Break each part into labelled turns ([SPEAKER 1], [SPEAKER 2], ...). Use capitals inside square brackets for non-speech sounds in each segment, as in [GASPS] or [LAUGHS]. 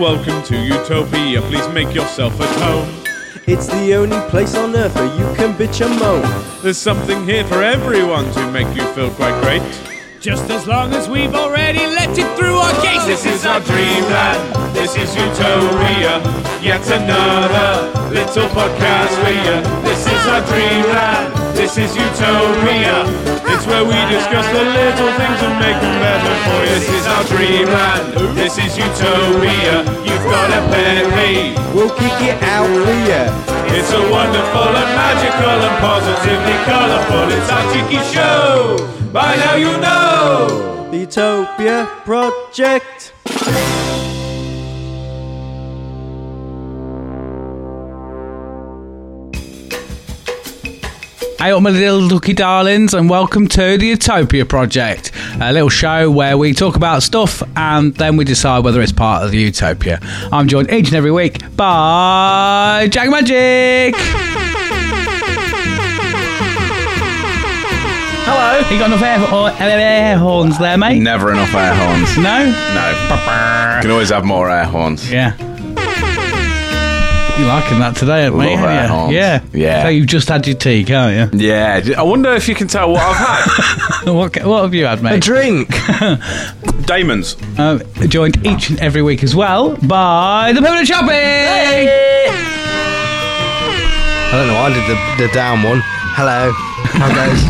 [SPEAKER 1] Welcome to Utopia. Please make yourself at home.
[SPEAKER 2] It's the only place on earth where you can bitch and moan.
[SPEAKER 1] There's something here for everyone to make you feel quite great.
[SPEAKER 3] Just as long as we've already let it through our gates,
[SPEAKER 1] Oh, This is our dreamland. This is Utopia. Yet another little podcast for you. This is our dreamland. This is Utopia. It's where we discuss the little things and make them better for you. This is our dreamland. This is Utopia. You've got a penny.
[SPEAKER 2] We'll kick it out for
[SPEAKER 1] It's a wonderful and magical and positively colourful. It's our cheeky show. By now you know.
[SPEAKER 2] ya. The Utopia Project.
[SPEAKER 3] Hey, all my little ducky darlings, and welcome to the Utopia Project, a little show where we talk about stuff and then we decide whether it's part of the Utopia. I'm joined each and every week by Jack Magic. Hello. You got enough air, hor- air eh, horns there, mate?
[SPEAKER 4] Never enough air horns.
[SPEAKER 3] No?
[SPEAKER 4] No. Can always have more air horns.
[SPEAKER 3] Yeah. You're liking that today, mate?
[SPEAKER 4] Love
[SPEAKER 3] aren't
[SPEAKER 4] air
[SPEAKER 3] you?
[SPEAKER 4] horns.
[SPEAKER 3] Yeah.
[SPEAKER 4] Yeah.
[SPEAKER 3] So you've just had your tea, can't
[SPEAKER 4] Yeah. d- I wonder if you can tell what I've [LAUGHS] had.
[SPEAKER 3] you? [LAUGHS] what, ca- what have you had, mate?
[SPEAKER 2] Drink.
[SPEAKER 4] Damon's.
[SPEAKER 3] um, joined each and every week as well by the permanent shopping.
[SPEAKER 5] I don't know. I did the, the down one. Hello. How goes?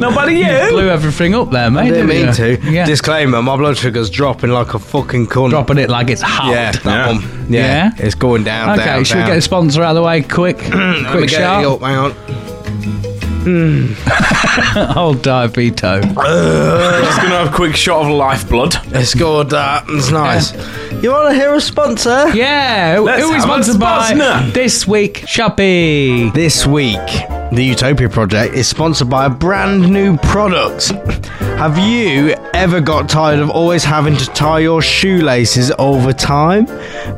[SPEAKER 4] Nobody you.
[SPEAKER 3] Blew everything up there, mate.
[SPEAKER 5] Didn't mean
[SPEAKER 3] you?
[SPEAKER 5] to.
[SPEAKER 3] Yeah.
[SPEAKER 5] Disclaimer: My blood sugar's dropping like a fucking cunt.
[SPEAKER 3] dropping it like it's hot.
[SPEAKER 5] Yeah, that
[SPEAKER 4] Yeah.
[SPEAKER 5] one. Yeah,
[SPEAKER 3] Yeah?
[SPEAKER 5] it's going down.
[SPEAKER 3] Okay,
[SPEAKER 5] down,
[SPEAKER 3] should
[SPEAKER 5] down.
[SPEAKER 3] we get a sponsor out of the way quick?
[SPEAKER 5] Let me
[SPEAKER 3] quick
[SPEAKER 5] get it
[SPEAKER 3] shout.
[SPEAKER 5] up, Hang on.
[SPEAKER 3] Oh, diabeto.
[SPEAKER 4] I'm just gonna have a quick shot of lifeblood.
[SPEAKER 5] I scored that. It's nice. You want to hear a sponsor?
[SPEAKER 3] Yeah, who-
[SPEAKER 4] Let's
[SPEAKER 3] who is
[SPEAKER 4] have a
[SPEAKER 3] sponsored by
[SPEAKER 4] sponsor.
[SPEAKER 3] this week? Shopee.
[SPEAKER 5] This week, the Utopia Project is sponsored by a brand new product. [CLEARS THROAT] Have you ever got tired of always having to tie your shoelaces over time?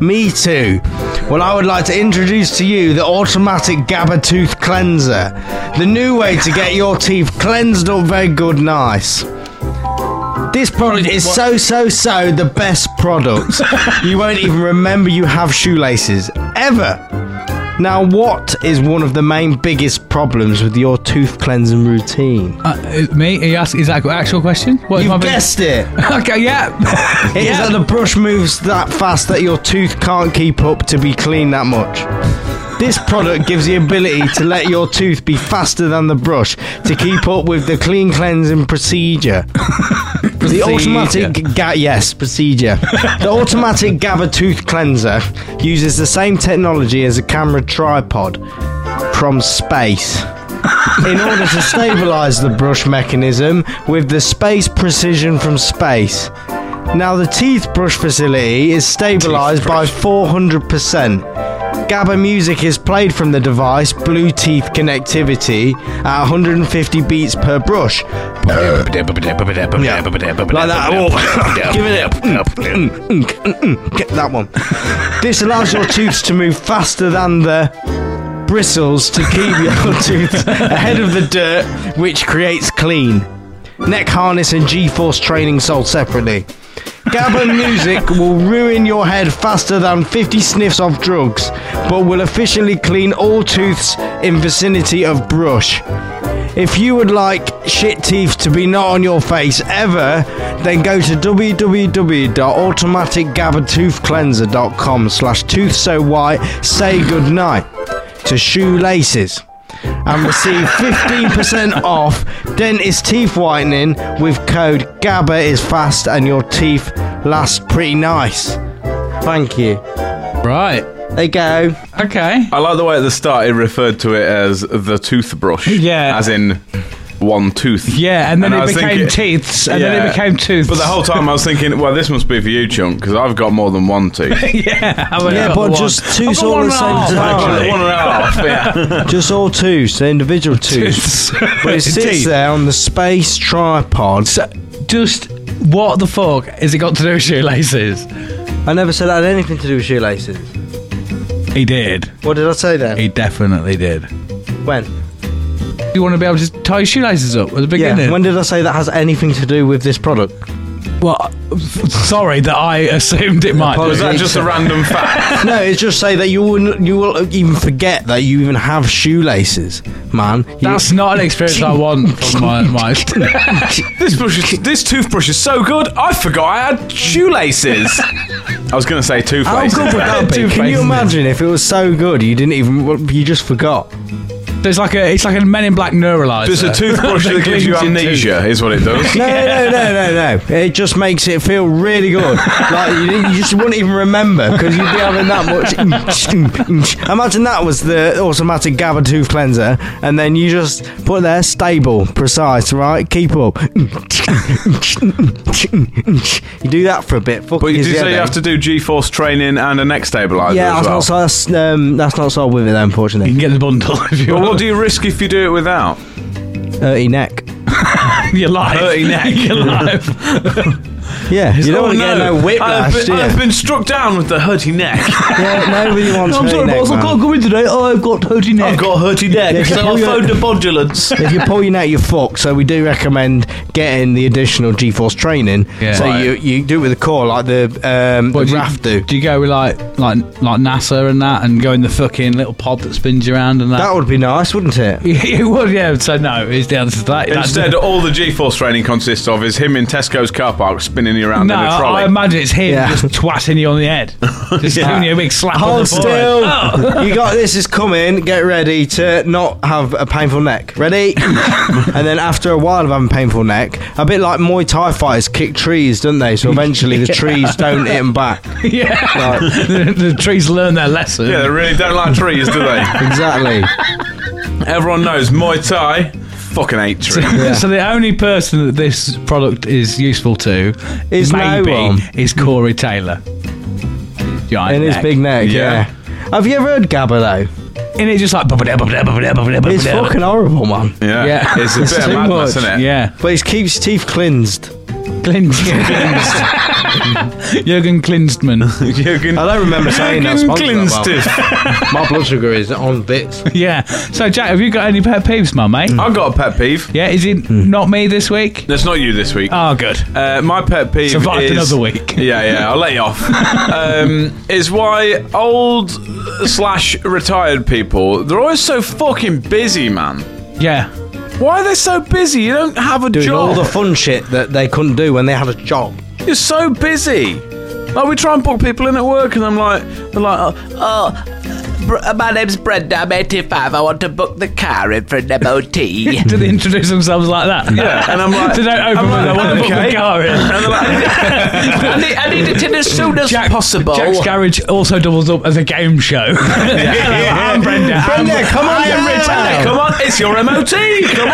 [SPEAKER 5] Me too. Well, I would like to introduce to you the automatic Gabba Tooth Cleanser, the new way to get your teeth cleansed up very good, nice. This product is so, so, so the best product. you won't even remember you have shoelaces, ever. Now, what is one of the main biggest problems with your tooth cleansing routine?
[SPEAKER 3] Uh, uh, me? Are you ask, is that an actual question? What is
[SPEAKER 5] You
[SPEAKER 3] my
[SPEAKER 5] have
[SPEAKER 3] big-
[SPEAKER 5] guessed it.
[SPEAKER 3] [LAUGHS] Okay, yeah.
[SPEAKER 5] It is that the brush moves that fast that your tooth can't keep up to be clean that much. This product gives the ability to let your tooth be faster than the brush to keep up with the clean cleansing procedure. The automatic ga- yes procedure. the automatic GABA tooth cleanser uses the same technology as a camera tripod from space. In order to stabilize the brush mechanism with the space precision from space. Now the teeth brush facility is stabilized by 400%. GABA music is played from the device Bluetooth connectivity at 150 beats per brush, like that. Oh. [LAUGHS] Give it up. Mm, Get that one. this allows your tooths to move faster than the bristles to keep your [LAUGHS] tooth ahead of the dirt, which creates clean. Neck harness and G-force training sold separately. GABA music will ruin your head faster than 50 sniffs of drugs, but will efficiently clean all tooths in vicinity of brush. If you would like shit teeth to be not on your face ever, then go to www.automaticgabatoothcleanser.com slash tooth so white say goodnight to shoelaces and receive 15% off dentist teeth whitening with code GABA is fast and your teeth last pretty nice. Thank you.
[SPEAKER 3] right.
[SPEAKER 5] There you go.
[SPEAKER 3] Okay.
[SPEAKER 4] [LAUGHS] I like the way at the start it referred to it as the toothbrush.
[SPEAKER 3] Yeah.
[SPEAKER 4] As in one tooth.
[SPEAKER 3] Yeah, and then
[SPEAKER 4] I
[SPEAKER 3] it
[SPEAKER 4] was
[SPEAKER 3] became
[SPEAKER 4] thinking-
[SPEAKER 3] teeths, and then it
[SPEAKER 4] Yeah.
[SPEAKER 3] became tooths.
[SPEAKER 4] But the whole time I was thinking, well, this must be for you, Chunk, because I've got more than one [LAUGHS] tooth.
[SPEAKER 3] [LAUGHS] yeah, I've only
[SPEAKER 5] Yeah,
[SPEAKER 3] got
[SPEAKER 5] but
[SPEAKER 3] the one.
[SPEAKER 5] just two's
[SPEAKER 3] I've got
[SPEAKER 5] all
[SPEAKER 3] one
[SPEAKER 5] the
[SPEAKER 3] and a
[SPEAKER 5] same
[SPEAKER 3] half,
[SPEAKER 5] time.
[SPEAKER 4] Actually,
[SPEAKER 3] actually.
[SPEAKER 4] one and a [LAUGHS] half. Yeah.
[SPEAKER 5] Just all tooths, the individual tooths. But it sits
[SPEAKER 3] Teeth.
[SPEAKER 5] there on the space tripod.
[SPEAKER 3] Just what the fuck has it got to do with shoelaces?
[SPEAKER 5] I never said that had anything to do with shoelaces.
[SPEAKER 3] He did.
[SPEAKER 5] What did I say then?
[SPEAKER 3] He definitely did.
[SPEAKER 5] When?
[SPEAKER 3] You want to be able to tie your shoelaces up at the beginning.
[SPEAKER 5] When did I say that has anything to do with this product?
[SPEAKER 3] well, sorry that I assumed it might.
[SPEAKER 4] Was
[SPEAKER 3] do.
[SPEAKER 4] that just a random fact?
[SPEAKER 5] no, it's just say that you will you will even forget that you even have shoelaces, man. You-
[SPEAKER 3] That's not an experience I want from my,
[SPEAKER 4] [LAUGHS]
[SPEAKER 3] my
[SPEAKER 4] [LAUGHS] this brush, is, this toothbrush is so good. I forgot I had shoelaces. Oh, I was going to say toothpaste.
[SPEAKER 5] how good would that be? Can you imagine if it was so good you didn't even well, you just forgot?
[SPEAKER 3] It's like a it's like a Men in Black neuralizer.
[SPEAKER 4] It's a [LAUGHS] toothbrush that gives you amnesia, is what it does.
[SPEAKER 5] No, no, no, no,
[SPEAKER 4] [LAUGHS]
[SPEAKER 5] no. It just makes it feel really good. like you, you just wouldn't even remember because you'd be having that much. [LAUGHS] Imagine that was the automatic GABA tooth cleanser, and then you just put there stable, precise, right? Keep up. you do that for a bit. Fuck
[SPEAKER 4] But you
[SPEAKER 5] his
[SPEAKER 4] did say you
[SPEAKER 5] headache.
[SPEAKER 4] have to do G-force training and a neck stabilizer
[SPEAKER 5] Yeah,
[SPEAKER 4] as
[SPEAKER 5] that's
[SPEAKER 4] well.
[SPEAKER 5] not, that's, um, that's not solved with it, then,
[SPEAKER 3] You
[SPEAKER 5] unfortunately.
[SPEAKER 3] can get the bundle if you
[SPEAKER 4] But what
[SPEAKER 3] want.
[SPEAKER 4] do you risk if you do it without? Mm.
[SPEAKER 5] Dirty Uh, neck.
[SPEAKER 3] Your life.
[SPEAKER 4] Hurty neck.
[SPEAKER 3] Your
[SPEAKER 4] [LAUGHS]
[SPEAKER 3] life.
[SPEAKER 5] Yeah, you don't
[SPEAKER 4] Oh,
[SPEAKER 5] want to get no
[SPEAKER 4] [LAUGHS]
[SPEAKER 5] whiplash,
[SPEAKER 4] I've
[SPEAKER 5] do
[SPEAKER 4] been,
[SPEAKER 5] you?
[SPEAKER 4] I've been struck down with the hurty neck.
[SPEAKER 5] yeah, nobody
[SPEAKER 4] [LAUGHS]
[SPEAKER 5] wants hurty neck, man.
[SPEAKER 3] come in today. Oh, I've got hoodie neck.
[SPEAKER 4] I've got a hurty neck,
[SPEAKER 5] Yeah,
[SPEAKER 4] so
[SPEAKER 5] pull
[SPEAKER 4] I
[SPEAKER 5] your-
[SPEAKER 4] phoned the [LAUGHS] ambulance.
[SPEAKER 5] if you're pulling out your fork, so we do recommend getting the additional G-force training.
[SPEAKER 3] Yeah.
[SPEAKER 5] So
[SPEAKER 3] Right.
[SPEAKER 5] you you do it with the core like the um the
[SPEAKER 3] do you,
[SPEAKER 5] raft do.
[SPEAKER 3] do you go with like like like NASA and that, and go in the fucking little pod that spins you around and
[SPEAKER 5] That
[SPEAKER 3] that?
[SPEAKER 5] would be nice, wouldn't
[SPEAKER 3] [LAUGHS]
[SPEAKER 5] it?
[SPEAKER 3] you would, yeah. So no, it's the answer to that. That's-
[SPEAKER 4] Instead, all the G-force training consists of is him in Tesco's car park spinning you around
[SPEAKER 3] no,
[SPEAKER 4] in a trolley.
[SPEAKER 3] I imagine it's him
[SPEAKER 5] Yeah.
[SPEAKER 3] just twatting you on the
[SPEAKER 4] [LAUGHS]
[SPEAKER 3] head, just giving you a big slap on the Oh.
[SPEAKER 5] Hold still.
[SPEAKER 3] forehead.
[SPEAKER 5] You got this. Is coming. Get ready to not have a painful neck.
[SPEAKER 3] [LAUGHS]
[SPEAKER 5] Ready? and then after a while of having a painful neck, a bit like Muay Thai fighters kick trees, don't they? So eventually
[SPEAKER 3] [LAUGHS]
[SPEAKER 5] the trees don't hit them back.
[SPEAKER 3] [LAUGHS] Yeah, [LAUGHS] the, the trees learn their lesson.
[SPEAKER 4] yeah, they really don't like trees,
[SPEAKER 3] [LAUGHS]
[SPEAKER 4] do they?
[SPEAKER 5] Exactly.
[SPEAKER 4] Everyone knows Muay Thai. Fucking
[SPEAKER 3] [LAUGHS]
[SPEAKER 4] hate trees.
[SPEAKER 3] So the only person that this product is useful to
[SPEAKER 5] Is no
[SPEAKER 3] maybe
[SPEAKER 5] one.
[SPEAKER 3] is Corey Taylor. Giant
[SPEAKER 5] In his
[SPEAKER 3] neck.
[SPEAKER 5] big neck.
[SPEAKER 4] Yeah.
[SPEAKER 5] Yeah. Have you ever heard Gabba though?
[SPEAKER 3] and it's just like
[SPEAKER 5] It's fucking horrible, man.
[SPEAKER 4] Yeah.
[SPEAKER 3] Yeah. [LAUGHS]
[SPEAKER 4] It's a bit of
[SPEAKER 5] too
[SPEAKER 4] madness,
[SPEAKER 5] much.
[SPEAKER 4] isn't it?
[SPEAKER 3] yeah,
[SPEAKER 5] But it keeps his teeth cleansed.
[SPEAKER 4] [LAUGHS]
[SPEAKER 3] Clinsed. Jürgen
[SPEAKER 4] [LAUGHS]
[SPEAKER 3] Klinsmann.
[SPEAKER 4] Jürgen,
[SPEAKER 5] I don't remember saying that.
[SPEAKER 4] Jürgen
[SPEAKER 5] sponsored that well. [LAUGHS]
[SPEAKER 4] Klinsmann.
[SPEAKER 5] My blood sugar is
[SPEAKER 3] [LAUGHS]
[SPEAKER 5] on bits.
[SPEAKER 3] yeah. So Jack, have you got any pet peeves, my mate?
[SPEAKER 4] I've got a pet peeve.
[SPEAKER 3] Yeah, is it
[SPEAKER 5] Mm.
[SPEAKER 3] not me this week?
[SPEAKER 4] That's not you this week.
[SPEAKER 3] Oh, good.
[SPEAKER 4] Uh, my pet peeve
[SPEAKER 3] Survived
[SPEAKER 4] is
[SPEAKER 3] another week.
[SPEAKER 4] [LAUGHS] Yeah, yeah, I'll let
[SPEAKER 3] [LAUGHS]
[SPEAKER 4] you off. um, is why old slash retired people they're always so fucking busy, man.
[SPEAKER 3] [LAUGHS] Yeah.
[SPEAKER 4] Why are they so busy? You don't have a
[SPEAKER 5] Doing all
[SPEAKER 4] job.
[SPEAKER 5] the fun shit that they couldn't do when they had a job.
[SPEAKER 4] You're so busy. Like we try and book people in at work, and I'm like, they're like, oh,
[SPEAKER 6] Br- my name's Brenda. I'm 85.
[SPEAKER 3] [LAUGHS]
[SPEAKER 6] I want to book the car in for an MOT.
[SPEAKER 3] Do they introduce themselves like that? [LAUGHS]
[SPEAKER 4] yeah, and I'm like,
[SPEAKER 3] They don't
[SPEAKER 4] I'm
[SPEAKER 3] open with that
[SPEAKER 4] like,
[SPEAKER 3] one. They
[SPEAKER 4] [LAUGHS]
[SPEAKER 3] put
[SPEAKER 4] okay.
[SPEAKER 3] the car in.
[SPEAKER 4] And they're like,
[SPEAKER 6] I, need, I need it in as soon as
[SPEAKER 4] Oh.
[SPEAKER 6] possible.
[SPEAKER 3] Jack's Garage also doubles up as a game show. [LAUGHS]
[SPEAKER 4] [LAUGHS]
[SPEAKER 3] yeah. I'm Brenda.
[SPEAKER 5] Brenda,
[SPEAKER 3] I'm,
[SPEAKER 5] come on
[SPEAKER 3] I am
[SPEAKER 5] down.
[SPEAKER 3] retired.
[SPEAKER 4] come on, it's your MOT. Come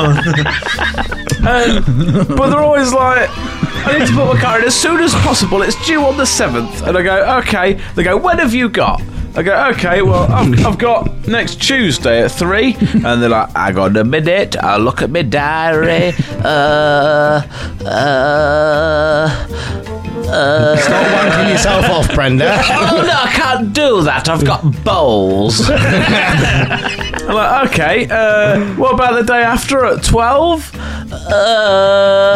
[SPEAKER 4] on down. and, but they're always like, I need to put my car in as soon as possible. It's due on the seventh, and I go, okay. They go, when have you got? I go, okay. Well, I've, I've got next Tuesday at three, and they're like,
[SPEAKER 6] Hang on a minute. I'll look at my diary. Uh, uh, uh.
[SPEAKER 5] Stop wanking yourself off, Brenda.
[SPEAKER 6] Oh no, I can't do that. I've got
[SPEAKER 4] [LAUGHS]
[SPEAKER 6] bowls.
[SPEAKER 4] I'm like, okay. Uh, what about the day after at twelve?
[SPEAKER 6] Uh,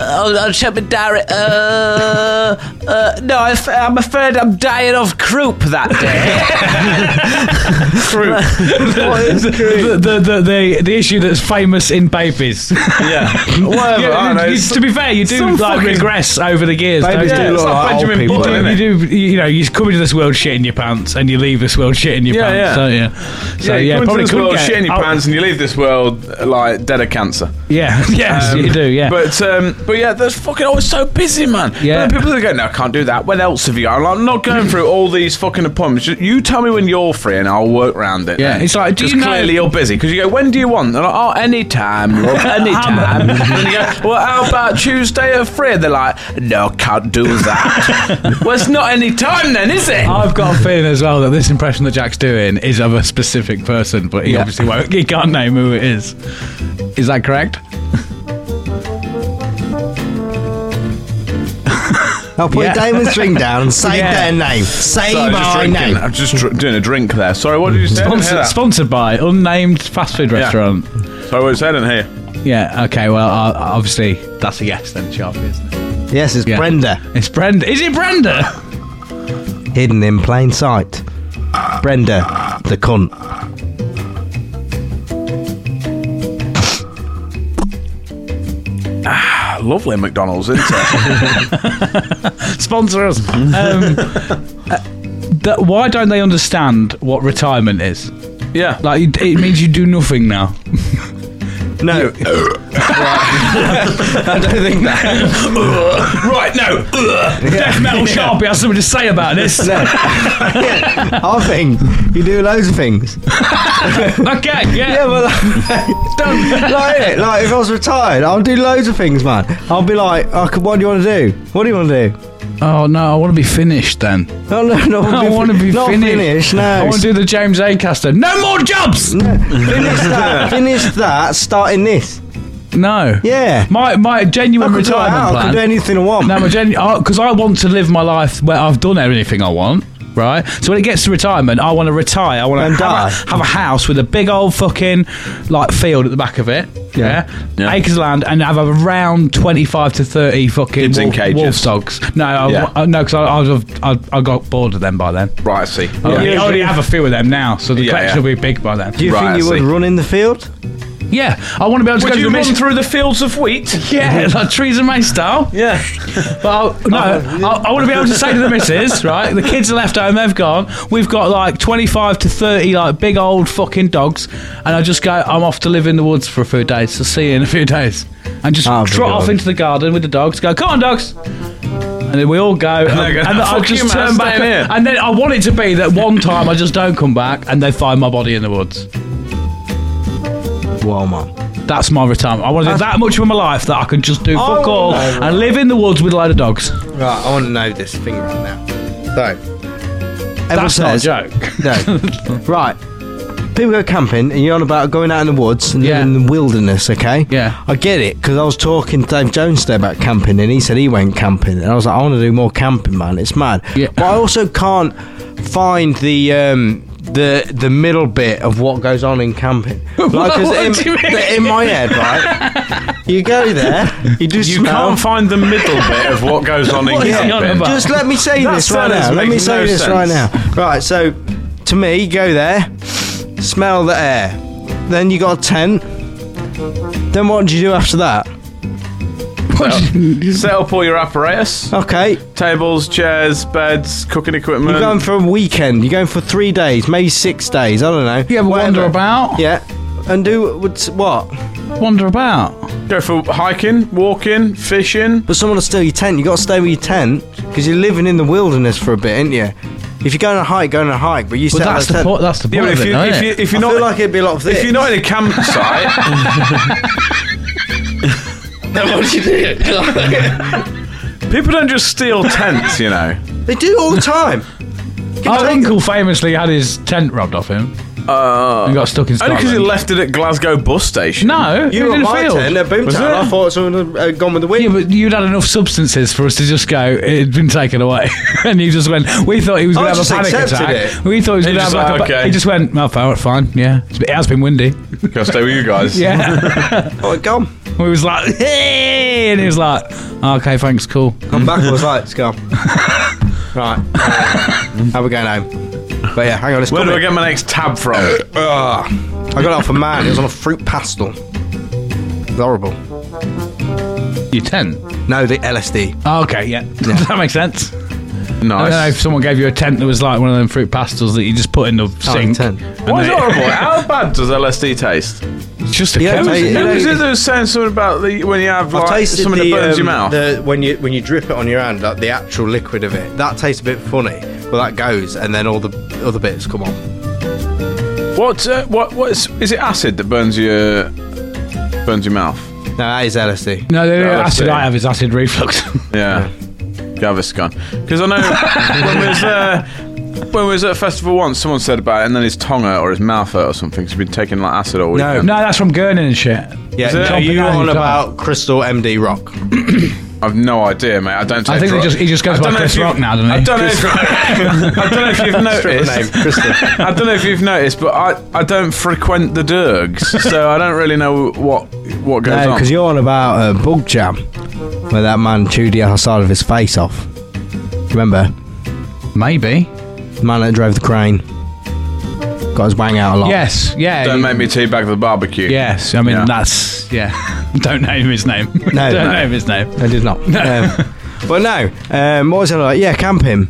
[SPEAKER 6] I'll, I'll check my diary. Uh, uh, no, I f- I'm afraid I'm dying of croup that
[SPEAKER 4] [LAUGHS]
[SPEAKER 6] day.
[SPEAKER 3] [LAUGHS] the, the, the, the, the issue that's famous in
[SPEAKER 4] [LAUGHS]
[SPEAKER 3] babies.
[SPEAKER 4] Yeah, whatever.
[SPEAKER 3] You-
[SPEAKER 4] Oh, I don't know.
[SPEAKER 3] you- to be fair, you do
[SPEAKER 4] some
[SPEAKER 3] like
[SPEAKER 4] fucking-
[SPEAKER 3] regress over the years.
[SPEAKER 5] Babies
[SPEAKER 3] don't
[SPEAKER 5] do
[SPEAKER 3] you?
[SPEAKER 5] look
[SPEAKER 4] it's like
[SPEAKER 5] like old
[SPEAKER 4] Benjamin
[SPEAKER 5] people,
[SPEAKER 4] Button,
[SPEAKER 5] don't
[SPEAKER 4] isn't
[SPEAKER 5] they?
[SPEAKER 4] it?
[SPEAKER 3] You do, you know, you just come into this world shit in your pants, and you leave this world shit in your
[SPEAKER 4] Yeah,
[SPEAKER 3] pants,
[SPEAKER 4] yeah.
[SPEAKER 3] don't you? So
[SPEAKER 4] yeah, you
[SPEAKER 3] yeah,
[SPEAKER 4] come
[SPEAKER 3] probably
[SPEAKER 4] into this
[SPEAKER 3] could
[SPEAKER 4] world,
[SPEAKER 3] get-
[SPEAKER 4] shit in your
[SPEAKER 3] oh,
[SPEAKER 4] pants, and you leave this world uh, like dead of cancer.
[SPEAKER 3] Yeah, [LAUGHS] yes,
[SPEAKER 4] Um,
[SPEAKER 3] you do. Yeah,
[SPEAKER 4] But um, but yeah, there's fucking always so busy, man.
[SPEAKER 3] Yeah.
[SPEAKER 4] But then people are going, no, I can't do that. When else have you? got?" I'm, like, I'm not going through all these fucking appointments. Just- You tell me when you're free, and I'll work round it.
[SPEAKER 3] Yeah,
[SPEAKER 4] then.
[SPEAKER 3] it's like, do
[SPEAKER 4] Because
[SPEAKER 3] you know-
[SPEAKER 4] clearly you're busy. Because you go, when do you want? They're like, oh, any time,
[SPEAKER 3] [LAUGHS]
[SPEAKER 4] love, any time. and then you go, well, how about Tuesday at three? They're like, no, can't
[SPEAKER 3] [LAUGHS]
[SPEAKER 4] do that. well, it's not any time then, is it?
[SPEAKER 3] I've got a feeling as well that this impression that Jack's doing is of a specific person, but he
[SPEAKER 4] Yeah.
[SPEAKER 3] obviously won't. He can't name who it is. Is that correct?
[SPEAKER 5] I'll put
[SPEAKER 3] Yeah.
[SPEAKER 5] Damon's drink down and say
[SPEAKER 3] Yeah.
[SPEAKER 5] their name. Say
[SPEAKER 4] Sorry, I'm just
[SPEAKER 5] my
[SPEAKER 4] drinking.
[SPEAKER 5] name.
[SPEAKER 4] I'm just dr- doing a drink there. Sorry, what did you say? I didn't hear
[SPEAKER 3] Sponsored,
[SPEAKER 4] that.
[SPEAKER 3] sponsored by unnamed fast food restaurant.
[SPEAKER 4] Sorry, what did you say? I didn't hear.
[SPEAKER 3] Yeah. Okay. Well, uh, obviously that's a yes then, Sharpie. Isn't it?
[SPEAKER 5] Yes, it's
[SPEAKER 3] Yeah.
[SPEAKER 5] Brenda.
[SPEAKER 3] It's Brenda. Is it Brenda? [LAUGHS]
[SPEAKER 5] Hidden in plain sight. Brenda, the cunt.
[SPEAKER 4] Ah, Lovely McDonald's, isn't it?
[SPEAKER 3] Sponsor us. Um, [LAUGHS] uh, that, why don't they understand what retirement is?
[SPEAKER 4] yeah.
[SPEAKER 3] Like it, it means you do nothing
[SPEAKER 4] [LAUGHS]
[SPEAKER 3] now.
[SPEAKER 5] No, I don't think that.
[SPEAKER 3] [LAUGHS] Right, no. Death metal Sharpie has something to say about
[SPEAKER 4] [LAUGHS]
[SPEAKER 3] this.
[SPEAKER 5] No. I think you do loads of things. [LAUGHS]
[SPEAKER 3] Okay,
[SPEAKER 5] Yeah,
[SPEAKER 3] yeah.
[SPEAKER 5] but
[SPEAKER 4] [LAUGHS]
[SPEAKER 5] like, don't, like, it, like if I was retired, I'll do loads of things, man. I'll be like, oh, c- what do you want to do? What do you want to do? [LAUGHS]
[SPEAKER 3] Oh no, I want to be finished then.
[SPEAKER 5] No, no, no.
[SPEAKER 3] I want to be
[SPEAKER 5] not
[SPEAKER 3] finished.
[SPEAKER 5] No,
[SPEAKER 3] I want to do the James Acaster. No more jobs.
[SPEAKER 5] finish [LAUGHS] that. Finish that. Starting this.
[SPEAKER 3] No.
[SPEAKER 5] Yeah.
[SPEAKER 3] My my genuine
[SPEAKER 5] I could do that,
[SPEAKER 3] retirement
[SPEAKER 5] I could do
[SPEAKER 3] plan.
[SPEAKER 5] anything I want.
[SPEAKER 3] No, my genuine because I want to live my life where I've done everything I want. Right, so when it gets to retirement, I want to retire. I want
[SPEAKER 5] And
[SPEAKER 3] to
[SPEAKER 5] die.
[SPEAKER 3] have a, have a house with a big old fucking like field at the back of it.
[SPEAKER 5] Yeah.
[SPEAKER 3] Yeah, acres of land, and have around twenty-five to thirty fucking
[SPEAKER 4] Kids in
[SPEAKER 3] wolf,
[SPEAKER 4] cages.
[SPEAKER 3] wolf dogs. No, I,
[SPEAKER 4] Yeah.
[SPEAKER 3] I, no, because I, I, was- I, I got bored of them by then.
[SPEAKER 4] Right, I see.
[SPEAKER 3] I already-
[SPEAKER 5] Yeah.
[SPEAKER 3] I already have a few of them now, so the
[SPEAKER 4] Yeah,
[SPEAKER 3] collection
[SPEAKER 4] yeah.
[SPEAKER 3] will be big by then.
[SPEAKER 5] do you
[SPEAKER 4] Right, I
[SPEAKER 5] think you would
[SPEAKER 4] see.
[SPEAKER 5] run in the field?
[SPEAKER 3] Yeah, I want to be able to
[SPEAKER 4] Would
[SPEAKER 3] go
[SPEAKER 4] you
[SPEAKER 3] to the
[SPEAKER 4] run
[SPEAKER 3] mission.
[SPEAKER 4] through the fields of wheat?
[SPEAKER 3] [LAUGHS] Yeah, like trees and my style.
[SPEAKER 4] [LAUGHS] Yeah. Oh.
[SPEAKER 3] But I, no, I, I want to be able to say to the missus, [LAUGHS] right? The kids are left home, they've gone. We've got like 25 to 30 like big old fucking dogs. And I just go, I'm off to live in the woods for a few days. So see you in a few days. And just
[SPEAKER 5] Oh,
[SPEAKER 3] trot
[SPEAKER 5] good
[SPEAKER 3] off
[SPEAKER 5] one.
[SPEAKER 3] into the garden with the dogs, go, come on, dogs. And then we all go, and,
[SPEAKER 4] they go,
[SPEAKER 3] then I
[SPEAKER 4] "Fuck you,
[SPEAKER 3] just
[SPEAKER 4] man,
[SPEAKER 3] turn
[SPEAKER 4] stay
[SPEAKER 3] back,
[SPEAKER 4] here."
[SPEAKER 3] and then I want it to be that one time I just don't come back, and they find my body in the woods.
[SPEAKER 5] Well, man.
[SPEAKER 3] That's my retirement. I want to do that much with my life that I can just do
[SPEAKER 5] I
[SPEAKER 3] fuck
[SPEAKER 5] wanna
[SPEAKER 3] all
[SPEAKER 5] know, right.
[SPEAKER 3] and live in the woods with a load of dogs.
[SPEAKER 5] Right, I want to know this thing right now. So, Ever
[SPEAKER 3] That's not a
[SPEAKER 5] says,
[SPEAKER 3] joke. [LAUGHS]
[SPEAKER 5] No. right. People go camping, and you're on about going out in the woods and
[SPEAKER 3] Yeah.
[SPEAKER 5] living in the wilderness, okay?
[SPEAKER 3] Yeah.
[SPEAKER 5] I get it, because I was talking to Dave Jones today about camping, and he said he went camping, and I was like, I want to do more camping, man. It's mad.
[SPEAKER 3] Yeah.
[SPEAKER 5] But I also can't find the. Um, the, the middle bit of what goes on in camping, like
[SPEAKER 3] [LAUGHS]
[SPEAKER 5] 'cause
[SPEAKER 3] What
[SPEAKER 5] in,
[SPEAKER 3] do you mean?
[SPEAKER 5] in my head, right? you go there, you do
[SPEAKER 4] You
[SPEAKER 5] smell.
[SPEAKER 4] can't find the middle bit of
[SPEAKER 3] [LAUGHS]
[SPEAKER 4] what goes on in
[SPEAKER 3] Oh. What is he on
[SPEAKER 4] camping.
[SPEAKER 3] about?
[SPEAKER 5] Just let me say
[SPEAKER 4] That
[SPEAKER 5] this right
[SPEAKER 4] sentence
[SPEAKER 5] now. Let me
[SPEAKER 4] makes
[SPEAKER 5] say
[SPEAKER 4] no
[SPEAKER 5] this
[SPEAKER 4] sense.
[SPEAKER 5] right now. Right, so to me, go there, smell the air. Then you got a tent. Then what do you do after that?
[SPEAKER 4] Set- Set up all your apparatus,
[SPEAKER 5] Okay,
[SPEAKER 4] tables, chairs, beds, cooking equipment.
[SPEAKER 3] Um,
[SPEAKER 5] you're going for a weekend. You're going for three days, maybe six days. I don't know.
[SPEAKER 3] Yeah, but wander
[SPEAKER 5] Whatever.
[SPEAKER 3] about.
[SPEAKER 5] Yeah, and do what's- what?
[SPEAKER 3] Wander about.
[SPEAKER 4] Go for hiking, walking, fishing.
[SPEAKER 5] But someone will steal your tent. You got to stay with your tent because you're living in the wilderness for a bit, ain't you? If you're going on a hike, going on a hike, but you
[SPEAKER 3] Well,
[SPEAKER 5] set
[SPEAKER 3] that's
[SPEAKER 5] that
[SPEAKER 3] the
[SPEAKER 5] tent.
[SPEAKER 3] point. That's the point.
[SPEAKER 4] Yeah, but if,
[SPEAKER 3] of it,
[SPEAKER 4] you,
[SPEAKER 3] though,
[SPEAKER 4] if,
[SPEAKER 3] isn't
[SPEAKER 4] you,
[SPEAKER 3] it?
[SPEAKER 4] if you're
[SPEAKER 5] I
[SPEAKER 4] not
[SPEAKER 5] feel like it'd be a lot of this.
[SPEAKER 4] if you're not in
[SPEAKER 3] [LAUGHS]
[SPEAKER 4] a campsite, [LAUGHS] people don't just steal tents, you
[SPEAKER 3] [LAUGHS]
[SPEAKER 4] know.
[SPEAKER 5] they do all the time.
[SPEAKER 3] Our uncle famously had his tent robbed off him. Uh, and got stuck in
[SPEAKER 4] Only
[SPEAKER 3] Scotland.
[SPEAKER 4] because he left it at Glasgow
[SPEAKER 3] [LAUGHS]
[SPEAKER 4] bus station.
[SPEAKER 3] no,
[SPEAKER 5] You
[SPEAKER 3] it was
[SPEAKER 5] were
[SPEAKER 3] in
[SPEAKER 5] at
[SPEAKER 3] a
[SPEAKER 5] my
[SPEAKER 3] field.
[SPEAKER 5] tent at Boomtown.
[SPEAKER 4] Was it?
[SPEAKER 5] I thought someone had uh, gone with the
[SPEAKER 3] Yeah,
[SPEAKER 5] wind.
[SPEAKER 3] but you'd had enough substances for us to just go. It had been taken away, [LAUGHS] and you just went. We thought he was
[SPEAKER 5] I
[SPEAKER 3] going to have
[SPEAKER 5] just
[SPEAKER 3] a panic
[SPEAKER 5] accepted
[SPEAKER 3] attack.
[SPEAKER 5] it.
[SPEAKER 3] We thought he was going to have
[SPEAKER 4] just
[SPEAKER 3] like,
[SPEAKER 4] like,
[SPEAKER 3] a. pa-
[SPEAKER 4] okay.
[SPEAKER 3] He just went. No, fine, fine. Yeah, It's- it has been windy.
[SPEAKER 4] Can I stay with you guys?
[SPEAKER 3] Yeah, [LAUGHS]
[SPEAKER 5] Oh, it's gone.
[SPEAKER 3] we was like, hey, and he was like, okay, thanks, cool.
[SPEAKER 5] Come back. I was like, it's [LAUGHS] gone. right. um, How we going home? But yeah, hang on. It's
[SPEAKER 4] Where do I
[SPEAKER 5] coming.
[SPEAKER 4] get my next tab from?
[SPEAKER 5] Ah, I got it off a man. It was on a fruit pastel. It was horrible.
[SPEAKER 3] Your tent.
[SPEAKER 5] No, the LSD.
[SPEAKER 3] Oh, Okay, yeah, [LAUGHS] that makes sense. I don't know if
[SPEAKER 4] nice.
[SPEAKER 3] someone gave you a tent that was like one of them fruit pastels that you just put in the sink.
[SPEAKER 5] Oh, tent.
[SPEAKER 3] and
[SPEAKER 4] Why is
[SPEAKER 3] they- [LAUGHS]
[SPEAKER 4] it horrible? How bad does LSD taste?
[SPEAKER 3] It's just a
[SPEAKER 5] Yeah,
[SPEAKER 3] chemical.
[SPEAKER 5] I tell you-
[SPEAKER 4] Who
[SPEAKER 5] know,
[SPEAKER 4] was it
[SPEAKER 5] it's-
[SPEAKER 4] that was saying something about the, when you have like, something that burns your
[SPEAKER 3] um,
[SPEAKER 4] mouth?
[SPEAKER 5] the when you when you drip it on your hand, like the actual liquid of it. That tastes a bit funny. Well, that goes, and then all the other bits come on.
[SPEAKER 4] What? Uh, what? What is? Is it acid that burns your burns your mouth?
[SPEAKER 5] No, that is LSD.
[SPEAKER 3] No, the
[SPEAKER 4] Yeah,
[SPEAKER 3] acid
[SPEAKER 4] that's it.
[SPEAKER 3] I have is acid reflux.
[SPEAKER 4] Yeah. Gaviscon. Because I know when we was uh, when we was at a festival once, someone said about it, and then his tongue hurt or his mouth hurt or something. Cause he'd been taking like acid all
[SPEAKER 5] [LAUGHS] No.
[SPEAKER 4] weekend.
[SPEAKER 3] no, that's from Gurning and shit.
[SPEAKER 5] Yeah,
[SPEAKER 4] it?
[SPEAKER 5] are
[SPEAKER 4] Are
[SPEAKER 5] you
[SPEAKER 3] Copenhagen
[SPEAKER 5] on
[SPEAKER 3] Dark.
[SPEAKER 5] about Crystal MD Rock?
[SPEAKER 4] Oh I've no idea, mate. I don't. Take
[SPEAKER 3] I think they
[SPEAKER 4] drugs.
[SPEAKER 3] just- he just goes by
[SPEAKER 4] I don't know
[SPEAKER 3] Chris
[SPEAKER 4] if you've-
[SPEAKER 3] Rock now, doesn't he?
[SPEAKER 4] [LAUGHS] I don't know. If, I don't know if you've noticed. I don't know if you've noticed, but I, I don't frequent the Dergs, so I don't really know what what goes
[SPEAKER 5] No,
[SPEAKER 4] on.
[SPEAKER 5] because you're on about uh, Bug Jam, where that man chewed the outside of his face off. Remember?
[SPEAKER 3] Maybe.
[SPEAKER 5] The man that drove the crane. Got his wang out a lot.
[SPEAKER 3] Yes. Yeah.
[SPEAKER 4] don't make me teabag the barbecue.
[SPEAKER 3] Yes. I mean,
[SPEAKER 4] Yeah.
[SPEAKER 3] that's [LAUGHS] yeah. don't name his name. [LAUGHS]
[SPEAKER 5] No,
[SPEAKER 3] don't
[SPEAKER 5] no.
[SPEAKER 3] name his name.
[SPEAKER 5] I did not. um, but no, um, what was I like? Yeah, camp him.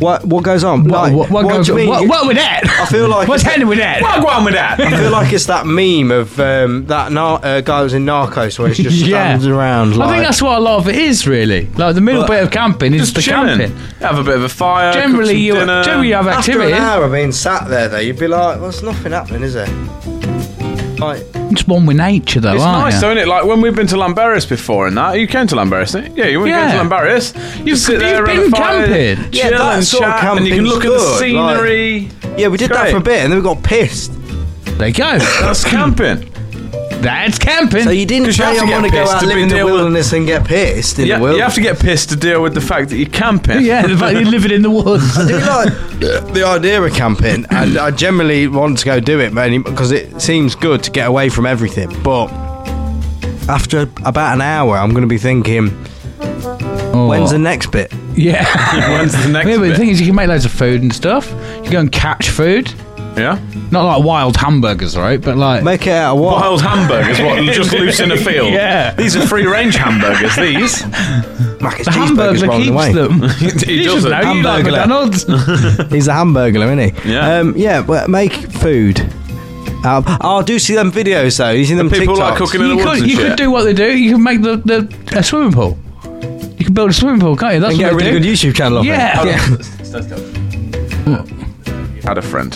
[SPEAKER 5] What what goes on? Like,
[SPEAKER 3] what, what,
[SPEAKER 5] do you mean?
[SPEAKER 3] what, what with [LAUGHS] that?
[SPEAKER 5] I feel like
[SPEAKER 3] What's
[SPEAKER 5] it's-
[SPEAKER 3] happening with that?
[SPEAKER 4] What go on with [LAUGHS] that?
[SPEAKER 5] I feel like it's that meme of um, that nar- uh, guy who was in Narcos where he just
[SPEAKER 3] [LAUGHS] Yeah.
[SPEAKER 5] stands around. Like,
[SPEAKER 3] I think that's what a lot of it is, really. Like the middle
[SPEAKER 5] But-
[SPEAKER 3] bit of camping is
[SPEAKER 4] Just
[SPEAKER 3] the
[SPEAKER 4] chilling.
[SPEAKER 3] camping.
[SPEAKER 4] Have a bit of a fire. cook
[SPEAKER 3] Generally,
[SPEAKER 4] Uh, some
[SPEAKER 3] you
[SPEAKER 4] dinner.
[SPEAKER 3] generally you have
[SPEAKER 5] after an
[SPEAKER 3] activities.
[SPEAKER 5] hour of being sat there, though, you'd be like, "Well, there's nothing happening, is there?" Like,
[SPEAKER 3] It's one with nature, though,
[SPEAKER 4] It's
[SPEAKER 3] aren't
[SPEAKER 4] nice,
[SPEAKER 3] you?
[SPEAKER 4] isn't it? Like when we've been to Lambaris before and that. You came to Lambaris, didn't you? Yeah, you went
[SPEAKER 3] Yeah.
[SPEAKER 4] to Lambaris. You sit
[SPEAKER 3] you've
[SPEAKER 4] there around
[SPEAKER 3] been
[SPEAKER 4] the fire,
[SPEAKER 3] camping.
[SPEAKER 4] Chill
[SPEAKER 5] Yeah, that
[SPEAKER 4] and
[SPEAKER 5] sort of
[SPEAKER 4] chat, and you can
[SPEAKER 5] camping's
[SPEAKER 4] look at the
[SPEAKER 5] good, like-
[SPEAKER 4] scenery.
[SPEAKER 5] yeah, we did that
[SPEAKER 4] Great.
[SPEAKER 5] for a bit, and then we got pissed.
[SPEAKER 3] There you go.
[SPEAKER 4] That's camping.
[SPEAKER 3] That's camping.
[SPEAKER 5] So you didn't
[SPEAKER 4] 'Cause you
[SPEAKER 5] say
[SPEAKER 4] have to
[SPEAKER 5] I
[SPEAKER 4] get
[SPEAKER 5] want to go
[SPEAKER 4] pissed
[SPEAKER 5] out
[SPEAKER 4] to
[SPEAKER 5] live
[SPEAKER 4] be
[SPEAKER 5] in the
[SPEAKER 4] deal with-
[SPEAKER 5] wilderness and get pissed in
[SPEAKER 4] You,
[SPEAKER 5] the wilderness.
[SPEAKER 4] you have to get pissed to deal with the fact that you're
[SPEAKER 3] [LAUGHS]
[SPEAKER 4] camping.
[SPEAKER 3] yeah, the fact you're living in the woods.
[SPEAKER 5] I do like the idea of camping, and I generally want to go do it, mainly because it seems good to get away from everything. But after about an hour, I'm going to be thinking, [LAUGHS] when's the next bit?
[SPEAKER 3] Oh, [LAUGHS] yeah.
[SPEAKER 4] When's the next
[SPEAKER 3] yeah, but the
[SPEAKER 4] bit?
[SPEAKER 3] thing is, you can make loads of food and stuff. You go and catch food,
[SPEAKER 4] yeah.
[SPEAKER 3] not like wild hamburgers, right? But like
[SPEAKER 5] Make it out of what?
[SPEAKER 4] Wild hamburgers, what? Just loose [LAUGHS] in a field.
[SPEAKER 3] Yeah.
[SPEAKER 4] These are free range hamburgers, [LAUGHS] these.
[SPEAKER 5] Mac, it's
[SPEAKER 3] the
[SPEAKER 5] cheeseburgers
[SPEAKER 3] hamburger
[SPEAKER 5] rolling
[SPEAKER 3] keeps
[SPEAKER 5] away.
[SPEAKER 3] them.
[SPEAKER 4] [LAUGHS]
[SPEAKER 3] [LAUGHS]
[SPEAKER 4] He
[SPEAKER 3] You just
[SPEAKER 4] doesn't.
[SPEAKER 3] know you like
[SPEAKER 5] Hamburger.
[SPEAKER 4] [LAUGHS]
[SPEAKER 3] McDonald's.
[SPEAKER 5] He's a hamburger, isn't he?
[SPEAKER 4] Yeah.
[SPEAKER 5] Um, yeah, but make food. Um, oh, I do see them videos though. You see them
[SPEAKER 4] People
[SPEAKER 5] TikToks.
[SPEAKER 4] like cooking in the
[SPEAKER 3] you
[SPEAKER 4] woods
[SPEAKER 3] could,
[SPEAKER 4] and
[SPEAKER 3] you
[SPEAKER 4] shit.
[SPEAKER 3] could do what they do. You could make the, the a swimming pool. You can build a swimming pool, can't you? That's
[SPEAKER 5] and get
[SPEAKER 3] what
[SPEAKER 5] a
[SPEAKER 3] they
[SPEAKER 5] really
[SPEAKER 3] do.
[SPEAKER 5] good YouTube channel off
[SPEAKER 3] Yeah.
[SPEAKER 5] it. [LAUGHS]
[SPEAKER 4] Had a friend.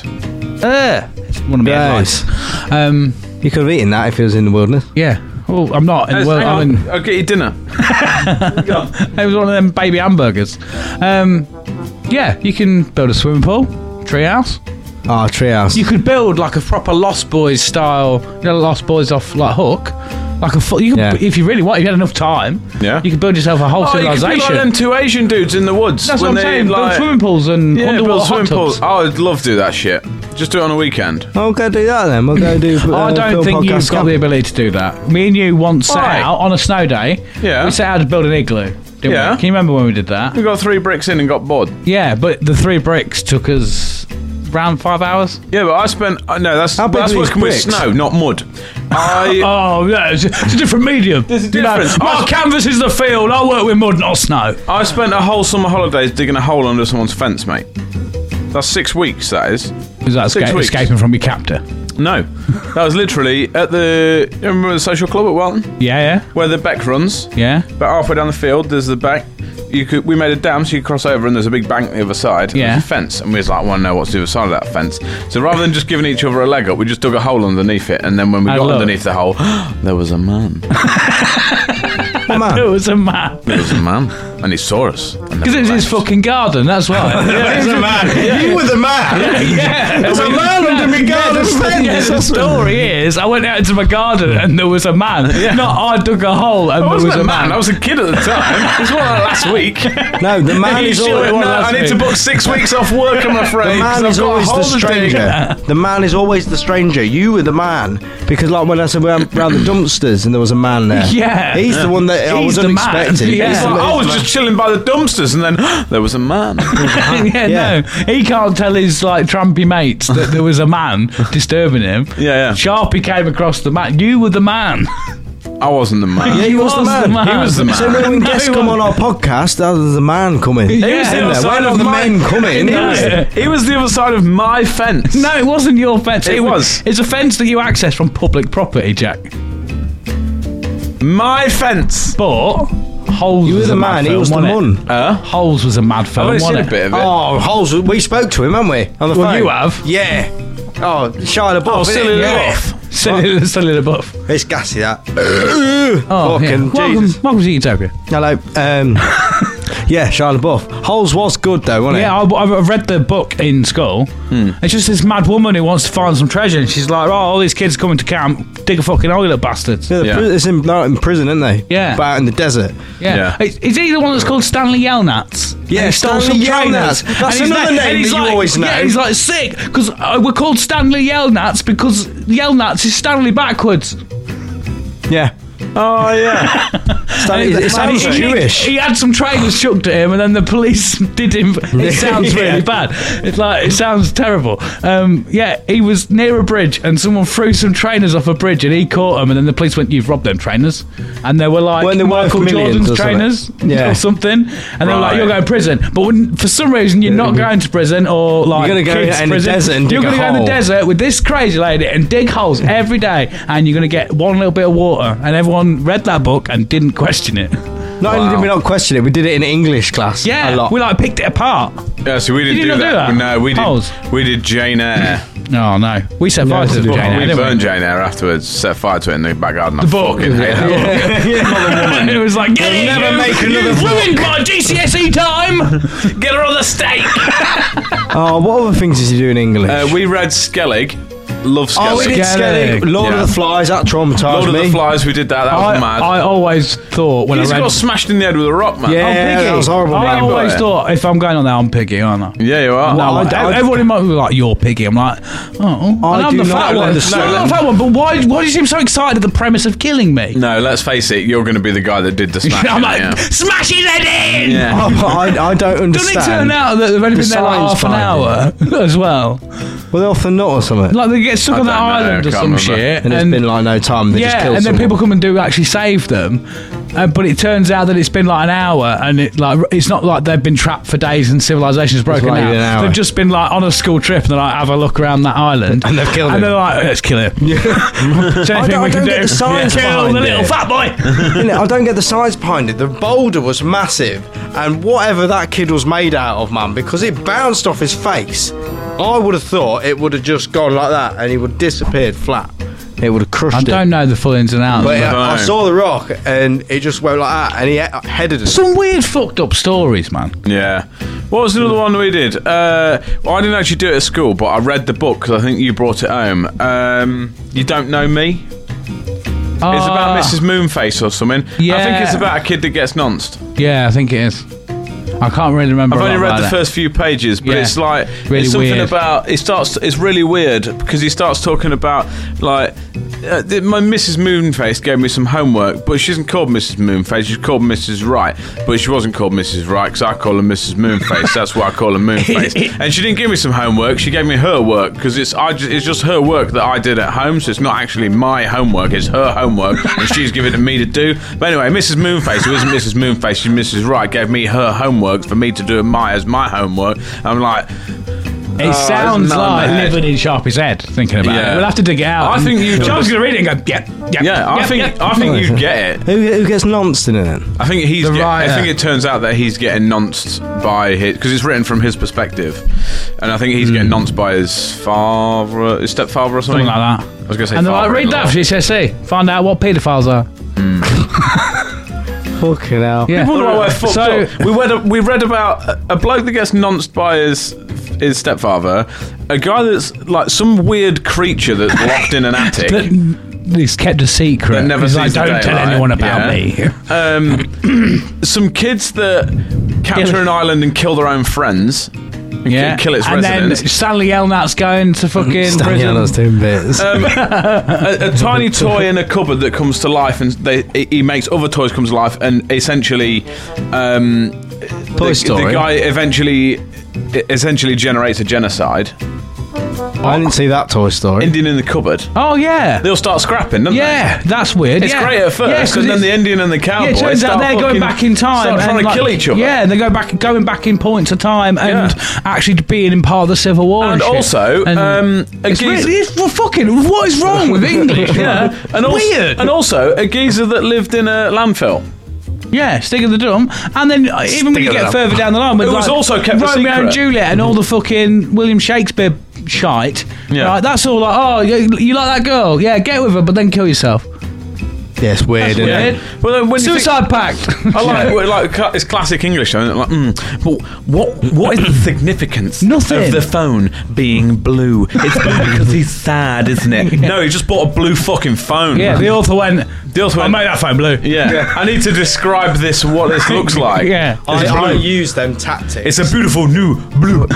[SPEAKER 3] Uh, want to be
[SPEAKER 5] Nice.
[SPEAKER 3] advice. Um,
[SPEAKER 5] You could have eaten that if it was in the wilderness.
[SPEAKER 3] yeah. Well, I'm not. In,
[SPEAKER 4] Hang
[SPEAKER 3] the world. I'm in,
[SPEAKER 4] on. I'll get you dinner.
[SPEAKER 3] it was one of them baby hamburgers. Um, yeah, you can build a swimming pool, treehouse.
[SPEAKER 5] Oh, treehouse.
[SPEAKER 3] You could build like a proper Lost Boys style, you know, Lost Boys off like Hook. Like a full, you could,
[SPEAKER 5] Yeah.
[SPEAKER 3] if you really want, if you had enough time,
[SPEAKER 4] Yeah.
[SPEAKER 3] you could build yourself a whole
[SPEAKER 4] Oh, you could be
[SPEAKER 3] civilization.
[SPEAKER 4] like them two Asian dudes in the woods.
[SPEAKER 3] That's what
[SPEAKER 4] when
[SPEAKER 3] I'm
[SPEAKER 4] they,
[SPEAKER 3] saying. build
[SPEAKER 4] Like,
[SPEAKER 3] swimming pools and
[SPEAKER 4] yeah,
[SPEAKER 3] underwater
[SPEAKER 4] build
[SPEAKER 3] hot
[SPEAKER 4] swimming pools.
[SPEAKER 3] tubs.
[SPEAKER 4] Oh, I'd love to do that shit. Just do it on a weekend.
[SPEAKER 5] Oh, go do that then. We'll go do. Uh,
[SPEAKER 3] Oh, I don't
[SPEAKER 5] film
[SPEAKER 3] think
[SPEAKER 5] podcast
[SPEAKER 3] you've got
[SPEAKER 5] camp.
[SPEAKER 3] the ability to do that. Me and you once set
[SPEAKER 4] Why?
[SPEAKER 3] out on a snow day.
[SPEAKER 4] Yeah.
[SPEAKER 3] We set out to build an igloo. Didn't
[SPEAKER 4] Yeah.
[SPEAKER 3] We? Can you remember when we did that?
[SPEAKER 4] We got three bricks in and got bored.
[SPEAKER 3] Yeah, but the three bricks took us around five hours.
[SPEAKER 4] Yeah, but I spent. Uh, no, that's
[SPEAKER 5] How big
[SPEAKER 4] that's
[SPEAKER 5] are
[SPEAKER 4] what's
[SPEAKER 5] these
[SPEAKER 4] with
[SPEAKER 5] bricks?
[SPEAKER 4] snow, not mud. [LAUGHS] I.
[SPEAKER 3] Oh, yeah, it's, it's a different medium. There's
[SPEAKER 4] a difference. I was-
[SPEAKER 3] canvas is the field. I work with mud, not snow.
[SPEAKER 4] I spent a whole summer holidays digging a hole under someone's fence, mate. That's six weeks. That is.
[SPEAKER 3] Is that
[SPEAKER 4] Six
[SPEAKER 3] esca-
[SPEAKER 4] weeks.
[SPEAKER 3] escaping from your captor?
[SPEAKER 4] No, that was literally at the. You remember the social club at Welton,
[SPEAKER 3] Yeah,
[SPEAKER 4] where the beck runs.
[SPEAKER 3] yeah,
[SPEAKER 4] About halfway down the field, there's the bank. You could, we made a dam so you could cross over, and there's a big bank the other side. and
[SPEAKER 3] Yeah.
[SPEAKER 4] There's a fence, and we was like, want to know what's the other side of that fence. So rather than just giving each other a leg up, we just dug a hole underneath it, and then when we
[SPEAKER 3] I
[SPEAKER 4] got
[SPEAKER 3] love
[SPEAKER 4] underneath the hole, [GASPS] there was a man.
[SPEAKER 5] Come
[SPEAKER 3] yeah.
[SPEAKER 5] on.
[SPEAKER 3] It was a man.
[SPEAKER 4] There was a man, [LAUGHS] and he saw us. and
[SPEAKER 3] Because it was his
[SPEAKER 4] left.
[SPEAKER 3] fucking garden, that's [LAUGHS] why. yeah, it's a [LAUGHS] man.
[SPEAKER 5] You were the man.
[SPEAKER 3] Yeah. There's
[SPEAKER 5] a man under my garden fence.
[SPEAKER 3] the story is, I went out into my garden and there was a man. Not I dug a hole and
[SPEAKER 4] I
[SPEAKER 3] there was
[SPEAKER 4] wasn't
[SPEAKER 3] a man.
[SPEAKER 4] I was a kid at the time. This was like last week.
[SPEAKER 5] No, the man
[SPEAKER 4] You
[SPEAKER 5] is
[SPEAKER 4] sure
[SPEAKER 5] always
[SPEAKER 4] it
[SPEAKER 5] the
[SPEAKER 4] was last
[SPEAKER 3] week?
[SPEAKER 4] book six weeks off work, I'm afraid. 'cause
[SPEAKER 5] man
[SPEAKER 4] I've
[SPEAKER 5] is
[SPEAKER 4] got a
[SPEAKER 5] always the
[SPEAKER 4] hole to dig.
[SPEAKER 5] stranger. The man is always the stranger. You were the man because, like, when I said we went round the dumpsters and there was a man there.
[SPEAKER 3] Yeah.
[SPEAKER 5] he's the one that I
[SPEAKER 3] He's
[SPEAKER 5] was
[SPEAKER 3] the man.
[SPEAKER 5] unexpected.
[SPEAKER 3] Yeah.
[SPEAKER 5] He's
[SPEAKER 4] It's
[SPEAKER 5] the-
[SPEAKER 4] like, I was just chilling by the dumpsters, and then [GASPS] there was a man.
[SPEAKER 3] [LAUGHS]
[SPEAKER 4] Ah,
[SPEAKER 3] yeah,
[SPEAKER 5] Yeah.
[SPEAKER 3] no. He can't tell his like trampy mates that there was a
[SPEAKER 4] [LAUGHS]
[SPEAKER 3] man disturbing him.
[SPEAKER 4] Yeah, yeah.
[SPEAKER 3] Sharpie came across the man. You were the man. [LAUGHS]
[SPEAKER 4] I wasn't the man. [LAUGHS]
[SPEAKER 5] Yeah, he was, the man.
[SPEAKER 4] He was the man.
[SPEAKER 5] So when
[SPEAKER 3] No
[SPEAKER 5] guests come
[SPEAKER 3] one-
[SPEAKER 5] on our podcast, that was the man coming.
[SPEAKER 3] Yeah. He was the
[SPEAKER 5] In
[SPEAKER 3] other
[SPEAKER 5] there.
[SPEAKER 4] side
[SPEAKER 5] Why not
[SPEAKER 4] of
[SPEAKER 5] the
[SPEAKER 4] my-
[SPEAKER 5] men coming?
[SPEAKER 4] He
[SPEAKER 3] No.
[SPEAKER 4] was, he was the other side of my fence.
[SPEAKER 3] No, it wasn't your fence.
[SPEAKER 4] It was.
[SPEAKER 3] It's a fence that you access from public property, Jack.
[SPEAKER 4] My fence.
[SPEAKER 3] But Holes
[SPEAKER 5] You were
[SPEAKER 3] was
[SPEAKER 5] the
[SPEAKER 3] a mad
[SPEAKER 5] man. He
[SPEAKER 3] film,
[SPEAKER 5] was the
[SPEAKER 3] wasn't it?
[SPEAKER 5] man.
[SPEAKER 4] Uh,
[SPEAKER 3] Holes was a mad
[SPEAKER 4] I've
[SPEAKER 3] film,
[SPEAKER 4] only seen
[SPEAKER 3] wasn't
[SPEAKER 4] a
[SPEAKER 3] it?
[SPEAKER 4] bit of it.
[SPEAKER 5] Oh, Holes, we spoke to him, haven't we? On the
[SPEAKER 3] Well,
[SPEAKER 5] phone.
[SPEAKER 3] you have.
[SPEAKER 5] Yeah. Oh, Shia LaBeouf.
[SPEAKER 4] Oh,
[SPEAKER 5] innit?
[SPEAKER 4] silly
[SPEAKER 5] Yeah.
[SPEAKER 4] laugh.
[SPEAKER 3] [LAUGHS] Silly, silly the buff.
[SPEAKER 5] It's gassy that.
[SPEAKER 3] Oh, yeah.
[SPEAKER 5] Fucking
[SPEAKER 3] welcome,
[SPEAKER 5] Jesus.
[SPEAKER 3] welcome to Utopia.
[SPEAKER 5] [LAUGHS] Hello. Um, yeah, Yeah, Shia LaBeouf. Holes was good though, wasn't
[SPEAKER 3] Yeah,
[SPEAKER 5] it?
[SPEAKER 3] I, I've I've read the book in school.
[SPEAKER 5] Hmm.
[SPEAKER 3] It's just this mad woman who wants to find some treasure, and she's like, "Oh, all these kids coming to camp, dig a fucking hole, you little bastards."
[SPEAKER 5] Yeah,
[SPEAKER 3] Yeah,
[SPEAKER 5] the
[SPEAKER 4] Yeah.
[SPEAKER 5] pri- it's in, they're in prison, isn't they?
[SPEAKER 3] Yeah.
[SPEAKER 5] But out in the desert.
[SPEAKER 4] Yeah.
[SPEAKER 3] It's, is he the one that's called Stanley Yelnats? And
[SPEAKER 5] Yeah,
[SPEAKER 3] he stole
[SPEAKER 5] Stanley
[SPEAKER 3] some trainers.
[SPEAKER 5] Yelnats. That's
[SPEAKER 3] And he's
[SPEAKER 5] another
[SPEAKER 3] like-
[SPEAKER 5] name
[SPEAKER 3] and he's
[SPEAKER 5] that you
[SPEAKER 3] like-
[SPEAKER 5] always know.
[SPEAKER 3] Yeah, he's like sick because uh, we're called Stanley Yelnats because Yelnats is Stanley backwards.
[SPEAKER 5] Yeah. Oh [LAUGHS] yeah. Stanley,
[SPEAKER 3] And
[SPEAKER 5] it sounds
[SPEAKER 3] he- he-
[SPEAKER 5] Jewish.
[SPEAKER 3] He, had some trainers chucked at him, and then the police [LAUGHS] did him. It
[SPEAKER 5] [LAUGHS]
[SPEAKER 3] sounds really
[SPEAKER 5] Yeah.
[SPEAKER 3] bad. It's like it sounds terrible. Um, yeah, he was near a bridge, and someone threw some trainers off a bridge, and he caught them. And then the police went, "You've robbed them trainers," and they were like
[SPEAKER 5] Weren't they worth
[SPEAKER 3] Michael
[SPEAKER 5] millions
[SPEAKER 3] Jordan's
[SPEAKER 5] or something?
[SPEAKER 3] trainers
[SPEAKER 5] Yeah.
[SPEAKER 3] or something. And they were like,
[SPEAKER 4] Right.
[SPEAKER 3] "You're going to prison," but when, for some reason, you're not going to prison, or like
[SPEAKER 5] You're gonna go
[SPEAKER 3] kids
[SPEAKER 5] out in the
[SPEAKER 3] prison.
[SPEAKER 5] desert and
[SPEAKER 3] you're
[SPEAKER 5] dig
[SPEAKER 3] gonna
[SPEAKER 5] a
[SPEAKER 3] go in the
[SPEAKER 5] hole.
[SPEAKER 3] desert with this crazy lady and dig holes every day, and you're going to get one little bit of water. And everyone read that book and didn't question it.
[SPEAKER 5] Not only did we not question it, we did it in English class.
[SPEAKER 3] Yeah,
[SPEAKER 5] A lot.
[SPEAKER 3] we like picked it apart.
[SPEAKER 4] Yeah, so we didn't
[SPEAKER 3] did
[SPEAKER 4] do,
[SPEAKER 3] not do
[SPEAKER 4] that.
[SPEAKER 3] that?
[SPEAKER 4] No, we
[SPEAKER 3] Holes.
[SPEAKER 4] did. We did Jane Eyre.
[SPEAKER 3] No, no, we set fire to the book.
[SPEAKER 4] we
[SPEAKER 3] didn't [LAUGHS]
[SPEAKER 4] burned Jane Eyre afterwards. Set fire to it in the back garden. The
[SPEAKER 3] book.
[SPEAKER 4] Fucking hate [LAUGHS] that book.
[SPEAKER 3] it was like, get in,
[SPEAKER 5] never
[SPEAKER 3] you,
[SPEAKER 5] make
[SPEAKER 3] you
[SPEAKER 5] another
[SPEAKER 3] ruined my GCSE E time. get her on the stake.
[SPEAKER 5] Oh, what other things did you do in English?
[SPEAKER 4] Uh, we read Skellig. Love Skellig.
[SPEAKER 5] oh, we did
[SPEAKER 3] Skellig.
[SPEAKER 5] Skellig. Lord
[SPEAKER 4] Yeah.
[SPEAKER 5] of the Flies. That traumatized
[SPEAKER 4] Lord of
[SPEAKER 5] me.
[SPEAKER 4] the Flies. We did that. That was mad.
[SPEAKER 3] I, I always thought when
[SPEAKER 4] He's
[SPEAKER 3] I read.
[SPEAKER 4] got smashed in the head with a rock, man.
[SPEAKER 5] Yeah, that was horrible.
[SPEAKER 3] I
[SPEAKER 5] man.
[SPEAKER 3] always
[SPEAKER 4] but-
[SPEAKER 3] thought if I'm going on that, I'm piggy, aren't I?
[SPEAKER 4] Yeah, you are.
[SPEAKER 3] No,
[SPEAKER 5] I
[SPEAKER 3] I-
[SPEAKER 5] d- I-
[SPEAKER 3] everyone in my room was like, "You're piggy." I'm like, "Oh,
[SPEAKER 5] I
[SPEAKER 3] and I'm
[SPEAKER 5] do
[SPEAKER 3] the
[SPEAKER 5] not
[SPEAKER 3] fat
[SPEAKER 5] like
[SPEAKER 3] one."
[SPEAKER 5] the
[SPEAKER 3] No,
[SPEAKER 5] slime.
[SPEAKER 3] I'm not the fat one. But why? Why do you seem so excited at the premise of killing me?
[SPEAKER 4] No, let's face it. You're going to be the guy that did [LAUGHS]
[SPEAKER 3] [LAUGHS]
[SPEAKER 4] the smash.
[SPEAKER 3] I'm like,
[SPEAKER 4] yeah.
[SPEAKER 3] "Smash his head in!"
[SPEAKER 4] [LAUGHS] Yeah.
[SPEAKER 5] [LAUGHS] Oh, I, I don't
[SPEAKER 3] Doesn't
[SPEAKER 5] understand.
[SPEAKER 3] it turn out that they've only been there like
[SPEAKER 5] Besides
[SPEAKER 3] half an hour [LAUGHS] as well?
[SPEAKER 5] Were they off the nut or something?
[SPEAKER 3] Like they get stuck
[SPEAKER 4] I
[SPEAKER 3] on that
[SPEAKER 4] don't know,
[SPEAKER 3] island or
[SPEAKER 4] can't
[SPEAKER 3] some
[SPEAKER 4] remember.
[SPEAKER 3] shit,
[SPEAKER 5] and it's been like no time. They just
[SPEAKER 3] yeah, and
[SPEAKER 5] killed
[SPEAKER 3] then
[SPEAKER 5] someone.
[SPEAKER 3] people come and do actually save them. Uh, but it turns out that it's been like an hour, and it like it's not like they've been trapped for days and civilization's broken
[SPEAKER 5] like an
[SPEAKER 3] down.
[SPEAKER 5] hour.
[SPEAKER 3] They've just been like on a school trip, and they're like have a look around that island,
[SPEAKER 5] [LAUGHS] And they've killed
[SPEAKER 3] and
[SPEAKER 5] him.
[SPEAKER 3] they're like let's kill him. [LAUGHS] Yeah,
[SPEAKER 5] I don't- I don't get the science
[SPEAKER 3] kill
[SPEAKER 5] behind
[SPEAKER 3] the little
[SPEAKER 5] it.
[SPEAKER 3] fat boy.
[SPEAKER 5] You know, [LAUGHS] I don't get the science behind it. The boulder was massive, and whatever that kid was made out of, man, because it bounced off his face, I would have thought it would have just gone like that, and he would have disappeared flat. It would have crushed
[SPEAKER 3] I don't
[SPEAKER 5] him.
[SPEAKER 3] know the full ins and outs.
[SPEAKER 5] But
[SPEAKER 3] But
[SPEAKER 5] I, I
[SPEAKER 4] No.
[SPEAKER 5] saw the rock, and it just went like that, and he he- headed us.
[SPEAKER 3] some weird fucked up stories, man.
[SPEAKER 4] yeah. What was another one we did? Uh, well, I didn't actually do it at school, but I read the book because I think you brought it home. Um, you don't know me. It's about Mrs. Moonface or something. I think it's
[SPEAKER 3] Ah. Yeah.
[SPEAKER 4] about a kid that gets nonced.
[SPEAKER 3] Yeah, I think it is. I can't really remember.
[SPEAKER 4] I've
[SPEAKER 3] a
[SPEAKER 4] only
[SPEAKER 3] lot
[SPEAKER 4] read
[SPEAKER 3] about
[SPEAKER 4] the
[SPEAKER 3] it.
[SPEAKER 4] first few pages, but
[SPEAKER 3] Yeah.
[SPEAKER 4] it's like
[SPEAKER 3] Really
[SPEAKER 4] it's something
[SPEAKER 3] weird.
[SPEAKER 4] about it starts. It's really weird because he starts talking about like. Uh, th- my Mrs. Moonface gave me some homework, but she isn't called Mrs. Moonface. She's called Mrs. Wright, but she wasn't called Mrs. Wright because I call her Mrs. Moonface. That's why I call her Moonface. and she didn't give me some homework. She gave me her work because it's I ju- it's just her work that I did at home, so it's not actually my homework. It's her homework, and she's giving it to me to do. But anyway, Mrs. Moonface, who isn't Mrs. Moonface, she's Mrs. Wright, gave me her homework for me to do at my as my homework. I'm like,
[SPEAKER 3] It
[SPEAKER 4] it's
[SPEAKER 3] sounds
[SPEAKER 4] not
[SPEAKER 3] like
[SPEAKER 4] bad.
[SPEAKER 3] living in Sharpie's head, thinking about
[SPEAKER 4] Yeah.
[SPEAKER 3] it. We'll have to dig it out.
[SPEAKER 4] I think you-
[SPEAKER 3] John's going to read it and go, yeah, yeah,
[SPEAKER 4] yeah, I
[SPEAKER 3] yeah,
[SPEAKER 4] think
[SPEAKER 3] yeah."
[SPEAKER 4] I think you get it.
[SPEAKER 5] Who, who gets nonced in it then?
[SPEAKER 4] I think he's.
[SPEAKER 3] The
[SPEAKER 4] get- I
[SPEAKER 3] writer.
[SPEAKER 4] think it turns out that he's getting nonced by his because it's written from his perspective, and I think he's getting
[SPEAKER 3] Hmm.
[SPEAKER 4] nonced by his father, his stepfather, or something,
[SPEAKER 3] something like that.
[SPEAKER 4] I was gonna say,
[SPEAKER 3] and they're like, read that
[SPEAKER 4] father-in-law.
[SPEAKER 3] for GCSE. Find out what paedophiles are.
[SPEAKER 5] Fucking hell.
[SPEAKER 3] Yeah.
[SPEAKER 4] People are
[SPEAKER 3] [LAUGHS]
[SPEAKER 4] fucked
[SPEAKER 3] So-
[SPEAKER 4] up. We read, a, we read about a- a bloke that gets nonced by his his stepfather, a guy that's like some weird
[SPEAKER 3] [LAUGHS]
[SPEAKER 4] creature that's locked in an attic.
[SPEAKER 3] That he's kept a secret.
[SPEAKER 4] That never
[SPEAKER 3] he's like,
[SPEAKER 4] sees the
[SPEAKER 3] don't tell
[SPEAKER 4] daylight."
[SPEAKER 3] anyone about
[SPEAKER 4] Yeah.
[SPEAKER 3] me.
[SPEAKER 4] um, some kids that capture an island and kill their own friends.
[SPEAKER 3] Yeah.
[SPEAKER 4] kill its
[SPEAKER 3] and then
[SPEAKER 4] residents.
[SPEAKER 3] Stanley Elnat's going to fucking
[SPEAKER 5] Stanley
[SPEAKER 3] prison. Uh,
[SPEAKER 5] Allen's doing bits.
[SPEAKER 4] a, a tiny toy in a cupboard that comes to life, and they, he makes other toys come to life, and essentially, um,
[SPEAKER 5] Toy
[SPEAKER 4] the,
[SPEAKER 5] Story.
[SPEAKER 4] the guy eventually essentially generates a genocide.
[SPEAKER 5] I didn't see that Toy Story.
[SPEAKER 4] Indian in the cupboard.
[SPEAKER 3] Oh, yeah.
[SPEAKER 4] They'll start scrapping, don't they?
[SPEAKER 3] Yeah, that's weird.
[SPEAKER 4] It's
[SPEAKER 3] yeah.
[SPEAKER 4] great at first,
[SPEAKER 3] Yeah, 'cause
[SPEAKER 4] and then
[SPEAKER 3] it's-
[SPEAKER 4] the Indian and the
[SPEAKER 3] Yeah,
[SPEAKER 4] cowboy.
[SPEAKER 3] it turns out
[SPEAKER 4] Oh, start
[SPEAKER 3] they're going
[SPEAKER 4] fucking-
[SPEAKER 3] back in time.
[SPEAKER 4] Start trying
[SPEAKER 3] and,
[SPEAKER 4] to
[SPEAKER 3] like,
[SPEAKER 4] kill each other.
[SPEAKER 3] Yeah, they go back, going back in points of time and
[SPEAKER 4] Yeah.
[SPEAKER 3] actually being in part of the Civil War. And,
[SPEAKER 4] And
[SPEAKER 3] shit.
[SPEAKER 4] also,
[SPEAKER 3] And
[SPEAKER 4] um, a
[SPEAKER 3] it's
[SPEAKER 4] geezer-
[SPEAKER 3] really, it's, well, fucking, what is wrong with
[SPEAKER 4] [LAUGHS]
[SPEAKER 3] English?
[SPEAKER 4] Yeah, and also,
[SPEAKER 3] weird.
[SPEAKER 4] And also, a geezer that lived in a landfill.
[SPEAKER 3] yeah, stick in the dump. And then uh, even when you
[SPEAKER 5] in
[SPEAKER 3] get
[SPEAKER 5] the
[SPEAKER 3] further down the line, with
[SPEAKER 4] It was
[SPEAKER 3] like,
[SPEAKER 4] also kept a
[SPEAKER 3] Romeo and
[SPEAKER 4] secret.
[SPEAKER 3] Juliet and all the fucking William Shakespeare shite.
[SPEAKER 4] Yeah.
[SPEAKER 3] right, that's all. Like, oh, you, you like that girl? Yeah, get with her, but then kill yourself.
[SPEAKER 5] Yes, weird. isn't it?
[SPEAKER 3] weird.
[SPEAKER 4] Well, then when you think-
[SPEAKER 3] Suicide Pact. [LAUGHS]
[SPEAKER 4] I like, well, like cla- it's classic English, though, isn't it? Like, mm, but what what is the significance
[SPEAKER 3] Nothing.
[SPEAKER 4] of the phone being blue?
[SPEAKER 3] [LAUGHS]
[SPEAKER 4] It's blue because he's sad, isn't it? No, he just bought a blue fucking phone.
[SPEAKER 3] Yeah, the author went.
[SPEAKER 4] The author
[SPEAKER 3] I
[SPEAKER 4] went-
[SPEAKER 3] made that phone blue.
[SPEAKER 4] Yeah. I need to describe this what
[SPEAKER 3] [LAUGHS]
[SPEAKER 4] this looks like.
[SPEAKER 3] Yeah.
[SPEAKER 5] I,
[SPEAKER 4] It's
[SPEAKER 5] I
[SPEAKER 4] blue.
[SPEAKER 5] use them
[SPEAKER 4] It's
[SPEAKER 5] tactics.
[SPEAKER 4] a beautiful new blue.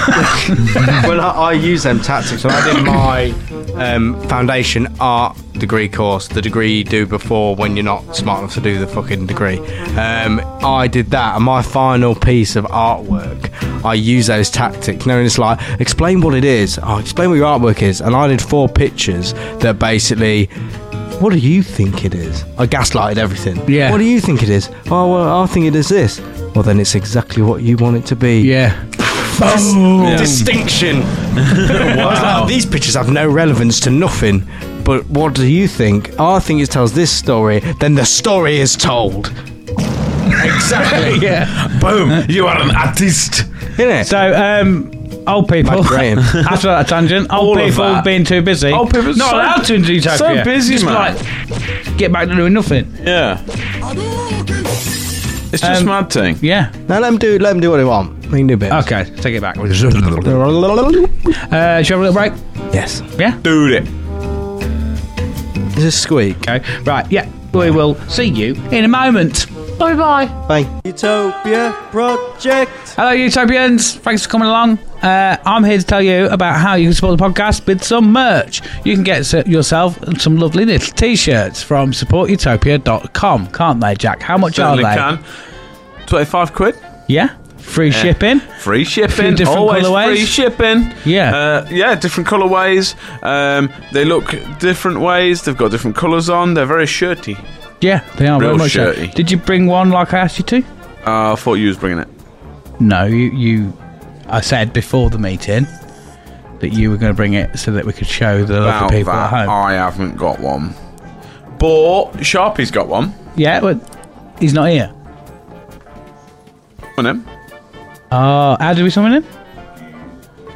[SPEAKER 5] well, I, I use them tactics when I did my um, foundation art degree course, the degree you do before when you're not smart enough to do the fucking degree. Um, I did that, and my final piece of artwork, I use those tactics. Knowing it's like, explain what it is. Oh, explain what your artwork is. And I did four pictures that basically. What do you think it is? I gaslighted everything.
[SPEAKER 3] Yeah.
[SPEAKER 5] What do you think it is? Oh, well, I think it is this. Well, then it's exactly what you want it to be.
[SPEAKER 3] Yeah. [LAUGHS]
[SPEAKER 5] Distinction. I was
[SPEAKER 4] Oh.
[SPEAKER 5] like, these pictures have no relevance to nothing. But what do you think? I think it tells this story. Then the story is told.
[SPEAKER 4] [LAUGHS]
[SPEAKER 5] exactly.
[SPEAKER 3] Yeah.
[SPEAKER 4] Boom! You are an artist.
[SPEAKER 5] Isn't it?
[SPEAKER 3] So, um, old people.
[SPEAKER 5] Matt
[SPEAKER 3] [LAUGHS]
[SPEAKER 5] Graham.
[SPEAKER 3] After that tangent, old
[SPEAKER 4] All of
[SPEAKER 3] people
[SPEAKER 4] that.
[SPEAKER 3] being too busy.
[SPEAKER 4] Old people
[SPEAKER 3] not
[SPEAKER 4] so-
[SPEAKER 3] allowed to in Zootopia.
[SPEAKER 4] so busy,
[SPEAKER 3] Just
[SPEAKER 4] man.
[SPEAKER 3] like get back to doing nothing.
[SPEAKER 4] Yeah. It's just
[SPEAKER 3] Um,
[SPEAKER 4] mad thing.
[SPEAKER 3] Yeah.
[SPEAKER 5] now let them do. Let them do what they want. They can do bits.
[SPEAKER 3] Okay. Take it back. uh, should we have a little break?
[SPEAKER 5] Yes.
[SPEAKER 3] Yeah.
[SPEAKER 4] Dude it.
[SPEAKER 5] Is a squeak?
[SPEAKER 3] Okay. Right. Yeah. We will see you in a moment. Bye bye.
[SPEAKER 5] Bang.
[SPEAKER 2] Utopia Project.
[SPEAKER 3] Hello, Utopians. Thanks for coming along. Uh, I'm here to tell you about how you can support the podcast with some merch. You can get s- yourself some lovely little t-shirts from supportutopia.com, can't they, Jack? How much
[SPEAKER 4] Certainly
[SPEAKER 3] are they?
[SPEAKER 4] can. Twenty-five quid.
[SPEAKER 3] Yeah, free shipping.
[SPEAKER 4] Free
[SPEAKER 3] Few
[SPEAKER 4] shipping,
[SPEAKER 3] different
[SPEAKER 4] always
[SPEAKER 3] colourways.
[SPEAKER 4] free shipping.
[SPEAKER 3] Yeah.
[SPEAKER 4] uh, yeah, different colorways. Um, they look different ways. They've got different colors on. They're very shirty.
[SPEAKER 3] Yeah, they are
[SPEAKER 4] Real
[SPEAKER 3] very much so.
[SPEAKER 4] shirty.
[SPEAKER 3] Did you bring one like I asked you to?
[SPEAKER 4] Uh, I thought you was bringing it.
[SPEAKER 3] No, you. you I said before the meeting that you were going to bring it so that we could show the
[SPEAKER 4] About
[SPEAKER 3] lovely people
[SPEAKER 4] that,
[SPEAKER 3] at home.
[SPEAKER 4] I haven't got one. But Sharpie's got one.
[SPEAKER 3] Yeah, but he's not here.
[SPEAKER 4] On him.
[SPEAKER 3] Oh, how did we summon him?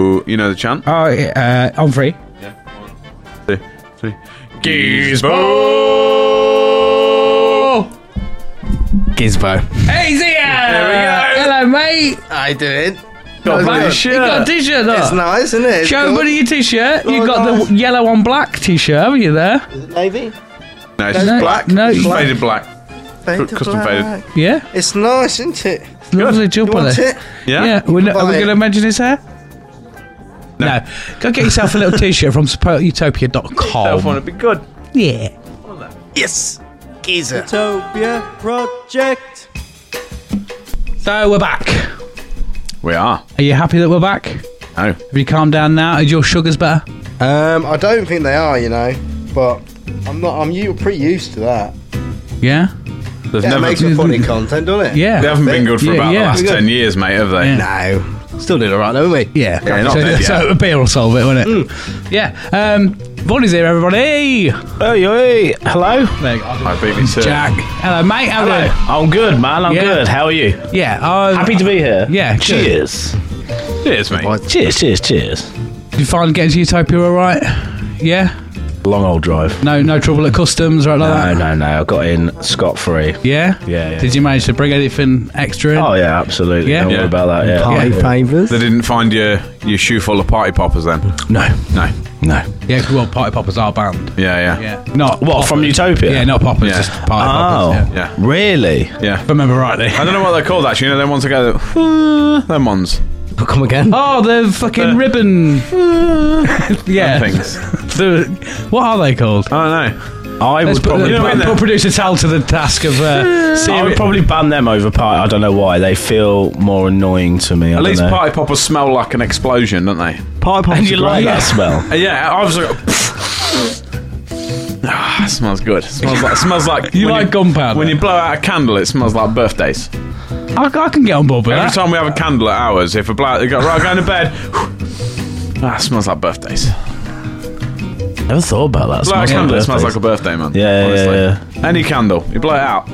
[SPEAKER 4] Ooh, you know the chant.
[SPEAKER 3] Oh, uh, on free.
[SPEAKER 4] Two, three. Gizmo.
[SPEAKER 5] Gizbo.
[SPEAKER 3] Hey, Zia!
[SPEAKER 4] we go.
[SPEAKER 3] Hello, mate.
[SPEAKER 5] I did.
[SPEAKER 4] Got my
[SPEAKER 3] You got a
[SPEAKER 4] shirt.
[SPEAKER 3] t-shirt on.
[SPEAKER 5] nice, isn't it?
[SPEAKER 3] Show everybody your
[SPEAKER 4] Oh,
[SPEAKER 3] t-shirt. you got the w- yellow on black t-shirt, haven't you? There.
[SPEAKER 5] Navy.
[SPEAKER 4] No, it's
[SPEAKER 3] No,
[SPEAKER 4] black.
[SPEAKER 3] no,
[SPEAKER 4] it's
[SPEAKER 3] black.
[SPEAKER 4] faded black. Custom faded.
[SPEAKER 3] Yeah.
[SPEAKER 5] It's nice, isn't it?
[SPEAKER 3] It's lovely jumper
[SPEAKER 5] uh,
[SPEAKER 3] there.
[SPEAKER 4] Yeah.
[SPEAKER 3] Yeah. We're not, are we
[SPEAKER 5] Buy it.
[SPEAKER 3] going to mention his hair? No. Go get yourself a little t-shirt from
[SPEAKER 4] That one
[SPEAKER 3] supportutopia.com.
[SPEAKER 4] would be good.
[SPEAKER 3] Yeah.
[SPEAKER 5] Yes. Giza.
[SPEAKER 2] Utopia Project.
[SPEAKER 3] So we're back.
[SPEAKER 4] We are.
[SPEAKER 3] Are you happy that we're back? Have
[SPEAKER 4] No.
[SPEAKER 3] you calmed down now? Is your sugars better?
[SPEAKER 5] Um, I don't think they are, you know, but I'm not. I'm u- pretty used to that.
[SPEAKER 3] Yeah.
[SPEAKER 4] They've
[SPEAKER 5] That
[SPEAKER 4] never.
[SPEAKER 5] makes for funny content, doesn't it?
[SPEAKER 3] Yeah.
[SPEAKER 4] They haven't been good for
[SPEAKER 3] Yeah,
[SPEAKER 4] about
[SPEAKER 3] yeah.
[SPEAKER 4] the last ten years, mate, have they?
[SPEAKER 3] Yeah.
[SPEAKER 5] No. Still did all right, though, haven't we?
[SPEAKER 3] Yeah.
[SPEAKER 4] Yeah, not
[SPEAKER 3] so,
[SPEAKER 4] bad,
[SPEAKER 3] so a beer will solve it, won't it? Yeah. Um, Vonnie's here, everybody.
[SPEAKER 7] Hey, hey, hello.
[SPEAKER 3] There you go.
[SPEAKER 4] I beat me to it.
[SPEAKER 3] Jack. Hello, mate. How are you?
[SPEAKER 7] I'm good, man. I'm
[SPEAKER 3] Yeah.
[SPEAKER 7] good. How are you?
[SPEAKER 3] Yeah. I'm
[SPEAKER 7] Happy to be here.
[SPEAKER 3] Yeah, good.
[SPEAKER 7] Cheers.
[SPEAKER 4] Cheers, mate.
[SPEAKER 7] Cheers. Cheers. Cheers.
[SPEAKER 3] Did you finally get to Utopia all right? Yeah?
[SPEAKER 7] Long old drive.
[SPEAKER 3] No no trouble at customs or like
[SPEAKER 4] Uh,
[SPEAKER 7] No,
[SPEAKER 3] that?
[SPEAKER 7] no, no. I got in scot free.
[SPEAKER 3] Yeah?
[SPEAKER 7] Yeah, yeah.
[SPEAKER 3] Did you manage to bring anything extra in?
[SPEAKER 7] Oh yeah, absolutely.
[SPEAKER 3] Yeah.
[SPEAKER 7] Don't
[SPEAKER 4] Yeah.
[SPEAKER 7] worry about that. Yeah.
[SPEAKER 5] Party favours.
[SPEAKER 4] They didn't find your your shoe full of party poppers then.
[SPEAKER 7] No.
[SPEAKER 4] No.
[SPEAKER 7] No.
[SPEAKER 3] Yeah, 'cause, well, Party Poppers are banned.
[SPEAKER 4] Yeah, yeah, yeah.
[SPEAKER 3] Yeah. Not
[SPEAKER 7] What from Utopia?
[SPEAKER 3] Yeah, not Poppers,
[SPEAKER 4] Yeah.
[SPEAKER 3] just Party
[SPEAKER 7] Oh,
[SPEAKER 3] Poppers. Yeah.
[SPEAKER 7] really?
[SPEAKER 3] If I remember rightly.
[SPEAKER 4] I don't know what they're called actually. You know, them ones that go, "Uh," them ones,
[SPEAKER 5] Come again.
[SPEAKER 3] Oh, the fucking ribbon. yeah. [LAUGHS]
[SPEAKER 4] things.
[SPEAKER 3] The, what are they called?
[SPEAKER 4] I don't know.
[SPEAKER 7] I
[SPEAKER 3] Let's
[SPEAKER 7] would
[SPEAKER 3] put,
[SPEAKER 7] probably.
[SPEAKER 3] put-
[SPEAKER 4] what I mean,
[SPEAKER 3] put
[SPEAKER 4] then?
[SPEAKER 3] producer Tal to the task of. Uh,
[SPEAKER 7] I
[SPEAKER 3] seri-
[SPEAKER 7] would probably ban them over party. I don't know why. They feel more annoying to me. I
[SPEAKER 4] At
[SPEAKER 7] don't
[SPEAKER 4] least
[SPEAKER 7] know.
[SPEAKER 4] party poppers smell like an explosion, don't they?
[SPEAKER 5] Party
[SPEAKER 7] And you
[SPEAKER 4] [LAUGHS]
[SPEAKER 7] like that smell?
[SPEAKER 4] Uh, yeah, I was like, [SIGHS] ah, smells good. Smells like smells like
[SPEAKER 3] You
[SPEAKER 4] when
[SPEAKER 3] like gunpowder?
[SPEAKER 4] When you blow out a candle, it smells like birthdays.
[SPEAKER 3] I, I can get on board with
[SPEAKER 4] Every
[SPEAKER 3] that.
[SPEAKER 4] time we have a candle at ours, if I blow out, they go right, I'm going to bed. [SIGHS] ah, smells like birthdays.
[SPEAKER 7] Never thought about that.
[SPEAKER 4] Blow out a
[SPEAKER 7] Smells like
[SPEAKER 4] candle, it smells like
[SPEAKER 7] birthdays.
[SPEAKER 4] a birthday, man.
[SPEAKER 7] Yeah, yeah,
[SPEAKER 4] honestly.
[SPEAKER 7] yeah.
[SPEAKER 4] Any candle, you blow it out.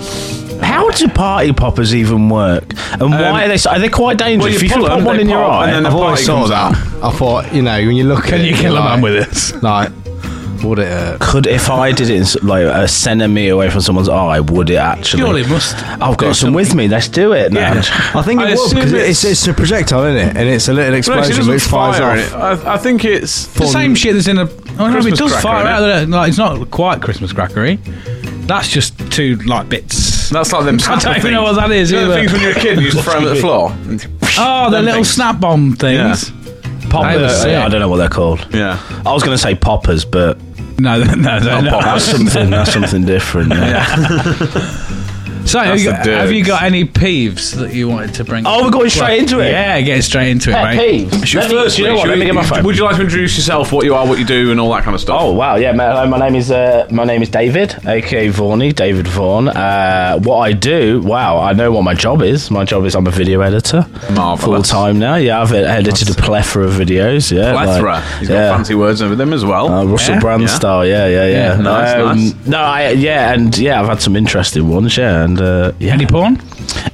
[SPEAKER 7] How do party poppers even work? And why are they? so- Are they quite
[SPEAKER 4] Um,
[SPEAKER 7] dangerous?
[SPEAKER 4] well, you
[SPEAKER 7] if you
[SPEAKER 4] pull
[SPEAKER 7] can put
[SPEAKER 4] them,
[SPEAKER 7] one
[SPEAKER 4] they
[SPEAKER 7] in your
[SPEAKER 4] pop,
[SPEAKER 7] eye,
[SPEAKER 4] and then
[SPEAKER 5] I've
[SPEAKER 4] the
[SPEAKER 5] always [LAUGHS]
[SPEAKER 4] party
[SPEAKER 5] saw
[SPEAKER 4] comes
[SPEAKER 5] that. I thought, you know, when you look at
[SPEAKER 3] Can you
[SPEAKER 5] it,
[SPEAKER 3] kill
[SPEAKER 5] you're
[SPEAKER 3] a man
[SPEAKER 5] like-
[SPEAKER 3] with this?
[SPEAKER 5] Like,
[SPEAKER 2] Would it hurt?
[SPEAKER 7] Could if I did it in, like a centimetre away from someone's eye, would it actually?
[SPEAKER 3] Surely must
[SPEAKER 7] I've got some with me. Let's do it. Now.
[SPEAKER 5] I think
[SPEAKER 4] I
[SPEAKER 5] it would
[SPEAKER 4] assume
[SPEAKER 5] because
[SPEAKER 4] it's-
[SPEAKER 5] it's, it's a projectile, isn't it? And it's a little
[SPEAKER 4] No, she
[SPEAKER 5] explosion
[SPEAKER 4] doesn't
[SPEAKER 5] which fires
[SPEAKER 4] fire
[SPEAKER 5] off.
[SPEAKER 4] it. I, I think it's
[SPEAKER 3] the same shit that's in a. Oh no, it
[SPEAKER 4] Christmas
[SPEAKER 3] does
[SPEAKER 4] cracker,
[SPEAKER 3] fire
[SPEAKER 4] innit?
[SPEAKER 3] out. of the- Like it's not quite Christmas crackery. That's just two like bits.
[SPEAKER 4] That's
[SPEAKER 7] [LAUGHS]
[SPEAKER 4] like them.
[SPEAKER 3] I
[SPEAKER 4] snapper
[SPEAKER 3] don't even know
[SPEAKER 4] things.
[SPEAKER 3] what that is.
[SPEAKER 4] You know the
[SPEAKER 3] either.
[SPEAKER 4] things when you're a kid, you used to throw them at the floor.
[SPEAKER 3] Oh, the
[SPEAKER 4] Them
[SPEAKER 3] little
[SPEAKER 4] things.
[SPEAKER 3] snap bomb things.
[SPEAKER 7] Poppers.
[SPEAKER 3] They were
[SPEAKER 7] Uh,
[SPEAKER 3] sick.
[SPEAKER 7] I don't know what they're called.
[SPEAKER 4] Yeah.
[SPEAKER 7] I was going to say poppers, but
[SPEAKER 3] No, [LAUGHS] no, no, no. no.
[SPEAKER 7] that's something. That's something different. yeah.
[SPEAKER 3] So, have you,
[SPEAKER 4] the
[SPEAKER 3] got, have you
[SPEAKER 4] dirts.
[SPEAKER 3] got any peeves that you wanted to bring?
[SPEAKER 7] Oh, we're going straight into it.
[SPEAKER 3] Yeah, get straight into it, mate.
[SPEAKER 7] Let me- do you know what? Let me get my phone.
[SPEAKER 4] Would you like to introduce yourself, what you are, what you do, and all that kind of stuff?
[SPEAKER 7] Oh wow, yeah. ma- Hello, my name is uh, my name is David, aka Vaughny, David Vaughan. Uh, what I do? Wow, I know what my job is. My job is I'm a video editor, full
[SPEAKER 4] Marvelous.
[SPEAKER 7] time now. Yeah, I've edited a plethora of videos. Yeah,
[SPEAKER 4] Plethora.
[SPEAKER 7] like-
[SPEAKER 4] He's got fancy words over them as well.
[SPEAKER 7] Uh, Russell Brand
[SPEAKER 4] yeah.
[SPEAKER 7] style, yeah, yeah, yeah.
[SPEAKER 4] Yeah, nice, nice.
[SPEAKER 7] No, I, yeah, and yeah, I've had some interesting ones, yeah, and uh, yeah.
[SPEAKER 3] Any porn?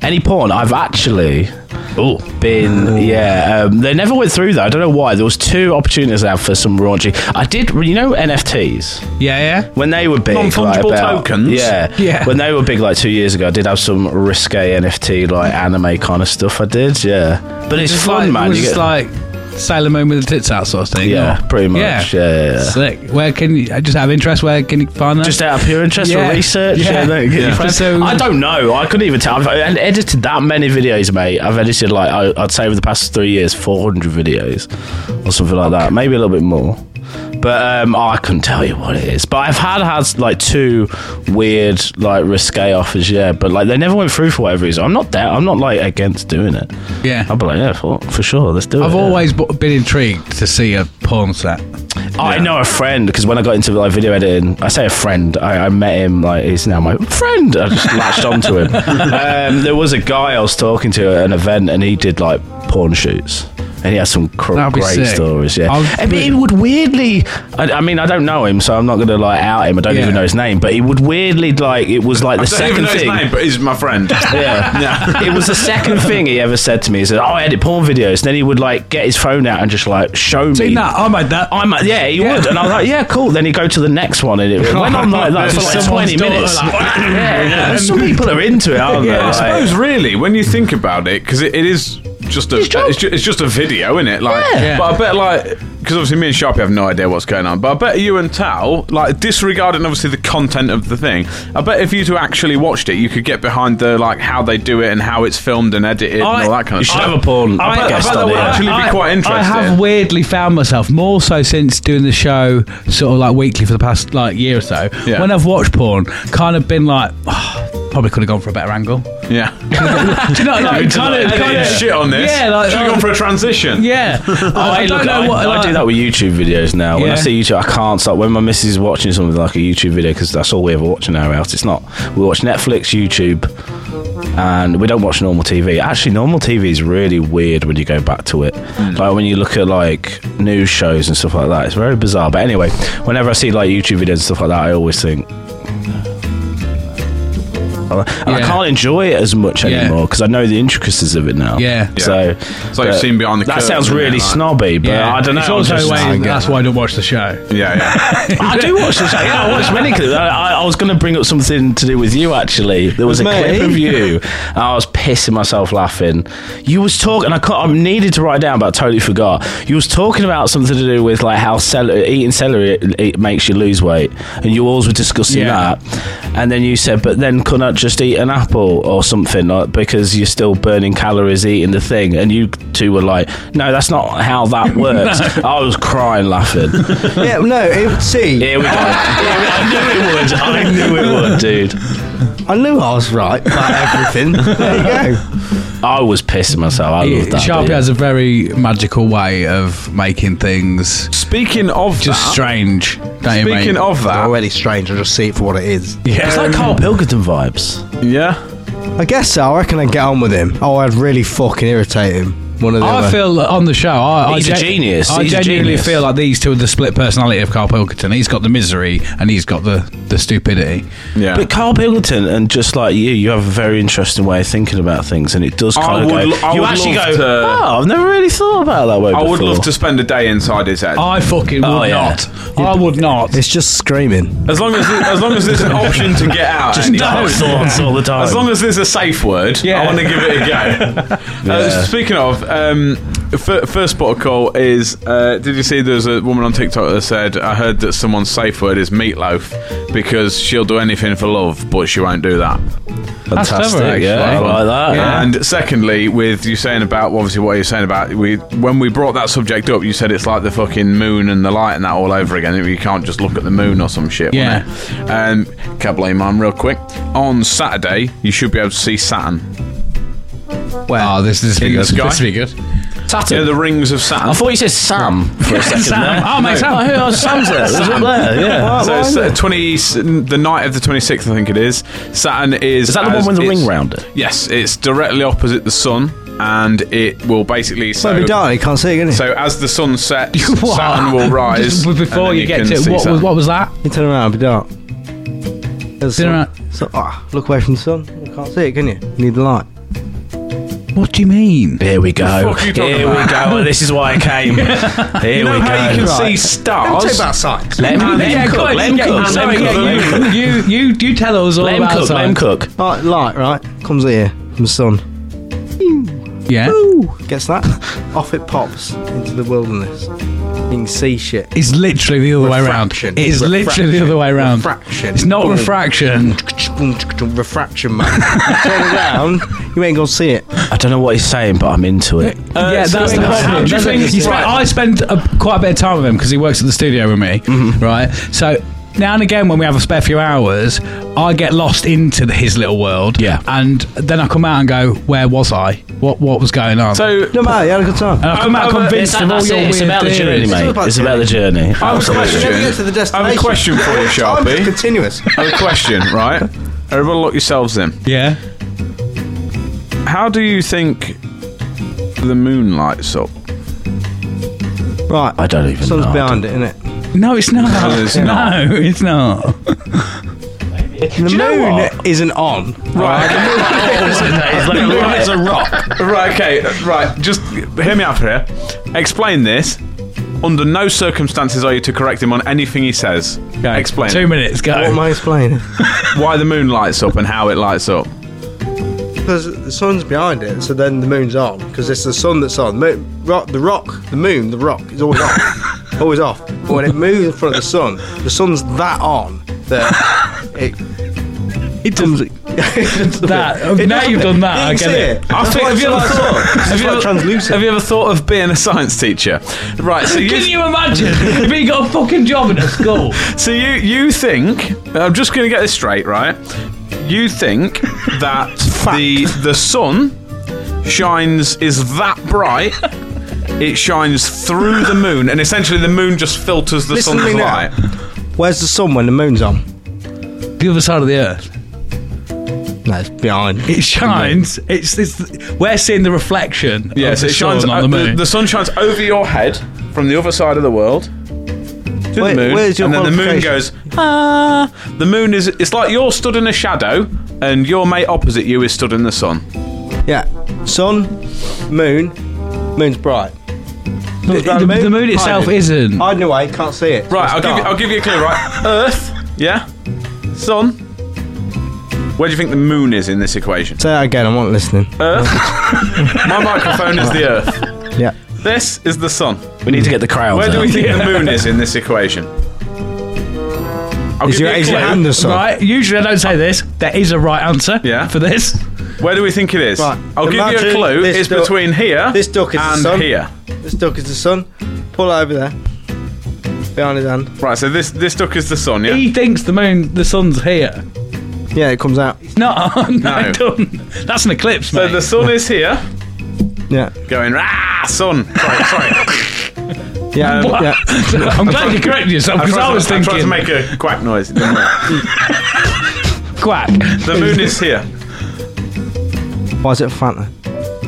[SPEAKER 7] Any porn? I've actually been yeah. Um, they never went through that. I don't know why. There was two opportunities I had for some raunchy. I did. You know NFTs
[SPEAKER 3] Yeah, yeah.
[SPEAKER 7] when they were big, like,
[SPEAKER 4] Non-fungible
[SPEAKER 7] about-
[SPEAKER 4] tokens?
[SPEAKER 7] Yeah,
[SPEAKER 3] Yeah.
[SPEAKER 7] When they were big, like two years ago, I did have some risque NFT like anime kind of stuff. I did, yeah. But it's
[SPEAKER 3] Just
[SPEAKER 7] fun,
[SPEAKER 3] like,
[SPEAKER 7] man.
[SPEAKER 3] Was
[SPEAKER 7] You
[SPEAKER 3] just
[SPEAKER 7] get-
[SPEAKER 3] like Sailor Moon with the tits out sort of thing.
[SPEAKER 7] yeah,
[SPEAKER 3] or-
[SPEAKER 7] pretty
[SPEAKER 3] Yeah.
[SPEAKER 7] much. yeah, yeah.
[SPEAKER 3] Slick. Where can you I just have interest? Where can you find that?
[SPEAKER 7] Just out of pure interest
[SPEAKER 3] Yeah.
[SPEAKER 7] for research.
[SPEAKER 3] Yeah.
[SPEAKER 7] you know, get your
[SPEAKER 3] Yeah.
[SPEAKER 7] friends-
[SPEAKER 3] So-
[SPEAKER 7] I don't know. I couldn't even tell. I've ed- edited that many videos, mate. I've edited like I, I'd say over the past three years, four hundred videos or something like that. Maybe a little bit more. But um, I couldn't tell you what it is. But I've had had like two weird like risque offers, yeah. But like they never went through for whatever reason. I'm not there. I'm not like against doing it.
[SPEAKER 3] yeah.
[SPEAKER 7] I'll be like, yeah, for, for sure, let's do it.
[SPEAKER 3] I've
[SPEAKER 7] yeah.
[SPEAKER 3] always bu- been intrigued to see a porn set.
[SPEAKER 7] I know a friend because when I got into like video editing, I say a friend. I, I met him like he's now my friend. I just latched onto him. Um, there was a guy I was talking to at an event, and he did like porn shoots, and he had some cr-
[SPEAKER 3] That'd be
[SPEAKER 7] great
[SPEAKER 3] sick.
[SPEAKER 7] stories. Yeah,
[SPEAKER 3] I'll-
[SPEAKER 7] And it would weirdly. I, I mean, I don't know him, so I'm not gonna like out him. I don't
[SPEAKER 3] Yeah.
[SPEAKER 7] even know his name, but he would weirdly like it was like the
[SPEAKER 4] I don't even
[SPEAKER 7] second
[SPEAKER 4] know his
[SPEAKER 7] thing.
[SPEAKER 4] name, but he's my friend.
[SPEAKER 7] [LAUGHS] Yeah. It was the second thing he ever said to me. He said, "Oh, I edit porn videos." And then he would like get his phone out and just like show me.
[SPEAKER 3] Seen that? I made that.
[SPEAKER 7] I'm like, yeah, he would. And I was like, yeah, cool. Then he'd go to the next one and it went on like that for
[SPEAKER 3] Just
[SPEAKER 7] like
[SPEAKER 3] someone's
[SPEAKER 7] 20 minutes.
[SPEAKER 3] daughter,
[SPEAKER 7] yeah, [LAUGHS] yeah. Some people are into it, aren't
[SPEAKER 4] I
[SPEAKER 7] they? Like,
[SPEAKER 4] suppose, really, when you think about it, because it, it is just a
[SPEAKER 7] job.
[SPEAKER 4] it's, ju- it's just a video, isn't it? Like,
[SPEAKER 3] Yeah.
[SPEAKER 4] but I bet like because obviously me and Sharpie have no idea what's going on, but I bet you and Tal, like disregarding obviously the content of the thing, I bet if you two actually watched it, you could get behind the like how they do it and how it's filmed and edited
[SPEAKER 3] I-
[SPEAKER 4] and all that kind
[SPEAKER 7] you
[SPEAKER 4] of
[SPEAKER 7] should
[SPEAKER 4] stuff.
[SPEAKER 7] have a porn
[SPEAKER 4] I bet- I
[SPEAKER 7] guest
[SPEAKER 4] bet
[SPEAKER 5] [LAUGHS]
[SPEAKER 7] on
[SPEAKER 4] that
[SPEAKER 7] it.
[SPEAKER 4] would actually be quite
[SPEAKER 3] I have
[SPEAKER 4] interesting.
[SPEAKER 3] weirdly found myself more so since doing the show, sort of like weekly for the past like year or so.
[SPEAKER 4] Yeah.
[SPEAKER 3] When I've watched porn, kind of been like, [SIGHS] "Oh, probably could have gone for a better angle.
[SPEAKER 4] yeah,
[SPEAKER 3] Do you know, [LAUGHS] like kind of,
[SPEAKER 4] Editing
[SPEAKER 3] kind of
[SPEAKER 4] shit on this.
[SPEAKER 3] Yeah, like
[SPEAKER 4] should have
[SPEAKER 7] um,
[SPEAKER 4] gone for a transition.
[SPEAKER 3] yeah. [LAUGHS] I, I
[SPEAKER 7] Hey,
[SPEAKER 3] don't
[SPEAKER 7] look,
[SPEAKER 3] know
[SPEAKER 7] I,
[SPEAKER 3] what
[SPEAKER 7] I
[SPEAKER 3] like-
[SPEAKER 7] do that with YouTube videos now. When
[SPEAKER 3] Yeah.
[SPEAKER 7] I see YouTube, I can't stop. When my missus is watching something like a YouTube video, because that's all we ever watch in our house. It's not. We watch Netflix, YouTube, and we don't watch normal TV. Actually, normal TV is really weird when you go back to it.
[SPEAKER 3] Hmm.
[SPEAKER 7] Like when you look at like news shows and stuff like that, it's very bizarre. But anyway, whenever I see like YouTube videos and stuff like that, I always think. "Oh." And I
[SPEAKER 3] Yeah.
[SPEAKER 7] can't enjoy it as much
[SPEAKER 3] Yeah.
[SPEAKER 7] anymore because I know the intricacies of it now.
[SPEAKER 3] Yeah. Yeah.
[SPEAKER 7] So,
[SPEAKER 4] It's like you've
[SPEAKER 7] but
[SPEAKER 4] seen behind the
[SPEAKER 7] That
[SPEAKER 4] curtain,
[SPEAKER 7] sounds
[SPEAKER 4] isn't it,
[SPEAKER 7] really
[SPEAKER 4] like-
[SPEAKER 7] snobby, but
[SPEAKER 3] Yeah.
[SPEAKER 7] I don't know.
[SPEAKER 3] It's also
[SPEAKER 7] I'm just-
[SPEAKER 3] a way, that's why I don't watch the show.
[SPEAKER 4] yeah, yeah.
[SPEAKER 7] [LAUGHS] I do watch the show. Yeah, I watch many clips. I, I, I was going to bring up something to do with you actually. There was a
[SPEAKER 5] With me?
[SPEAKER 7] clip of you, and I was pissing myself laughing. You was talking, and I, cou- I needed to write it down, but I totally forgot. You was talking about something to do with like how celery, eating celery it, it makes you lose weight, and you always were discussing
[SPEAKER 3] Yeah.
[SPEAKER 7] that. And then you said, but then could not just eat an apple or something like, because you're still burning calories eating the thing. And you two were like, no, that's not how that works. I was crying laughing.
[SPEAKER 5] Yeah, no, it,
[SPEAKER 4] [LAUGHS]
[SPEAKER 5] see,
[SPEAKER 7] Here we go. I knew it would. I knew it would, dude.
[SPEAKER 5] I knew I was right about [LAUGHS] everything. there you go.
[SPEAKER 7] I was pissing myself. I love that.
[SPEAKER 3] Sharpie
[SPEAKER 7] bit.
[SPEAKER 3] has a very magical way of making things
[SPEAKER 4] Speaking of
[SPEAKER 3] just
[SPEAKER 4] that,
[SPEAKER 3] strange. Don't you,
[SPEAKER 4] speaking
[SPEAKER 3] mate?
[SPEAKER 4] of that,
[SPEAKER 5] Already strange. I just see it for what it is.
[SPEAKER 7] It's like Carl Pilkington vibes.
[SPEAKER 4] yeah.
[SPEAKER 5] I guess so. I reckon I get on with him. Oh, I'd really fucking irritate him. One of the
[SPEAKER 3] I
[SPEAKER 5] other.
[SPEAKER 3] feel that on the show. I,
[SPEAKER 7] He's
[SPEAKER 3] I
[SPEAKER 7] a genius.
[SPEAKER 3] I
[SPEAKER 7] He's a
[SPEAKER 3] genuinely
[SPEAKER 7] genius.
[SPEAKER 3] feel like these two are the split personality of Carl Pilkington. He's got the misery and he's got the, the stupidity.
[SPEAKER 4] Yeah.
[SPEAKER 7] But Carl Pilkington, and just like you, you have a very interesting way of thinking about things, and it does
[SPEAKER 4] I
[SPEAKER 7] kind of
[SPEAKER 4] would
[SPEAKER 7] go.
[SPEAKER 4] lo- I
[SPEAKER 7] you
[SPEAKER 4] would
[SPEAKER 7] actually
[SPEAKER 4] love
[SPEAKER 7] go,
[SPEAKER 4] to-
[SPEAKER 7] oh, I've never really thought about it that way.
[SPEAKER 4] I would
[SPEAKER 7] before."
[SPEAKER 4] love to spend a day inside his head.
[SPEAKER 3] I fucking would
[SPEAKER 7] Oh, yeah.
[SPEAKER 3] not. I would not.
[SPEAKER 5] it's just screaming.
[SPEAKER 4] As long as as long as there's an option to get out.
[SPEAKER 7] [LAUGHS] Just
[SPEAKER 4] any [LAUGHS]
[SPEAKER 7] dark
[SPEAKER 4] time.
[SPEAKER 7] thoughts all the time.
[SPEAKER 4] As long as there's a safe word, I
[SPEAKER 3] Yeah.
[SPEAKER 4] want to give it a go. uh, speaking of, um, f- first port of call is uh, did you see there's a woman on TikTok that said, I heard that someone's safe word is meatloaf because she'll do anything for love, but she won't do that.
[SPEAKER 3] That's
[SPEAKER 7] Fantastic,
[SPEAKER 3] clever, actually.
[SPEAKER 7] yeah, I like that.
[SPEAKER 4] And secondly, with you saying about obviously what you're saying about we when we brought that subject up, you said it's like the fucking moon and the light and that all over again. You can't just look at the moon or some shit.
[SPEAKER 3] Yeah.
[SPEAKER 4] wasn't it? Um, can blame mine real quick. On Saturday, you should be able to see Saturn.
[SPEAKER 3] Well, Ah, this, this would be
[SPEAKER 4] In the
[SPEAKER 3] good.
[SPEAKER 4] sky?
[SPEAKER 3] This would be [LAUGHS] good.
[SPEAKER 4] You know
[SPEAKER 7] Saturn.
[SPEAKER 4] the rings of Saturn.
[SPEAKER 7] I thought you said Sam for a second. Sam.
[SPEAKER 3] Oh, mate, Sam.
[SPEAKER 7] I
[SPEAKER 4] [LAUGHS]
[SPEAKER 7] heard Sam's there. There's up there, yeah.
[SPEAKER 4] so it's, uh, twenty, the night of the twenty sixth, I think it is. Saturn is.
[SPEAKER 7] Is that the one with the ring round it?
[SPEAKER 4] Yes, it's directly opposite the sun, and it will basically. So,
[SPEAKER 5] Bloody darling, can't see it, can you?
[SPEAKER 4] So as the
[SPEAKER 3] [LAUGHS]
[SPEAKER 4] sun sets,
[SPEAKER 3] What?
[SPEAKER 4] Saturn will rise.
[SPEAKER 3] Just
[SPEAKER 4] and
[SPEAKER 3] before
[SPEAKER 4] then
[SPEAKER 3] you, get
[SPEAKER 4] can
[SPEAKER 3] to
[SPEAKER 4] see
[SPEAKER 3] what was,
[SPEAKER 4] Saturn.
[SPEAKER 3] what was that?
[SPEAKER 5] you turn around, it'll be dark. There's
[SPEAKER 3] Turn
[SPEAKER 5] sun.
[SPEAKER 3] around.
[SPEAKER 5] So, ah, look away from the sun. You can't see it, can you? You need the light.
[SPEAKER 3] What do you mean?
[SPEAKER 7] Here we go.
[SPEAKER 4] fuck are you talking
[SPEAKER 7] Here we go. This is why I [LAUGHS] came. Here
[SPEAKER 4] You know
[SPEAKER 7] we go.
[SPEAKER 4] how you can see
[SPEAKER 5] Right.
[SPEAKER 4] stars.
[SPEAKER 5] science.
[SPEAKER 7] Let me, let him
[SPEAKER 3] Ah, go
[SPEAKER 7] cook.
[SPEAKER 3] on,
[SPEAKER 7] Let him
[SPEAKER 3] you
[SPEAKER 7] cook.
[SPEAKER 3] get-
[SPEAKER 7] Let him
[SPEAKER 3] sorry,
[SPEAKER 7] cook.
[SPEAKER 3] yeah,
[SPEAKER 7] Let him cook.
[SPEAKER 3] you, you, you, you tell us all
[SPEAKER 7] Let him
[SPEAKER 3] about
[SPEAKER 7] cook. Let him
[SPEAKER 3] science.
[SPEAKER 7] cook.
[SPEAKER 5] Light, Oh, light, right? Comes here from the sun.
[SPEAKER 3] Yeah.
[SPEAKER 5] Gets
[SPEAKER 3] [LAUGHS]
[SPEAKER 5] that. Off it pops into the wilderness. You can see shit.
[SPEAKER 3] It's literally the other
[SPEAKER 5] Refraction.
[SPEAKER 3] way around. It is literally the other way around.
[SPEAKER 5] Refraction.
[SPEAKER 3] It's not
[SPEAKER 5] Boom.
[SPEAKER 3] refraction.
[SPEAKER 5] Refraction, man. [LAUGHS] You turn around, you ain't gonna see it.
[SPEAKER 7] I don't know what he's saying, but I'm into it.
[SPEAKER 3] yeah,
[SPEAKER 4] so
[SPEAKER 3] that's the
[SPEAKER 4] how
[SPEAKER 3] problem.
[SPEAKER 4] do you
[SPEAKER 3] That's
[SPEAKER 4] think
[SPEAKER 3] it.
[SPEAKER 4] it's
[SPEAKER 3] You spend-
[SPEAKER 4] right?
[SPEAKER 3] I spend a, quite a bit of time with him because he works at the studio with me, right? So now and again, when we have a spare few hours, I get lost into the, his little world.
[SPEAKER 7] Yeah.
[SPEAKER 3] and then I come out and go, "Where was I? What what was going on?"
[SPEAKER 4] So
[SPEAKER 5] No matter, you had a good time.
[SPEAKER 3] and I come out
[SPEAKER 4] I'm- I'm-
[SPEAKER 3] convinced of all
[SPEAKER 7] That's
[SPEAKER 3] your
[SPEAKER 7] it.
[SPEAKER 3] weird
[SPEAKER 7] It's about the journey,
[SPEAKER 3] theories.
[SPEAKER 7] mate.
[SPEAKER 5] about
[SPEAKER 7] It's
[SPEAKER 5] the
[SPEAKER 7] about the journey.
[SPEAKER 4] I have a
[SPEAKER 5] You
[SPEAKER 4] question.
[SPEAKER 5] never get to the destination.
[SPEAKER 4] I have a question
[SPEAKER 7] [LAUGHS]
[SPEAKER 4] for you,
[SPEAKER 5] Time's just
[SPEAKER 4] Sharpie.
[SPEAKER 5] continuous.
[SPEAKER 4] I have a question, right? Everyone, lock yourselves in.
[SPEAKER 3] Yeah,
[SPEAKER 4] How do you think the moon lights up?
[SPEAKER 5] [LAUGHS] Right.
[SPEAKER 7] I don't even
[SPEAKER 5] Sun's
[SPEAKER 7] know.
[SPEAKER 5] behind it, innit?
[SPEAKER 3] no, it's not.
[SPEAKER 4] No, it's not.
[SPEAKER 3] No, it's not.
[SPEAKER 5] The moon isn't on.
[SPEAKER 4] Right,
[SPEAKER 7] It's like a rock. It's a rock.
[SPEAKER 4] right, okay, right. Just hear me out for here. Explain this. Under no circumstances are you to correct him on anything he says.
[SPEAKER 3] Okay,
[SPEAKER 4] Explain
[SPEAKER 3] Two
[SPEAKER 4] it.
[SPEAKER 3] minutes, go.
[SPEAKER 5] What am I explaining?
[SPEAKER 4] why the moon lights up and how it lights up.
[SPEAKER 5] Because the sun's behind it, so then the moon's on. Because it's the sun that's on. The, moon, rock, the rock, the moon, the rock is always [LAUGHS] off. always off. But when
[SPEAKER 7] [LAUGHS]
[SPEAKER 5] it moves in front of the sun, the sun's that on that it.
[SPEAKER 3] It does that. oh, now you've done that. I get it.
[SPEAKER 4] I think, have, you ever thought, have, you
[SPEAKER 5] like
[SPEAKER 4] ever,
[SPEAKER 5] translucent.
[SPEAKER 4] have you ever thought of being a science teacher? Right,
[SPEAKER 3] [LAUGHS]
[SPEAKER 4] so
[SPEAKER 3] Can
[SPEAKER 4] you,
[SPEAKER 3] you imagine
[SPEAKER 5] [LAUGHS]
[SPEAKER 3] if he got a fucking job in a school?
[SPEAKER 4] so you, you think, I'm just going to get this straight, right? You [LAUGHS] think that the, the sun shines, is that bright, it shines through the moon, and essentially the moon just filters the
[SPEAKER 5] Listen to
[SPEAKER 4] sun's
[SPEAKER 5] me now.
[SPEAKER 4] light.
[SPEAKER 5] Where's the sun when the moon's on?
[SPEAKER 3] The other side of the earth.
[SPEAKER 5] No, it's behind.
[SPEAKER 3] It shines. It's, it's we're seeing the reflection.
[SPEAKER 4] Yeah,
[SPEAKER 3] of
[SPEAKER 4] so
[SPEAKER 3] the
[SPEAKER 4] it shines,
[SPEAKER 3] sun on
[SPEAKER 4] o-
[SPEAKER 3] the moon.
[SPEAKER 4] the sun shines over your head from the other side of the world. To the
[SPEAKER 5] Wait,
[SPEAKER 4] moon,
[SPEAKER 5] where's your
[SPEAKER 4] and then the moon goes.
[SPEAKER 5] qualification?
[SPEAKER 4] Ah, the moon is. It's like you're stood in a shadow, and your mate opposite you is stood in the sun.
[SPEAKER 5] Yeah. Sun, moon, moon's bright.
[SPEAKER 3] The- the- the moon itself
[SPEAKER 5] hiding.
[SPEAKER 3] isn't.
[SPEAKER 5] Hiding away, can't see it.
[SPEAKER 4] Right,
[SPEAKER 5] It's
[SPEAKER 4] I'll give, you,
[SPEAKER 5] dark.
[SPEAKER 4] I'll give you a clue. Right, Earth, yeah, sun. Where do you think the moon is in this equation?
[SPEAKER 5] Say that again, I'm not listening.
[SPEAKER 4] Earth. My microphone is the Earth.
[SPEAKER 5] yeah.
[SPEAKER 4] This is the sun.
[SPEAKER 7] We need to get the crowds
[SPEAKER 4] Where do we
[SPEAKER 7] out.
[SPEAKER 4] think the moon is in this equation? I'll
[SPEAKER 5] Is
[SPEAKER 4] give
[SPEAKER 5] your,
[SPEAKER 4] you a
[SPEAKER 5] is your
[SPEAKER 4] clue.
[SPEAKER 5] hand the sun?
[SPEAKER 3] Right. Usually I don't say this. There is a right answer.
[SPEAKER 4] Yeah.
[SPEAKER 3] For this.
[SPEAKER 4] Where do we think it is?
[SPEAKER 5] Right.
[SPEAKER 4] I'll give you a
[SPEAKER 5] Imagine
[SPEAKER 4] clue.
[SPEAKER 5] this
[SPEAKER 4] It's
[SPEAKER 5] duck-
[SPEAKER 4] between here
[SPEAKER 5] this duck is the
[SPEAKER 4] and
[SPEAKER 5] sun.
[SPEAKER 4] here.
[SPEAKER 5] This duck is the sun. Pull it over there. Behind his hand.
[SPEAKER 4] Right, so this this duck is the sun, yeah?
[SPEAKER 3] He thinks the moon, the sun's here.
[SPEAKER 5] Yeah, it comes out.
[SPEAKER 3] It's not. no. [LAUGHS]
[SPEAKER 4] No.
[SPEAKER 3] it doesn't. That's an eclipse,
[SPEAKER 4] So
[SPEAKER 3] mate.
[SPEAKER 4] the sun is here,
[SPEAKER 5] Yeah.
[SPEAKER 4] going, ah, sun. Sorry, [LAUGHS] sorry.
[SPEAKER 5] Yeah.
[SPEAKER 4] Um,
[SPEAKER 5] yeah.
[SPEAKER 3] [LAUGHS] I'm glad you corrected yourself because I,
[SPEAKER 4] tried
[SPEAKER 3] was
[SPEAKER 4] to,
[SPEAKER 3] thinking
[SPEAKER 4] I tried to make a quack noise. it didn't [LAUGHS] work.
[SPEAKER 3] quack.
[SPEAKER 4] the moon is here.
[SPEAKER 5] Why is it a Fanta?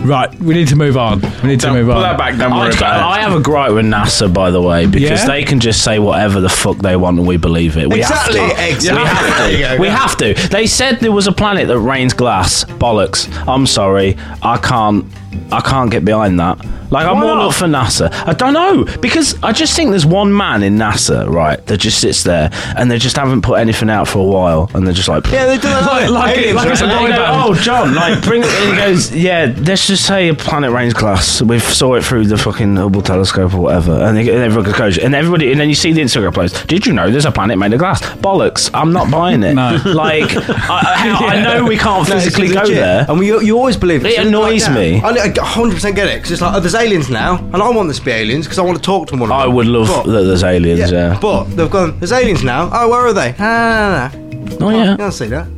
[SPEAKER 3] Right, we need to move on. We need to move
[SPEAKER 4] Pull
[SPEAKER 3] on.
[SPEAKER 4] that back, don't worry about
[SPEAKER 7] I, I have a gripe with NASA, by the way, because
[SPEAKER 3] Yeah?
[SPEAKER 7] they can just say whatever the fuck they want and we believe it. We
[SPEAKER 5] Exactly,
[SPEAKER 7] Have to.
[SPEAKER 5] exactly.
[SPEAKER 7] We have
[SPEAKER 5] [LAUGHS]
[SPEAKER 7] to. we have to. They said there was a planet that rains glass. Bollocks. I'm sorry. I can't. I can't get behind that. Like I'm all up for NASA. I don't know because I just think there's one man in NASA, right, that just sits there and they just haven't put anything out for a while, and they're just like,
[SPEAKER 5] Yeah, they do that.
[SPEAKER 3] Like,
[SPEAKER 7] [LAUGHS]
[SPEAKER 3] like, it- like it's a
[SPEAKER 7] and
[SPEAKER 3] boy
[SPEAKER 7] they go,
[SPEAKER 3] band.
[SPEAKER 7] Oh, John, like bring it. And he goes, yeah. Let's just say a planet rains glass. We saw it through the fucking Hubble telescope or whatever. And, they, and everyone goes, and everybody, and then you see the Instagram post. Did you know there's a planet made of glass? Bollocks! I'm not buying it.
[SPEAKER 3] No.
[SPEAKER 7] Like, I, I, how- I know we can't
[SPEAKER 5] No, it's
[SPEAKER 7] physically go
[SPEAKER 5] legit.
[SPEAKER 7] there.
[SPEAKER 5] And we, you always believe it.
[SPEAKER 7] It
[SPEAKER 5] It's
[SPEAKER 7] annoys
[SPEAKER 5] like that.
[SPEAKER 7] me.
[SPEAKER 5] I know- I 100% get it because it's like, oh, there's aliens now, and I want this to be aliens because I want to talk to one of them.
[SPEAKER 7] I would love
[SPEAKER 5] But-
[SPEAKER 7] that there's aliens. Oh, Yeah.
[SPEAKER 5] But they've gone, there's aliens now. Oh, where are they? Ah, no, no, no.
[SPEAKER 7] oh
[SPEAKER 5] You
[SPEAKER 7] yeah.
[SPEAKER 5] can't see that.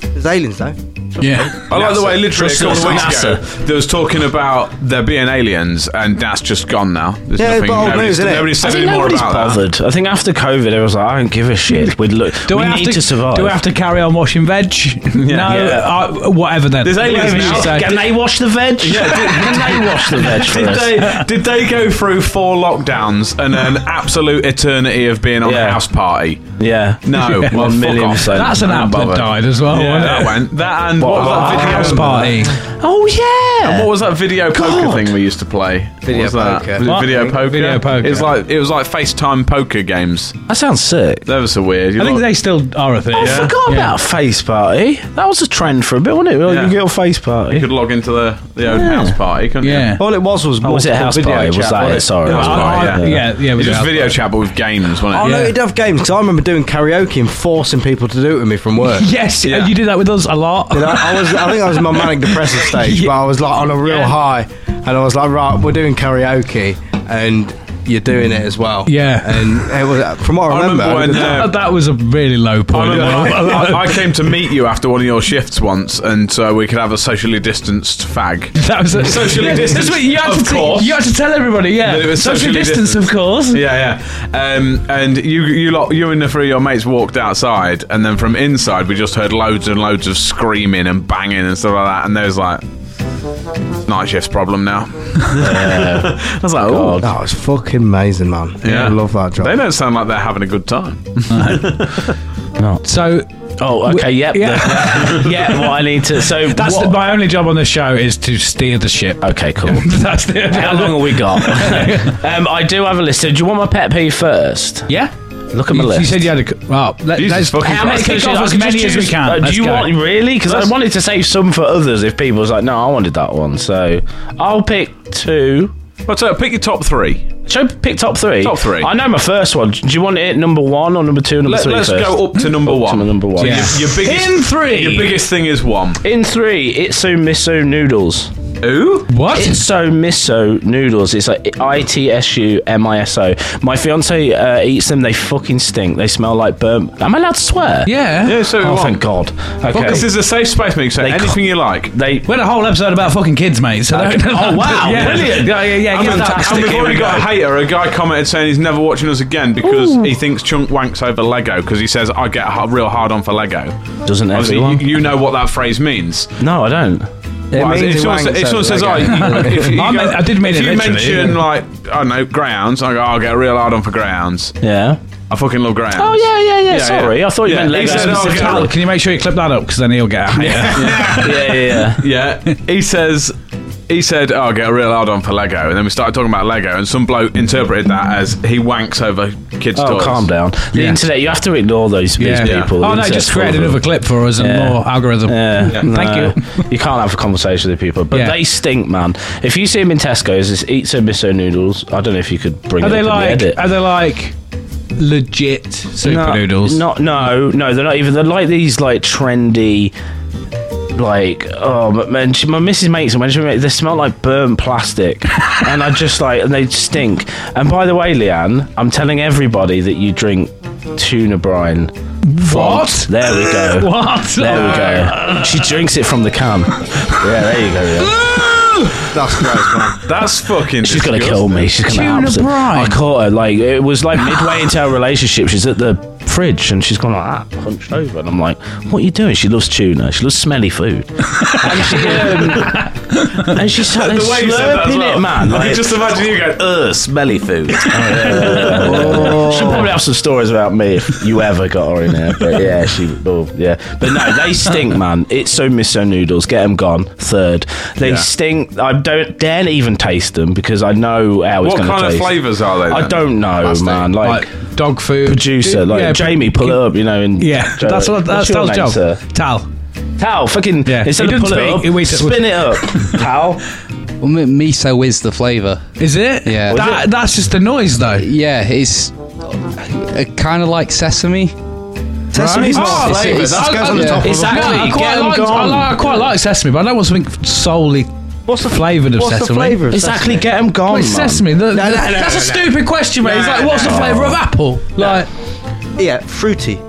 [SPEAKER 5] There's aliens, though.
[SPEAKER 3] Yeah.
[SPEAKER 4] I like the way literally a
[SPEAKER 7] Trust
[SPEAKER 4] couple
[SPEAKER 7] us,
[SPEAKER 4] of weeks ago
[SPEAKER 7] NASA.
[SPEAKER 4] there was talking about there being aliens, and that's just gone now. There's
[SPEAKER 5] Yeah,
[SPEAKER 4] nothing.
[SPEAKER 5] but old
[SPEAKER 4] nobody's,
[SPEAKER 5] news, innit?
[SPEAKER 4] nobody's
[SPEAKER 7] I
[SPEAKER 4] said
[SPEAKER 7] think
[SPEAKER 4] any more
[SPEAKER 7] nobody's
[SPEAKER 4] about
[SPEAKER 7] [LAUGHS]
[SPEAKER 4] that.
[SPEAKER 7] bothered. I think after COVID, everyone's like, I don't give a shit. We'd look. we
[SPEAKER 3] I have
[SPEAKER 7] need to, survive.
[SPEAKER 3] Do I have to carry on washing veg? [LAUGHS] no,
[SPEAKER 7] Yeah.
[SPEAKER 3] I- whatever then.
[SPEAKER 4] There's aliens
[SPEAKER 3] Whatever you
[SPEAKER 4] now.
[SPEAKER 3] say.
[SPEAKER 7] Can they wash the veg? Can they wash [LAUGHS] the veg for
[SPEAKER 4] Did
[SPEAKER 7] us?
[SPEAKER 4] they did they go through four lockdowns and an absolute eternity of being on
[SPEAKER 7] Yeah.
[SPEAKER 4] a house party?
[SPEAKER 7] Yeah. [LAUGHS]
[SPEAKER 4] No, well,
[SPEAKER 7] One
[SPEAKER 4] fuck
[SPEAKER 7] million
[SPEAKER 4] off.
[SPEAKER 7] percent.
[SPEAKER 3] That's an
[SPEAKER 4] I'm
[SPEAKER 3] app that
[SPEAKER 4] bothered.
[SPEAKER 3] died as well.
[SPEAKER 4] Yeah,
[SPEAKER 3] wasn't
[SPEAKER 4] that
[SPEAKER 3] it?
[SPEAKER 4] went. Oh, That and what, was
[SPEAKER 3] Oh,
[SPEAKER 4] that
[SPEAKER 3] house
[SPEAKER 4] video?
[SPEAKER 3] party.
[SPEAKER 7] Oh yeah.
[SPEAKER 4] What was that video poker thing we used to play?
[SPEAKER 5] Video
[SPEAKER 4] What was that?
[SPEAKER 5] poker.
[SPEAKER 4] Was it
[SPEAKER 3] What?
[SPEAKER 4] Video poker.
[SPEAKER 3] Video poker.
[SPEAKER 4] It was like it was like FaceTime poker games.
[SPEAKER 7] that sounds sick.
[SPEAKER 4] That was so weird. You
[SPEAKER 3] I think
[SPEAKER 4] look-
[SPEAKER 3] they still are a thing.
[SPEAKER 7] I
[SPEAKER 3] yeah?
[SPEAKER 7] forgot
[SPEAKER 3] Yeah.
[SPEAKER 7] about face party. That was a trend for a bit, wasn't it? Like,
[SPEAKER 4] Yeah.
[SPEAKER 7] You get a face party.
[SPEAKER 4] you could log into the the old
[SPEAKER 7] Yeah.
[SPEAKER 4] house party, couldn't you?
[SPEAKER 3] Yeah.
[SPEAKER 5] All it was was
[SPEAKER 7] Oh, was it
[SPEAKER 5] multiple
[SPEAKER 7] house
[SPEAKER 5] video
[SPEAKER 7] party? Was
[SPEAKER 5] chat,
[SPEAKER 7] that
[SPEAKER 5] wasn't
[SPEAKER 7] it? Sorry.
[SPEAKER 4] House
[SPEAKER 7] I was
[SPEAKER 4] party, yeah.
[SPEAKER 7] right,
[SPEAKER 3] yeah, yeah, we
[SPEAKER 4] It's just
[SPEAKER 3] did.
[SPEAKER 4] video chat, but with games,
[SPEAKER 5] Oh,
[SPEAKER 4] wasn't it?
[SPEAKER 5] no,
[SPEAKER 3] Yeah.
[SPEAKER 5] it'd have games 'cause I remember doing karaoke and forcing people to do it with me from work.
[SPEAKER 3] Yes,
[SPEAKER 4] Yeah.
[SPEAKER 3] you do that with us a lot.
[SPEAKER 5] You know, I was, I think I was in my manic depressive stage, but I was like on a real high, and I was like, right, we're doing karaoke, and you're doing it as well.
[SPEAKER 3] Yeah.
[SPEAKER 5] and it was from what I
[SPEAKER 4] I
[SPEAKER 5] remember.
[SPEAKER 4] remember when,
[SPEAKER 5] I
[SPEAKER 4] uh,
[SPEAKER 3] That- that was a really low
[SPEAKER 4] I,
[SPEAKER 3] point.
[SPEAKER 4] remember I, I- I came to meet you after one of your shifts once, and so we could have a socially distanced fag.
[SPEAKER 3] [LAUGHS] That was a,
[SPEAKER 4] [LAUGHS] Socially
[SPEAKER 3] Yeah, that's
[SPEAKER 4] distanced,
[SPEAKER 3] what you had
[SPEAKER 4] of
[SPEAKER 3] to te-
[SPEAKER 4] course.
[SPEAKER 3] you had to tell everybody, yeah.
[SPEAKER 4] That it was
[SPEAKER 3] Social
[SPEAKER 4] socially
[SPEAKER 3] distance, of
[SPEAKER 4] distanced.
[SPEAKER 3] course.
[SPEAKER 4] Yeah, yeah. Um, and you, you, lot, you and the three of your mates walked outside, and then from inside we just heard loads and loads of screaming and banging and stuff like that. And there was like night shift's problem now. I was like, oh,
[SPEAKER 5] that was fucking amazing, man.
[SPEAKER 4] Yeah.
[SPEAKER 5] I love that job.
[SPEAKER 4] they don't sound like they're having a good time.
[SPEAKER 3] So
[SPEAKER 7] Oh, okay. Yep.
[SPEAKER 3] Yeah.
[SPEAKER 7] The- [LAUGHS] yeah. What I need to. So
[SPEAKER 3] that's
[SPEAKER 7] what-
[SPEAKER 3] the, my only job on the show is to steer the ship. [LAUGHS]
[SPEAKER 7] Okay. Cool.
[SPEAKER 3] That's the
[SPEAKER 7] How long have we [LAUGHS] got? um, I do have a list. Do you want my pet peeve first?
[SPEAKER 3] Yeah.
[SPEAKER 7] Look at my
[SPEAKER 3] You,
[SPEAKER 7] list.
[SPEAKER 3] you said you had a. c- Well, let,
[SPEAKER 4] Jesus
[SPEAKER 3] let's,
[SPEAKER 4] fucking
[SPEAKER 3] how many
[SPEAKER 4] Christ.
[SPEAKER 3] kick
[SPEAKER 7] I
[SPEAKER 3] off as
[SPEAKER 7] could just
[SPEAKER 3] many as we
[SPEAKER 7] choose-
[SPEAKER 3] can.
[SPEAKER 7] Uh,
[SPEAKER 3] Let's
[SPEAKER 7] do you
[SPEAKER 3] go.
[SPEAKER 7] want really? Because I
[SPEAKER 4] Let's-
[SPEAKER 7] wanted to save some for others. If people was like, "No, I wanted that one," so I'll pick two.
[SPEAKER 4] Well, so uh, pick your top three.
[SPEAKER 7] Should I pick top three?
[SPEAKER 4] Top three.
[SPEAKER 7] I know my first one. Do you want it number one or number two? Number
[SPEAKER 4] Let,
[SPEAKER 7] three
[SPEAKER 4] us
[SPEAKER 7] first?
[SPEAKER 4] go up to Oh, number
[SPEAKER 7] To
[SPEAKER 4] one.
[SPEAKER 7] my number one.
[SPEAKER 3] Yeah.
[SPEAKER 4] Your biggest,
[SPEAKER 7] In three.
[SPEAKER 4] Your biggest thing is one.
[SPEAKER 7] In three, itso miso noodles.
[SPEAKER 4] Ooh,
[SPEAKER 3] What?
[SPEAKER 7] Itso miso noodles. It's like I T S U M I S O. My fiance uh, eats them. They fucking stink. They smell like burnt. Am I allowed to swear?
[SPEAKER 3] yeah.
[SPEAKER 4] yeah. So
[SPEAKER 7] Oh,
[SPEAKER 4] one.
[SPEAKER 7] thank God. Okay.
[SPEAKER 4] This is a safe space, mate. So
[SPEAKER 7] They
[SPEAKER 4] anything
[SPEAKER 7] can't-
[SPEAKER 4] you like.
[SPEAKER 7] they
[SPEAKER 3] We had a whole episode about fucking kids, mate. So don't- [LAUGHS]
[SPEAKER 4] [LAUGHS]
[SPEAKER 7] Oh, wow,
[SPEAKER 3] yeah.
[SPEAKER 7] brilliant.
[SPEAKER 3] Yeah, yeah, yeah. give us that.
[SPEAKER 4] Fantastic. And we've already got a hater. A guy commented saying he's never watching us again because he thinks Chunk wanks over Lego because he says I get h- real hard on for Lego.
[SPEAKER 7] doesn't
[SPEAKER 4] Obviously,
[SPEAKER 7] everyone.
[SPEAKER 4] you, you know what that phrase means.
[SPEAKER 7] no, I don't.
[SPEAKER 4] Well,
[SPEAKER 5] means
[SPEAKER 4] if
[SPEAKER 5] he
[SPEAKER 4] someone, sa-
[SPEAKER 5] wanks
[SPEAKER 4] if someone
[SPEAKER 5] over
[SPEAKER 4] says, "Oh,
[SPEAKER 5] Lego.
[SPEAKER 4] you- if you
[SPEAKER 3] I
[SPEAKER 4] go-
[SPEAKER 3] meant- I did mean
[SPEAKER 4] if
[SPEAKER 3] it
[SPEAKER 4] you
[SPEAKER 3] literally,
[SPEAKER 4] mention
[SPEAKER 3] yeah.
[SPEAKER 4] like I don't know grounds, I go, "Oh, "I'll get a real hard on for grounds.
[SPEAKER 7] Yeah.
[SPEAKER 4] I fucking love grounds."
[SPEAKER 7] Oh yeah, yeah, yeah.
[SPEAKER 4] Yeah,
[SPEAKER 7] Sorry,
[SPEAKER 4] yeah.
[SPEAKER 7] I thought you
[SPEAKER 4] Yeah.
[SPEAKER 7] meant Lego.
[SPEAKER 4] He said, "Oh,
[SPEAKER 7] specifically."
[SPEAKER 4] yeah.
[SPEAKER 3] Al, can you make sure you clip that up? Because then he'll get a hater.
[SPEAKER 7] yeah, yeah,
[SPEAKER 3] [LAUGHS]
[SPEAKER 7] yeah.
[SPEAKER 4] Yeah, he says. He said, "Oh, I'll get a real hard on for Lego," and then we started talking about Lego, and some bloke interpreted that as he wanks over kids'
[SPEAKER 7] Oh,
[SPEAKER 4] toys.
[SPEAKER 7] calm down. The
[SPEAKER 3] Yeah.
[SPEAKER 7] internet, you have to ignore those,
[SPEAKER 3] Yeah.
[SPEAKER 7] these people.
[SPEAKER 3] Oh
[SPEAKER 7] The
[SPEAKER 3] no!
[SPEAKER 7] internet's
[SPEAKER 3] Just create
[SPEAKER 7] full of
[SPEAKER 3] another
[SPEAKER 7] them.
[SPEAKER 3] clip for us and
[SPEAKER 7] Yeah.
[SPEAKER 3] more algorithm.
[SPEAKER 7] Yeah,
[SPEAKER 4] Yeah.
[SPEAKER 7] no,
[SPEAKER 3] Thank you.
[SPEAKER 7] [LAUGHS] you can't have a conversation with people, but
[SPEAKER 3] Yeah.
[SPEAKER 7] they stink, man. If you see them in Tesco's, it's eat so miso noodles. I don't know if you could bring
[SPEAKER 3] Are
[SPEAKER 7] it
[SPEAKER 3] they
[SPEAKER 7] up in
[SPEAKER 3] like?
[SPEAKER 7] the edit.
[SPEAKER 3] Are they like legit super
[SPEAKER 7] no,
[SPEAKER 3] noodles? [LAUGHS]
[SPEAKER 7] Not, no, no, they're not even. They're like these like trendy. Like oh, but man, she, my missus makes them. When she makes, they smell like
[SPEAKER 3] [LAUGHS]
[SPEAKER 7] burnt plastic, and I just like and they stink. And by the way, Leanne, I'm telling everybody that you drink tuna brine.
[SPEAKER 3] What?
[SPEAKER 7] There we go.
[SPEAKER 3] What?
[SPEAKER 7] There we go. She drinks it from the can. Ah. Yeah, there you go. Leanne.
[SPEAKER 5] That's gross, man.
[SPEAKER 4] That's fucking.
[SPEAKER 7] She's gonna kill me. She's gonna
[SPEAKER 3] Tuna
[SPEAKER 7] absolutely.
[SPEAKER 3] brine.
[SPEAKER 7] I caught her like it was like midway into our relationship. She's at the fridge and she's gone like that, hunched over. And I'm like, what are you doing? She loves tuna. She loves smelly
[SPEAKER 4] [LAUGHS]
[SPEAKER 7] food. and, she, um, and she's sat there
[SPEAKER 4] The way you said that as
[SPEAKER 7] slurping
[SPEAKER 4] well.
[SPEAKER 7] it, man.
[SPEAKER 4] I
[SPEAKER 7] Like,
[SPEAKER 4] can [LAUGHS] just imagine you going, ugh, smelly
[SPEAKER 7] [LAUGHS]
[SPEAKER 4] food.
[SPEAKER 7] Oh,
[SPEAKER 4] Oh.
[SPEAKER 7] She'll probably have some stories about me if you ever got her in here. But yeah, she, oh, yeah. But no, they stink, man. It's so miso noodles. Get them gone. Third, they stink. I don't dare even taste them because I know how it's
[SPEAKER 4] what
[SPEAKER 7] going to taste.
[SPEAKER 4] kind of flavours are they?
[SPEAKER 7] I
[SPEAKER 4] then?
[SPEAKER 7] don't know, man. Like,
[SPEAKER 3] Like dog food
[SPEAKER 7] producer, like
[SPEAKER 3] Yeah,
[SPEAKER 7] Jamie, pull it up, you know. And
[SPEAKER 3] Yeah,
[SPEAKER 7] Joe,
[SPEAKER 3] that's what that's
[SPEAKER 7] what's your
[SPEAKER 3] Tal's
[SPEAKER 7] name,
[SPEAKER 3] job.
[SPEAKER 7] sir?
[SPEAKER 3] Tal.
[SPEAKER 7] Tal, fucking
[SPEAKER 3] Yeah,
[SPEAKER 7] instead
[SPEAKER 3] he
[SPEAKER 7] of
[SPEAKER 3] doesn't
[SPEAKER 7] pull it
[SPEAKER 3] speak,
[SPEAKER 7] up,
[SPEAKER 3] he waits-
[SPEAKER 7] spin it up, Tal.
[SPEAKER 3] [LAUGHS]
[SPEAKER 8] Well, mi- miso is the flavour.
[SPEAKER 3] Is it?
[SPEAKER 8] Yeah.
[SPEAKER 3] That, That's just the noise though.
[SPEAKER 8] Yeah, it's uh, kind of like sesame.
[SPEAKER 5] Sesame's
[SPEAKER 3] Oh,
[SPEAKER 5] not a
[SPEAKER 8] It's-
[SPEAKER 5] flavour.
[SPEAKER 8] it's-
[SPEAKER 5] That goes
[SPEAKER 3] I-
[SPEAKER 5] on the
[SPEAKER 3] I-
[SPEAKER 5] top of
[SPEAKER 7] Exactly.
[SPEAKER 3] No, I
[SPEAKER 7] Get
[SPEAKER 3] quite
[SPEAKER 7] 'em
[SPEAKER 3] like, I,
[SPEAKER 7] gone.
[SPEAKER 3] like, I quite like sesame, but I don't want something solely what's the flavoured of
[SPEAKER 5] What's the
[SPEAKER 3] sesame.
[SPEAKER 5] flavour of
[SPEAKER 7] Exactly, get them gone.
[SPEAKER 3] Wait,
[SPEAKER 7] man.
[SPEAKER 3] sesame. the- that's a stupid question, mate. it's like, what's the flavour of apple? Like,
[SPEAKER 5] sesame? Yeah, fruity.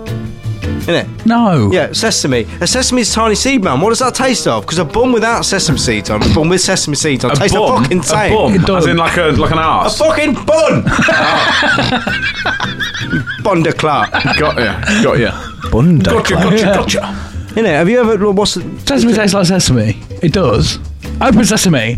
[SPEAKER 5] Isn't it?
[SPEAKER 3] no.
[SPEAKER 5] Yeah, sesame. A sesame's tiny seed, man. What does that taste of? Because a bun without sesame seeds on, a bun with sesame seeds on,
[SPEAKER 4] A
[SPEAKER 5] tastes
[SPEAKER 4] bum?
[SPEAKER 5] the fucking same.
[SPEAKER 4] A bum?
[SPEAKER 3] It does.
[SPEAKER 4] As in like, a, like an
[SPEAKER 5] A
[SPEAKER 4] arse?
[SPEAKER 5] fucking bun. Ah. Bonda
[SPEAKER 4] [LAUGHS]
[SPEAKER 5] Clark.
[SPEAKER 4] got you. Got you. Gotcha, gotcha, gotcha.
[SPEAKER 5] Innit? Have you ever? What's? the-
[SPEAKER 3] Sesame tastes like sesame. It does. Open sesame.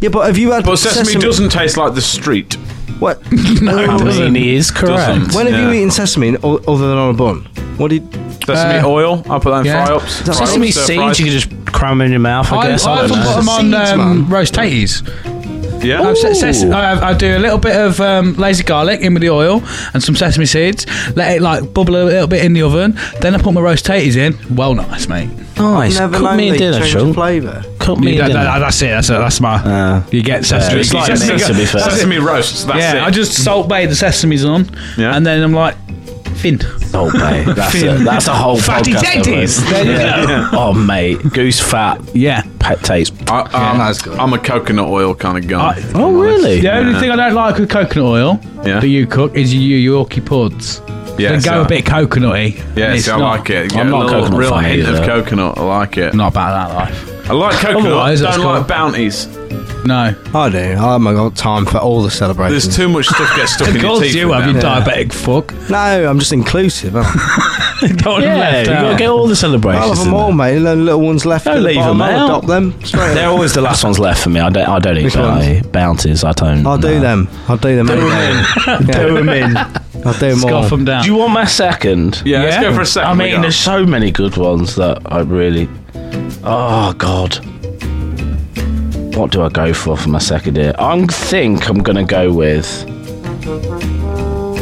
[SPEAKER 5] Yeah, but have you had?
[SPEAKER 4] But sesame, doesn't taste like the street.
[SPEAKER 5] What?
[SPEAKER 7] I mean, he is correct.
[SPEAKER 4] Doesn't.
[SPEAKER 5] When have you
[SPEAKER 4] Yeah.
[SPEAKER 5] eaten sesame o- other than on a bun? What did?
[SPEAKER 4] Sesame
[SPEAKER 3] Uh,
[SPEAKER 4] oil. I put that in
[SPEAKER 3] yeah.
[SPEAKER 4] fry ups.
[SPEAKER 7] Sesame seeds, you can just cram in your mouth. I,
[SPEAKER 3] I, I,
[SPEAKER 7] guess. I,
[SPEAKER 3] often
[SPEAKER 7] don't
[SPEAKER 3] put
[SPEAKER 7] know.
[SPEAKER 3] them on
[SPEAKER 5] Seeds,
[SPEAKER 3] um,
[SPEAKER 5] man.
[SPEAKER 3] roast tatties.
[SPEAKER 4] Yeah.
[SPEAKER 3] I've se- ses- I, have, I do a little bit of um, lazy garlic in with the oil and some sesame seeds. Let it like bubble a little bit in the oven. Then I put my roast tatties in. Well, nice, mate.
[SPEAKER 7] Nice.
[SPEAKER 5] Never
[SPEAKER 7] Cook
[SPEAKER 5] known
[SPEAKER 7] me a
[SPEAKER 5] they
[SPEAKER 7] dinner,
[SPEAKER 5] change
[SPEAKER 7] Sean.
[SPEAKER 5] flavour.
[SPEAKER 7] Cook me a
[SPEAKER 3] That- that-
[SPEAKER 7] dinner.
[SPEAKER 3] that's it. That's it. That's my. you get sesame.
[SPEAKER 7] Uh, it's like
[SPEAKER 3] sesame-
[SPEAKER 7] me, to be fair.
[SPEAKER 4] Sesame roasts.
[SPEAKER 3] [LAUGHS]
[SPEAKER 4] That's
[SPEAKER 3] yeah,
[SPEAKER 4] it.
[SPEAKER 3] I just salt bay the sesame's on,
[SPEAKER 4] Yeah.
[SPEAKER 3] and then I'm like, Finn.
[SPEAKER 7] Oh, mate. That's, a, that's a whole
[SPEAKER 3] Fatty
[SPEAKER 7] podcast of
[SPEAKER 3] teddies.
[SPEAKER 7] it.
[SPEAKER 3] There you
[SPEAKER 7] Yeah. [LAUGHS] Oh, mate. Goose fat.
[SPEAKER 3] Yeah.
[SPEAKER 7] Pet taste.
[SPEAKER 4] I, um, I'm a coconut oil kind of guy.
[SPEAKER 7] Oh, really?
[SPEAKER 3] The only thing I don't like with coconut oil
[SPEAKER 4] Yeah.
[SPEAKER 3] that you cook is your Yorkie puds.
[SPEAKER 4] Yeah,
[SPEAKER 3] they
[SPEAKER 4] see,
[SPEAKER 3] go
[SPEAKER 4] I-
[SPEAKER 3] a bit coconutty.
[SPEAKER 4] Yeah,
[SPEAKER 3] and
[SPEAKER 4] see, I like it.
[SPEAKER 7] I'm
[SPEAKER 4] Yeah,
[SPEAKER 7] not
[SPEAKER 4] a
[SPEAKER 7] a
[SPEAKER 4] little
[SPEAKER 7] coconut
[SPEAKER 4] real
[SPEAKER 7] fan
[SPEAKER 4] hint
[SPEAKER 7] either.
[SPEAKER 4] of coconut. I like it.
[SPEAKER 3] Not about that life.
[SPEAKER 4] I like coconut.
[SPEAKER 3] Otherwise,
[SPEAKER 4] don't
[SPEAKER 3] that's cool.
[SPEAKER 4] like bounties.
[SPEAKER 3] No.
[SPEAKER 5] I do. I haven't got time for all the celebrations.
[SPEAKER 4] There's too much stuff gets stuck in
[SPEAKER 3] Of
[SPEAKER 4] your
[SPEAKER 3] course
[SPEAKER 4] teeth.
[SPEAKER 3] you
[SPEAKER 4] with
[SPEAKER 3] have, you
[SPEAKER 4] that.
[SPEAKER 3] diabetic fuck. [LAUGHS]
[SPEAKER 5] no, I'm just inclusive. aren't I?
[SPEAKER 3] Don't want them
[SPEAKER 7] Yeah,
[SPEAKER 3] left
[SPEAKER 7] you got to
[SPEAKER 3] out.
[SPEAKER 7] get all the celebrations.
[SPEAKER 5] I'll have
[SPEAKER 7] in
[SPEAKER 5] them all,
[SPEAKER 7] there.
[SPEAKER 5] mate. And then little ones left.
[SPEAKER 7] Don't
[SPEAKER 5] at the
[SPEAKER 7] leave
[SPEAKER 5] bottom,
[SPEAKER 7] them
[SPEAKER 5] I'll
[SPEAKER 7] out.
[SPEAKER 5] adopt them. Straight
[SPEAKER 7] They're
[SPEAKER 5] up.
[SPEAKER 7] always the last ones left for me. I don't, I don't eat
[SPEAKER 5] Which ones? Oh,
[SPEAKER 7] bounty- bounties. I don't.
[SPEAKER 5] I'll do
[SPEAKER 7] no.
[SPEAKER 5] them. I'll do them. Do
[SPEAKER 7] Do them in.
[SPEAKER 5] I'll do them all.
[SPEAKER 3] Scoff them down.
[SPEAKER 7] Do you want my second?
[SPEAKER 4] Yeah, let's go for a second.
[SPEAKER 7] I
[SPEAKER 4] we
[SPEAKER 7] mean,
[SPEAKER 4] got.
[SPEAKER 7] there's so many good ones that I really. Oh God. What do I go for for my second year? I think I'm gonna go with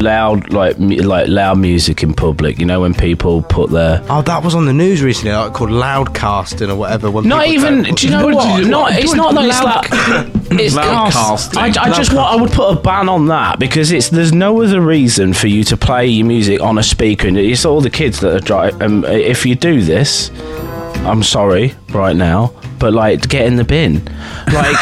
[SPEAKER 7] loud, like mu- like loud music in public. You know when people put their
[SPEAKER 5] Oh, that was on the news recently, like called Loudcasting or whatever. when
[SPEAKER 7] not
[SPEAKER 5] people
[SPEAKER 7] even.
[SPEAKER 5] don't-
[SPEAKER 7] Do you know what? Not it's not that it's like [LAUGHS] it's
[SPEAKER 4] Loud
[SPEAKER 7] cast. I,
[SPEAKER 4] casting.
[SPEAKER 7] I just want. I would put a ban on that because it's there's no other reason for you to play your music on a speaker. And it's all the kids that are driving. Um, if you do this, I'm sorry right now, but like get in the bin.
[SPEAKER 5] [LAUGHS]
[SPEAKER 7] Like,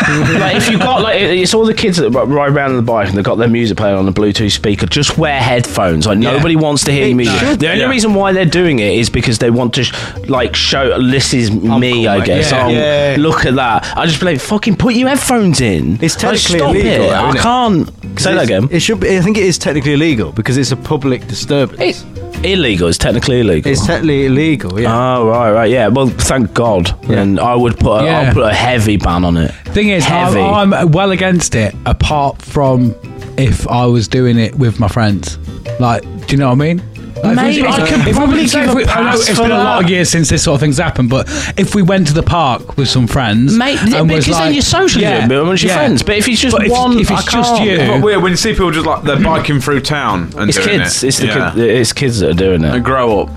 [SPEAKER 7] like if you got like it- it's all the kids that ri- ride around on the bike and they've got their music playing on the Bluetooth speaker. Just wear headphones. Like nobody wants to hear your music. The only
[SPEAKER 4] Yeah.
[SPEAKER 7] reason why they're doing it is because they want to sh- like show this is me. I guess.
[SPEAKER 3] Yeah.
[SPEAKER 7] Oh,
[SPEAKER 5] Yeah.
[SPEAKER 7] Look at that. I just be like fucking put your headphones in.
[SPEAKER 5] It's
[SPEAKER 7] Like,
[SPEAKER 5] technically
[SPEAKER 7] stop
[SPEAKER 5] illegal,
[SPEAKER 7] it.
[SPEAKER 5] though,
[SPEAKER 7] I
[SPEAKER 5] isn't it?
[SPEAKER 7] can't say that
[SPEAKER 5] It's-
[SPEAKER 7] again.
[SPEAKER 5] It should be. I think it is technically illegal because it's a public disturbance.
[SPEAKER 7] It's illegal. It's technically illegal.
[SPEAKER 5] It's technically illegal. Yeah.
[SPEAKER 7] Oh right, right, yeah. Well, thank God. And I would put, a,
[SPEAKER 3] Yeah.
[SPEAKER 7] I'll put a heavy ban on it.
[SPEAKER 3] Thing is,
[SPEAKER 7] Heavy.
[SPEAKER 3] I'm, I'm well against it, apart from if I was doing it with my friends. Like, do you know what I mean? Like,
[SPEAKER 7] Mate,
[SPEAKER 3] if we-
[SPEAKER 7] I
[SPEAKER 3] if-
[SPEAKER 7] could
[SPEAKER 3] if we-
[SPEAKER 7] probably
[SPEAKER 3] if
[SPEAKER 7] give a
[SPEAKER 3] we- I know
[SPEAKER 7] pass
[SPEAKER 3] It's been
[SPEAKER 7] for
[SPEAKER 3] a lot of
[SPEAKER 7] that.
[SPEAKER 3] years since this sort of thing's happened, but if we went to the park with some friends,
[SPEAKER 7] Mate,
[SPEAKER 3] and was
[SPEAKER 7] because
[SPEAKER 3] like-
[SPEAKER 7] then you're socially
[SPEAKER 3] Yeah,
[SPEAKER 7] with amongst your
[SPEAKER 3] yeah.
[SPEAKER 7] friends. But if it's just
[SPEAKER 3] But if-
[SPEAKER 7] one,
[SPEAKER 3] if
[SPEAKER 7] I
[SPEAKER 3] it's just
[SPEAKER 7] can't.
[SPEAKER 3] you-
[SPEAKER 4] But weird when you see people just like they're biking through town and
[SPEAKER 7] it's
[SPEAKER 4] doing
[SPEAKER 7] kids.
[SPEAKER 4] it.
[SPEAKER 7] It's the
[SPEAKER 4] yeah.
[SPEAKER 7] kid, it's kids that are doing it.
[SPEAKER 4] And grow up.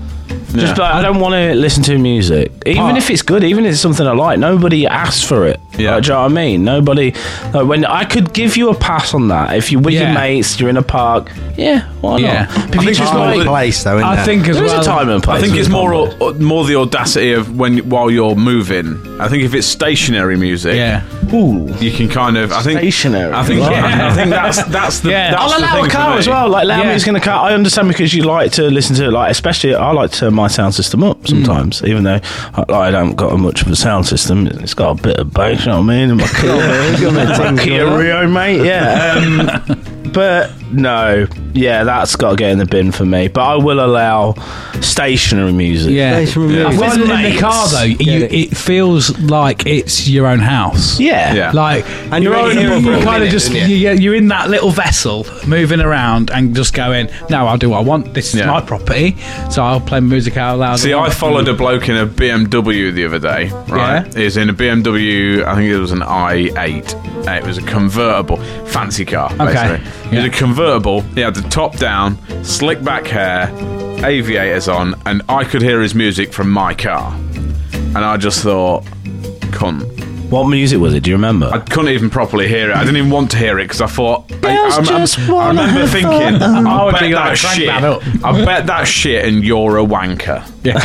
[SPEAKER 7] Just like, I don't want to listen to music, even
[SPEAKER 3] Part-
[SPEAKER 7] if it's good, even if it's something I like. Nobody asks for it.
[SPEAKER 4] Yeah.
[SPEAKER 7] Like, do you know what I mean? Nobody. Like, when I could give you a pass on that if you're with
[SPEAKER 3] Yeah.
[SPEAKER 7] your mates, you're in a park. Yeah, why
[SPEAKER 3] Yeah.
[SPEAKER 7] not? But if you
[SPEAKER 4] think
[SPEAKER 7] just
[SPEAKER 4] it's
[SPEAKER 7] like,
[SPEAKER 4] all-
[SPEAKER 5] place though. Isn't
[SPEAKER 3] I
[SPEAKER 5] it?
[SPEAKER 3] think as
[SPEAKER 7] there is
[SPEAKER 3] well.
[SPEAKER 7] a time and place.
[SPEAKER 4] I think
[SPEAKER 7] for
[SPEAKER 4] it's
[SPEAKER 7] the
[SPEAKER 4] more
[SPEAKER 7] combo.
[SPEAKER 4] au- more the audacity of when while you're moving. I think if it's stationary music,
[SPEAKER 3] Yeah.
[SPEAKER 4] you can kind of. I think
[SPEAKER 7] Stationary.
[SPEAKER 4] I think
[SPEAKER 7] Yeah.
[SPEAKER 4] I think that's that's the.
[SPEAKER 3] Yeah.
[SPEAKER 4] That's
[SPEAKER 7] I'll
[SPEAKER 4] the
[SPEAKER 7] allow
[SPEAKER 4] thing
[SPEAKER 7] a
[SPEAKER 4] for
[SPEAKER 7] car
[SPEAKER 4] me.
[SPEAKER 7] as well. Like, allow
[SPEAKER 3] Yeah.
[SPEAKER 7] me music in a car. I understand because you like to listen to it. Like, especially I like to turn my sound system
[SPEAKER 4] Mm.
[SPEAKER 7] up sometimes, even though I, I don't got much of a sound system. It's got a bit of
[SPEAKER 4] [LAUGHS]
[SPEAKER 7] bass. You know what I mean? In my car,
[SPEAKER 5] Yeah,
[SPEAKER 4] [LAUGHS]
[SPEAKER 7] Kia Rio, mate. Yeah. Um, but no, yeah, that's got to get in the bin for me. But I will allow stationary music.
[SPEAKER 3] Yeah.
[SPEAKER 5] Yeah.
[SPEAKER 7] With
[SPEAKER 3] Rather than in the
[SPEAKER 7] mates.
[SPEAKER 3] car though, you, it feels like it's your own house.
[SPEAKER 7] Yeah.
[SPEAKER 4] Yeah.
[SPEAKER 3] Like
[SPEAKER 5] And
[SPEAKER 3] you're,
[SPEAKER 5] you're in a
[SPEAKER 3] you-
[SPEAKER 5] bubble,
[SPEAKER 3] you kind
[SPEAKER 5] innit,
[SPEAKER 3] of just
[SPEAKER 5] isn't it?
[SPEAKER 3] you, you're in that little vessel moving around and just going. No, I'll do what I want. This is
[SPEAKER 4] Yeah.
[SPEAKER 3] my property, so I'll play music out loud.
[SPEAKER 4] See, I
[SPEAKER 3] want.
[SPEAKER 4] followed a bloke in a BMW the other day, right?
[SPEAKER 3] Yeah.
[SPEAKER 4] He was in a BMW, I think it was an i8. Uh, It was a convertible, fancy car,
[SPEAKER 3] Okay.
[SPEAKER 4] basically. It was
[SPEAKER 3] Yeah.
[SPEAKER 4] a convertible. He had the top down, slick back hair, aviators on, and I could hear his music from my car. And I just thought, cunt.
[SPEAKER 7] What music was it? Do you remember?
[SPEAKER 4] I couldn't even properly hear it. I didn't even want to hear it because I thought. I, I, I'm-
[SPEAKER 7] just
[SPEAKER 4] I remember thinking,
[SPEAKER 3] I
[SPEAKER 4] I
[SPEAKER 3] would
[SPEAKER 4] bet
[SPEAKER 3] be like, Oh,
[SPEAKER 4] that
[SPEAKER 3] "Crank
[SPEAKER 4] shit.
[SPEAKER 3] that up."
[SPEAKER 4] I bet that shit, and you're a wanker.
[SPEAKER 3] Yeah.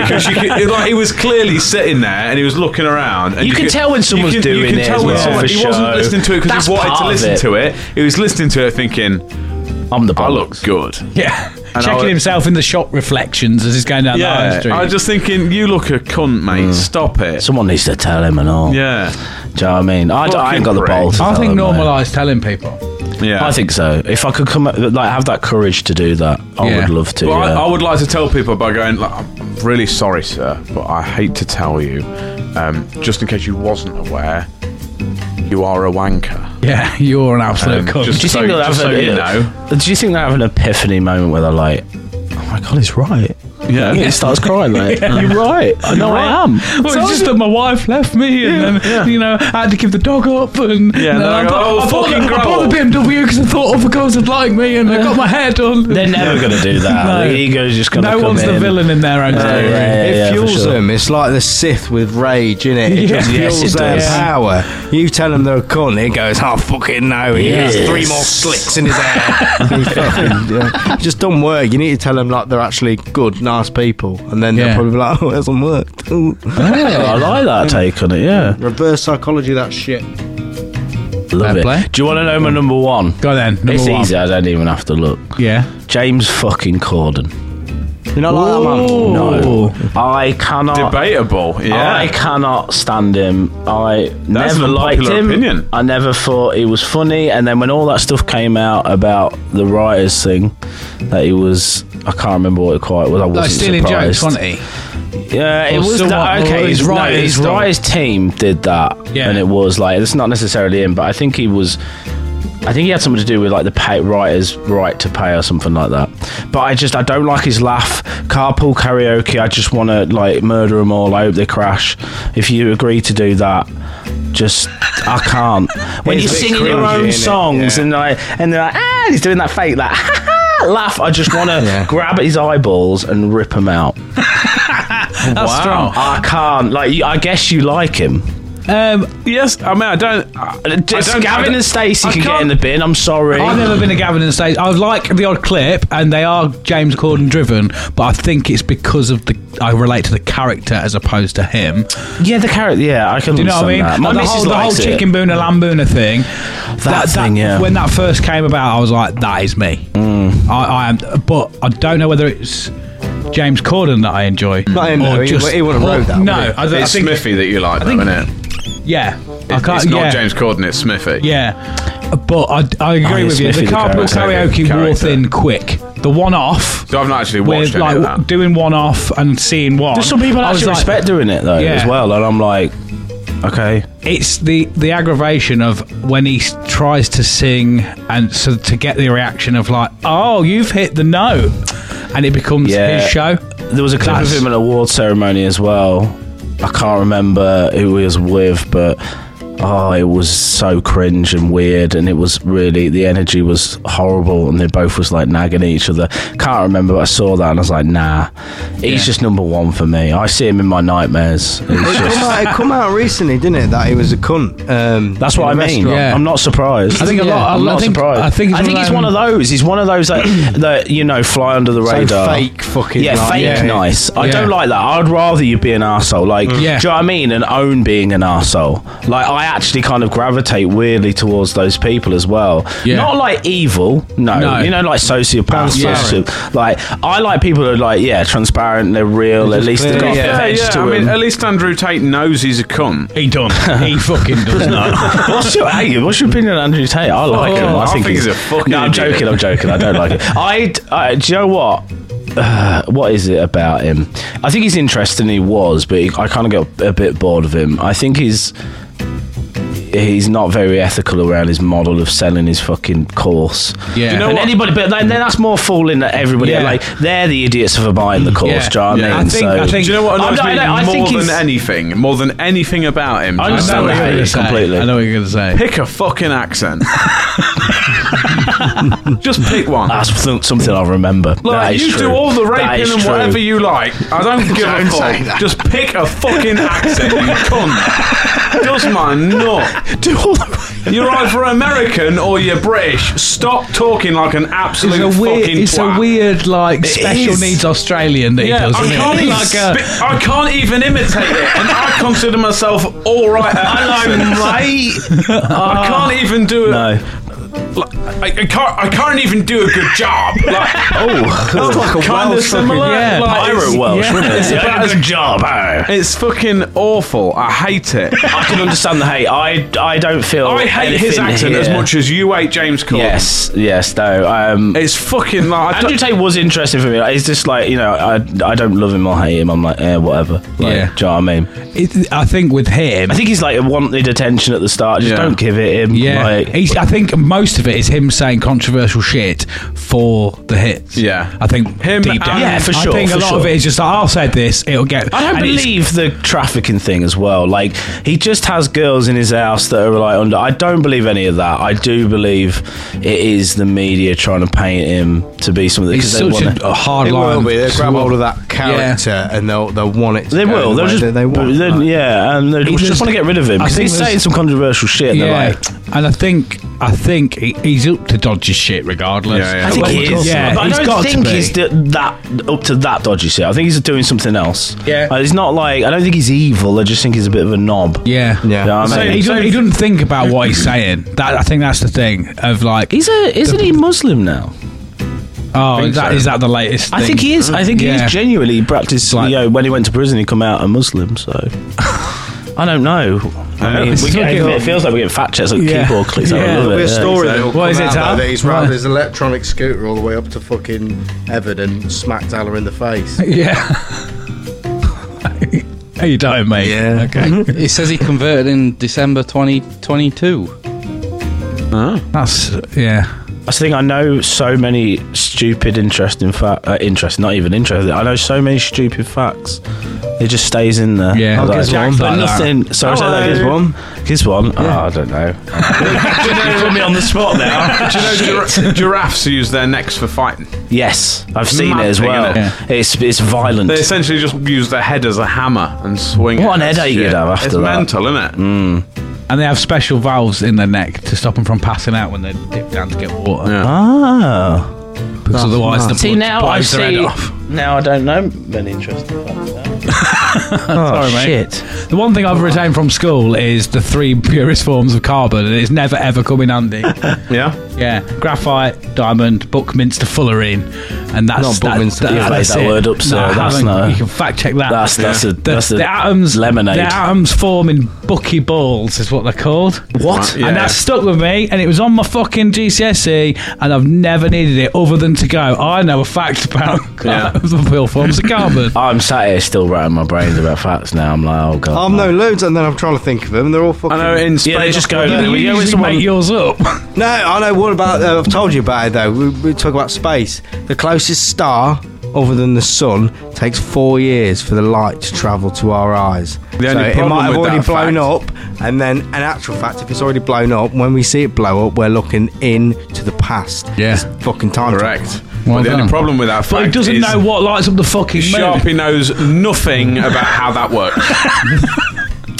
[SPEAKER 4] [LAUGHS] because you could, like, he was clearly sitting there and he was looking around. And
[SPEAKER 7] You can
[SPEAKER 4] could-
[SPEAKER 7] tell when someone's
[SPEAKER 4] you can,
[SPEAKER 7] doing
[SPEAKER 4] you can
[SPEAKER 7] it
[SPEAKER 4] tell
[SPEAKER 7] as
[SPEAKER 4] when
[SPEAKER 7] well.
[SPEAKER 4] someone-
[SPEAKER 7] For
[SPEAKER 4] he wasn't
[SPEAKER 7] show.
[SPEAKER 4] listening to it because
[SPEAKER 7] That's
[SPEAKER 4] he wanted
[SPEAKER 7] part
[SPEAKER 4] to
[SPEAKER 7] of
[SPEAKER 4] listen
[SPEAKER 7] it.
[SPEAKER 4] to it. He was listening to it thinking,
[SPEAKER 7] I'm the
[SPEAKER 4] "I
[SPEAKER 7] bollocks.
[SPEAKER 4] look good."
[SPEAKER 3] Yeah,
[SPEAKER 4] [LAUGHS] And
[SPEAKER 3] checking
[SPEAKER 4] I-
[SPEAKER 3] himself in the shop reflections as he's going down the high
[SPEAKER 4] Yeah,
[SPEAKER 3] street.
[SPEAKER 4] I was just thinking, "You look a cunt, mate.
[SPEAKER 7] Mm.
[SPEAKER 4] Stop it."
[SPEAKER 7] Someone needs to tell him and all.
[SPEAKER 4] Yeah,
[SPEAKER 7] Do you know what I mean? I, don't- I ain't got the
[SPEAKER 4] Fucking
[SPEAKER 7] balls. to
[SPEAKER 3] I
[SPEAKER 7] tell
[SPEAKER 3] think
[SPEAKER 7] him, mate.
[SPEAKER 3] normalise telling people.
[SPEAKER 4] yeah.
[SPEAKER 7] I think so. If I could come, like, have that courage to do that, I
[SPEAKER 3] Yeah.
[SPEAKER 7] would love to.
[SPEAKER 4] Well,
[SPEAKER 7] yeah.
[SPEAKER 4] I, I would like to tell people by going, like, I'm really sorry, sir, but I hate to tell you, um, just in case you wasn't aware, you are a wanker.
[SPEAKER 3] Yeah, [LAUGHS] you're an absolute
[SPEAKER 4] Um,
[SPEAKER 3] cunt.
[SPEAKER 4] just-
[SPEAKER 7] do you
[SPEAKER 4] so-
[SPEAKER 7] think they'll have
[SPEAKER 4] just so
[SPEAKER 7] an, e-
[SPEAKER 4] you know.
[SPEAKER 7] Do you think they have an epiphany moment where they're like, "Oh my god, he's right."
[SPEAKER 4] Yeah.
[SPEAKER 7] He starts crying like, "You're right. I know I am."
[SPEAKER 3] Well,
[SPEAKER 7] So
[SPEAKER 3] it's just that my wife left me, and then you know I had to give the dog up, and
[SPEAKER 4] Yeah,
[SPEAKER 3] and
[SPEAKER 4] they're
[SPEAKER 3] I,
[SPEAKER 4] like,
[SPEAKER 3] bought,
[SPEAKER 4] "Oh,
[SPEAKER 3] I, bought the,
[SPEAKER 4] fucking
[SPEAKER 3] I bought the BMW because I thought other girls would like me, and I got my hair done.
[SPEAKER 7] they're never going to do
[SPEAKER 3] [LAUGHS]
[SPEAKER 7] that.
[SPEAKER 3] No.
[SPEAKER 7] The ego's just going to
[SPEAKER 3] no
[SPEAKER 7] come
[SPEAKER 3] one's
[SPEAKER 7] in.
[SPEAKER 3] the villain in their own
[SPEAKER 7] Yeah,
[SPEAKER 3] story.
[SPEAKER 7] yeah,
[SPEAKER 5] It
[SPEAKER 7] yeah, for
[SPEAKER 5] fuels
[SPEAKER 7] sure.
[SPEAKER 5] them. It's like the Sith with rage, innit?
[SPEAKER 7] [LAUGHS]
[SPEAKER 5] It just
[SPEAKER 7] Yes,
[SPEAKER 5] fuels
[SPEAKER 7] it
[SPEAKER 5] their
[SPEAKER 7] does.
[SPEAKER 5] power. You tell them they're a cunt, it goes, oh, fucking no. He has
[SPEAKER 7] Yes.
[SPEAKER 5] three more slicks in his hair.
[SPEAKER 7] [LAUGHS]
[SPEAKER 5] He fucking, yeah. It Just don't work. You need to tell them like they're actually good, nice people. And then
[SPEAKER 3] Yeah.
[SPEAKER 5] they'll probably be like, oh, it hasn't worked. Ooh.
[SPEAKER 7] Yeah, I like that take on it. Yeah,
[SPEAKER 5] Reverse psychology, that shit.
[SPEAKER 7] love
[SPEAKER 3] Fair
[SPEAKER 7] it.
[SPEAKER 3] play.
[SPEAKER 7] Do you want to know my number one?
[SPEAKER 3] Go then, number
[SPEAKER 7] it's
[SPEAKER 3] one.
[SPEAKER 7] easy. I don't even have to look.
[SPEAKER 3] Yeah,
[SPEAKER 7] James fucking Corden.
[SPEAKER 5] You know, like that man.
[SPEAKER 7] No, I cannot.
[SPEAKER 4] Debatable. Yeah.
[SPEAKER 7] I cannot stand him. I
[SPEAKER 4] That's
[SPEAKER 7] never
[SPEAKER 4] an
[SPEAKER 7] liked
[SPEAKER 4] unpopular
[SPEAKER 7] him.
[SPEAKER 4] opinion.
[SPEAKER 7] I never thought he was funny. And then when all that stuff came out about the writers thing, that he was. I can't remember what it quite was. I wasn't
[SPEAKER 3] like stealing
[SPEAKER 7] surprised.
[SPEAKER 3] jokes, wasn't he?
[SPEAKER 7] Yeah, Uh, it
[SPEAKER 3] Or
[SPEAKER 7] was
[SPEAKER 3] someone-
[SPEAKER 7] that.
[SPEAKER 3] or
[SPEAKER 7] Okay,
[SPEAKER 3] his
[SPEAKER 7] his, no,
[SPEAKER 3] writers
[SPEAKER 7] his
[SPEAKER 3] done.
[SPEAKER 7] writers team did that,
[SPEAKER 3] Yeah.
[SPEAKER 7] and it was like it's not necessarily him, but I think he was. I think he had something to do with like the pay, writers' right to pay or something like that. But I just I don't like his laugh. Carpool karaoke. I just want to like murder them all. I hope they crash. If you agree to do that, just I can't. When
[SPEAKER 5] It's
[SPEAKER 7] you're
[SPEAKER 5] a bit
[SPEAKER 7] singing your
[SPEAKER 5] cringy,
[SPEAKER 7] own
[SPEAKER 5] isn't it?
[SPEAKER 7] songs
[SPEAKER 5] Yeah.
[SPEAKER 7] and like and they're like ah, and he's doing that fake like laugh. I just want to
[SPEAKER 5] Yeah.
[SPEAKER 7] grab his eyeballs and rip them out.
[SPEAKER 3] That's strong.
[SPEAKER 7] I can't. Like, you- I guess you like him.
[SPEAKER 3] Um,
[SPEAKER 4] yes. I mean, I don't. I,
[SPEAKER 7] Just
[SPEAKER 4] don't- I
[SPEAKER 7] Gavin
[SPEAKER 4] don't-
[SPEAKER 7] and Stacey
[SPEAKER 4] I
[SPEAKER 7] can get
[SPEAKER 4] can't-
[SPEAKER 7] in the bin. I'm sorry.
[SPEAKER 3] I've never been a Gavin and Stacey. I've liked the odd clip, and they are James Corden driven, but I think it's because of the I relate to the character as opposed to him.
[SPEAKER 7] yeah, the character. Yeah, I can.
[SPEAKER 3] Do you know what I mean?
[SPEAKER 7] That. My
[SPEAKER 3] Like the
[SPEAKER 7] missus
[SPEAKER 3] whole, the whole
[SPEAKER 7] likes it.
[SPEAKER 3] chicken boona lamboona thing. That,
[SPEAKER 7] thing, yeah.
[SPEAKER 3] When that first came about, I was like, that is me. I, I am, but I don't know whether it's James Corden that I enjoy.
[SPEAKER 5] Not him, though. He- he wouldn't have wrote that,
[SPEAKER 3] No,
[SPEAKER 5] would he?
[SPEAKER 3] I, th- I
[SPEAKER 4] It's
[SPEAKER 3] think.
[SPEAKER 4] Smithy that you like,
[SPEAKER 3] think-
[SPEAKER 4] though, isn't it?
[SPEAKER 3] Yeah, I
[SPEAKER 4] It's,
[SPEAKER 3] can't.
[SPEAKER 4] it's not
[SPEAKER 3] yeah,
[SPEAKER 4] James Corden. It's Smithy.
[SPEAKER 3] Yeah, but I, I agree
[SPEAKER 7] yeah,
[SPEAKER 3] with you. The
[SPEAKER 7] Smithy the
[SPEAKER 3] carpool
[SPEAKER 4] character.
[SPEAKER 3] karaoke wore
[SPEAKER 4] Character.
[SPEAKER 3] thin quick. The one off.
[SPEAKER 4] So I've not actually
[SPEAKER 3] With
[SPEAKER 4] watched any of
[SPEAKER 3] like
[SPEAKER 4] that.
[SPEAKER 3] doing one off and seeing one.
[SPEAKER 7] There's some people
[SPEAKER 3] I was
[SPEAKER 7] actually
[SPEAKER 3] like,
[SPEAKER 7] respect doing it though
[SPEAKER 3] Yeah.
[SPEAKER 7] as well, and I'm like, okay.
[SPEAKER 3] it's the the aggravation of when he s- tries to sing and so to get the reaction of like oh you've hit the note and it becomes
[SPEAKER 7] Yeah.
[SPEAKER 3] his show
[SPEAKER 7] There was a clip
[SPEAKER 3] That's-
[SPEAKER 7] of him at an award ceremony as well. I can't remember who he was with, but oh, it was so cringe and weird, and it was really the energy was horrible, and they both was like nagging at each other. Can't remember, but I saw that and I was like, nah, he's just number one for me. I see him in my [LAUGHS] nightmares. He's
[SPEAKER 5] It
[SPEAKER 7] just-
[SPEAKER 5] come, out, it come out recently, didn't it? That he was a cunt. Um,
[SPEAKER 7] that's
[SPEAKER 5] in
[SPEAKER 7] what I
[SPEAKER 5] a
[SPEAKER 7] mean.
[SPEAKER 5] restaurant.
[SPEAKER 3] Yeah.
[SPEAKER 7] I'm not surprised.
[SPEAKER 3] I think a lot- a
[SPEAKER 7] I'm
[SPEAKER 3] lot-
[SPEAKER 7] not
[SPEAKER 3] I think-
[SPEAKER 7] surprised.
[SPEAKER 3] I think he's
[SPEAKER 7] I think
[SPEAKER 3] one of
[SPEAKER 7] he's one of those. He's one of
[SPEAKER 3] [CLEARS THROAT]
[SPEAKER 7] those that, that you know fly under the
[SPEAKER 5] So
[SPEAKER 7] radar.
[SPEAKER 5] fake fucking.
[SPEAKER 7] yeah,
[SPEAKER 5] like,
[SPEAKER 7] fake nice. I
[SPEAKER 3] Yeah. Mm.
[SPEAKER 7] don't like that. I'd rather you be an asshole. Like,
[SPEAKER 3] Yeah.
[SPEAKER 7] do you know what I mean? And own being an asshole. Like, I actually kind of gravitate weirdly towards those people as well.
[SPEAKER 3] Yeah.
[SPEAKER 7] Not like evil, no.
[SPEAKER 3] No.
[SPEAKER 7] You know, like sociopaths.
[SPEAKER 3] Yeah.
[SPEAKER 7] soci- Like I like people who are like, yeah, transparent. They're real. at least they've got
[SPEAKER 4] yeah,
[SPEAKER 7] a edge
[SPEAKER 4] yeah,
[SPEAKER 7] to
[SPEAKER 4] I mean,
[SPEAKER 7] them.
[SPEAKER 4] at least Andrew Tate knows he's a cunt.
[SPEAKER 3] He done. He fucking does not.
[SPEAKER 7] what's your hey, what's your opinion on Andrew Tate? I like him.
[SPEAKER 4] I
[SPEAKER 7] I think,
[SPEAKER 4] think he's a fucking
[SPEAKER 7] No, I'm
[SPEAKER 4] idiot.
[SPEAKER 7] joking. I'm joking. I don't like
[SPEAKER 4] [LAUGHS]
[SPEAKER 7] it. I, I do you know what? Uh, what is it about him? I think he's interesting. He was, but he, I kind of got a bit bored of him. I think he's he's not very ethical around his model of selling his fucking course.
[SPEAKER 3] Yeah.
[SPEAKER 7] you know
[SPEAKER 3] And
[SPEAKER 7] what? anybody, but then, that's more fooling that everybody.
[SPEAKER 3] Yeah.
[SPEAKER 7] Like they're the idiots for buying the course.
[SPEAKER 3] Yeah.
[SPEAKER 7] Do you know
[SPEAKER 3] Yeah.
[SPEAKER 7] what I
[SPEAKER 3] I
[SPEAKER 7] mean?
[SPEAKER 3] think-
[SPEAKER 7] so,
[SPEAKER 3] I think-
[SPEAKER 4] Do you know what
[SPEAKER 7] I'm
[SPEAKER 4] annoys
[SPEAKER 7] not- I
[SPEAKER 4] me
[SPEAKER 7] know- I
[SPEAKER 4] more
[SPEAKER 7] think
[SPEAKER 4] than
[SPEAKER 7] he's-
[SPEAKER 4] anything? More than anything about him.
[SPEAKER 7] I
[SPEAKER 3] I
[SPEAKER 7] understand
[SPEAKER 3] know what
[SPEAKER 7] that.
[SPEAKER 3] you're
[SPEAKER 7] Yeah,
[SPEAKER 3] gonna say.
[SPEAKER 7] completely.
[SPEAKER 3] I know what you're going to say.
[SPEAKER 4] Pick a fucking accent. [LAUGHS] Just pick one.
[SPEAKER 7] that's th- something I'll remember. That
[SPEAKER 4] Like,
[SPEAKER 7] is
[SPEAKER 4] you
[SPEAKER 7] true.
[SPEAKER 4] do all the
[SPEAKER 7] That
[SPEAKER 4] raping
[SPEAKER 7] is
[SPEAKER 4] and
[SPEAKER 7] true.
[SPEAKER 4] whatever you like. I
[SPEAKER 7] [LAUGHS]
[SPEAKER 4] don't give a
[SPEAKER 5] say that.
[SPEAKER 4] fuck. Just pick a fucking accent, you cunt. Does my nut.
[SPEAKER 7] do all the
[SPEAKER 4] You're either American or you're British. Stop talking like an absolute
[SPEAKER 3] It's a weird,
[SPEAKER 4] fucking
[SPEAKER 3] it's
[SPEAKER 4] twat.
[SPEAKER 3] a weird like special
[SPEAKER 7] is.
[SPEAKER 3] needs Australian that
[SPEAKER 4] Yeah,
[SPEAKER 3] he does.
[SPEAKER 4] I
[SPEAKER 3] isn't it?
[SPEAKER 4] can't, even
[SPEAKER 3] Like uh, a-
[SPEAKER 4] spe- I can't even imitate it, and I consider myself all right at accents. [LAUGHS] I can't even do it.
[SPEAKER 7] No.
[SPEAKER 4] Like, I, I can't. I can't even do a good job. Like,
[SPEAKER 7] Oh,
[SPEAKER 4] it's like kind of similar.
[SPEAKER 3] yeah,
[SPEAKER 4] like,
[SPEAKER 7] pirate
[SPEAKER 4] it's-
[SPEAKER 7] Welsh,
[SPEAKER 3] yeah.
[SPEAKER 7] wouldn't it?
[SPEAKER 4] It's
[SPEAKER 7] Yeah,
[SPEAKER 4] about as-
[SPEAKER 7] good job. eh?
[SPEAKER 4] It's fucking awful. I hate
[SPEAKER 7] [LAUGHS]
[SPEAKER 4] it.
[SPEAKER 7] I can understand the hate. I, I don't feel.
[SPEAKER 4] I hate his
[SPEAKER 7] anything
[SPEAKER 4] accent as
[SPEAKER 7] here.
[SPEAKER 4] much as you hate James Corden.
[SPEAKER 7] Yes, yes, no. Um,
[SPEAKER 4] It's fucking like. I
[SPEAKER 7] Andrew
[SPEAKER 4] don't-
[SPEAKER 7] Tate was interesting for me. Like, it's just like you know, I, I don't love him or hate him. I'm like, eh, whatever. Like,
[SPEAKER 3] Yeah.
[SPEAKER 7] Do you know what I mean?
[SPEAKER 3] it- I think with him,
[SPEAKER 7] I think he's like wanted attention at the start. Just
[SPEAKER 4] Yeah.
[SPEAKER 7] don't give it him.
[SPEAKER 3] yeah,
[SPEAKER 7] Like,
[SPEAKER 3] he's, I think most of it is him saying controversial shit for the hits.
[SPEAKER 4] Yeah.
[SPEAKER 3] I think
[SPEAKER 4] Him
[SPEAKER 3] deep down,
[SPEAKER 4] and-
[SPEAKER 7] Yeah, for
[SPEAKER 3] I
[SPEAKER 7] sure,
[SPEAKER 3] think a
[SPEAKER 7] for
[SPEAKER 3] lot
[SPEAKER 7] sure.
[SPEAKER 3] of it is just like, I'll say this, it'll get.
[SPEAKER 7] I don't
[SPEAKER 3] and it's-
[SPEAKER 7] believe the trafficking thing as well. Like he just has girls in his house that are like under. I don't believe any of that. I do believe it is the media trying to paint him to be something
[SPEAKER 3] It's
[SPEAKER 7] because they
[SPEAKER 3] such
[SPEAKER 7] want.
[SPEAKER 3] a, a hard
[SPEAKER 5] It will
[SPEAKER 3] line.
[SPEAKER 5] be. They'll grab hold of that character and they'll they'll want it. To
[SPEAKER 7] They
[SPEAKER 5] go
[SPEAKER 7] will.
[SPEAKER 5] the
[SPEAKER 7] They'll
[SPEAKER 5] way
[SPEAKER 7] just.
[SPEAKER 5] that
[SPEAKER 7] They
[SPEAKER 5] they want.
[SPEAKER 7] will. Yeah, and they just,
[SPEAKER 3] just-
[SPEAKER 7] want to get rid of him
[SPEAKER 3] I
[SPEAKER 7] because
[SPEAKER 3] think
[SPEAKER 7] he's
[SPEAKER 3] there's-
[SPEAKER 7] saying some controversial shit. And
[SPEAKER 3] yeah,
[SPEAKER 7] they're like.
[SPEAKER 3] and I think I think he, he's up to dodgy shit regardless.
[SPEAKER 4] Yeah, yeah.
[SPEAKER 7] I think he is.
[SPEAKER 3] Yeah,
[SPEAKER 7] but I
[SPEAKER 3] he's
[SPEAKER 7] don't
[SPEAKER 3] got to
[SPEAKER 7] think
[SPEAKER 3] be.
[SPEAKER 7] he's d- that up to that dodgy shit. I think he's doing something else.
[SPEAKER 3] Yeah.
[SPEAKER 7] Uh, he's not like. I don't think he's evil. I just think he's a bit of a knob.
[SPEAKER 3] Yeah,
[SPEAKER 5] Yeah.
[SPEAKER 7] You know what I
[SPEAKER 3] So
[SPEAKER 7] mean?
[SPEAKER 3] he doesn't, he doesn't think about what he's saying. That I think that's the thing of like,
[SPEAKER 7] he's a. Isn't he Muslim now?
[SPEAKER 3] oh, is that, is that the latest?
[SPEAKER 7] I
[SPEAKER 3] thing?
[SPEAKER 7] think he is. I think he
[SPEAKER 3] Yeah.
[SPEAKER 7] is genuinely practiced.
[SPEAKER 3] Like-
[SPEAKER 7] you know, when he went to prison, he come out a Muslim. So [LAUGHS] I don't know. I mean, we get, it feels like we get fact checks on
[SPEAKER 3] Yeah.
[SPEAKER 7] keyboard clicks.
[SPEAKER 3] Yeah.
[SPEAKER 7] I love
[SPEAKER 3] There'll
[SPEAKER 7] it.
[SPEAKER 9] Be a
[SPEAKER 7] yeah.
[SPEAKER 9] story that will
[SPEAKER 3] What
[SPEAKER 9] come
[SPEAKER 3] is it,
[SPEAKER 9] out
[SPEAKER 3] Tal?
[SPEAKER 9] though, that he's
[SPEAKER 3] What?
[SPEAKER 9] riding his electronic scooter all the way up to fucking Everton and smacked Alla in the face.
[SPEAKER 3] Yeah. [LAUGHS] How you doing, mate?
[SPEAKER 5] Yeah.
[SPEAKER 3] Okay.
[SPEAKER 8] It says he converted in December 2022.
[SPEAKER 3] That's yeah.
[SPEAKER 7] I think I know so many stupid, interesting fact. Uh, interest, not even interesting. I know so many stupid facts. It just stays in there.
[SPEAKER 3] Yeah.
[SPEAKER 7] I
[SPEAKER 3] I'll
[SPEAKER 7] was
[SPEAKER 3] give
[SPEAKER 7] like,
[SPEAKER 3] one like
[SPEAKER 7] but
[SPEAKER 3] that.
[SPEAKER 7] nothing. Sorry, say that. Give one. Give one. Oh, I don't know. [LAUGHS] you put me on the spot now.
[SPEAKER 4] Do you know gir- giraffes use their necks for fighting?
[SPEAKER 7] Yes, I've seen
[SPEAKER 4] Mad
[SPEAKER 7] it as
[SPEAKER 4] thing,
[SPEAKER 7] well.
[SPEAKER 4] innit? Yeah.
[SPEAKER 7] It's it's violent.
[SPEAKER 4] They essentially just use their head as a hammer and swing.
[SPEAKER 7] What
[SPEAKER 4] it.
[SPEAKER 7] an headache you'd
[SPEAKER 4] Shit.
[SPEAKER 7] have after
[SPEAKER 4] it's
[SPEAKER 7] that. Mm.
[SPEAKER 4] mental, isn't it?
[SPEAKER 3] And they have special valves in their neck to stop them from passing out when they dip down to get water.
[SPEAKER 4] Yeah.
[SPEAKER 7] ah.
[SPEAKER 3] Because otherwise, the
[SPEAKER 7] See
[SPEAKER 3] blood
[SPEAKER 7] now I
[SPEAKER 3] blows their head
[SPEAKER 7] see.
[SPEAKER 3] off.
[SPEAKER 7] Now I don't know many interesting facts.
[SPEAKER 3] Sorry, mate.
[SPEAKER 7] Shit.
[SPEAKER 3] The one thing I've retained from school is the three [LAUGHS] purest forms of carbon, and it's never ever come in handy.
[SPEAKER 4] [LAUGHS]
[SPEAKER 3] yeah,
[SPEAKER 4] Yeah.
[SPEAKER 3] graphite, diamond, Buckminster fullerene, and that's
[SPEAKER 5] Not Buckminster,
[SPEAKER 3] That,
[SPEAKER 7] you've made
[SPEAKER 3] that's
[SPEAKER 7] that
[SPEAKER 3] it.
[SPEAKER 7] word up, so
[SPEAKER 3] I
[SPEAKER 7] that's
[SPEAKER 3] haven't.
[SPEAKER 7] not-
[SPEAKER 3] You can fact check that.
[SPEAKER 7] That's- that's a-
[SPEAKER 3] the,
[SPEAKER 7] that's a
[SPEAKER 3] the atoms
[SPEAKER 7] lemonade.
[SPEAKER 3] The atoms form in bucky balls is what they're called.
[SPEAKER 7] What?
[SPEAKER 4] Yeah.
[SPEAKER 3] And that stuck with me, and it was on my fucking GCSE, E, and I've never needed it other than to go. I know a fact about
[SPEAKER 4] Yeah.
[SPEAKER 3] [LAUGHS] the real forms of carbon.
[SPEAKER 7] I'm sat here still writing my brains about facts now. I'm like, oh god.
[SPEAKER 5] Oh [LAUGHS] no, loads, and then I'm trying to think of them. and They're all fucking.
[SPEAKER 4] I know in space.
[SPEAKER 7] Yeah, they just go.
[SPEAKER 3] you
[SPEAKER 7] there.
[SPEAKER 3] you
[SPEAKER 7] We go with
[SPEAKER 3] usually
[SPEAKER 7] someone-
[SPEAKER 3] make yours
[SPEAKER 7] [LAUGHS]
[SPEAKER 3] up.
[SPEAKER 5] No, I know. What about? Uh, I've told you about it though. We, we talk about space. The closest star, other than the sun, takes four years for the light to travel to our eyes.
[SPEAKER 4] The only
[SPEAKER 5] so it
[SPEAKER 4] problem
[SPEAKER 5] might have
[SPEAKER 4] with
[SPEAKER 5] already
[SPEAKER 4] that
[SPEAKER 5] blown up, and then, an actual fact, if it's already blown up, when we see it blow up, we're looking into the past.
[SPEAKER 3] Yeah.
[SPEAKER 5] It's fucking time. travel.
[SPEAKER 4] Correct. but the
[SPEAKER 3] done.
[SPEAKER 4] only problem with that fact
[SPEAKER 3] But he doesn't
[SPEAKER 4] is
[SPEAKER 3] know what lights up the fucking moon.
[SPEAKER 4] Sharpie knows
[SPEAKER 7] [LAUGHS]
[SPEAKER 4] nothing about how that works.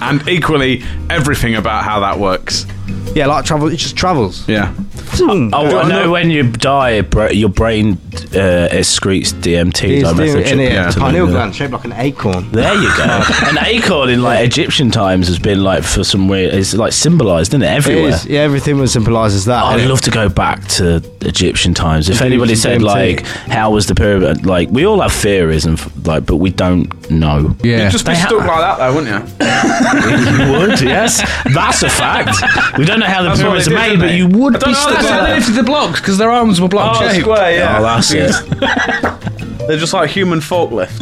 [SPEAKER 4] and equally, everything about how that works. [LAUGHS]
[SPEAKER 5] Yeah, light travel. It just travels.
[SPEAKER 4] Yeah.
[SPEAKER 7] Oh, I know when you die, br- your brain uh, excretes DMT.
[SPEAKER 5] He's doing it in
[SPEAKER 7] dimethyltryptamine.
[SPEAKER 5] a pineal gland shaped like an acorn.
[SPEAKER 7] There you go.
[SPEAKER 5] [LAUGHS]
[SPEAKER 7] An acorn in like Egyptian times has been like for some weird. It's like symbolised, isn't it?
[SPEAKER 5] It
[SPEAKER 7] Everywhere.
[SPEAKER 5] is. Yeah, everything was symbolised as that.
[SPEAKER 7] I'd
[SPEAKER 5] innit?
[SPEAKER 7] love to go back to Egyptian times. If
[SPEAKER 5] do
[SPEAKER 7] anybody
[SPEAKER 5] some
[SPEAKER 7] said
[SPEAKER 5] DMT.
[SPEAKER 7] like, "How was the pyramid?" Like we all have theories and f- like, but we don't know.
[SPEAKER 3] Yeah.
[SPEAKER 4] You'd just be
[SPEAKER 7] They ha-
[SPEAKER 4] stuck like that, though, wouldn't you?
[SPEAKER 7] you would, yes, that's a fact. We don't know how the
[SPEAKER 4] That's what
[SPEAKER 7] pyramids
[SPEAKER 4] they
[SPEAKER 7] are
[SPEAKER 4] did,
[SPEAKER 7] made,
[SPEAKER 4] didn't
[SPEAKER 7] but
[SPEAKER 4] they?
[SPEAKER 7] you would
[SPEAKER 4] I don't
[SPEAKER 7] be
[SPEAKER 4] know,
[SPEAKER 7] stuck.
[SPEAKER 4] that's how
[SPEAKER 3] They lifted the blocks because their arms were block
[SPEAKER 4] Oh,
[SPEAKER 3] shaped.
[SPEAKER 4] square, yeah.
[SPEAKER 7] Oh, that's it.
[SPEAKER 4] They're just like human forklifts.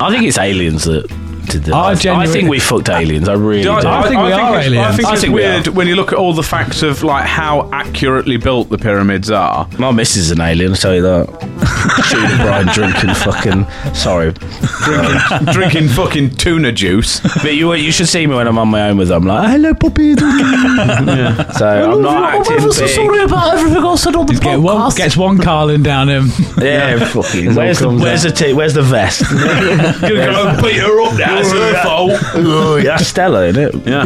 [SPEAKER 7] I think it's aliens that did that.
[SPEAKER 3] I
[SPEAKER 7] I, I
[SPEAKER 3] genuinely-
[SPEAKER 7] think we fucked aliens. I really do.
[SPEAKER 3] I think we are
[SPEAKER 4] it's, I
[SPEAKER 3] aliens.
[SPEAKER 4] think
[SPEAKER 7] I
[SPEAKER 4] it's
[SPEAKER 7] think we
[SPEAKER 4] weird
[SPEAKER 7] are.
[SPEAKER 4] when you look at all the facts of like how accurately built the pyramids are.
[SPEAKER 7] My missus is an alien, I'll tell you that. Shooting Brian drinking fucking. Sorry.
[SPEAKER 4] Drinking, drinking fucking tuna [LAUGHS] juice.
[SPEAKER 7] But you you should see me when I'm on my own with them. Like, hello, puppy. So I'm not acting big.
[SPEAKER 6] about everything I said on the
[SPEAKER 3] Get one, gets one Carlin down
[SPEAKER 7] [LAUGHS]
[SPEAKER 3] him.
[SPEAKER 7] Yeah, fucking. Where's the, where's, the t- where's the [LAUGHS] vest?
[SPEAKER 4] Gonna go beat her up. That's her fault.
[SPEAKER 7] That's Stella, isn't it?
[SPEAKER 4] Yeah.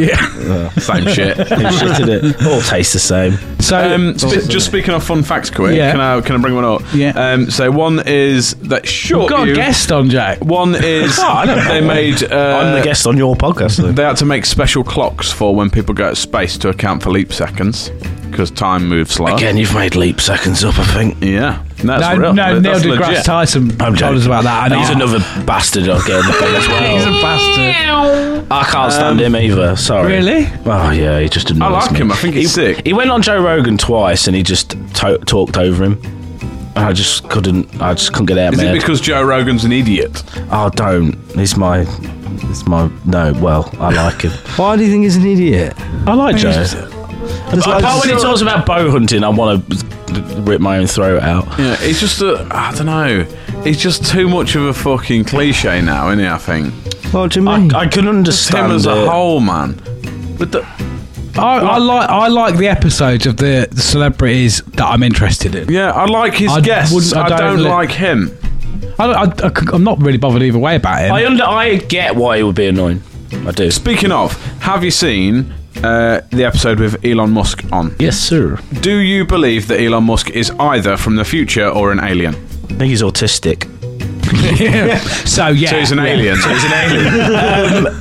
[SPEAKER 4] Same shit.
[SPEAKER 7] Shit, innit? All tastes the same.
[SPEAKER 3] So
[SPEAKER 4] Um, spe- just speaking of fun facts, quick.
[SPEAKER 3] Yeah.
[SPEAKER 4] Can I can I bring one up?
[SPEAKER 3] Yeah.
[SPEAKER 4] Um, so one is that short.
[SPEAKER 3] got a guest on Oh, Jack. [LAUGHS]
[SPEAKER 4] One is they made. Uh,
[SPEAKER 7] I'm the guest on your podcast. Though.
[SPEAKER 4] They had to make special clocks for when people go to space to account for leap seconds because time moves slow.
[SPEAKER 7] Again, you've made leap seconds up. I think.
[SPEAKER 4] Yeah, that's
[SPEAKER 3] No,
[SPEAKER 4] real.
[SPEAKER 3] no,
[SPEAKER 4] That-
[SPEAKER 3] Neil
[SPEAKER 4] that's
[SPEAKER 3] deGrasse
[SPEAKER 4] legit.
[SPEAKER 3] Tyson
[SPEAKER 7] I'm
[SPEAKER 3] told us
[SPEAKER 7] joking.
[SPEAKER 3] about that. and
[SPEAKER 7] He's
[SPEAKER 3] I-
[SPEAKER 7] another bastard. I'll get in
[SPEAKER 4] [LAUGHS]
[SPEAKER 7] the thing as well.
[SPEAKER 3] He's a bastard.
[SPEAKER 7] I can't stand him either. Sorry.
[SPEAKER 3] Really?
[SPEAKER 7] Oh yeah, he just annoys
[SPEAKER 4] Um, I like
[SPEAKER 7] me.
[SPEAKER 4] him. I think he's
[SPEAKER 7] he,
[SPEAKER 4] sick.
[SPEAKER 7] He went on Joe Rogan twice, and he just to- talked over him. And I just couldn't. I just couldn't get it out. of
[SPEAKER 4] Is
[SPEAKER 7] my
[SPEAKER 4] it
[SPEAKER 7] head.
[SPEAKER 4] because Joe Rogan's an idiot?
[SPEAKER 7] Oh, don't. He's my. He's my. No, well, I
[SPEAKER 4] [LAUGHS]
[SPEAKER 7] like him.
[SPEAKER 5] Why do you think he's an idiot?
[SPEAKER 7] I like Joe. Apart when he talks about bow hunting, I want to rip my own throat out.
[SPEAKER 4] Yeah, it's just a. I don't know. It's just too much of a fucking cliche now, isn't it? I think
[SPEAKER 5] What do you
[SPEAKER 7] I,
[SPEAKER 5] mean?
[SPEAKER 7] I can understand
[SPEAKER 4] him as
[SPEAKER 7] it.
[SPEAKER 4] a whole, man. But the,
[SPEAKER 3] I, I like I like the episodes of the celebrities that I'm interested in.
[SPEAKER 4] yeah, I like his
[SPEAKER 3] I
[SPEAKER 4] guests.
[SPEAKER 3] wouldn't- I
[SPEAKER 4] I don't,
[SPEAKER 3] don't li-
[SPEAKER 4] like him.
[SPEAKER 3] I, I, I, am not really bothered either way about him.
[SPEAKER 7] I under. I get why he would be annoying. I do.
[SPEAKER 4] Speaking of, have you seen uh, the episode with Elon Musk on?
[SPEAKER 7] Yes, sir.
[SPEAKER 4] Do you believe that Elon Musk is either from the future or an alien?
[SPEAKER 7] I think he's autistic.
[SPEAKER 3] so yeah,
[SPEAKER 4] So he's an alien. So he's an alien.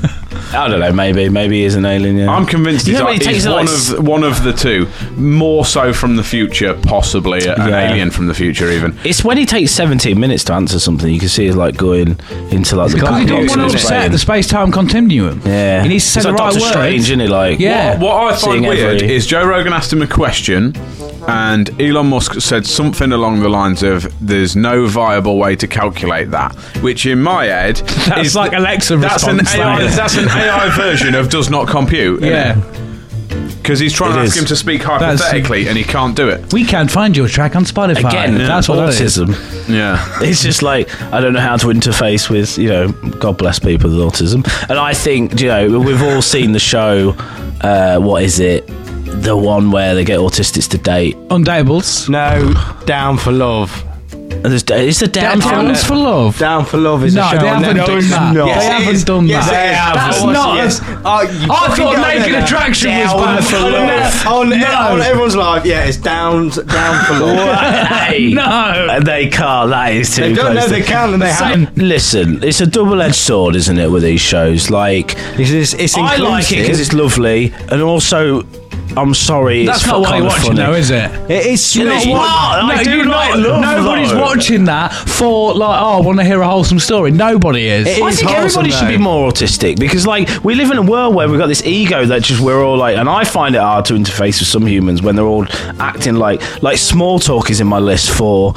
[SPEAKER 7] I don't know. Maybe. Maybe he is an alien. Yeah.
[SPEAKER 4] I'm convinced
[SPEAKER 7] You
[SPEAKER 4] he's,
[SPEAKER 7] know,
[SPEAKER 4] like,
[SPEAKER 7] it takes
[SPEAKER 4] he's
[SPEAKER 7] a lot
[SPEAKER 4] one
[SPEAKER 7] of s-
[SPEAKER 4] of one of the two. More so from the future, possibly an
[SPEAKER 7] Yeah.
[SPEAKER 4] alien from the future, even.
[SPEAKER 7] It's when he takes 17 minutes to answer something. You can see he's like going into like
[SPEAKER 3] because
[SPEAKER 7] the
[SPEAKER 3] he
[SPEAKER 7] black
[SPEAKER 3] doesn't
[SPEAKER 7] box in
[SPEAKER 3] want to
[SPEAKER 7] his
[SPEAKER 3] upset
[SPEAKER 7] brain.
[SPEAKER 3] the space time continuum.
[SPEAKER 7] Yeah,
[SPEAKER 3] he needs to say
[SPEAKER 7] It's
[SPEAKER 3] the
[SPEAKER 7] like
[SPEAKER 3] right
[SPEAKER 7] Doctor
[SPEAKER 3] words.
[SPEAKER 7] Strange, isn't he? Like,
[SPEAKER 3] Yeah.
[SPEAKER 4] What, what I find
[SPEAKER 7] Seeing
[SPEAKER 4] weird
[SPEAKER 7] every-
[SPEAKER 4] is Joe Rogan asked him a question, and Elon Musk said something along the lines of, "There's no viable way to calculate that," which in my
[SPEAKER 7] [LAUGHS]
[SPEAKER 4] head
[SPEAKER 3] That's
[SPEAKER 4] is
[SPEAKER 3] like Alexa
[SPEAKER 4] That's an
[SPEAKER 3] response,
[SPEAKER 4] AI.
[SPEAKER 3] though.
[SPEAKER 4] That's an AI version of does not compute.
[SPEAKER 3] Yeah,
[SPEAKER 4] because he's trying
[SPEAKER 7] It
[SPEAKER 4] to ask
[SPEAKER 7] is.
[SPEAKER 4] him to speak hypothetically, and he can't do it.
[SPEAKER 3] we can find your track on Spotify.
[SPEAKER 7] Again,
[SPEAKER 3] that's what that is.
[SPEAKER 7] autism.
[SPEAKER 4] Yeah,
[SPEAKER 7] It's just like I don't know how to interface with you know. God bless people with autism. And I think you know we've all seen the show. Uh, what is it? The one where they get autistics to date.
[SPEAKER 3] Undateables.
[SPEAKER 5] no, Down for Love.
[SPEAKER 7] And there's- It's the down
[SPEAKER 3] Downs [LAUGHS] for love.
[SPEAKER 5] Down for Love is
[SPEAKER 3] No,
[SPEAKER 5] a show
[SPEAKER 3] they
[SPEAKER 5] on
[SPEAKER 3] haven't
[SPEAKER 5] Netflix.
[SPEAKER 3] done that.
[SPEAKER 5] No.
[SPEAKER 3] They
[SPEAKER 5] Yes, it
[SPEAKER 3] haven't
[SPEAKER 5] is.
[SPEAKER 3] done
[SPEAKER 5] Yes,
[SPEAKER 3] that.
[SPEAKER 5] it is.
[SPEAKER 7] They
[SPEAKER 5] That's
[SPEAKER 7] haven't.
[SPEAKER 5] not.
[SPEAKER 3] Yes.
[SPEAKER 5] Oh, you
[SPEAKER 3] I
[SPEAKER 5] fucking
[SPEAKER 3] thought
[SPEAKER 5] got
[SPEAKER 3] Naked
[SPEAKER 5] it.
[SPEAKER 3] Attraction was
[SPEAKER 5] Down
[SPEAKER 3] bad for love.
[SPEAKER 5] On, on
[SPEAKER 3] No.
[SPEAKER 5] Oh, everyone's live, yeah, it's down, down for love.
[SPEAKER 7] Hey,
[SPEAKER 3] No.
[SPEAKER 7] And they can't. That is too.
[SPEAKER 5] Uh, They don't
[SPEAKER 7] close
[SPEAKER 5] know
[SPEAKER 7] to-
[SPEAKER 5] they can and they haven't.
[SPEAKER 7] Listen, it's a double-edged sword, isn't it? With these shows, like
[SPEAKER 5] It's, it's, it's
[SPEAKER 7] I like it because
[SPEAKER 5] inclusive.
[SPEAKER 7] it's lovely, and also. I'm sorry.
[SPEAKER 3] That's
[SPEAKER 7] it's
[SPEAKER 3] not why
[SPEAKER 7] kinda
[SPEAKER 3] you're watching,
[SPEAKER 7] funny.
[SPEAKER 3] though, is it?
[SPEAKER 5] It is
[SPEAKER 7] No,
[SPEAKER 5] not.
[SPEAKER 7] what?
[SPEAKER 3] No,
[SPEAKER 7] I do
[SPEAKER 3] you're not.
[SPEAKER 7] not love
[SPEAKER 3] Nobody's
[SPEAKER 7] though.
[SPEAKER 3] watching that for like. Oh, I want to hear a wholesome story. Nobody is.
[SPEAKER 5] It
[SPEAKER 7] I
[SPEAKER 5] is
[SPEAKER 7] think everybody
[SPEAKER 5] wholesome,
[SPEAKER 7] should be
[SPEAKER 5] though.
[SPEAKER 7] more autistic because, like, we live in a world where we've got this ego that just we're all like, and I find it hard to interface with some humans when they're all acting like, like small talk is in my list for,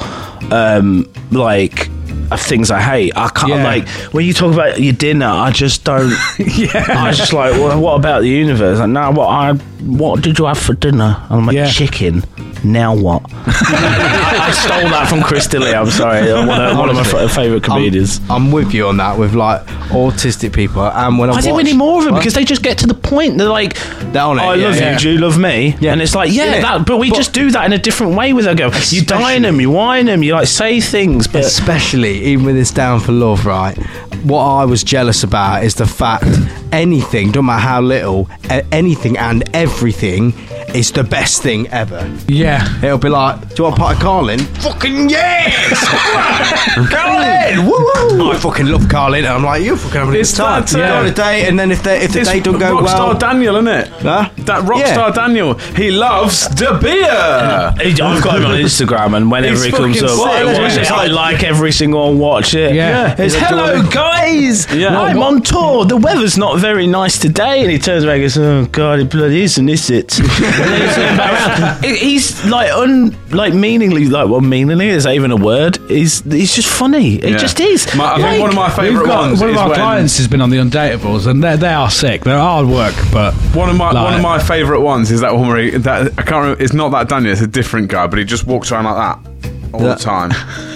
[SPEAKER 7] um, like. Of things I hate, I can't
[SPEAKER 3] Yeah.
[SPEAKER 7] like when you talk about your dinner. I
[SPEAKER 5] [LAUGHS]
[SPEAKER 7] just don't. yeah, I was just like, well, what about the universe? Like, now what? [LAUGHS] I what did you have for dinner? And I'm like,
[SPEAKER 3] Yeah.
[SPEAKER 5] [LAUGHS]
[SPEAKER 7] chicken. Now what? I stole that from Chris Dilly. I'm sorry. One of, one of my f- favourite comedians.
[SPEAKER 5] I'm with you on that with like autistic people, and when I,
[SPEAKER 7] I think we
[SPEAKER 5] watch-
[SPEAKER 7] need more of them because they just get to the point. They're like,
[SPEAKER 5] They're on it,
[SPEAKER 7] I
[SPEAKER 5] yeah,
[SPEAKER 7] love
[SPEAKER 5] yeah.
[SPEAKER 7] you. Do you love me?
[SPEAKER 5] Yeah.
[SPEAKER 7] And it's like, yeah,
[SPEAKER 5] Yeah.
[SPEAKER 7] That, but we
[SPEAKER 5] But-
[SPEAKER 7] just do that in a different way with our girl. You dine them, you wine them, you like say things, but
[SPEAKER 5] especially even with this down for love right what i was jealous about is the fact anything don't matter how little a- anything and everything is the best thing ever
[SPEAKER 3] Yeah.
[SPEAKER 5] it'll be like do you want a pot of carlin fucking [LAUGHS] yes carlin woo i fucking love carlin and i'm like you fucking having a
[SPEAKER 4] It's
[SPEAKER 5] good time
[SPEAKER 4] that, uh,
[SPEAKER 5] go on a date and then if, they, if the
[SPEAKER 4] It's
[SPEAKER 5] date don't go
[SPEAKER 4] Rockstar
[SPEAKER 5] well
[SPEAKER 4] Daniel, isn't it?
[SPEAKER 5] Huh?
[SPEAKER 4] That Rockstar
[SPEAKER 5] Yeah.
[SPEAKER 4] Daniel. He loves the beer.
[SPEAKER 7] I've got him [LAUGHS] on Instagram, and whenever
[SPEAKER 4] He's
[SPEAKER 7] he comes
[SPEAKER 4] fucking
[SPEAKER 7] up,
[SPEAKER 4] sick.
[SPEAKER 7] I, watch it. I like every single one. Watch it.
[SPEAKER 3] Yeah.
[SPEAKER 7] It's hello guys.
[SPEAKER 4] Yeah.
[SPEAKER 7] I'm on tour. The weather's not very nice today, and he turns around and goes, "Oh God, it bloody isn't, is [LAUGHS] it?" and then he turns back around. He- He's like un, like meaningly, like well, meaningly is that even a word? He's he's just funny. It
[SPEAKER 4] Yeah.
[SPEAKER 7] just is.
[SPEAKER 4] My- I think
[SPEAKER 7] Like-
[SPEAKER 4] one of my
[SPEAKER 3] We've
[SPEAKER 4] favourite
[SPEAKER 3] got-
[SPEAKER 4] ones
[SPEAKER 3] one of
[SPEAKER 4] is
[SPEAKER 3] our
[SPEAKER 4] when
[SPEAKER 3] clients has been on the Undateables, and they they are sick. They're hard work, but
[SPEAKER 4] One of my
[SPEAKER 3] Like-
[SPEAKER 4] one of my favourite ones is that one where he, that I can't remember. It's not that Daniel. It's a different guy, but he just walks around like that all
[SPEAKER 5] That-
[SPEAKER 4] the
[SPEAKER 7] [LAUGHS]
[SPEAKER 4] time.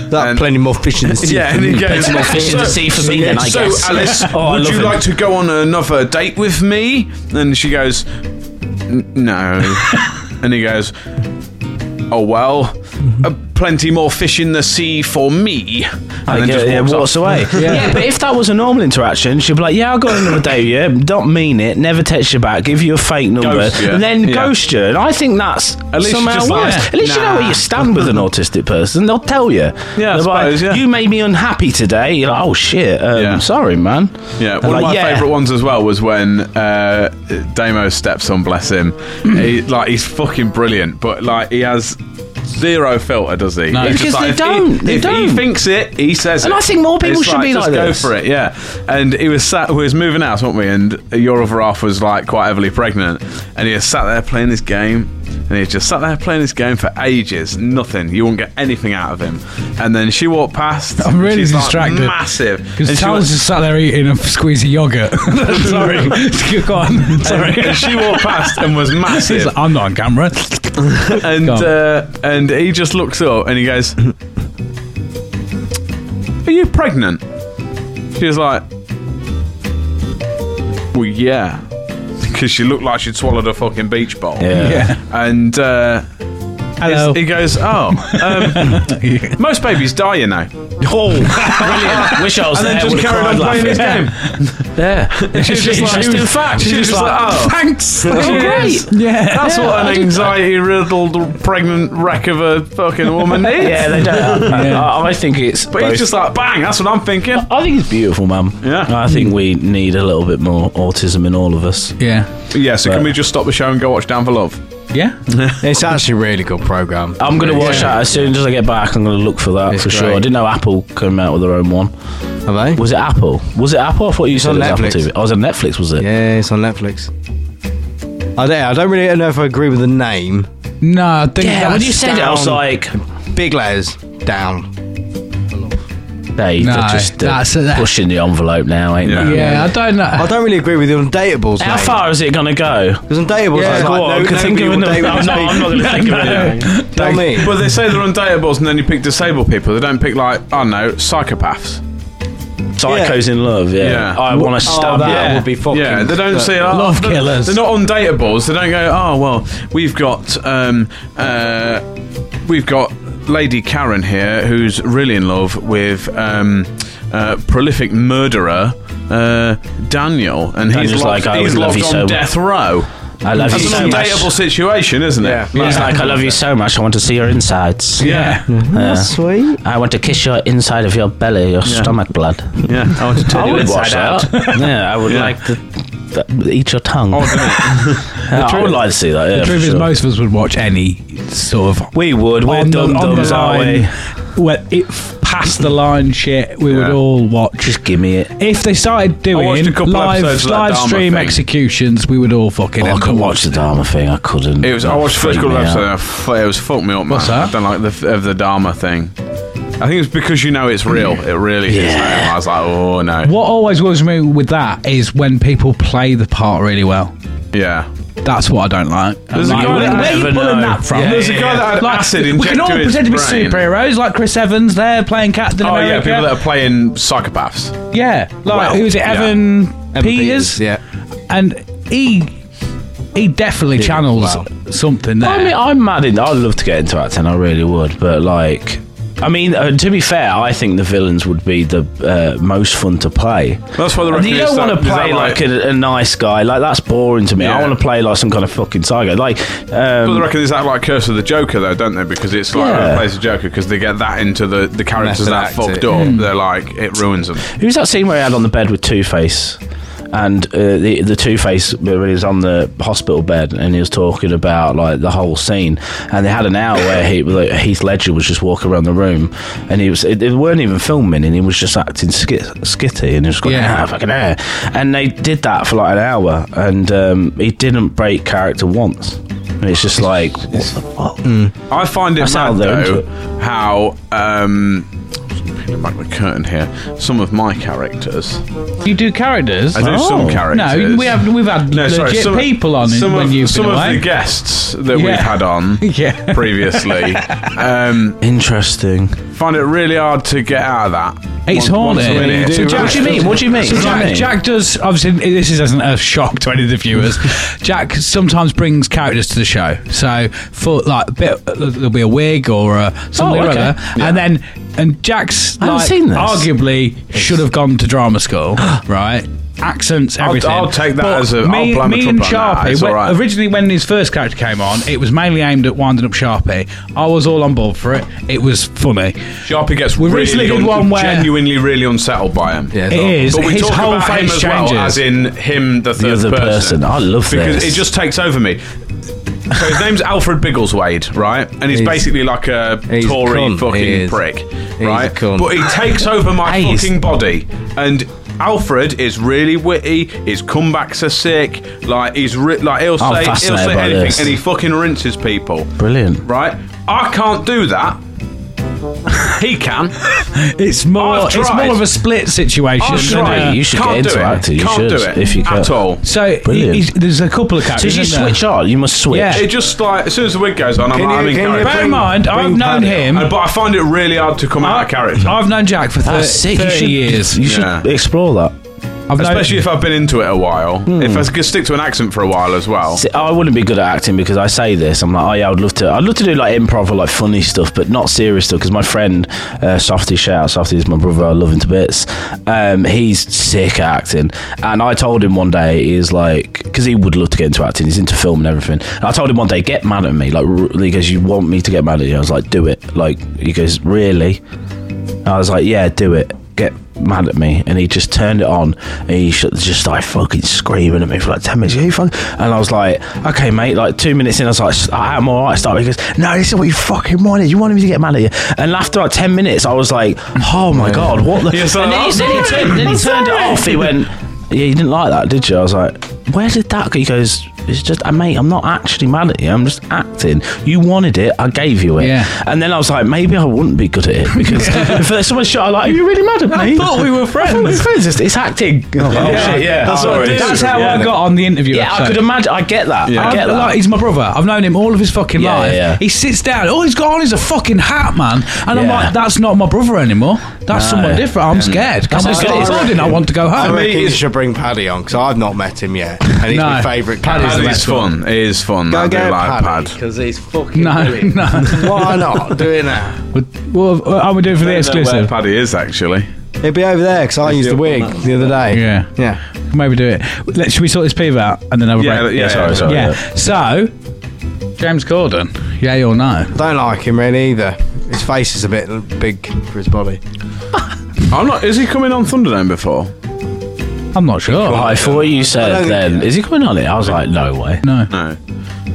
[SPEAKER 5] that
[SPEAKER 4] And-
[SPEAKER 5] plenty more fish in the sea
[SPEAKER 4] yeah,
[SPEAKER 5] for
[SPEAKER 4] and he
[SPEAKER 5] me.
[SPEAKER 4] goes,
[SPEAKER 7] Plenty more fish in the sea for me then, I
[SPEAKER 4] so
[SPEAKER 7] guess."
[SPEAKER 4] Alice,
[SPEAKER 7] [LAUGHS] Oh, I
[SPEAKER 4] would
[SPEAKER 7] love
[SPEAKER 4] you
[SPEAKER 7] him.
[SPEAKER 4] like to go on another date with me? And she goes, "N-
[SPEAKER 7] [LAUGHS]
[SPEAKER 4] no. and he goes, oh well, uh, plenty more fish in the sea for me. And
[SPEAKER 7] Like, yeah, yeah,
[SPEAKER 4] off.
[SPEAKER 7] walks away.
[SPEAKER 4] [LAUGHS]
[SPEAKER 7] yeah. but if that was a normal interaction, she'd be like, "Yeah, I got another date. Yeah, don't mean it. Never text you back. Give you a fake number,
[SPEAKER 4] Ghost you.
[SPEAKER 7] and then
[SPEAKER 4] Yeah.
[SPEAKER 7] ghost you." And I think that's
[SPEAKER 4] At least
[SPEAKER 7] somehow
[SPEAKER 4] just like,
[SPEAKER 7] worse. At least you know
[SPEAKER 4] nah.
[SPEAKER 7] where you stand with an autistic person. They'll tell you.
[SPEAKER 4] Yeah, I
[SPEAKER 7] They're like,
[SPEAKER 4] suppose, yeah.
[SPEAKER 7] You made me unhappy today. You're like, "Oh shit, um,
[SPEAKER 4] Yeah.
[SPEAKER 7] sorry, man."
[SPEAKER 4] Yeah,
[SPEAKER 7] And
[SPEAKER 4] one
[SPEAKER 7] like,
[SPEAKER 4] of my
[SPEAKER 7] yeah.
[SPEAKER 4] favourite ones as well was when uh, Damo steps on. Bless him,
[SPEAKER 7] Hmm.
[SPEAKER 4] he, like he's fucking brilliant, but like he has zero filter, does he? He's just
[SPEAKER 7] Because
[SPEAKER 4] like,
[SPEAKER 7] they
[SPEAKER 4] if he-
[SPEAKER 7] don't, they
[SPEAKER 4] if he
[SPEAKER 7] don't.
[SPEAKER 4] thinks it, he says
[SPEAKER 7] And
[SPEAKER 4] it.
[SPEAKER 7] I think more people
[SPEAKER 4] It's
[SPEAKER 7] should be
[SPEAKER 4] just
[SPEAKER 7] like
[SPEAKER 4] go
[SPEAKER 7] this.
[SPEAKER 4] for it, yeah. And he was sat, we was moving out, weren't we? And your other half was like quite heavily pregnant, and he was sat there playing this game. And he just sat there playing this game for ages. Nothing. You won't get anything out of him. And then she walked past.
[SPEAKER 3] I'm really
[SPEAKER 4] she's, like,
[SPEAKER 3] distracted.
[SPEAKER 4] massive.
[SPEAKER 3] because
[SPEAKER 4] And she
[SPEAKER 3] Charles
[SPEAKER 4] wa-
[SPEAKER 3] is sat there eating a squeeze of yogurt. Sorry, go on. Sorry.
[SPEAKER 4] and she walked past and was
[SPEAKER 3] He's
[SPEAKER 4] massive.
[SPEAKER 3] like, I'm not on camera.
[SPEAKER 4] and
[SPEAKER 3] Go on.
[SPEAKER 4] uh, and he just looks up and he goes, "Are you pregnant?" She was like, "Well, yeah," [LAUGHS] because she looked like she'd swallowed a fucking beach bowl.
[SPEAKER 7] Yeah.
[SPEAKER 4] And uh,
[SPEAKER 3] Hello.
[SPEAKER 4] he goes, "Oh, um, most babies die, you know." [LAUGHS]
[SPEAKER 7] Oh, brilliant! Wish I was
[SPEAKER 4] And
[SPEAKER 7] there.
[SPEAKER 4] then just
[SPEAKER 7] would've
[SPEAKER 4] carried on
[SPEAKER 7] cried
[SPEAKER 4] playing his
[SPEAKER 7] laughing.
[SPEAKER 4] game.
[SPEAKER 7] [LAUGHS] Yeah,
[SPEAKER 4] [LAUGHS] She was just like, [LAUGHS]
[SPEAKER 7] Interesting fact.
[SPEAKER 4] She was just like, "Oh."
[SPEAKER 3] Thanks.
[SPEAKER 4] Cheers.
[SPEAKER 3] Yeah.
[SPEAKER 4] That's what an anxiety riddled pregnant wreck of a fucking woman is.
[SPEAKER 7] [LAUGHS] Yeah,
[SPEAKER 4] [LAUGHS]
[SPEAKER 7] they don't. I, I think it's.
[SPEAKER 4] But
[SPEAKER 7] both-
[SPEAKER 4] he's just like, bang, that's what I'm thinking.
[SPEAKER 7] I think it's beautiful, man.
[SPEAKER 4] Yeah.
[SPEAKER 7] I think we need a little bit more autism in all of us.
[SPEAKER 3] Yeah.
[SPEAKER 4] Yeah, so can we just stop the show and go watch Down for Love?
[SPEAKER 3] Yeah.
[SPEAKER 5] it's actually a really good program
[SPEAKER 7] I'm gonna watch that as soon as I get back. I'm gonna look for that
[SPEAKER 5] It's
[SPEAKER 7] for sure. I
[SPEAKER 5] great.
[SPEAKER 7] didn't know Apple came out with their own one.
[SPEAKER 5] are they
[SPEAKER 7] Was it Apple? Was it Apple? I thought you said
[SPEAKER 5] on
[SPEAKER 7] it was Apple
[SPEAKER 5] Netflix.
[SPEAKER 7] TV. I was on Netflix, was it?
[SPEAKER 5] yeah it's on netflix I don't, I don't really know if I agree with the name
[SPEAKER 3] No, I think
[SPEAKER 7] Yeah,
[SPEAKER 3] that's
[SPEAKER 7] when you said it, I was
[SPEAKER 5] down.
[SPEAKER 7] like,
[SPEAKER 5] big letters down.
[SPEAKER 7] they
[SPEAKER 3] No,
[SPEAKER 7] they're just uh,
[SPEAKER 3] that's- that-
[SPEAKER 7] pushing the envelope now, ain't
[SPEAKER 4] Yeah.
[SPEAKER 7] they?
[SPEAKER 3] Yeah, I don't know.
[SPEAKER 5] I don't really agree with the undateables.
[SPEAKER 7] How
[SPEAKER 5] mate.
[SPEAKER 7] far is it gonna go?
[SPEAKER 5] Because undateables, I was
[SPEAKER 7] go
[SPEAKER 5] like,
[SPEAKER 7] on,
[SPEAKER 5] no,
[SPEAKER 7] I can think
[SPEAKER 5] nobody
[SPEAKER 7] of
[SPEAKER 5] will
[SPEAKER 7] another.
[SPEAKER 5] date
[SPEAKER 7] No,
[SPEAKER 5] with
[SPEAKER 7] no, I'm not gonna
[SPEAKER 5] [LAUGHS]
[SPEAKER 7] think of it.
[SPEAKER 5] people. Tell me.
[SPEAKER 4] But they say they're undateables and then you pick disabled people. They don't pick, like, I don't know, psychopaths.
[SPEAKER 7] Psychos in love. Yeah,
[SPEAKER 4] Yeah.
[SPEAKER 7] I want to
[SPEAKER 5] Oh,
[SPEAKER 7] stab
[SPEAKER 5] that
[SPEAKER 7] you.
[SPEAKER 5] would be fucking.
[SPEAKER 4] yeah, they don't say, oh,
[SPEAKER 3] Love
[SPEAKER 4] they're,
[SPEAKER 3] killers.
[SPEAKER 4] They're not undateables. They don't go, oh, well, we've got, um, uh, we've got Lady Karen here who's really in love with, um, uh, prolific murderer, uh, Daniel. And he's
[SPEAKER 7] Daniel's
[SPEAKER 4] locked,
[SPEAKER 7] like, I
[SPEAKER 4] he's
[SPEAKER 7] would love
[SPEAKER 4] locked
[SPEAKER 7] you
[SPEAKER 4] on
[SPEAKER 7] so much.
[SPEAKER 4] death row.
[SPEAKER 7] I love you
[SPEAKER 4] That's
[SPEAKER 7] so
[SPEAKER 4] an
[SPEAKER 7] much.
[SPEAKER 4] undateable situation, isn't it?
[SPEAKER 5] Yeah.
[SPEAKER 7] He's like, I love you so much. I want to see your insides.
[SPEAKER 4] Yeah. Yeah.
[SPEAKER 7] That's
[SPEAKER 5] sweet.
[SPEAKER 7] I want to kiss your inside of your belly, your stomach blood.
[SPEAKER 4] I want to tell
[SPEAKER 7] I would watch that. [LAUGHS] yeah, I would like to th- eat your tongue. [LAUGHS] Yeah, I would like to see that. Yeah,
[SPEAKER 3] the truth
[SPEAKER 7] for
[SPEAKER 3] is,
[SPEAKER 7] sure.
[SPEAKER 3] most of us would watch any sort of
[SPEAKER 7] we would. We're
[SPEAKER 3] on the,
[SPEAKER 7] dumb
[SPEAKER 3] on the
[SPEAKER 7] dumbs, aren't
[SPEAKER 3] line.
[SPEAKER 7] we?
[SPEAKER 3] Well, it f- past the line shit. We would
[SPEAKER 4] Yeah.
[SPEAKER 3] all watch.
[SPEAKER 7] Just give me it.
[SPEAKER 3] If they started
[SPEAKER 4] I watched
[SPEAKER 3] doing
[SPEAKER 4] a couple
[SPEAKER 3] live
[SPEAKER 4] episodes of that
[SPEAKER 3] live
[SPEAKER 4] Dharma
[SPEAKER 3] stream
[SPEAKER 4] thing.
[SPEAKER 3] executions, we would all fucking.
[SPEAKER 7] Oh, I
[SPEAKER 3] end
[SPEAKER 7] could
[SPEAKER 3] up
[SPEAKER 7] watch the
[SPEAKER 3] watching
[SPEAKER 7] Dharma thing. I couldn't.
[SPEAKER 4] It was. I
[SPEAKER 7] That
[SPEAKER 4] watched the first
[SPEAKER 7] freaked
[SPEAKER 4] couple
[SPEAKER 7] me
[SPEAKER 4] of episodes.
[SPEAKER 7] out.
[SPEAKER 4] And I f- it was fucked me up, man.
[SPEAKER 3] What's that?
[SPEAKER 4] I don't like the f- of the Dharma thing. I think it's because you know it's real. It really is. man. I was like, oh no.
[SPEAKER 3] What always worries me with that is when people play the part really well.
[SPEAKER 4] Yeah.
[SPEAKER 3] That's what I don't like.
[SPEAKER 4] There's a
[SPEAKER 3] I'm like,
[SPEAKER 4] guy that-
[SPEAKER 3] where where are you
[SPEAKER 4] Never
[SPEAKER 3] pulling
[SPEAKER 4] know.
[SPEAKER 3] that from?
[SPEAKER 4] Yeah, There's a yeah, guy yeah. that had acid
[SPEAKER 3] We can
[SPEAKER 4] injected
[SPEAKER 3] all
[SPEAKER 4] his
[SPEAKER 3] pretend to be
[SPEAKER 4] brain.
[SPEAKER 3] superheroes, like Chris Evans. They're playing Captain
[SPEAKER 4] Oh yeah,
[SPEAKER 3] America.
[SPEAKER 4] people that are playing psychopaths.
[SPEAKER 3] Yeah, like
[SPEAKER 4] Well,
[SPEAKER 3] who is it?
[SPEAKER 4] yeah.
[SPEAKER 3] Evan, Peters.
[SPEAKER 2] Peters, yeah.
[SPEAKER 3] and he he definitely channels something there.
[SPEAKER 7] I mean, I'm mad in. I'd love to get into acting. I really would, but like. I mean, uh, to be fair, I think the villains would be the uh, most fun to play.
[SPEAKER 4] That's why the
[SPEAKER 7] And you
[SPEAKER 4] referees
[SPEAKER 7] don't want
[SPEAKER 4] don't-
[SPEAKER 7] to
[SPEAKER 4] is that
[SPEAKER 7] play
[SPEAKER 4] like-
[SPEAKER 7] like a, a nice guy. Like that's boring to me. I
[SPEAKER 4] Yeah.
[SPEAKER 7] want to play like some kind of fucking psycho. Like,
[SPEAKER 4] But
[SPEAKER 7] um,
[SPEAKER 4] they reckon is that like Curse of the Joker though, don't they? Because it's like
[SPEAKER 7] Yeah.
[SPEAKER 4] when it plays the Joker because they get that into the the characters
[SPEAKER 2] Method
[SPEAKER 4] that
[SPEAKER 2] acting.
[SPEAKER 4] fucked up. They're like it ruins them.
[SPEAKER 7] who's that scene where he had on the bed with Two Face, and uh, the the Two Face when he was on the hospital bed and he was talking about like the whole scene, and they had an hour where he like, Heath Ledger was just walking around the room, and he was it, they weren't even filming, and he was just acting skit, skitty, and he was going
[SPEAKER 3] Yeah.
[SPEAKER 7] ah fucking air, and they did that for like an hour, and um, he didn't break character once. And it's just like what the fuck.
[SPEAKER 4] I find it
[SPEAKER 7] That's
[SPEAKER 4] mad
[SPEAKER 7] how they're
[SPEAKER 4] though
[SPEAKER 7] into
[SPEAKER 4] how um peeling back the curtain here. Some of my characters,
[SPEAKER 3] you do characters.
[SPEAKER 4] I do some characters.
[SPEAKER 3] Oh. No, we have we've had
[SPEAKER 4] No,
[SPEAKER 3] legit
[SPEAKER 4] sorry, some-
[SPEAKER 3] people on
[SPEAKER 4] some
[SPEAKER 3] when
[SPEAKER 4] of,
[SPEAKER 3] you've
[SPEAKER 4] some
[SPEAKER 3] been
[SPEAKER 4] of
[SPEAKER 3] away. [LAUGHS]
[SPEAKER 4] the guests that
[SPEAKER 3] Yeah.
[SPEAKER 4] we've had on
[SPEAKER 3] [LAUGHS] yeah. [LAUGHS]
[SPEAKER 4] previously. um,
[SPEAKER 7] Interesting.
[SPEAKER 4] find it really hard to get out of that.
[SPEAKER 3] It's
[SPEAKER 4] Once- once a
[SPEAKER 3] horny.
[SPEAKER 4] minute.
[SPEAKER 3] You do,
[SPEAKER 7] What do you mean? What do you mean?
[SPEAKER 3] So
[SPEAKER 7] What do you
[SPEAKER 3] Jack,
[SPEAKER 7] mean?
[SPEAKER 3] Jack does obviously this is- isn't a shock to any of the
[SPEAKER 7] [LAUGHS]
[SPEAKER 3] viewers. Jack sometimes brings characters to the show, so for like a bit, there'll be a wig or a something
[SPEAKER 7] Oh,
[SPEAKER 3] or
[SPEAKER 7] okay.
[SPEAKER 3] other, and then and Jack's
[SPEAKER 7] haven't
[SPEAKER 3] like
[SPEAKER 7] seen this.
[SPEAKER 3] arguably should have gone to drama
[SPEAKER 7] [GASPS]
[SPEAKER 3] school, right? Accents, everything.
[SPEAKER 4] I'll take that
[SPEAKER 3] But
[SPEAKER 4] as a- I'll
[SPEAKER 3] me,
[SPEAKER 4] blame
[SPEAKER 3] me
[SPEAKER 4] the
[SPEAKER 3] and
[SPEAKER 4] Trump on that.
[SPEAKER 3] Sharpie.
[SPEAKER 4] It's
[SPEAKER 3] when-
[SPEAKER 4] alright.
[SPEAKER 3] Originally, when his first character came on, it was mainly aimed at winding up Sharpie. I was all on board for it. It was funny.
[SPEAKER 4] Sharpie gets
[SPEAKER 3] We
[SPEAKER 4] really
[SPEAKER 3] recently did
[SPEAKER 4] un-
[SPEAKER 3] one where-
[SPEAKER 4] genuinely really unsettled by him.
[SPEAKER 2] Yeah,
[SPEAKER 3] It is.
[SPEAKER 4] But we
[SPEAKER 3] His
[SPEAKER 4] talk
[SPEAKER 3] whole
[SPEAKER 4] about him
[SPEAKER 3] face
[SPEAKER 4] as
[SPEAKER 3] changes.
[SPEAKER 4] well, as in him, the third
[SPEAKER 7] other
[SPEAKER 4] person.
[SPEAKER 7] person. I love
[SPEAKER 4] because
[SPEAKER 7] this.
[SPEAKER 4] it just takes over me. So his name's Alfred Biggleswade, right? And he's,
[SPEAKER 2] He's-
[SPEAKER 4] basically like a
[SPEAKER 2] he's a
[SPEAKER 4] Tory
[SPEAKER 2] cunt. He
[SPEAKER 4] fucking
[SPEAKER 2] is.
[SPEAKER 4] prick,
[SPEAKER 2] a
[SPEAKER 4] right?
[SPEAKER 2] cunt.
[SPEAKER 4] But he takes over my
[SPEAKER 7] Hey, he's-
[SPEAKER 4] fucking body, and Alfred is really witty. His comebacks are sick. Like he's ri- like he'll
[SPEAKER 7] I'm
[SPEAKER 4] say he'll
[SPEAKER 7] fascinated
[SPEAKER 4] say
[SPEAKER 7] by
[SPEAKER 4] anything,
[SPEAKER 7] this.
[SPEAKER 4] and he fucking rinses people,
[SPEAKER 7] Brilliant.
[SPEAKER 4] right? I can't do that. He can.
[SPEAKER 3] It's more.
[SPEAKER 4] I've
[SPEAKER 3] It's more
[SPEAKER 4] tried.
[SPEAKER 3] of a split situation.
[SPEAKER 4] I'll
[SPEAKER 3] than
[SPEAKER 4] try.
[SPEAKER 3] a-
[SPEAKER 7] Yeah, you should
[SPEAKER 4] Can't
[SPEAKER 7] get
[SPEAKER 4] do
[SPEAKER 7] into
[SPEAKER 4] it.
[SPEAKER 7] acting. You
[SPEAKER 4] Can't
[SPEAKER 7] should,
[SPEAKER 4] do it
[SPEAKER 7] if you
[SPEAKER 4] at
[SPEAKER 7] can.
[SPEAKER 4] all.
[SPEAKER 3] So
[SPEAKER 7] Brilliant.
[SPEAKER 3] he's, there's a couple of characters.
[SPEAKER 7] Did you
[SPEAKER 3] isn't there?
[SPEAKER 7] switch on? You must switch.
[SPEAKER 3] Yeah.
[SPEAKER 4] It just like as soon as the wig goes on, I'm,
[SPEAKER 5] Can you-
[SPEAKER 4] I'm in
[SPEAKER 5] can you
[SPEAKER 4] character.
[SPEAKER 3] Bear in
[SPEAKER 5] Bring-
[SPEAKER 3] mind, I've
[SPEAKER 5] bring
[SPEAKER 3] known
[SPEAKER 5] Paddy
[SPEAKER 3] him.
[SPEAKER 4] And- but I find it really hard to come out of character,
[SPEAKER 3] I've known Jack for thir-
[SPEAKER 7] That's sick. You
[SPEAKER 3] 30
[SPEAKER 7] should,
[SPEAKER 3] years.
[SPEAKER 7] you should
[SPEAKER 4] Yeah.
[SPEAKER 7] explore that.
[SPEAKER 3] I've known-
[SPEAKER 4] especially if I've been into it a while.
[SPEAKER 3] Hmm.
[SPEAKER 4] If I could stick to an accent for a while as well.
[SPEAKER 7] See, I wouldn't be good at acting because I say this. I'm like, oh yeah, I'd love to. I'd love to do like improv or like funny stuff, but not serious stuff. Because my friend uh, Softy, shout out Softy, is my brother. I love him to bits. Um, he's sick at acting, and I told him one day he's like, because he would love to get into acting. He's into film and everything. And I told him one day, get mad at me. Like r- he goes, you want me to get mad at you? I was like, do it. Like he goes, really? I was like, yeah, do it. Get mad at me. And he just turned it on and he sh- just started fucking screaming at me for like 10 minutes. You fuck-" And I was like, okay, mate, like two minutes in, I was like, "S- I am all right. Start. He goes, no, this is what you fucking wanted. You wanted me to get mad at you. And after like 10 minutes, I was like, oh my God, what the?
[SPEAKER 4] Yes, I
[SPEAKER 7] and then he,
[SPEAKER 4] am.
[SPEAKER 7] then he turned, then he turned it off. He went, yeah, you didn't like that, did you? I was like, where did that go? He goes, it's just, uh, mate, I'm not actually mad at you. I'm just acting. You wanted it. I gave you it.
[SPEAKER 3] Yeah.
[SPEAKER 7] And then I was like, maybe I wouldn't be good at it [LAUGHS] because if there's someone shot, I'm like, are you really mad at me? I thought we were friends. It's, it's acting. yeah, yeah.
[SPEAKER 4] That's what I do.
[SPEAKER 3] That's how
[SPEAKER 4] Yeah.
[SPEAKER 3] I got on the interview.
[SPEAKER 7] Yeah, I
[SPEAKER 3] episode.
[SPEAKER 7] could imagine. I get that. I
[SPEAKER 3] I've-
[SPEAKER 7] get that.
[SPEAKER 3] like, he's my brother. I've known him all of his fucking
[SPEAKER 7] Yeah,
[SPEAKER 3] life.
[SPEAKER 7] yeah, yeah.
[SPEAKER 3] He sits down. All he's got on is a fucking hat, man. And I'm
[SPEAKER 7] Yeah.
[SPEAKER 3] like, that's not my brother anymore. That's someone different. I'm scared. Come on,
[SPEAKER 7] That's okay.
[SPEAKER 3] I told him I want to go
[SPEAKER 5] I
[SPEAKER 3] home.
[SPEAKER 5] reckon you
[SPEAKER 4] it's-
[SPEAKER 5] should bring Paddy on because I've not met him yet, and he's my
[SPEAKER 3] No.
[SPEAKER 5] favourite
[SPEAKER 3] Paddy's
[SPEAKER 4] Pad
[SPEAKER 5] character.
[SPEAKER 3] the
[SPEAKER 4] is fun. It is fun. I
[SPEAKER 5] Go
[SPEAKER 4] do
[SPEAKER 5] get
[SPEAKER 4] like
[SPEAKER 5] Paddy
[SPEAKER 4] pad.
[SPEAKER 5] because he's fucking
[SPEAKER 3] No,
[SPEAKER 5] brilliant.
[SPEAKER 3] no.
[SPEAKER 5] [LAUGHS] Why not do it now?
[SPEAKER 3] Well, [LAUGHS] what are we doing for the
[SPEAKER 4] Where
[SPEAKER 3] exclusive?
[SPEAKER 4] Paddy is actually.
[SPEAKER 5] It'd be over there because I used the wig the other day.
[SPEAKER 3] Yeah.
[SPEAKER 5] yeah.
[SPEAKER 3] Maybe do it. Let, should we sort this peeve out and then have a
[SPEAKER 4] Yeah,
[SPEAKER 3] break?
[SPEAKER 4] yeah, sorry, sorry.
[SPEAKER 3] Oh, Yeah. So, James Corden, yay or no?
[SPEAKER 5] Don't like him really either. His face is a bit big for his body.
[SPEAKER 4] I'm not. Is he coming on Thunderdome before?
[SPEAKER 3] I'm not sure.
[SPEAKER 7] I thought you said
[SPEAKER 5] don't-
[SPEAKER 7] then, is he coming on it? I was like, no way. No.
[SPEAKER 4] No,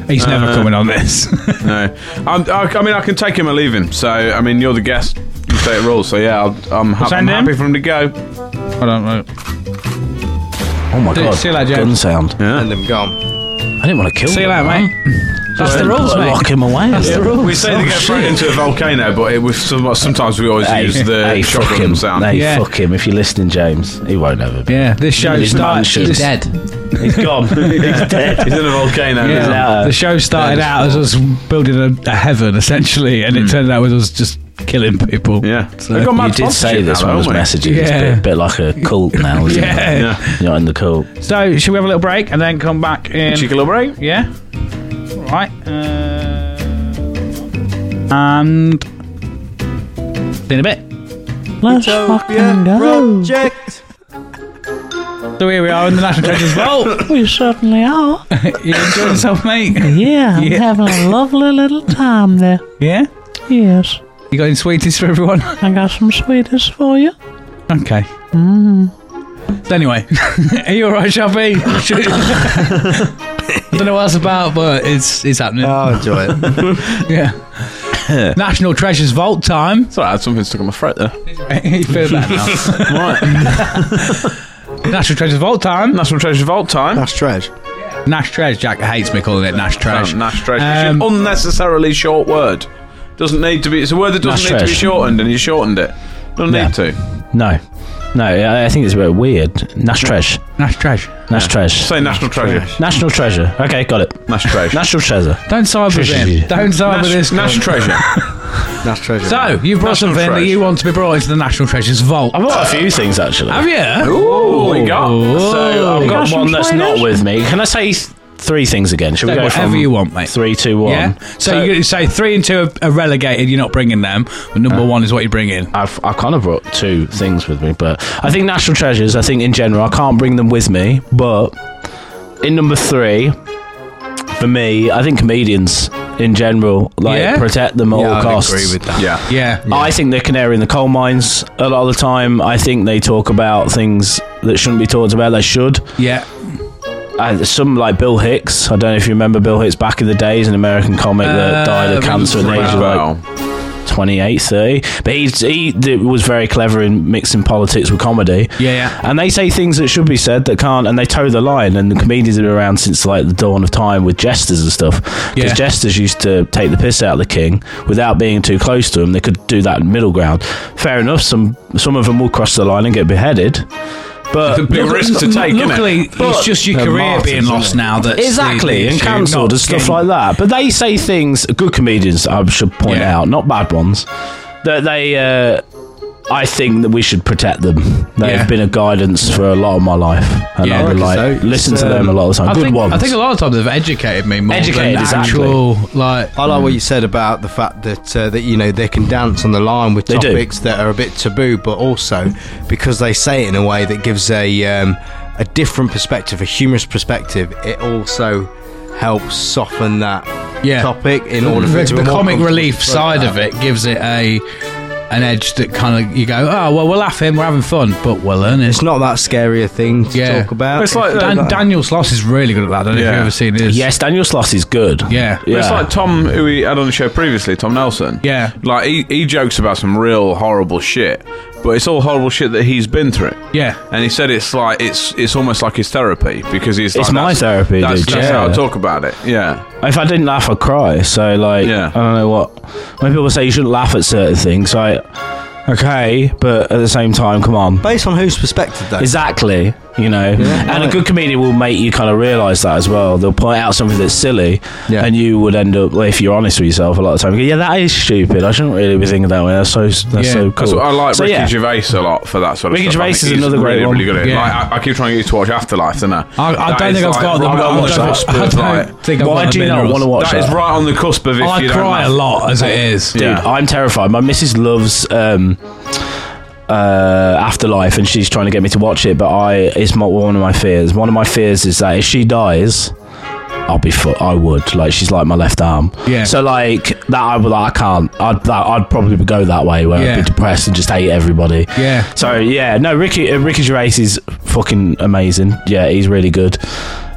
[SPEAKER 3] He's never coming on [LAUGHS] this.
[SPEAKER 4] no. I'm, I, I mean, I can take him or leave him. So I mean, you're the guest. You say it rules. So yeah, I'll, I'm, ha- I'm
[SPEAKER 3] Send him?
[SPEAKER 4] happy for him to go.
[SPEAKER 3] I don't know.
[SPEAKER 7] Oh my
[SPEAKER 3] See-
[SPEAKER 7] God.
[SPEAKER 3] see you later, James.
[SPEAKER 7] Gun sound.
[SPEAKER 5] And them gone.
[SPEAKER 7] I didn't want to kill
[SPEAKER 3] See you
[SPEAKER 7] him,
[SPEAKER 3] later, mate. That's the rules, mate.
[SPEAKER 7] Lock him away.
[SPEAKER 3] the rules.
[SPEAKER 4] We say they get thrown into a volcano, but it was sometimes we always use the
[SPEAKER 7] hey, fuck
[SPEAKER 4] shotgun
[SPEAKER 7] him.
[SPEAKER 4] sound.
[SPEAKER 7] Hey,
[SPEAKER 3] Yeah.
[SPEAKER 7] fuck him. If you're listening, James, he won't ever
[SPEAKER 3] [LAUGHS]
[SPEAKER 7] be.
[SPEAKER 3] Yeah, this show
[SPEAKER 7] He's
[SPEAKER 3] started.
[SPEAKER 7] mansion.
[SPEAKER 3] This,
[SPEAKER 8] Dead.
[SPEAKER 7] He's gone. He's dead.
[SPEAKER 4] He's in a volcano.
[SPEAKER 7] Yeah.
[SPEAKER 4] now.
[SPEAKER 7] Yeah.
[SPEAKER 3] The show started
[SPEAKER 4] Yeah,
[SPEAKER 3] out as Hmm. us building a, a heaven, essentially, and it turned out with us just killing people.
[SPEAKER 4] Yeah.
[SPEAKER 3] So-
[SPEAKER 4] We've got mad
[SPEAKER 7] You did say
[SPEAKER 4] sponsorship
[SPEAKER 7] this
[SPEAKER 4] now,
[SPEAKER 7] one was
[SPEAKER 4] haven't we?
[SPEAKER 7] messaging. It's a
[SPEAKER 3] Yeah.
[SPEAKER 7] bit, bit like a cult now,
[SPEAKER 3] [LAUGHS]
[SPEAKER 7] isn't
[SPEAKER 3] Yeah.
[SPEAKER 7] it?
[SPEAKER 4] Yeah.
[SPEAKER 7] You're not in the cult.
[SPEAKER 3] So, should we have a little break and then come back in?
[SPEAKER 4] Cheeky little break.
[SPEAKER 3] Yeah. All right. Uh, and see you in a bit.
[SPEAKER 2] Utopia Project.
[SPEAKER 3] So here we are in the National Treasure's vault.
[SPEAKER 6] We certainly are.
[SPEAKER 3] You enjoying yourself, mate?
[SPEAKER 6] Yeah, I'm
[SPEAKER 3] Yeah.
[SPEAKER 6] having a lovely little time there.
[SPEAKER 3] Yeah.
[SPEAKER 6] Yes.
[SPEAKER 3] You got any sweeties for everyone? [LAUGHS]
[SPEAKER 6] I got some sweeties for you.
[SPEAKER 3] Okay. So anyway, [LAUGHS] are you all right, Sharpie? I [LAUGHS] don't know what that's about, but it's it's happening.
[SPEAKER 5] [LAUGHS] Oh, enjoy it.
[SPEAKER 3] yeah. National Treasures Vault time. [LAUGHS]
[SPEAKER 4] Sorry, I had something stuck on my throat there.
[SPEAKER 3] you feel that now?
[SPEAKER 4] Right.
[SPEAKER 3] [LAUGHS] National Treasures Vault time.
[SPEAKER 4] National Treasure Vault time.
[SPEAKER 5] [LAUGHS]
[SPEAKER 4] Oh,
[SPEAKER 5] That's trash.
[SPEAKER 3] Nash Treasure. Jack hates me calling it Nash Treasure.
[SPEAKER 4] Um, Nash Treasure.
[SPEAKER 3] Um,
[SPEAKER 4] It's an unnecessarily short word. Doesn't need to be. It's a word that doesn't
[SPEAKER 7] Nash
[SPEAKER 4] need to be
[SPEAKER 7] Treasure.
[SPEAKER 4] shortened, and he shortened it. Doesn't
[SPEAKER 7] Yeah.
[SPEAKER 4] need to.
[SPEAKER 7] No. No, I I think it's a bit weird. Nash Treasure.
[SPEAKER 3] Nash Treasure.
[SPEAKER 7] Nash Treasure.
[SPEAKER 4] Say national treasure.
[SPEAKER 7] National Treasure. Okay, got it.
[SPEAKER 4] Nash treasure.
[SPEAKER 7] National Treasure.
[SPEAKER 3] Don't side with him.
[SPEAKER 7] Treasure.
[SPEAKER 3] Don't side with
[SPEAKER 4] Nash,
[SPEAKER 3] this.
[SPEAKER 4] Nash
[SPEAKER 3] cunt.
[SPEAKER 4] treasure.
[SPEAKER 5] That's treasure.
[SPEAKER 3] So you've brought
[SPEAKER 4] National
[SPEAKER 3] something that
[SPEAKER 4] Treasure.
[SPEAKER 3] you want to be brought into the National Treasures Vault.
[SPEAKER 7] I've got a few things actually.
[SPEAKER 3] Have you?
[SPEAKER 4] Ooh, we got.
[SPEAKER 7] So I've got
[SPEAKER 6] National
[SPEAKER 7] one that's
[SPEAKER 6] Treasure.
[SPEAKER 7] not with me. Can I say th- three things again? Should we
[SPEAKER 3] Say
[SPEAKER 7] go
[SPEAKER 3] whatever
[SPEAKER 7] from
[SPEAKER 3] you want, mate.
[SPEAKER 7] Three, two, one.
[SPEAKER 3] Yeah. So, you're going to say three and two are, are relegated. You're not bringing them, but number one is what you bring in.
[SPEAKER 7] I've, I've kind of brought two things with me, but I think national treasures. I think in general, I can't bring them with me. But in number three, for me, I think comedians in general like
[SPEAKER 3] Yeah?
[SPEAKER 7] protect them at all costs.
[SPEAKER 5] agree with that.
[SPEAKER 4] Yeah.
[SPEAKER 3] Yeah.
[SPEAKER 7] I think they're canary in the coal mines a lot of the time. I think they talk about things that shouldn't be talked about. They should.
[SPEAKER 3] Yeah.
[SPEAKER 7] Uh, some like Bill Hicks. I don't know if you remember Bill Hicks back in the days, an American comic
[SPEAKER 3] Uh,
[SPEAKER 7] that died of cancer at the age of like
[SPEAKER 4] Well,
[SPEAKER 7] 28, 30. But he's, he th- was very clever in mixing politics with comedy.
[SPEAKER 3] Yeah, yeah.
[SPEAKER 7] And they say things that should be said that can't, and they toe the line. And the comedians have been around since like the dawn of time with jesters and stuff. Because
[SPEAKER 3] Yeah.
[SPEAKER 7] jesters used to take the piss out of the king without being too close to him. They could do that middle ground. Fair enough, some, some of them will cross the line and get beheaded. But
[SPEAKER 4] big
[SPEAKER 3] Look-
[SPEAKER 4] risk to
[SPEAKER 3] look-
[SPEAKER 4] take, innit?
[SPEAKER 3] Luckily,
[SPEAKER 7] But-
[SPEAKER 3] it's just your
[SPEAKER 4] They're
[SPEAKER 3] career
[SPEAKER 4] martyrs,
[SPEAKER 3] being
[SPEAKER 4] isn't
[SPEAKER 3] lost
[SPEAKER 4] it?
[SPEAKER 3] now. That's
[SPEAKER 7] Exactly, and cancelled and stuff like that. But they say things, good comedians, I should point
[SPEAKER 3] Yeah.
[SPEAKER 7] out, not bad ones, that they, uh, I think that we should protect them. They've
[SPEAKER 3] Yeah.
[SPEAKER 7] been a guidance for a lot of my life. And
[SPEAKER 3] Yeah,
[SPEAKER 7] I would
[SPEAKER 3] I
[SPEAKER 7] like,
[SPEAKER 5] reckon so.
[SPEAKER 7] listen
[SPEAKER 5] It's,
[SPEAKER 7] to them a lot of the time.
[SPEAKER 3] um, I
[SPEAKER 7] good
[SPEAKER 3] think,
[SPEAKER 7] ones.
[SPEAKER 3] I think a lot of times they've educated me more
[SPEAKER 7] Educated,
[SPEAKER 3] than
[SPEAKER 7] exactly.
[SPEAKER 3] actual like.
[SPEAKER 5] I Oh, like mm. what you said about the fact that uh, that you know they can dance on the line with
[SPEAKER 7] They do.
[SPEAKER 5] topics that are a bit taboo, but also because they say it in a way that gives a um, a different perspective, a humorous perspective. It also helps soften that
[SPEAKER 3] Yeah.
[SPEAKER 5] topic in order for it
[SPEAKER 3] The,
[SPEAKER 5] to
[SPEAKER 3] the
[SPEAKER 5] be more
[SPEAKER 3] Mm. comic
[SPEAKER 5] comfortable
[SPEAKER 3] relief
[SPEAKER 5] for
[SPEAKER 3] side
[SPEAKER 5] that.
[SPEAKER 3] of it gives it a an edge that kind of you go, oh well, we're laughing, we're having fun, but we're learning.
[SPEAKER 5] It's not that scary a thing to
[SPEAKER 3] Yeah.
[SPEAKER 5] talk about.
[SPEAKER 4] It's like- uh,
[SPEAKER 3] Dan,
[SPEAKER 4] that-
[SPEAKER 3] Daniel Sloss is really good at that. I don't know if
[SPEAKER 4] Yeah.
[SPEAKER 3] you've ever seen his.
[SPEAKER 7] yes, Daniel Sloss is good.
[SPEAKER 3] Yeah.
[SPEAKER 7] yeah.
[SPEAKER 4] It's like Tom, who we had on the show previously, Tom Nelson.
[SPEAKER 3] Yeah.
[SPEAKER 4] Like, he, he jokes about some real horrible shit, but it's all horrible shit that he's been through.
[SPEAKER 3] Yeah.
[SPEAKER 4] And he said it's like, it's it's almost like his therapy because he's like,
[SPEAKER 7] It's my
[SPEAKER 4] "That's-
[SPEAKER 7] therapy,
[SPEAKER 4] That's,
[SPEAKER 7] dude,
[SPEAKER 4] that's how I
[SPEAKER 7] yeah."
[SPEAKER 4] talk about it. Yeah.
[SPEAKER 7] if I didn't laugh, I'd cry. So, like,
[SPEAKER 4] Yeah.
[SPEAKER 7] I don't know what. When people say you shouldn't laugh at certain things, like, okay, but at the same time, come on.
[SPEAKER 5] Based on whose perspective, though?
[SPEAKER 7] Exactly, you know. and a
[SPEAKER 5] right.
[SPEAKER 7] good comedian will make you kind of realise that as well. They'll point out something that's silly,
[SPEAKER 5] Yeah.
[SPEAKER 7] and you would end up, if you're honest with yourself, a lot of the time, you go, yeah, that is stupid. I shouldn't really be thinking that way. That's so, that's
[SPEAKER 3] Yeah.
[SPEAKER 7] so cool.
[SPEAKER 4] That's what I like
[SPEAKER 7] So,
[SPEAKER 4] Ricky
[SPEAKER 7] yeah.
[SPEAKER 4] Gervais a lot for that sort of
[SPEAKER 7] Ricky
[SPEAKER 4] stuff. I
[SPEAKER 7] Gervais
[SPEAKER 4] think
[SPEAKER 7] is
[SPEAKER 4] he's
[SPEAKER 7] another great
[SPEAKER 4] really,
[SPEAKER 7] one.
[SPEAKER 4] Really good at it.
[SPEAKER 3] Yeah.
[SPEAKER 4] Like, I, I keep trying to get you to watch Afterlife, don't I?
[SPEAKER 3] I, I
[SPEAKER 4] That
[SPEAKER 3] don't
[SPEAKER 4] is,
[SPEAKER 3] think I've
[SPEAKER 4] like,
[SPEAKER 3] got them.
[SPEAKER 4] right on
[SPEAKER 3] I
[SPEAKER 4] the
[SPEAKER 3] don't,
[SPEAKER 7] [LAUGHS]
[SPEAKER 4] cusp
[SPEAKER 3] I
[SPEAKER 4] of, like-
[SPEAKER 3] don't think I've
[SPEAKER 7] Why
[SPEAKER 3] got
[SPEAKER 7] do
[SPEAKER 3] the
[SPEAKER 7] you not
[SPEAKER 3] minerals.
[SPEAKER 7] want to watch
[SPEAKER 4] That
[SPEAKER 7] that?
[SPEAKER 4] is right on the cusp of if
[SPEAKER 3] I
[SPEAKER 4] you don't
[SPEAKER 3] cry
[SPEAKER 4] laugh.
[SPEAKER 3] a lot as it is.
[SPEAKER 7] Dude,
[SPEAKER 4] Yeah.
[SPEAKER 7] I'm terrified. My missus loves um, uh, Afterlife, and she's trying to get me to watch it. But I, it's my, one of my fears. One of my fears is that if she dies, I'll be. Fu- I would like. She's like my left arm.
[SPEAKER 3] Yeah.
[SPEAKER 7] So like that, I would. Like, I can't. I'd. That, I'd probably go that way where
[SPEAKER 3] Yeah.
[SPEAKER 7] I'd be depressed and just hate everybody.
[SPEAKER 3] Yeah.
[SPEAKER 7] So yeah, no, Ricky uh, Ricky Gervais is fucking amazing. Yeah, he's really good.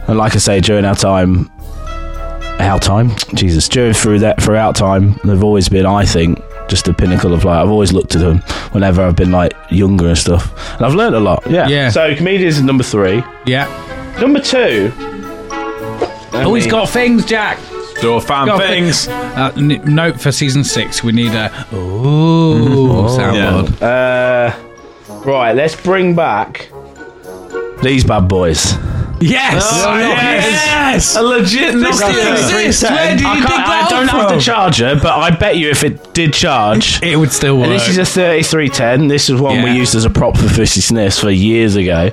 [SPEAKER 7] And like I say, during our time, our time, Jesus, during through that throughout time, they've always been, I think, just the pinnacle of like I've always looked to them whenever I've been like younger and stuff, and I've learned a lot. Yeah.
[SPEAKER 3] Yeah.
[SPEAKER 7] So comedians is number three.
[SPEAKER 3] Yeah.
[SPEAKER 7] Number two.
[SPEAKER 3] Oh, he's got things, Jack.
[SPEAKER 4] Door fan
[SPEAKER 3] Got
[SPEAKER 4] things.
[SPEAKER 3] Uh, n- note for season six: we need a ooh soundboard.
[SPEAKER 7] Uh, right, let's bring back these bad boys.
[SPEAKER 3] Yes.
[SPEAKER 4] yes. A legit
[SPEAKER 3] This
[SPEAKER 4] knockout.
[SPEAKER 3] still exists. Where do you
[SPEAKER 7] I,
[SPEAKER 3] dig
[SPEAKER 7] can't-
[SPEAKER 3] that
[SPEAKER 7] I
[SPEAKER 3] up
[SPEAKER 7] don't
[SPEAKER 3] from?
[SPEAKER 7] have the charger, but I bet you if it did charge.
[SPEAKER 3] it would still work.
[SPEAKER 7] And this is a 3310. This is one
[SPEAKER 3] Yeah.
[SPEAKER 7] we used as a prop for Fifty Sniffs for years ago.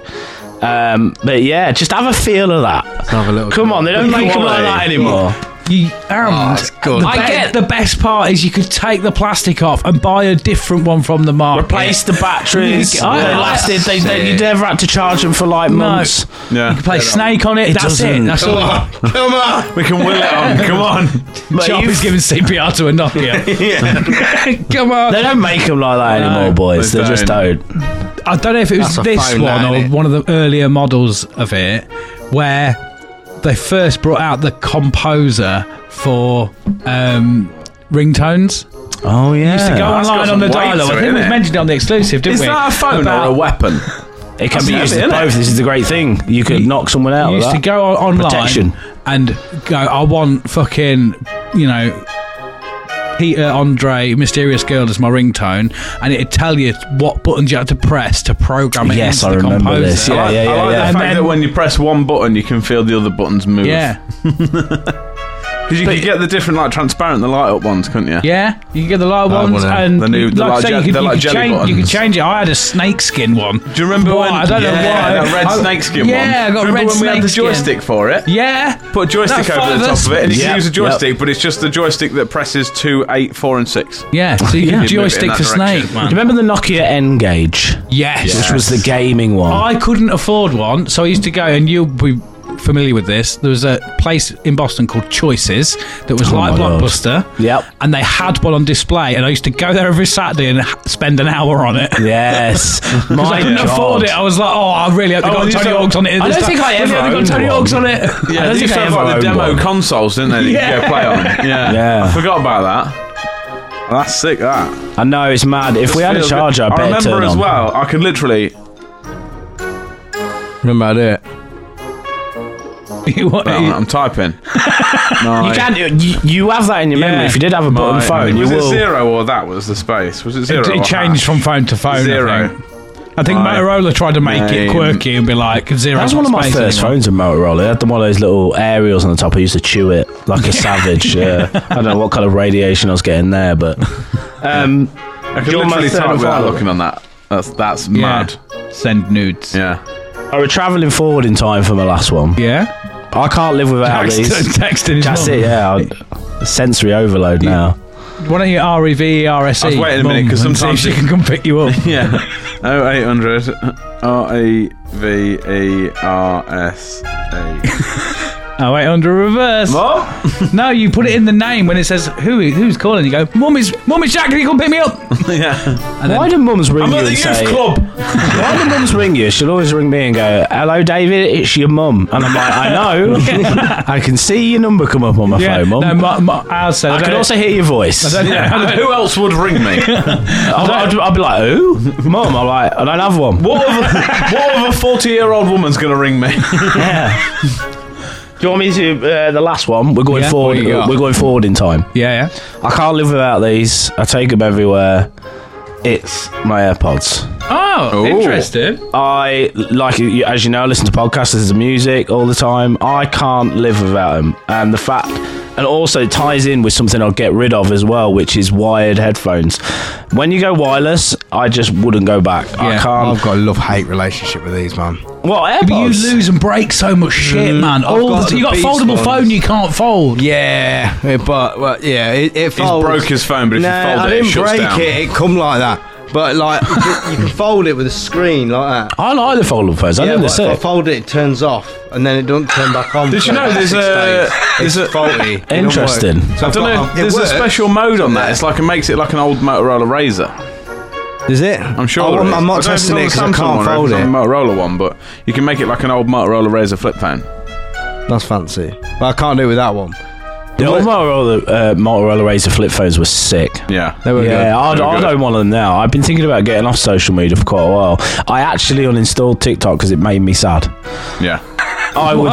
[SPEAKER 7] Um, but yeah, just have a feel of that.
[SPEAKER 9] Have a little
[SPEAKER 7] Come on, they don't make them like that anymore.
[SPEAKER 3] You, and The,
[SPEAKER 6] I
[SPEAKER 3] be-
[SPEAKER 6] get-
[SPEAKER 3] the best part is you could take the plastic off and buy a different one from the market.
[SPEAKER 7] Replace the batteries.
[SPEAKER 3] You-
[SPEAKER 7] They
[SPEAKER 3] I- I-
[SPEAKER 7] lasted. They, they, you never had to charge them for like months.
[SPEAKER 3] You can play Snake on it. that's it.
[SPEAKER 7] doesn't.
[SPEAKER 3] That's all.
[SPEAKER 9] Come on!
[SPEAKER 4] We can will it on. Come on.
[SPEAKER 7] But
[SPEAKER 3] Chop
[SPEAKER 7] you-
[SPEAKER 3] is giving CPR to
[SPEAKER 9] [LAUGHS]
[SPEAKER 3] a Nokia. [LAUGHS] Come on.
[SPEAKER 7] they don't make them like that anymore, boys. They,
[SPEAKER 4] they
[SPEAKER 7] just don't.
[SPEAKER 3] I don't know if it was
[SPEAKER 9] That's a
[SPEAKER 3] this
[SPEAKER 9] phone,
[SPEAKER 3] one
[SPEAKER 9] that,
[SPEAKER 3] or
[SPEAKER 9] innit?
[SPEAKER 3] one of the earlier models of it where they first brought out the composer for um, ringtones.
[SPEAKER 7] Oh yeah.
[SPEAKER 3] Used to go
[SPEAKER 4] that's got
[SPEAKER 3] online on
[SPEAKER 4] some
[SPEAKER 3] the
[SPEAKER 4] weight
[SPEAKER 3] dial. I
[SPEAKER 4] to it,
[SPEAKER 3] think it was
[SPEAKER 4] innit?
[SPEAKER 3] mentioned on the exclusive, didn't
[SPEAKER 4] Is
[SPEAKER 3] we?
[SPEAKER 4] that a phone
[SPEAKER 3] About-
[SPEAKER 4] or a weapon?
[SPEAKER 7] It can be
[SPEAKER 4] That's
[SPEAKER 7] used
[SPEAKER 4] it,
[SPEAKER 7] as
[SPEAKER 4] innit?
[SPEAKER 7] both. This is the great thing. You could knock someone out.
[SPEAKER 3] You
[SPEAKER 7] with
[SPEAKER 3] used to
[SPEAKER 7] that.
[SPEAKER 3] go on- online
[SPEAKER 7] Protection.
[SPEAKER 3] and go, I want fucking, you know, Peter Andre, Mysterious Girl as my ringtone, and it'd tell you what buttons you had to press to program it
[SPEAKER 7] Yes,
[SPEAKER 3] into
[SPEAKER 7] I
[SPEAKER 3] the
[SPEAKER 7] remember
[SPEAKER 3] composer.
[SPEAKER 7] this. Yeah,
[SPEAKER 4] I,
[SPEAKER 7] yeah,
[SPEAKER 4] I
[SPEAKER 7] yeah,
[SPEAKER 4] like
[SPEAKER 7] yeah.
[SPEAKER 4] the
[SPEAKER 3] And
[SPEAKER 4] fact
[SPEAKER 3] then-
[SPEAKER 4] that when you press one button, you can feel the other buttons move. [LAUGHS]
[SPEAKER 3] Yeah,
[SPEAKER 4] because you could get the different, like transparent, the light up ones, couldn't you?
[SPEAKER 3] yeah. You could get the light ones
[SPEAKER 9] wouldn't.
[SPEAKER 3] and
[SPEAKER 4] The new- the
[SPEAKER 3] like I
[SPEAKER 4] like
[SPEAKER 3] say,
[SPEAKER 4] je-
[SPEAKER 3] you could,
[SPEAKER 4] they're
[SPEAKER 3] you
[SPEAKER 4] like
[SPEAKER 3] could
[SPEAKER 4] jelly
[SPEAKER 3] change, you could
[SPEAKER 4] buttons.
[SPEAKER 3] change it. I had a snakeskin one.
[SPEAKER 4] Do you remember
[SPEAKER 3] Why?
[SPEAKER 4] when?
[SPEAKER 3] I don't know
[SPEAKER 4] yeah,
[SPEAKER 3] why.
[SPEAKER 4] That red
[SPEAKER 3] I-
[SPEAKER 4] snake skin one.
[SPEAKER 3] Yeah, I got
[SPEAKER 4] Do you
[SPEAKER 3] red
[SPEAKER 4] remember when we had the
[SPEAKER 3] snake skin.
[SPEAKER 4] joystick for it?
[SPEAKER 3] Yeah,
[SPEAKER 4] Put a joystick
[SPEAKER 3] No,
[SPEAKER 4] over the
[SPEAKER 3] five
[SPEAKER 4] top of it, and you
[SPEAKER 7] Yep,
[SPEAKER 4] can use a
[SPEAKER 7] yep.
[SPEAKER 4] joystick, but it's just the joystick that presses two, eight, four, and six.
[SPEAKER 3] yeah.
[SPEAKER 4] [LAUGHS]
[SPEAKER 3] So you
[SPEAKER 4] Yeah.
[SPEAKER 3] can
[SPEAKER 4] You move it in
[SPEAKER 3] joystick
[SPEAKER 4] that
[SPEAKER 3] for
[SPEAKER 4] direction.
[SPEAKER 3] Snake, man.
[SPEAKER 7] Do you remember the Nokia N Gauge,
[SPEAKER 3] Yes.
[SPEAKER 7] which was the gaming one?
[SPEAKER 3] I couldn't afford one, so I used to go, and you'll be familiar with this. There was a place in Boston called Choices that was
[SPEAKER 7] Oh
[SPEAKER 3] like
[SPEAKER 7] my God.
[SPEAKER 3] Blockbuster.
[SPEAKER 7] Yep.
[SPEAKER 3] And they had one on display, and I used to go there every Saturday and h- spend an hour on it. [LAUGHS]
[SPEAKER 7] Yes, my
[SPEAKER 3] I couldn't
[SPEAKER 7] God.
[SPEAKER 3] afford it. I was like, oh, I really hope they
[SPEAKER 4] Oh,
[SPEAKER 3] got
[SPEAKER 4] and you
[SPEAKER 3] Tony
[SPEAKER 4] said-
[SPEAKER 3] Hawk's on it.
[SPEAKER 7] I
[SPEAKER 3] this
[SPEAKER 7] don't think
[SPEAKER 3] time.
[SPEAKER 7] I
[SPEAKER 3] Really
[SPEAKER 7] ever
[SPEAKER 3] hope they
[SPEAKER 7] owned
[SPEAKER 3] got Tony
[SPEAKER 7] one.
[SPEAKER 3] Hawk's on it.
[SPEAKER 4] Yeah,
[SPEAKER 7] don't
[SPEAKER 4] they
[SPEAKER 7] think
[SPEAKER 4] used
[SPEAKER 7] I
[SPEAKER 4] to have
[SPEAKER 7] ever
[SPEAKER 4] like the
[SPEAKER 7] owned
[SPEAKER 4] demo
[SPEAKER 7] one.
[SPEAKER 4] consoles, didn't they? that you
[SPEAKER 3] Yeah.
[SPEAKER 4] could play
[SPEAKER 3] [LAUGHS]
[SPEAKER 4] on. Yeah.
[SPEAKER 7] Yeah.
[SPEAKER 4] I forgot about that. That's sick. That.
[SPEAKER 7] I know it's mad. If we had a
[SPEAKER 4] Feels
[SPEAKER 7] charger,
[SPEAKER 4] good.
[SPEAKER 7] I
[SPEAKER 4] I
[SPEAKER 7] bet
[SPEAKER 4] remember
[SPEAKER 7] turn
[SPEAKER 4] as
[SPEAKER 7] on.
[SPEAKER 4] well. I could literally.
[SPEAKER 5] Remember
[SPEAKER 7] [LAUGHS]
[SPEAKER 5] it.
[SPEAKER 3] You want-
[SPEAKER 4] Hang on, I'm typing.
[SPEAKER 7] [LAUGHS] You can. You, you have that in your memory.
[SPEAKER 3] Yeah.
[SPEAKER 7] If you did have a button phone, you
[SPEAKER 4] was it
[SPEAKER 7] will.
[SPEAKER 4] zero or that was the space? Was it zero?
[SPEAKER 3] it,
[SPEAKER 4] or
[SPEAKER 3] it changed
[SPEAKER 4] half?
[SPEAKER 3] from phone to phone. I
[SPEAKER 4] zero.
[SPEAKER 3] think, I think
[SPEAKER 4] Right.
[SPEAKER 3] Motorola tried to make it
[SPEAKER 4] Name.
[SPEAKER 3] quirky and be like zero.
[SPEAKER 7] That was one of my first phones in Motorola. It had the one of those little aerials on the top. I used to chew it
[SPEAKER 3] [LAUGHS]
[SPEAKER 7] like a savage. Yeah. I don't know what kind of radiation I was getting
[SPEAKER 3] [LAUGHS]
[SPEAKER 7] there, but um,
[SPEAKER 4] I could
[SPEAKER 7] You're my
[SPEAKER 4] literally
[SPEAKER 7] third
[SPEAKER 4] type
[SPEAKER 7] and
[SPEAKER 4] without
[SPEAKER 7] final.
[SPEAKER 4] looking on that. That's that's
[SPEAKER 3] Yeah.
[SPEAKER 4] mad.
[SPEAKER 3] Send nudes.
[SPEAKER 4] Yeah.
[SPEAKER 7] I was travelling forward in time for my last one.
[SPEAKER 3] Yeah.
[SPEAKER 7] I can't live without
[SPEAKER 3] Text-
[SPEAKER 7] these.
[SPEAKER 3] Texting. his
[SPEAKER 7] That's
[SPEAKER 3] [LAUGHS] mum.
[SPEAKER 7] it. Yeah. I- Sensory overload now.
[SPEAKER 3] Why don't you R E V E R S E?
[SPEAKER 4] I was waiting a minute, 'cause sometimes
[SPEAKER 3] she
[SPEAKER 4] it-
[SPEAKER 3] can come pick you up.
[SPEAKER 4] [LAUGHS] Yeah. oh eight hundred R E V E R S
[SPEAKER 7] [LAUGHS]
[SPEAKER 4] A.
[SPEAKER 3] Oh wait, under reverse.
[SPEAKER 4] What?
[SPEAKER 3] [LAUGHS] No, you put it in the name when it says who who's calling. You go, mum is mum is Jack. Can you come pick me up?
[SPEAKER 4] Yeah.
[SPEAKER 7] Why do mums ring
[SPEAKER 4] I'm
[SPEAKER 7] you
[SPEAKER 4] at the
[SPEAKER 7] and say?
[SPEAKER 4] youth club.
[SPEAKER 7] Why do mums ring you? She'll always ring me and go, "Hello, David, it's your mum." And I'm like, "I [LAUGHS] know. I can see your number come up on my phone, mum.
[SPEAKER 3] No, my, my, ours said.
[SPEAKER 7] I
[SPEAKER 3] don't- [LAUGHS]
[SPEAKER 7] can also hear your voice."
[SPEAKER 3] I don't-
[SPEAKER 4] Who else would ring
[SPEAKER 7] [LAUGHS]
[SPEAKER 4] me?
[SPEAKER 7] I'll, I'll, I'll be like, "Who, mum?" I'm like, "I don't have one."
[SPEAKER 4] What other, what other 40 year old woman's going to ring me?
[SPEAKER 7] Yeah. Do you want me to uh, the last one? We're going
[SPEAKER 3] Yeah.
[SPEAKER 7] forward.
[SPEAKER 3] What you got?
[SPEAKER 7] We're going forward in time.
[SPEAKER 3] Yeah, yeah.
[SPEAKER 7] I can't live without these. I take them everywhere. It's my AirPods.
[SPEAKER 3] Oh, interesting.
[SPEAKER 7] I like you- as you know, I listen to podcasts, listen to music all the time. I can't live without them, and the fact, and also it ties in with something I'll get rid of as well, which is wired headphones. When you go wireless, I just wouldn't go back. I
[SPEAKER 3] Yeah.
[SPEAKER 7] can't.
[SPEAKER 5] I've got a love hate relationship with these, man.
[SPEAKER 7] Well,
[SPEAKER 3] But you
[SPEAKER 7] AirPods.
[SPEAKER 3] lose and break so much shit, man. All
[SPEAKER 5] got
[SPEAKER 3] the, you
[SPEAKER 5] the
[SPEAKER 3] got a
[SPEAKER 5] Beats
[SPEAKER 3] foldable
[SPEAKER 5] ones.
[SPEAKER 3] phone you can't fold.
[SPEAKER 5] Yeah, eh, but well, yeah, it, it
[SPEAKER 4] He's
[SPEAKER 5] folds.
[SPEAKER 4] broke his phone, but if
[SPEAKER 5] no,
[SPEAKER 4] you fold
[SPEAKER 5] I
[SPEAKER 4] it,
[SPEAKER 5] didn't
[SPEAKER 4] it shuts
[SPEAKER 5] break
[SPEAKER 4] down.
[SPEAKER 5] it. It come like that, but like you can- you can fold it with a screen like that.
[SPEAKER 7] I like the foldable phones. I
[SPEAKER 5] yeah,
[SPEAKER 7] think
[SPEAKER 5] but
[SPEAKER 7] they're
[SPEAKER 5] if I
[SPEAKER 7] sick.
[SPEAKER 5] fold it, it turns off, and then it don't turn back on.
[SPEAKER 4] Did you
[SPEAKER 5] for
[SPEAKER 4] know
[SPEAKER 5] about
[SPEAKER 4] there's
[SPEAKER 5] six
[SPEAKER 4] a-
[SPEAKER 5] days.
[SPEAKER 4] there's
[SPEAKER 5] it's
[SPEAKER 4] a-
[SPEAKER 5] faulty? It don't work.
[SPEAKER 7] Interesting.
[SPEAKER 5] So
[SPEAKER 4] I don't
[SPEAKER 5] I've got-
[SPEAKER 4] know.
[SPEAKER 5] I've- it
[SPEAKER 4] There's
[SPEAKER 5] works.
[SPEAKER 4] a special mode on that. It's like it makes it like an old Motorola Razor.
[SPEAKER 5] Is it? Oh,
[SPEAKER 4] I'm sure.
[SPEAKER 5] I'm, I'm not testing
[SPEAKER 4] testing
[SPEAKER 5] it because I can't
[SPEAKER 4] one, or if
[SPEAKER 5] fold
[SPEAKER 4] it's on the
[SPEAKER 5] it.
[SPEAKER 4] Motorola one, but you can make it like an old Motorola Razor flip phone.
[SPEAKER 5] That's fancy. But I can't do with that one.
[SPEAKER 7] The old Motorola, uh, Motorola Razor flip phones were sick.
[SPEAKER 4] Yeah.
[SPEAKER 5] They were
[SPEAKER 7] yeah,
[SPEAKER 5] good.
[SPEAKER 7] I,
[SPEAKER 4] They were
[SPEAKER 7] I
[SPEAKER 4] good.
[SPEAKER 7] don't want them now. I've been thinking about getting off social media for quite a while. I actually uninstalled TikTok because it made me sad.
[SPEAKER 4] Yeah.
[SPEAKER 7] I would
[SPEAKER 3] Why?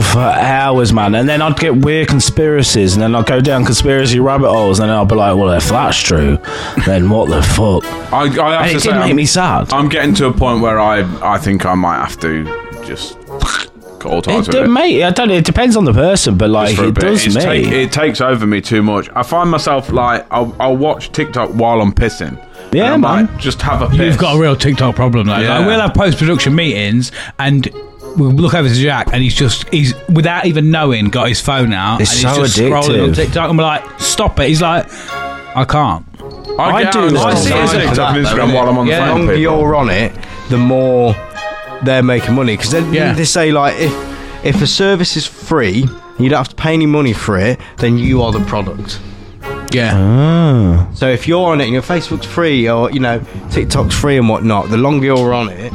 [SPEAKER 4] [LAUGHS]
[SPEAKER 7] for hours, man, and then I'd get weird conspiracies, and then I'd go down conspiracy rabbit holes, and then I'd be like, "Well, if that's true, then what the fuck?"
[SPEAKER 4] I, I have
[SPEAKER 7] And
[SPEAKER 4] to
[SPEAKER 7] it
[SPEAKER 4] say,
[SPEAKER 7] did
[SPEAKER 4] I'm,
[SPEAKER 7] make me sad.
[SPEAKER 4] I'm getting to a point where I, I think I might have to just [LAUGHS] got all
[SPEAKER 7] It,
[SPEAKER 4] times with
[SPEAKER 7] do-
[SPEAKER 4] it.
[SPEAKER 7] mate, I don't. It depends on the person, but
[SPEAKER 4] Just
[SPEAKER 7] like
[SPEAKER 4] for a
[SPEAKER 7] it
[SPEAKER 4] bit.
[SPEAKER 7] does
[SPEAKER 4] It's
[SPEAKER 7] me.
[SPEAKER 4] take- it takes over me too much. I find myself like I'll, I'll watch TikTok while I'm pissing.
[SPEAKER 7] Yeah,
[SPEAKER 4] and I
[SPEAKER 7] man.
[SPEAKER 4] might Just have a piss.
[SPEAKER 3] You've got a real TikTok problem though.
[SPEAKER 4] Yeah.
[SPEAKER 3] Like, we'll have post production meetings and we'll look over to Jack and he's just he's without even knowing got his phone out
[SPEAKER 7] It's
[SPEAKER 3] and
[SPEAKER 7] so
[SPEAKER 3] he's just scrolling on
[SPEAKER 7] addictive.
[SPEAKER 3] TikTok and we're like, stop it. He's like, I can't.
[SPEAKER 4] I,
[SPEAKER 7] I
[SPEAKER 4] get
[SPEAKER 7] do
[SPEAKER 4] out of
[SPEAKER 7] that.
[SPEAKER 4] I see
[SPEAKER 7] I
[SPEAKER 4] it
[SPEAKER 7] do
[SPEAKER 4] TikTok and Instagram while I'm on
[SPEAKER 5] the
[SPEAKER 4] the phone.
[SPEAKER 5] longer
[SPEAKER 4] people.
[SPEAKER 5] you're on it, the more they're making money because they,
[SPEAKER 3] Yeah.
[SPEAKER 5] they say like if if a service is free, you don't have to pay any money for it, then you are the product.
[SPEAKER 3] Yeah.
[SPEAKER 5] So if you're on it and your Facebook's free or you know TikTok's free and whatnot, the longer you're on it,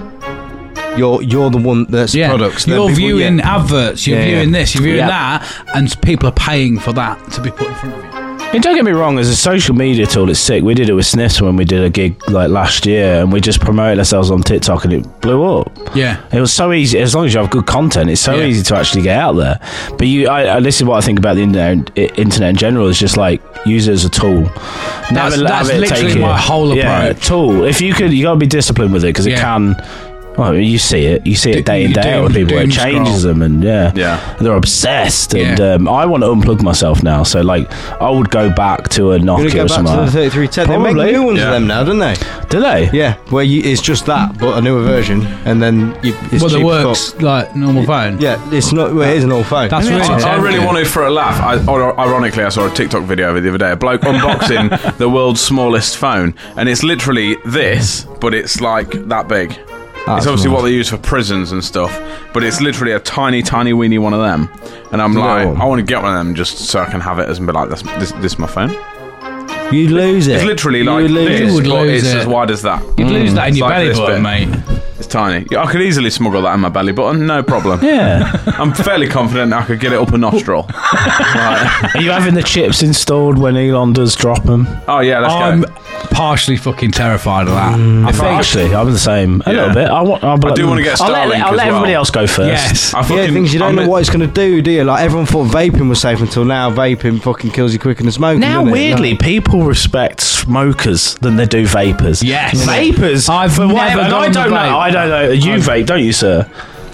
[SPEAKER 5] you're you're the one that's
[SPEAKER 3] yeah.
[SPEAKER 5] products. then
[SPEAKER 3] You're
[SPEAKER 5] people-
[SPEAKER 3] viewing
[SPEAKER 5] yeah.
[SPEAKER 3] adverts, you're
[SPEAKER 5] Yeah, yeah.
[SPEAKER 3] viewing this, you're viewing
[SPEAKER 7] Yeah.
[SPEAKER 3] that, and people are paying for that to be put in front of you.
[SPEAKER 7] And don't get me wrong, as a social media tool, it's sick. We did it with Sniffs when we did a gig like last year, and we just promoted ourselves on TikTok, and it blew up.
[SPEAKER 3] Yeah.
[SPEAKER 7] It was so easy as long as you have good content. It's so
[SPEAKER 3] Yeah.
[SPEAKER 7] easy to actually get out there. But you, I, I, this is what I think about the internet, i- internet in general. Is just like use it as a tool.
[SPEAKER 3] That's-
[SPEAKER 7] Never let
[SPEAKER 3] that's
[SPEAKER 7] it
[SPEAKER 3] literally
[SPEAKER 7] take
[SPEAKER 3] my
[SPEAKER 7] you.
[SPEAKER 3] whole
[SPEAKER 7] Yeah,
[SPEAKER 3] approach.
[SPEAKER 7] tool. If you could, you gotta be disciplined with it because
[SPEAKER 3] Yeah.
[SPEAKER 7] it can. Well, you see it. You see
[SPEAKER 3] Do-
[SPEAKER 7] it day in
[SPEAKER 3] you
[SPEAKER 7] day out
[SPEAKER 3] doom-
[SPEAKER 7] with people.
[SPEAKER 3] doom
[SPEAKER 7] It changes
[SPEAKER 3] scroll.
[SPEAKER 7] them, and yeah,
[SPEAKER 4] Yeah.
[SPEAKER 7] they're obsessed. And
[SPEAKER 3] Yeah.
[SPEAKER 7] um, I want to unplug myself now. So like, I would go back to a
[SPEAKER 5] You're
[SPEAKER 7] Nokia
[SPEAKER 5] gonna
[SPEAKER 7] or
[SPEAKER 5] go back
[SPEAKER 7] something.
[SPEAKER 5] to
[SPEAKER 7] like
[SPEAKER 5] the
[SPEAKER 7] that.
[SPEAKER 5] 3310. They
[SPEAKER 7] Probably.
[SPEAKER 5] make new ones
[SPEAKER 4] Yeah.
[SPEAKER 5] of them now, don't they?
[SPEAKER 7] Do they?
[SPEAKER 5] Yeah, where you, it's just that, but a newer version, and then you, it's
[SPEAKER 3] Well,
[SPEAKER 5] cheap
[SPEAKER 3] the
[SPEAKER 5] as
[SPEAKER 3] works
[SPEAKER 5] fuck.
[SPEAKER 3] like normal phone.
[SPEAKER 5] Yeah, it's not. Well, it is an old phone.
[SPEAKER 3] That's really
[SPEAKER 4] I, I really
[SPEAKER 3] tempting.
[SPEAKER 4] wanted for a laugh. I, or, ironically, I saw a TikTok video of it the other day. A
[SPEAKER 3] [LAUGHS]
[SPEAKER 4] bloke unboxing the world's smallest phone, and it's literally this, but it's like that big. it's obviously what they use for prisons and stuff, but it's literally a tiny, tiny, weeny one of them. And I'm like,
[SPEAKER 5] one.
[SPEAKER 4] I want to get one of them just so I can have it as and be like, this, this, this is my phone.
[SPEAKER 5] you lose [LAUGHS] it.
[SPEAKER 4] It's literally like
[SPEAKER 5] lose
[SPEAKER 4] this,
[SPEAKER 3] You would
[SPEAKER 4] but
[SPEAKER 3] lose
[SPEAKER 4] it's
[SPEAKER 3] it.
[SPEAKER 4] as wide as that. Mm.
[SPEAKER 3] You'd lose that in
[SPEAKER 4] It's
[SPEAKER 3] your
[SPEAKER 4] like
[SPEAKER 3] belly
[SPEAKER 4] this
[SPEAKER 3] button,
[SPEAKER 4] bit.
[SPEAKER 3] mate.
[SPEAKER 4] It's tiny. Yeah, I could easily smuggle that in my belly button, no
[SPEAKER 3] [LAUGHS]
[SPEAKER 4] problem.
[SPEAKER 7] Yeah.
[SPEAKER 4] I'm fairly confident I could get it up a nostril. Right.
[SPEAKER 7] Are you having the chips installed when Elon does drop them?
[SPEAKER 4] Oh yeah, let's
[SPEAKER 3] I'm
[SPEAKER 4] go.
[SPEAKER 3] partially fucking terrified of that.
[SPEAKER 7] I think actually, I'm the same. A
[SPEAKER 4] Yeah.
[SPEAKER 7] little bit. I want. I'll be
[SPEAKER 4] I
[SPEAKER 7] like,
[SPEAKER 4] do wanna
[SPEAKER 7] mm.
[SPEAKER 4] get
[SPEAKER 7] I'll let,
[SPEAKER 4] Starlink
[SPEAKER 7] I'll
[SPEAKER 4] as
[SPEAKER 7] let
[SPEAKER 4] well.
[SPEAKER 7] everybody else go first.
[SPEAKER 3] Yes.
[SPEAKER 4] I
[SPEAKER 5] Yeah,
[SPEAKER 4] fucking-
[SPEAKER 5] things you don't
[SPEAKER 4] I'm
[SPEAKER 5] know
[SPEAKER 4] in-
[SPEAKER 5] what it's going to do, do you? Like, everyone thought vaping was safe until now. Vaping fucking kills you quicker than smoking.
[SPEAKER 7] Now,
[SPEAKER 5] doesn't it?
[SPEAKER 7] weirdly,
[SPEAKER 5] Like-
[SPEAKER 7] people respect smokers than they do vapors.
[SPEAKER 3] Yes.
[SPEAKER 7] vapors.
[SPEAKER 3] I've
[SPEAKER 7] for
[SPEAKER 3] never
[SPEAKER 7] whatever- and I
[SPEAKER 3] done the
[SPEAKER 7] don't know.
[SPEAKER 3] vape.
[SPEAKER 7] I don't know. You vape, don't you, sir?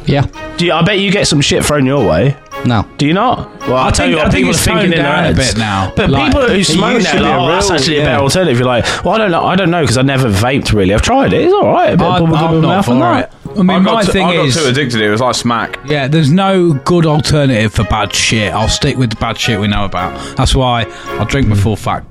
[SPEAKER 8] Yeah.
[SPEAKER 7] Do you, I bet you get some shit thrown your way.
[SPEAKER 8] No.
[SPEAKER 7] Do you not? Well, I,
[SPEAKER 3] think- I think
[SPEAKER 7] people
[SPEAKER 3] it's
[SPEAKER 7] are thinking
[SPEAKER 3] toned
[SPEAKER 7] in their
[SPEAKER 3] down a
[SPEAKER 7] heads.
[SPEAKER 3] bit now.
[SPEAKER 7] But
[SPEAKER 3] Like,
[SPEAKER 7] people who smoke
[SPEAKER 5] used
[SPEAKER 7] now,
[SPEAKER 5] to be
[SPEAKER 7] like,
[SPEAKER 5] a
[SPEAKER 7] oh, that's
[SPEAKER 5] real-
[SPEAKER 7] actually a
[SPEAKER 5] yeah.
[SPEAKER 7] better alternative. You're like, well, I don't know. I don't know because I never vaped really. I've tried it. It's all right. A bit of
[SPEAKER 3] I'm,
[SPEAKER 7] bubble gum
[SPEAKER 3] I'm
[SPEAKER 7] in my
[SPEAKER 3] not
[SPEAKER 7] mouth and
[SPEAKER 3] for
[SPEAKER 7] that.
[SPEAKER 3] it. I mean,
[SPEAKER 4] got
[SPEAKER 3] my
[SPEAKER 4] too-
[SPEAKER 3] thing
[SPEAKER 4] I got
[SPEAKER 3] is,
[SPEAKER 4] too addicted to it. It was like smack.
[SPEAKER 3] yeah, there's no good alternative for bad shit. I'll stick with the bad shit we know about. That's why I'll drink my full fat,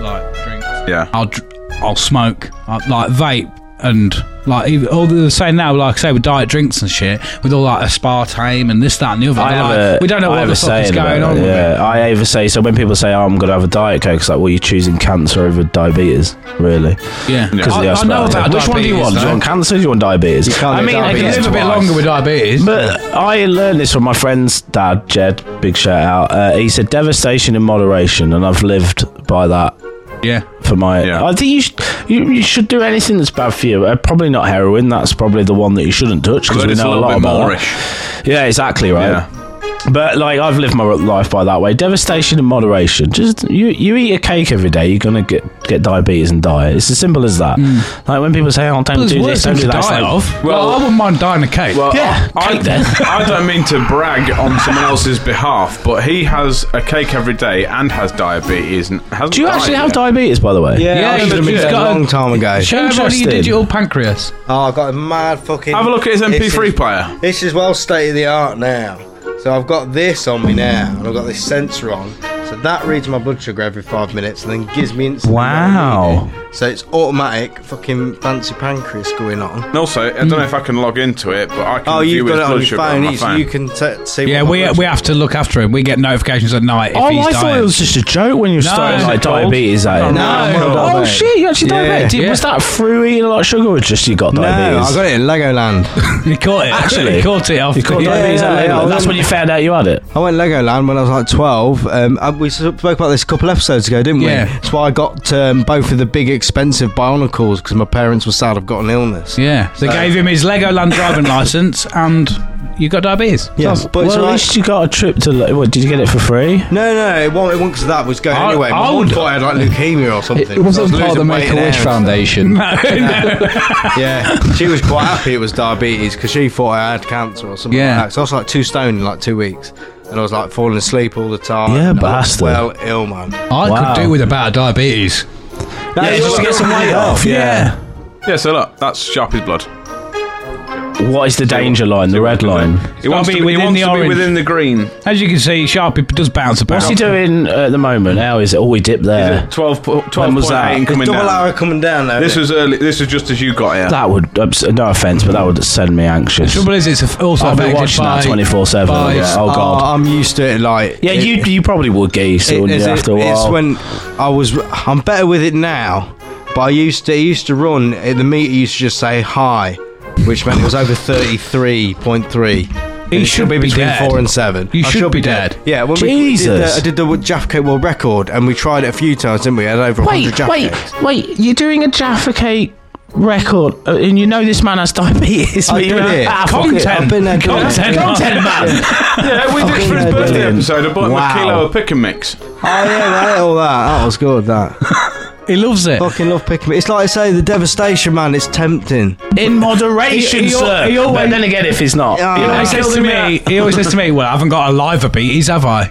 [SPEAKER 3] like drinks.
[SPEAKER 4] Yeah.
[SPEAKER 3] I'll dr- I'll smoke, I, like vape, and like even, all the same now. Like I say, with diet drinks and shit, with all that aspartame and this, that, and the other.
[SPEAKER 7] I
[SPEAKER 3] they're
[SPEAKER 7] have
[SPEAKER 3] like,
[SPEAKER 7] a-
[SPEAKER 3] we don't know
[SPEAKER 7] I
[SPEAKER 3] what
[SPEAKER 7] have
[SPEAKER 3] the
[SPEAKER 7] a
[SPEAKER 3] fuck is
[SPEAKER 7] saying
[SPEAKER 3] going
[SPEAKER 7] about
[SPEAKER 3] on.
[SPEAKER 7] it,
[SPEAKER 3] with
[SPEAKER 7] Yeah,
[SPEAKER 3] it.
[SPEAKER 7] I ever say so when people say, "Oh, I'm going to have a diet coke," it's like, "Well, you're choosing cancer over diabetes, really."
[SPEAKER 3] Yeah,
[SPEAKER 7] Because
[SPEAKER 3] I, I know about
[SPEAKER 7] Which one do you
[SPEAKER 3] diabetes,
[SPEAKER 7] want? Do you
[SPEAKER 3] though.
[SPEAKER 7] want cancer? Do you want diabetes?
[SPEAKER 5] You can't
[SPEAKER 7] I
[SPEAKER 5] do
[SPEAKER 7] mean, I
[SPEAKER 3] I
[SPEAKER 5] diabetes.
[SPEAKER 3] can
[SPEAKER 7] guess-
[SPEAKER 3] live a bit
[SPEAKER 5] twice.
[SPEAKER 3] longer with diabetes.
[SPEAKER 7] but I learned this from my friend's dad, Jed. Big shout out. Uh, he said devastation in moderation, and I've lived by that
[SPEAKER 3] yeah,
[SPEAKER 7] for my.
[SPEAKER 4] Yeah.
[SPEAKER 7] I think you should you, you should do anything that's bad for you. Uh, probably not heroin. That's probably the one that you shouldn't touch because
[SPEAKER 4] But
[SPEAKER 7] we
[SPEAKER 4] it's a
[SPEAKER 7] know a,
[SPEAKER 4] little
[SPEAKER 7] lot
[SPEAKER 4] bit
[SPEAKER 7] about that.
[SPEAKER 4] moreish.
[SPEAKER 7] Yeah, exactly right.
[SPEAKER 4] Yeah.
[SPEAKER 7] But like I've lived my life by that way. Devastation in moderation. Just you you eat a cake every day, you're gonna get get diabetes and die. It's as simple as that. Like when people say, "Oh, don't
[SPEAKER 3] Mm. there's
[SPEAKER 7] do
[SPEAKER 3] worse
[SPEAKER 7] this, don't
[SPEAKER 3] things
[SPEAKER 7] do
[SPEAKER 3] to
[SPEAKER 7] that." it's
[SPEAKER 3] die
[SPEAKER 7] like,
[SPEAKER 3] of. Well, I wouldn't mind dying a cake.
[SPEAKER 7] Yeah,
[SPEAKER 4] I,
[SPEAKER 7] cake then.
[SPEAKER 4] [LAUGHS] I don't mean to brag on someone else's behalf, but he has a cake every day and has diabetes and hasn't.
[SPEAKER 7] Do you actually
[SPEAKER 4] died
[SPEAKER 7] have
[SPEAKER 4] yet.
[SPEAKER 7] diabetes, by the way?
[SPEAKER 5] Yeah,
[SPEAKER 3] Yeah,
[SPEAKER 5] I should
[SPEAKER 3] you've
[SPEAKER 5] have been dead a
[SPEAKER 3] got a-
[SPEAKER 5] long time ago.
[SPEAKER 3] Show everybody your
[SPEAKER 7] Interesting.
[SPEAKER 3] digital pancreas.
[SPEAKER 5] Oh, I got a mad fucking.
[SPEAKER 4] Have a look at his MP3
[SPEAKER 5] This is-
[SPEAKER 4] player.
[SPEAKER 5] This is well state of the art now. So I've got this on me now, and I've got this sensor on. So that reads my blood sugar every five minutes, and then gives me instant.
[SPEAKER 7] Wow.
[SPEAKER 5] So it's automatic fucking fancy pancreas going on.
[SPEAKER 4] And also, I don't know if I can log into it, but I can
[SPEAKER 5] Oh,
[SPEAKER 4] view
[SPEAKER 5] you've got
[SPEAKER 4] his
[SPEAKER 5] it
[SPEAKER 4] blood
[SPEAKER 5] on your
[SPEAKER 4] sugar
[SPEAKER 5] phone,
[SPEAKER 4] on my
[SPEAKER 5] so
[SPEAKER 4] phone.
[SPEAKER 5] you can t- see.
[SPEAKER 3] Yeah,
[SPEAKER 5] what my
[SPEAKER 3] we
[SPEAKER 5] blood
[SPEAKER 3] we have to look after him. We get notifications at night if
[SPEAKER 7] Oh,
[SPEAKER 3] he's
[SPEAKER 7] I
[SPEAKER 3] dying.
[SPEAKER 7] thought it was just a joke when you started
[SPEAKER 3] it's
[SPEAKER 7] like
[SPEAKER 3] cold.
[SPEAKER 7] diabetes. eh?
[SPEAKER 3] No,
[SPEAKER 5] I'm not
[SPEAKER 7] oh
[SPEAKER 5] diabetic.
[SPEAKER 7] shit, you actually
[SPEAKER 5] Yeah.
[SPEAKER 7] diabetic.
[SPEAKER 3] Yeah.
[SPEAKER 7] Was that through eating a lot of sugar, or just you got
[SPEAKER 5] No, I
[SPEAKER 7] diabetes?
[SPEAKER 5] got it in Legoland.
[SPEAKER 3] He caught it.
[SPEAKER 7] Actually?
[SPEAKER 3] he caught it off.
[SPEAKER 7] You got
[SPEAKER 3] yeah.
[SPEAKER 7] diabetes.
[SPEAKER 5] yeah,
[SPEAKER 7] at
[SPEAKER 5] yeah,
[SPEAKER 7] label.
[SPEAKER 5] I
[SPEAKER 7] That's
[SPEAKER 5] was-
[SPEAKER 7] when you found out you had it.
[SPEAKER 5] I went Legoland when I was like 12. Um, I, we spoke about this a couple episodes ago, didn't we?
[SPEAKER 3] Yeah.
[SPEAKER 5] That's why I got um, both of the big expensive bionicles because my parents were sad I've got an illness.
[SPEAKER 3] Yeah, they
[SPEAKER 5] So-
[SPEAKER 3] gave him his Legoland driving license, and you got diabetes.
[SPEAKER 5] Yeah, but it's
[SPEAKER 7] well, at
[SPEAKER 5] alright.
[SPEAKER 7] least you got a trip to. Lo- What did you get it for free?
[SPEAKER 5] No, no, it wasn't. It wasn't because that was going
[SPEAKER 7] I-
[SPEAKER 5] anyway. My
[SPEAKER 7] I
[SPEAKER 5] mum
[SPEAKER 7] would-
[SPEAKER 5] thought I had like leukemia or something.
[SPEAKER 8] It wasn't
[SPEAKER 5] I
[SPEAKER 8] part of
[SPEAKER 5] was
[SPEAKER 8] the
[SPEAKER 5] losing weight
[SPEAKER 8] Make
[SPEAKER 5] and
[SPEAKER 8] a Wish
[SPEAKER 3] [LAUGHS]
[SPEAKER 5] everything.
[SPEAKER 8] Foundation.
[SPEAKER 5] [LAUGHS] Yeah, she was quite happy it was diabetes because she thought I had cancer or something
[SPEAKER 3] Yeah.
[SPEAKER 5] like that. So I was like two stone in like two weeks, and I was like falling asleep all the time.
[SPEAKER 7] Yeah,
[SPEAKER 5] and I was
[SPEAKER 7] bastard.
[SPEAKER 5] Well, ill man.
[SPEAKER 3] I
[SPEAKER 7] Wow.
[SPEAKER 3] could do with a bout of diabetes.
[SPEAKER 7] yeah, just to get some weight off. Yeah.
[SPEAKER 10] Yeah, so look, that's sharp as blood.
[SPEAKER 7] What is the danger line? The red line.
[SPEAKER 10] He wants to,
[SPEAKER 3] be
[SPEAKER 10] be, he
[SPEAKER 3] within
[SPEAKER 10] wants
[SPEAKER 3] the
[SPEAKER 10] to be
[SPEAKER 3] orange.
[SPEAKER 10] within the green.
[SPEAKER 3] As you can see, Sharpie does bounce about.
[SPEAKER 7] What's he doing at the moment? How is it? Oh, we dip there.
[SPEAKER 10] 12, po- 12
[SPEAKER 7] When was
[SPEAKER 10] point
[SPEAKER 7] that?
[SPEAKER 10] eight and coming
[SPEAKER 5] Double
[SPEAKER 10] down.
[SPEAKER 5] hour coming down though.
[SPEAKER 10] This
[SPEAKER 5] isn't
[SPEAKER 10] was early. This was just as you got here.
[SPEAKER 7] That would, ups- no offense, but that would send me anxious.
[SPEAKER 3] Trouble is, it's also
[SPEAKER 7] I'll be
[SPEAKER 3] affected
[SPEAKER 7] watching
[SPEAKER 3] by
[SPEAKER 7] that 24 7.
[SPEAKER 3] by-
[SPEAKER 7] Yeah. Oh,
[SPEAKER 5] it?
[SPEAKER 7] God.
[SPEAKER 5] Oh, I'm used to it. Like
[SPEAKER 7] yeah,
[SPEAKER 5] it-
[SPEAKER 7] you you probably would get used to it,
[SPEAKER 5] it-
[SPEAKER 7] wouldn't
[SPEAKER 5] is
[SPEAKER 7] you,
[SPEAKER 5] it-
[SPEAKER 7] after a while.
[SPEAKER 5] It's when I was. I'm better with it now, but I used to it used to run at the meter. Used to just say hi, which meant it was over thirty three point three. It
[SPEAKER 3] should
[SPEAKER 5] be
[SPEAKER 3] be
[SPEAKER 5] between
[SPEAKER 3] dead.
[SPEAKER 5] four and seven.
[SPEAKER 3] You
[SPEAKER 5] I
[SPEAKER 3] should be dead.
[SPEAKER 5] Yeah, when we did
[SPEAKER 7] Jesus.
[SPEAKER 5] the, I did the Jaffco World Record, and we tried it a few times, didn't we? I had over hundred
[SPEAKER 7] wait,
[SPEAKER 5] Jaffa
[SPEAKER 7] wait,
[SPEAKER 5] Cakes.
[SPEAKER 7] wait. You're doing a Jaffa Cake record, uh, and you know this man has diabetes.
[SPEAKER 5] I
[SPEAKER 7] [LAUGHS] but you
[SPEAKER 5] did
[SPEAKER 7] went,
[SPEAKER 5] it.
[SPEAKER 7] "Ah, fuck
[SPEAKER 3] Content.
[SPEAKER 7] it."
[SPEAKER 5] I've been there, done that.
[SPEAKER 3] Content.
[SPEAKER 7] Content, man. [LAUGHS]
[SPEAKER 10] yeah, we did it for his
[SPEAKER 7] Fucking
[SPEAKER 10] birthday
[SPEAKER 7] brilliant.
[SPEAKER 10] episode. I bought
[SPEAKER 7] Wow.
[SPEAKER 10] him a kilo of pick and mix.
[SPEAKER 5] Oh yeah, I ate all that. That was good. That
[SPEAKER 3] He loves it.
[SPEAKER 5] fucking love picking. It's like I say, the devastation, man. It's tempting.
[SPEAKER 7] In moderation,
[SPEAKER 3] He- he al-
[SPEAKER 7] sir.
[SPEAKER 3] he always-
[SPEAKER 7] but then again, if it's not,
[SPEAKER 5] Yeah.
[SPEAKER 7] you
[SPEAKER 3] He
[SPEAKER 7] know.
[SPEAKER 3] always says to me, he always says to me, "Well, I haven't got a live diabetes, have I?"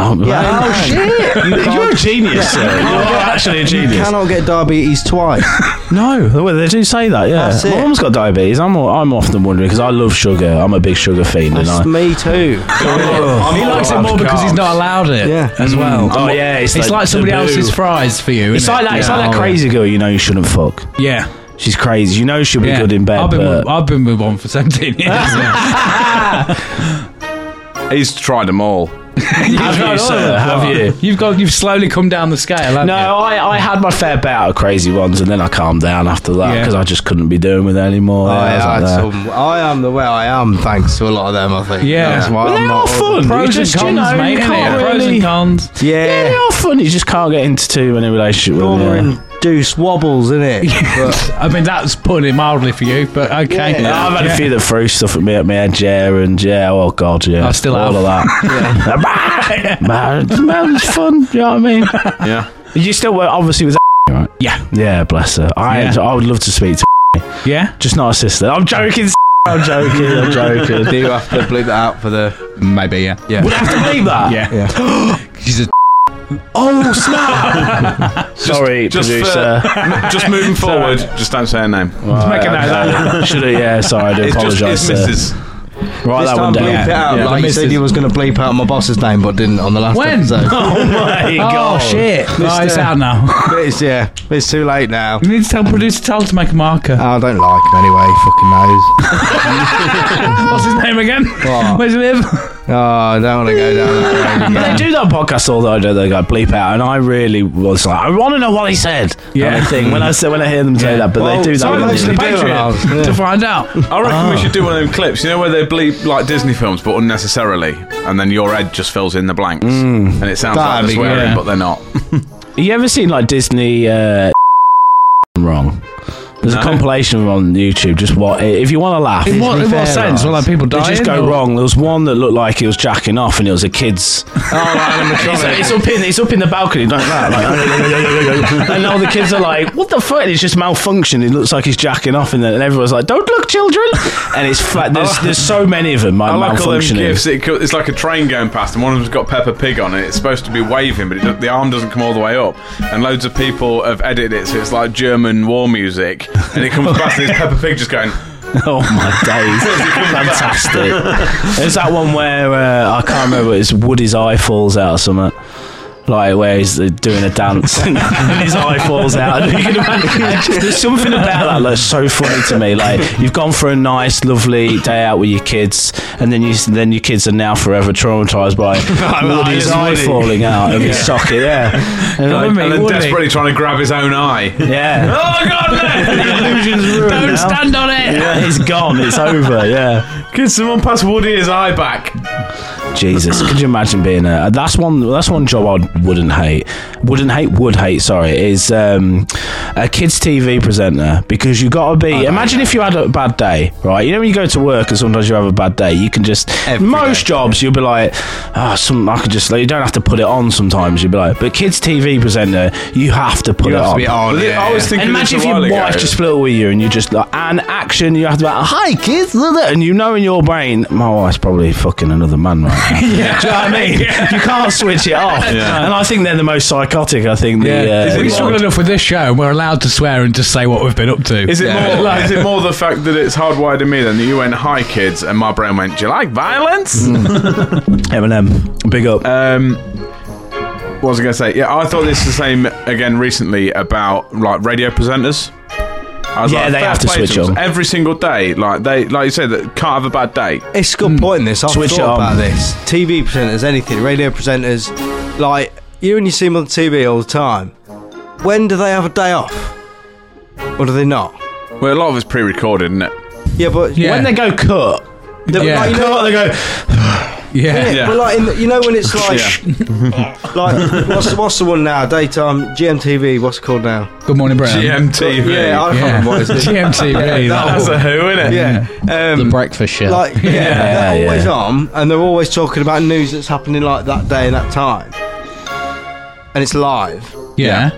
[SPEAKER 7] Oh,
[SPEAKER 5] Yeah,
[SPEAKER 7] man.
[SPEAKER 5] I know.
[SPEAKER 7] You're a genius, sir. You are actually a
[SPEAKER 5] You
[SPEAKER 7] genius.
[SPEAKER 5] cannot get diabetes
[SPEAKER 7] [LAUGHS]
[SPEAKER 5] twice.
[SPEAKER 7] No, well, they do say that. Yeah,
[SPEAKER 5] That's
[SPEAKER 7] my
[SPEAKER 5] it.
[SPEAKER 7] mum's got diabetes. I'm I'm often wondering because I love sugar. I'm a big sugar fiend, and I.
[SPEAKER 5] That's me too.
[SPEAKER 3] He likes it more because he's not allowed it
[SPEAKER 5] Yeah.
[SPEAKER 8] Mm.
[SPEAKER 3] as well.
[SPEAKER 7] Oh yeah, it's,
[SPEAKER 3] It's like somebody else's fries for you.
[SPEAKER 7] It's
[SPEAKER 3] isn't
[SPEAKER 7] like
[SPEAKER 3] it?
[SPEAKER 7] that. It's
[SPEAKER 3] Yeah.
[SPEAKER 7] like that crazy girl. You know you shouldn't fuck.
[SPEAKER 3] Yeah.
[SPEAKER 7] She's crazy. You know she'll be
[SPEAKER 3] yeah.
[SPEAKER 7] good in bed,
[SPEAKER 3] I've been,
[SPEAKER 7] but
[SPEAKER 3] with, I've been with one for
[SPEAKER 7] [LAUGHS]
[SPEAKER 3] 17 years. yeah.
[SPEAKER 10] He's tried them all.
[SPEAKER 7] have you, sir? Have you?
[SPEAKER 3] You've got you've slowly come down the scale, haven't
[SPEAKER 7] No, I, I had my fair bout of crazy ones, and then I calmed down after that
[SPEAKER 3] Yeah. Oh,
[SPEAKER 7] because I just couldn't be doing with it anymore.
[SPEAKER 5] I,
[SPEAKER 7] I was like
[SPEAKER 5] had
[SPEAKER 7] that.
[SPEAKER 5] some- Oh, I am the way I am, thanks to a lot of them. I think.
[SPEAKER 3] Yeah.
[SPEAKER 5] That's why I'm
[SPEAKER 7] But they are
[SPEAKER 5] not.
[SPEAKER 7] fun.
[SPEAKER 3] you? Pros
[SPEAKER 7] you just,
[SPEAKER 3] and cons,
[SPEAKER 7] you know,
[SPEAKER 3] mate.
[SPEAKER 7] you
[SPEAKER 3] innit?
[SPEAKER 7] can't
[SPEAKER 3] Pros
[SPEAKER 7] really-
[SPEAKER 3] and cons.
[SPEAKER 5] Yeah.
[SPEAKER 7] Yeah, they are fun. You just can't get into too many relationships. with them,
[SPEAKER 5] Norma
[SPEAKER 7] yeah.
[SPEAKER 5] and Deuce wobbles, innit? But
[SPEAKER 3] I mean, that's putting it mildly for you, but okay. Oh,
[SPEAKER 7] Yeah, I've had
[SPEAKER 3] Yeah.
[SPEAKER 7] a few that threw stuff at me at my head, yeah, and yeah, oh god, yeah.
[SPEAKER 3] I still
[SPEAKER 7] all
[SPEAKER 3] have.
[SPEAKER 7] of [LAUGHS] that. man, man, it's fun. You know what I mean?
[SPEAKER 10] Yeah.
[SPEAKER 7] You still work obviously with [LAUGHS] right?
[SPEAKER 3] Yeah.
[SPEAKER 7] yeah, bless her. I
[SPEAKER 3] Yeah.
[SPEAKER 7] I would love to speak to, [LAUGHS]
[SPEAKER 3] Yeah.
[SPEAKER 7] just not a sister. I'm joking. [LAUGHS] I'm joking. I'm joking.
[SPEAKER 5] do you have to bleep that out for the?
[SPEAKER 3] Maybe, yeah.
[SPEAKER 5] Yeah.
[SPEAKER 7] Would I have to leave that.
[SPEAKER 3] Yeah.
[SPEAKER 7] [GASPS]
[SPEAKER 3] She's a
[SPEAKER 7] Oh snap! Sorry,
[SPEAKER 10] just
[SPEAKER 7] producer.
[SPEAKER 10] Just moving forward. Just don't say her name.
[SPEAKER 7] Right,
[SPEAKER 3] making out
[SPEAKER 7] okay. [LAUGHS] Should have. Yeah, sorry. I do
[SPEAKER 10] It's just
[SPEAKER 7] apologise.
[SPEAKER 10] his
[SPEAKER 7] sir.
[SPEAKER 10] missus.
[SPEAKER 7] Write
[SPEAKER 5] This
[SPEAKER 7] that one
[SPEAKER 5] time bleep it
[SPEAKER 7] down.
[SPEAKER 5] out.
[SPEAKER 10] Yeah.
[SPEAKER 5] Like you said, you was going to bleep out my boss's name, but didn't on the last
[SPEAKER 3] When?
[SPEAKER 7] [LAUGHS]
[SPEAKER 5] episode.
[SPEAKER 7] [LAUGHS] Oh my
[SPEAKER 3] Oh,
[SPEAKER 7] god!
[SPEAKER 3] shit. Oh, it's out now.
[SPEAKER 5] But it's yeah, it's too late now. Oh,
[SPEAKER 3] you need to tell producer Tal to make a marker.
[SPEAKER 5] I don't like him anyway. He fucking knows.
[SPEAKER 3] What's his name again?
[SPEAKER 5] What?
[SPEAKER 3] Where's he live?
[SPEAKER 5] Oh, I don't want to go down that road.
[SPEAKER 7] They
[SPEAKER 5] again.
[SPEAKER 7] do that podcast all the time. They go bleep out, and I really was like, I want to know what he said. Yeah, kind of thing. When I say, when I hear them say that, but they do that.
[SPEAKER 5] so
[SPEAKER 7] with
[SPEAKER 5] I
[SPEAKER 7] me.
[SPEAKER 5] mostly do
[SPEAKER 3] Patreon.
[SPEAKER 5] when I was- yeah.
[SPEAKER 3] to find out.
[SPEAKER 10] I reckon we should do one of them clips. You know where they bleep like Disney films, but unnecessarily, and then your head just fills in the blanks, and it sounds like
[SPEAKER 5] That'd
[SPEAKER 10] they're
[SPEAKER 5] be
[SPEAKER 10] swearing,
[SPEAKER 3] good.
[SPEAKER 10] but they're not.
[SPEAKER 7] you ever seen like Disney uh, [LAUGHS] wrong? There's a
[SPEAKER 10] No.
[SPEAKER 7] compilation on YouTube. Just what if you want to laugh.
[SPEAKER 3] In what, in
[SPEAKER 5] fair
[SPEAKER 3] what sense?
[SPEAKER 5] enough.
[SPEAKER 3] Well, like people
[SPEAKER 7] They
[SPEAKER 3] dying?
[SPEAKER 7] just go
[SPEAKER 3] or-
[SPEAKER 7] wrong. There was one that looked like he was jacking off, and it was a kid's.
[SPEAKER 10] Oh,
[SPEAKER 7] [LAUGHS] it's, it's up in it's up in the balcony like that, like, [LAUGHS] and all the kids are like, "What the fuck?" And it's just malfunctioning. It looks like he's jacking off in there, and everyone's like, "Don't look, children!" And it's flat.
[SPEAKER 10] [LAUGHS]
[SPEAKER 7] There's there's so many of them my
[SPEAKER 10] I like all them
[SPEAKER 7] malfunctioning.
[SPEAKER 10] gifs. It, co- it's like a train going past, and one of them's got Peppa Pig on it. It's supposed to be waving, but it, do- the arm doesn't come all the way up. And loads of people have edited it, so it's like German war music, and it comes past, and it's Peppa Pig just going.
[SPEAKER 7] [LAUGHS] Oh my days! Fantastic. There's that one where uh, I can't remember. It's Woody's eye falls out or something. Like where he's uh, doing a dance and [LAUGHS] his eye falls out. [LAUGHS] And you can imagine- There's something about that that's so funny to me. Like you've gone for a nice, lovely day out with your kids, and then you then your kids are now forever traumatized [LAUGHS] by Woody's
[SPEAKER 5] it's
[SPEAKER 7] eye
[SPEAKER 5] Woody.
[SPEAKER 7] falling out of his socket. Yeah, [LAUGHS] And like-
[SPEAKER 3] Blimey,
[SPEAKER 10] And then
[SPEAKER 3] Woody.
[SPEAKER 10] desperately trying to grab his own eye. [LAUGHS]
[SPEAKER 7] yeah.
[SPEAKER 10] oh God!
[SPEAKER 7] [LAUGHS]
[SPEAKER 10] No!
[SPEAKER 7] illusion's ruined
[SPEAKER 3] Don't
[SPEAKER 7] now.
[SPEAKER 3] stand on it.
[SPEAKER 7] Yeah, he's gone. It's over. Yeah.
[SPEAKER 10] Can someone pass Woody his eye back?
[SPEAKER 7] Jesus, could you imagine being a? That's one. That's one job I wouldn't hate. Wouldn't hate. Would hate. Sorry, is um, a kids TV presenter because you got to be. Imagine if you had a bad day, right? You know when you go to work and sometimes you have a bad day. You can just most jobs you'll be like, ah, some I could just. Like, you don't have to put it on. Sometimes you'll be like, but kids TV presenter, you have to put
[SPEAKER 10] You
[SPEAKER 7] it
[SPEAKER 10] have to
[SPEAKER 7] on.
[SPEAKER 10] be on, Well, yeah, I was yeah. thinking
[SPEAKER 7] And
[SPEAKER 10] this
[SPEAKER 7] imagine
[SPEAKER 10] a
[SPEAKER 7] if your
[SPEAKER 10] while ago.
[SPEAKER 7] wife just split up with you and you just like and action. You have to be like, hi kids, and you know in your brain, my wife's probably fucking another man right now.
[SPEAKER 1] Yeah.
[SPEAKER 7] Do you know what I mean? You can't switch it off.
[SPEAKER 3] Yeah.
[SPEAKER 7] And I think they're the most psychotic. I think the.
[SPEAKER 3] Yeah,
[SPEAKER 7] Uh,
[SPEAKER 3] we
[SPEAKER 7] world.
[SPEAKER 3] struggle enough with this show, and we're allowed to swear and just say what we've been up to.
[SPEAKER 10] Is it
[SPEAKER 3] Yeah.
[SPEAKER 10] more? Is it more the fact that it's hardwired in me than that you went, "Hi, kids," and my brain went, "Do you like violence?"
[SPEAKER 7] Eminem, big up.
[SPEAKER 10] Um, what was I going to say? Yeah, I thought this the same again recently about like radio presenters. I was
[SPEAKER 7] Yeah, they
[SPEAKER 10] fair
[SPEAKER 7] have to
[SPEAKER 10] play
[SPEAKER 7] switch
[SPEAKER 10] them.
[SPEAKER 7] on.
[SPEAKER 10] every single day. Like they, like you said, that can't have a bad day.
[SPEAKER 5] It's a good point. This I've
[SPEAKER 10] Hmm. Switch it
[SPEAKER 5] thought
[SPEAKER 10] on.
[SPEAKER 5] about this. TV presenters, anything, radio presenters, like you and you see them on TV all the time. When do they have a day off? Or do they not?
[SPEAKER 10] Well, a lot of it's pre-recorded, isn't it?
[SPEAKER 5] Yeah, but
[SPEAKER 10] Yeah.
[SPEAKER 5] when
[SPEAKER 7] they go cut,
[SPEAKER 5] they,
[SPEAKER 10] Yeah.
[SPEAKER 5] like, you know,
[SPEAKER 7] they go.
[SPEAKER 5] Yeah, but like in the, you know when [LAUGHS] it's like, like what's what's the one now? Daytime GMTV. What's it called now?
[SPEAKER 3] Good morning, Brown.
[SPEAKER 10] GMTV.
[SPEAKER 5] Yeah, I can't remember what it [LAUGHS] is.
[SPEAKER 3] GMTV.
[SPEAKER 5] That
[SPEAKER 10] That's
[SPEAKER 3] [LAUGHS]
[SPEAKER 5] one.
[SPEAKER 10] a who, isn't it?
[SPEAKER 5] Yeah. Um,
[SPEAKER 8] the breakfast show.
[SPEAKER 5] Like, yeah,
[SPEAKER 8] Yeah,
[SPEAKER 5] they're always
[SPEAKER 8] yeah.
[SPEAKER 5] on, and they're always talking about news that's happening like that day and that time, and it's live.
[SPEAKER 3] Yeah.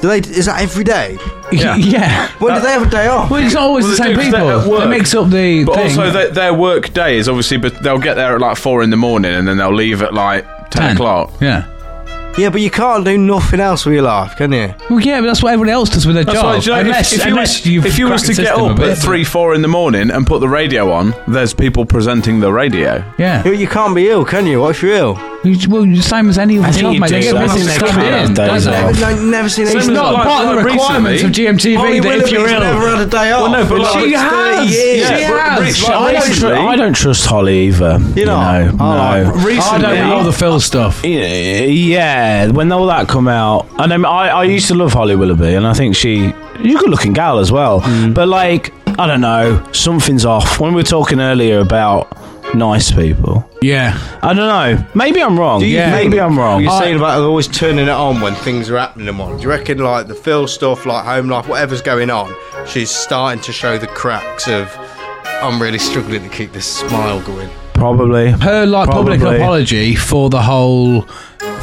[SPEAKER 5] Do they? Is that every day?
[SPEAKER 3] Yeah. [LAUGHS] Yeah.
[SPEAKER 5] When do they have a day off?
[SPEAKER 3] Well, it's always the same people. They mix up the
[SPEAKER 10] But
[SPEAKER 3] thing.
[SPEAKER 10] also, their, their work day is obviously, but they'll get there at like four in the morning and then they'll leave at like ten, o'clock.
[SPEAKER 3] Yeah.
[SPEAKER 5] Yeah, but you can't do nothing else with your life, can you?
[SPEAKER 3] Well, yeah, but that's what everyone else does with their
[SPEAKER 10] That's
[SPEAKER 3] job.
[SPEAKER 10] why, do you know,
[SPEAKER 3] unless,
[SPEAKER 10] if, if you
[SPEAKER 3] unless
[SPEAKER 10] was,
[SPEAKER 3] you've
[SPEAKER 10] if you was
[SPEAKER 3] cracked
[SPEAKER 10] to
[SPEAKER 3] the
[SPEAKER 10] get
[SPEAKER 3] system a
[SPEAKER 10] up
[SPEAKER 3] bit.
[SPEAKER 10] at three, four in the morning and put the radio on, there's people presenting the radio.
[SPEAKER 3] Yeah.
[SPEAKER 5] You, you can't be ill, can you? What's real?
[SPEAKER 3] You- Well, the same as any other
[SPEAKER 7] think
[SPEAKER 3] job,
[SPEAKER 7] you
[SPEAKER 3] mate. They
[SPEAKER 7] do
[SPEAKER 3] get
[SPEAKER 7] that. I
[SPEAKER 3] busy
[SPEAKER 7] think they
[SPEAKER 3] stuff
[SPEAKER 7] can have
[SPEAKER 3] in,
[SPEAKER 7] days
[SPEAKER 3] don't
[SPEAKER 7] off.
[SPEAKER 3] they?
[SPEAKER 5] I've never seen
[SPEAKER 10] Same
[SPEAKER 5] it.
[SPEAKER 10] as
[SPEAKER 3] not
[SPEAKER 10] like-
[SPEAKER 3] part of the
[SPEAKER 10] like
[SPEAKER 3] requirements
[SPEAKER 10] recently-
[SPEAKER 3] of GMTV
[SPEAKER 5] Holly
[SPEAKER 3] that if
[SPEAKER 5] Willoughby's
[SPEAKER 3] you're ill.
[SPEAKER 5] never had a day off.
[SPEAKER 10] no, but
[SPEAKER 5] and
[SPEAKER 10] like-
[SPEAKER 5] she's
[SPEAKER 3] She
[SPEAKER 5] 30
[SPEAKER 3] has.
[SPEAKER 5] years.
[SPEAKER 3] She has.
[SPEAKER 10] Rich,
[SPEAKER 3] Like,
[SPEAKER 7] I, don't tr-
[SPEAKER 10] recently-
[SPEAKER 7] I don't trust Holly either. You,
[SPEAKER 5] not?
[SPEAKER 7] know, no.
[SPEAKER 3] I don't know all the Phil stuff.
[SPEAKER 7] Yeah, yeah, when all that come out, and I, mean, I I used to love Holly Willoughby, and I think she, she's a good looking gal as well.
[SPEAKER 5] Mm.
[SPEAKER 7] But like, I don't know, something's off. When we were talking earlier about nice people,
[SPEAKER 3] Yeah.
[SPEAKER 7] I don't know. Maybe I'm wrong.
[SPEAKER 5] you
[SPEAKER 3] Yeah.
[SPEAKER 5] think-
[SPEAKER 7] maybe I'm wrong.
[SPEAKER 5] You're saying about always turning it on when things are happening and what. Do you reckon like the Phil stuff, like home life, whatever's going on, she's starting to show the cracks of I'm really struggling to keep this smile going.
[SPEAKER 7] Probably.
[SPEAKER 3] Her like public
[SPEAKER 7] Probably.
[SPEAKER 3] apology for the whole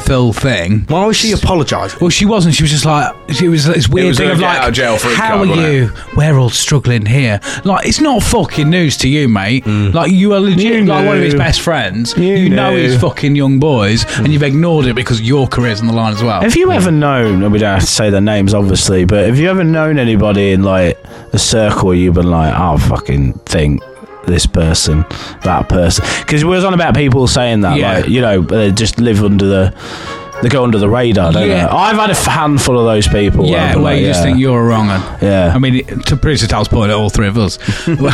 [SPEAKER 3] Phil thing.
[SPEAKER 5] Why was she apologising?
[SPEAKER 3] Well, she wasn't. She was just like she was this weird
[SPEAKER 10] was
[SPEAKER 3] thing
[SPEAKER 10] a
[SPEAKER 3] of
[SPEAKER 10] get
[SPEAKER 3] like,
[SPEAKER 10] out of jail free
[SPEAKER 3] how
[SPEAKER 10] card,
[SPEAKER 3] are
[SPEAKER 10] wasn't
[SPEAKER 3] you? We're all struggling here. Like it's not fucking news to you, mate. Like you are legit
[SPEAKER 7] You
[SPEAKER 3] like one of his
[SPEAKER 7] knew.
[SPEAKER 3] best friends. You,
[SPEAKER 7] You
[SPEAKER 3] know
[SPEAKER 7] knew.
[SPEAKER 3] he's fucking young boys, and you've ignored it because your career's on the line as well.
[SPEAKER 7] Have you ever known, and we don't have to say their names obviously, but have you ever known anybody in like a circle where you've been like, oh, fucking think this person, that person? Because we was on about people saying that,
[SPEAKER 3] Yeah.
[SPEAKER 7] like, you know, they just live under the. They go under the radar, don't
[SPEAKER 3] Yeah.
[SPEAKER 7] they? I've had a f- handful of those people. where I've
[SPEAKER 3] yeah,
[SPEAKER 7] been
[SPEAKER 3] where
[SPEAKER 7] like,
[SPEAKER 3] you just think you're a wrong one.
[SPEAKER 7] Yeah.
[SPEAKER 3] I mean, it- to producer Tal's point, all three of us.
[SPEAKER 10] But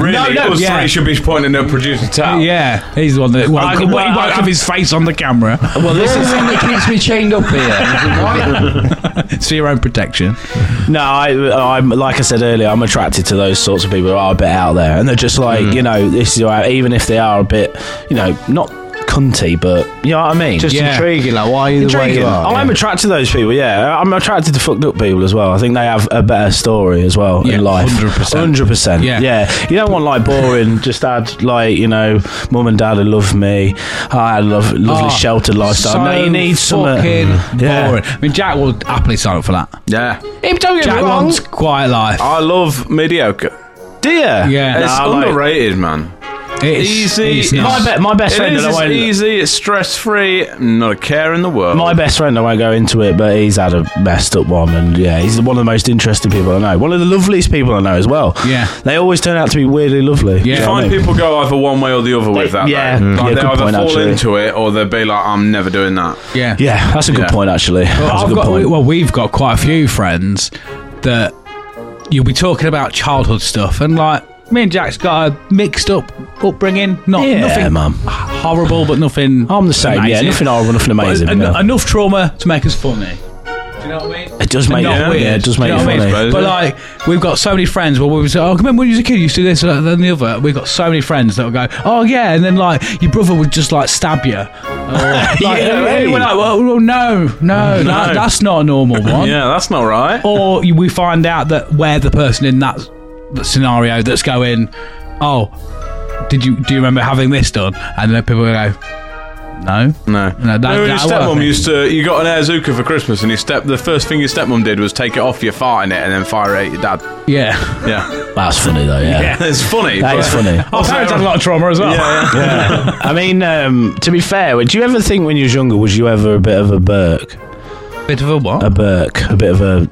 [SPEAKER 10] really,
[SPEAKER 3] no,
[SPEAKER 10] us
[SPEAKER 3] yeah.
[SPEAKER 10] three should be pointing at producer Tal.
[SPEAKER 3] yeah, he's the one that won't,
[SPEAKER 7] I-
[SPEAKER 3] he
[SPEAKER 7] well,
[SPEAKER 3] won't
[SPEAKER 7] I-
[SPEAKER 3] have his face on the camera.
[SPEAKER 8] well, this is the one that keeps me chained up here.
[SPEAKER 3] [LAUGHS] it's for your own protection.
[SPEAKER 7] No, I, I'm like I said earlier, I'm attracted to those sorts of people who are a bit out there, and they're just like, you know, this is why- even if they are a bit, you know, not cunty, but you know what I mean.
[SPEAKER 5] Just
[SPEAKER 3] Yeah.
[SPEAKER 5] intriguing, like why are you the way
[SPEAKER 7] Intriguing.
[SPEAKER 5] you are?
[SPEAKER 7] I'm attracted to those people. Yeah, I'm attracted to fucked up people as well. I think they have a better story as well
[SPEAKER 3] Yeah,
[SPEAKER 7] in life.
[SPEAKER 3] 100%.
[SPEAKER 7] hundred percent.
[SPEAKER 3] Yeah.
[SPEAKER 7] Yeah, You don't want like boring. [LAUGHS] just had like you know, mum and dad who love me. I had a lov- lovely
[SPEAKER 3] Oh,
[SPEAKER 7] sheltered lifestyle.
[SPEAKER 3] So
[SPEAKER 7] no, you need some uh,
[SPEAKER 3] fucking
[SPEAKER 7] Yeah.
[SPEAKER 3] boring. I mean, Jack will happily sign up for that.
[SPEAKER 10] Yeah.
[SPEAKER 3] Jack wants quiet life.
[SPEAKER 4] Uh,
[SPEAKER 10] I love mediocre.
[SPEAKER 7] Dear.
[SPEAKER 3] Yeah.
[SPEAKER 10] It's
[SPEAKER 7] Nah, like-
[SPEAKER 10] underrated, man.
[SPEAKER 3] It's
[SPEAKER 10] easy.
[SPEAKER 3] It's
[SPEAKER 7] My,
[SPEAKER 3] not.
[SPEAKER 7] be- my best
[SPEAKER 10] It
[SPEAKER 7] friend.
[SPEAKER 10] is
[SPEAKER 7] that I
[SPEAKER 10] it's
[SPEAKER 7] won't-
[SPEAKER 10] easy. It's stress free. Not a care in the world.
[SPEAKER 7] My best friend, I won't go into it, but he's had a messed up one, and yeah, he's one of the most interesting people I know. One of the loveliest people I know as well.
[SPEAKER 3] Yeah.
[SPEAKER 7] they always turn out to be weirdly lovely.
[SPEAKER 3] Yeah.
[SPEAKER 10] you
[SPEAKER 7] You know what I
[SPEAKER 10] find
[SPEAKER 7] mean?
[SPEAKER 10] people go either one way or the other with
[SPEAKER 7] They-
[SPEAKER 10] that. though.
[SPEAKER 7] yeah. Mm.
[SPEAKER 10] Like
[SPEAKER 7] Yeah,
[SPEAKER 10] they
[SPEAKER 7] good
[SPEAKER 10] either
[SPEAKER 7] point,
[SPEAKER 10] fall
[SPEAKER 7] actually.
[SPEAKER 10] into it or they'll be like, "I'm never doing that."
[SPEAKER 3] yeah.
[SPEAKER 7] Yeah, that's a good
[SPEAKER 10] Yeah.
[SPEAKER 7] point actually.
[SPEAKER 3] Well,
[SPEAKER 7] that's a
[SPEAKER 3] I've
[SPEAKER 7] good
[SPEAKER 3] got,
[SPEAKER 7] point.
[SPEAKER 3] well, we've got quite a few friends that you'll be talking about childhood stuff, and like me and Jack's got a mixed up upbringing. Not
[SPEAKER 7] Yeah,
[SPEAKER 3] nothing
[SPEAKER 7] man.
[SPEAKER 3] horrible, but nothing.
[SPEAKER 7] I'm the same. Yeah,
[SPEAKER 3] amazing.
[SPEAKER 7] nothing horrible, nothing
[SPEAKER 3] But
[SPEAKER 7] amazing.
[SPEAKER 3] en-
[SPEAKER 7] yeah.
[SPEAKER 3] Enough trauma to make us funny.
[SPEAKER 11] Do you know what I mean?
[SPEAKER 7] It does
[SPEAKER 3] And
[SPEAKER 7] make
[SPEAKER 3] not
[SPEAKER 7] you-
[SPEAKER 3] weird.
[SPEAKER 7] yeah, it does
[SPEAKER 3] Do
[SPEAKER 7] make
[SPEAKER 3] you know
[SPEAKER 7] you
[SPEAKER 3] what I mean?
[SPEAKER 7] funny.
[SPEAKER 3] But like, we've got so many friends. Well, we was oh, remember when you was a kid, you used to do this and then the other. We've got so many friends that will go, oh yeah, and then like your [LAUGHS] brother would just like stab you. Or, like,
[SPEAKER 4] Yeah.
[SPEAKER 3] and we're like, well, oh, well, no,
[SPEAKER 8] [LAUGHS]
[SPEAKER 3] no,
[SPEAKER 4] No.
[SPEAKER 3] That, that's not a normal one.
[SPEAKER 4] Yeah, that's not right.
[SPEAKER 3] Or you- we find out that where the person in that, that scenario that's going, oh, did you do you remember having this done? And then people go, no,
[SPEAKER 4] No.
[SPEAKER 3] no, that,
[SPEAKER 4] No, when your
[SPEAKER 3] that wasn't
[SPEAKER 4] stepmom
[SPEAKER 3] it."
[SPEAKER 4] used to, you got an air Zuka for Christmas, and your step, the first thing your stepmom did was take it off your fart in it and then fire it at your dad.
[SPEAKER 3] yeah.
[SPEAKER 4] Yeah,
[SPEAKER 7] That's funny though. Yeah.
[SPEAKER 4] it's funny.
[SPEAKER 7] That
[SPEAKER 4] but-
[SPEAKER 3] [LAUGHS]
[SPEAKER 7] is funny.
[SPEAKER 3] Our parents had a lot of trauma as well.
[SPEAKER 7] Yeah. I mean, um, to be fair, do you ever think when you was younger was you ever a bit of a Burke?
[SPEAKER 3] Bit of a what?
[SPEAKER 7] A Burke, a bit of a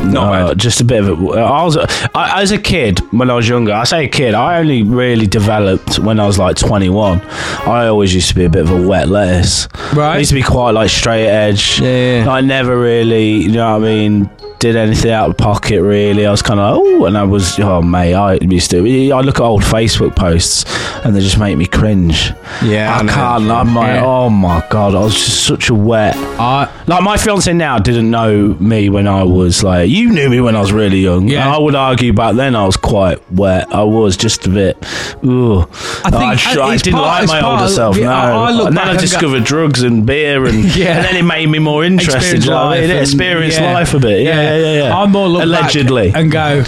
[SPEAKER 7] no, just a bit of a. I was I, as a kid when I was younger. I say kid. I only really developed when I was like 21. I always used to be a bit of a wet lettuce.
[SPEAKER 3] Right.
[SPEAKER 7] I used to be quite like straight edge.
[SPEAKER 5] Yeah, yeah.
[SPEAKER 7] I never really, you know what I mean, did anything out of pocket really. I was kind of like, oh, and I was, oh, mate, I used to, I look at old Facebook posts and they just make me cringe.
[SPEAKER 5] Yeah,
[SPEAKER 7] I,
[SPEAKER 5] I know.
[SPEAKER 7] can't, I'm like,
[SPEAKER 3] Yeah.
[SPEAKER 7] oh my God, I was just such a wet.
[SPEAKER 3] I,
[SPEAKER 7] Like, my fiance now didn't know me when I was like, you knew me when I was really young.
[SPEAKER 3] Yeah.
[SPEAKER 7] And I would argue back then I was quite wet. I was just a bit, ooh.
[SPEAKER 3] I think
[SPEAKER 7] sh-
[SPEAKER 3] I-
[SPEAKER 7] I
[SPEAKER 3] it's
[SPEAKER 7] didn't
[SPEAKER 3] part-
[SPEAKER 7] like
[SPEAKER 3] it's
[SPEAKER 7] my
[SPEAKER 3] part
[SPEAKER 7] older
[SPEAKER 3] of-
[SPEAKER 7] self.
[SPEAKER 3] yeah,
[SPEAKER 7] no.
[SPEAKER 3] I- I look
[SPEAKER 7] and
[SPEAKER 3] back
[SPEAKER 7] then I
[SPEAKER 3] and go-
[SPEAKER 7] discovered drugs and beer,
[SPEAKER 3] [LAUGHS]
[SPEAKER 7] and,
[SPEAKER 3] Yeah.
[SPEAKER 7] and then it made me more interested.
[SPEAKER 3] experience
[SPEAKER 7] you know what I
[SPEAKER 3] life.
[SPEAKER 7] mean?
[SPEAKER 3] and-
[SPEAKER 7] experience
[SPEAKER 3] yeah.
[SPEAKER 7] life a bit. Yeah, yeah, yeah. yeah.
[SPEAKER 3] I'm more look back
[SPEAKER 7] allegedly.
[SPEAKER 3] and go.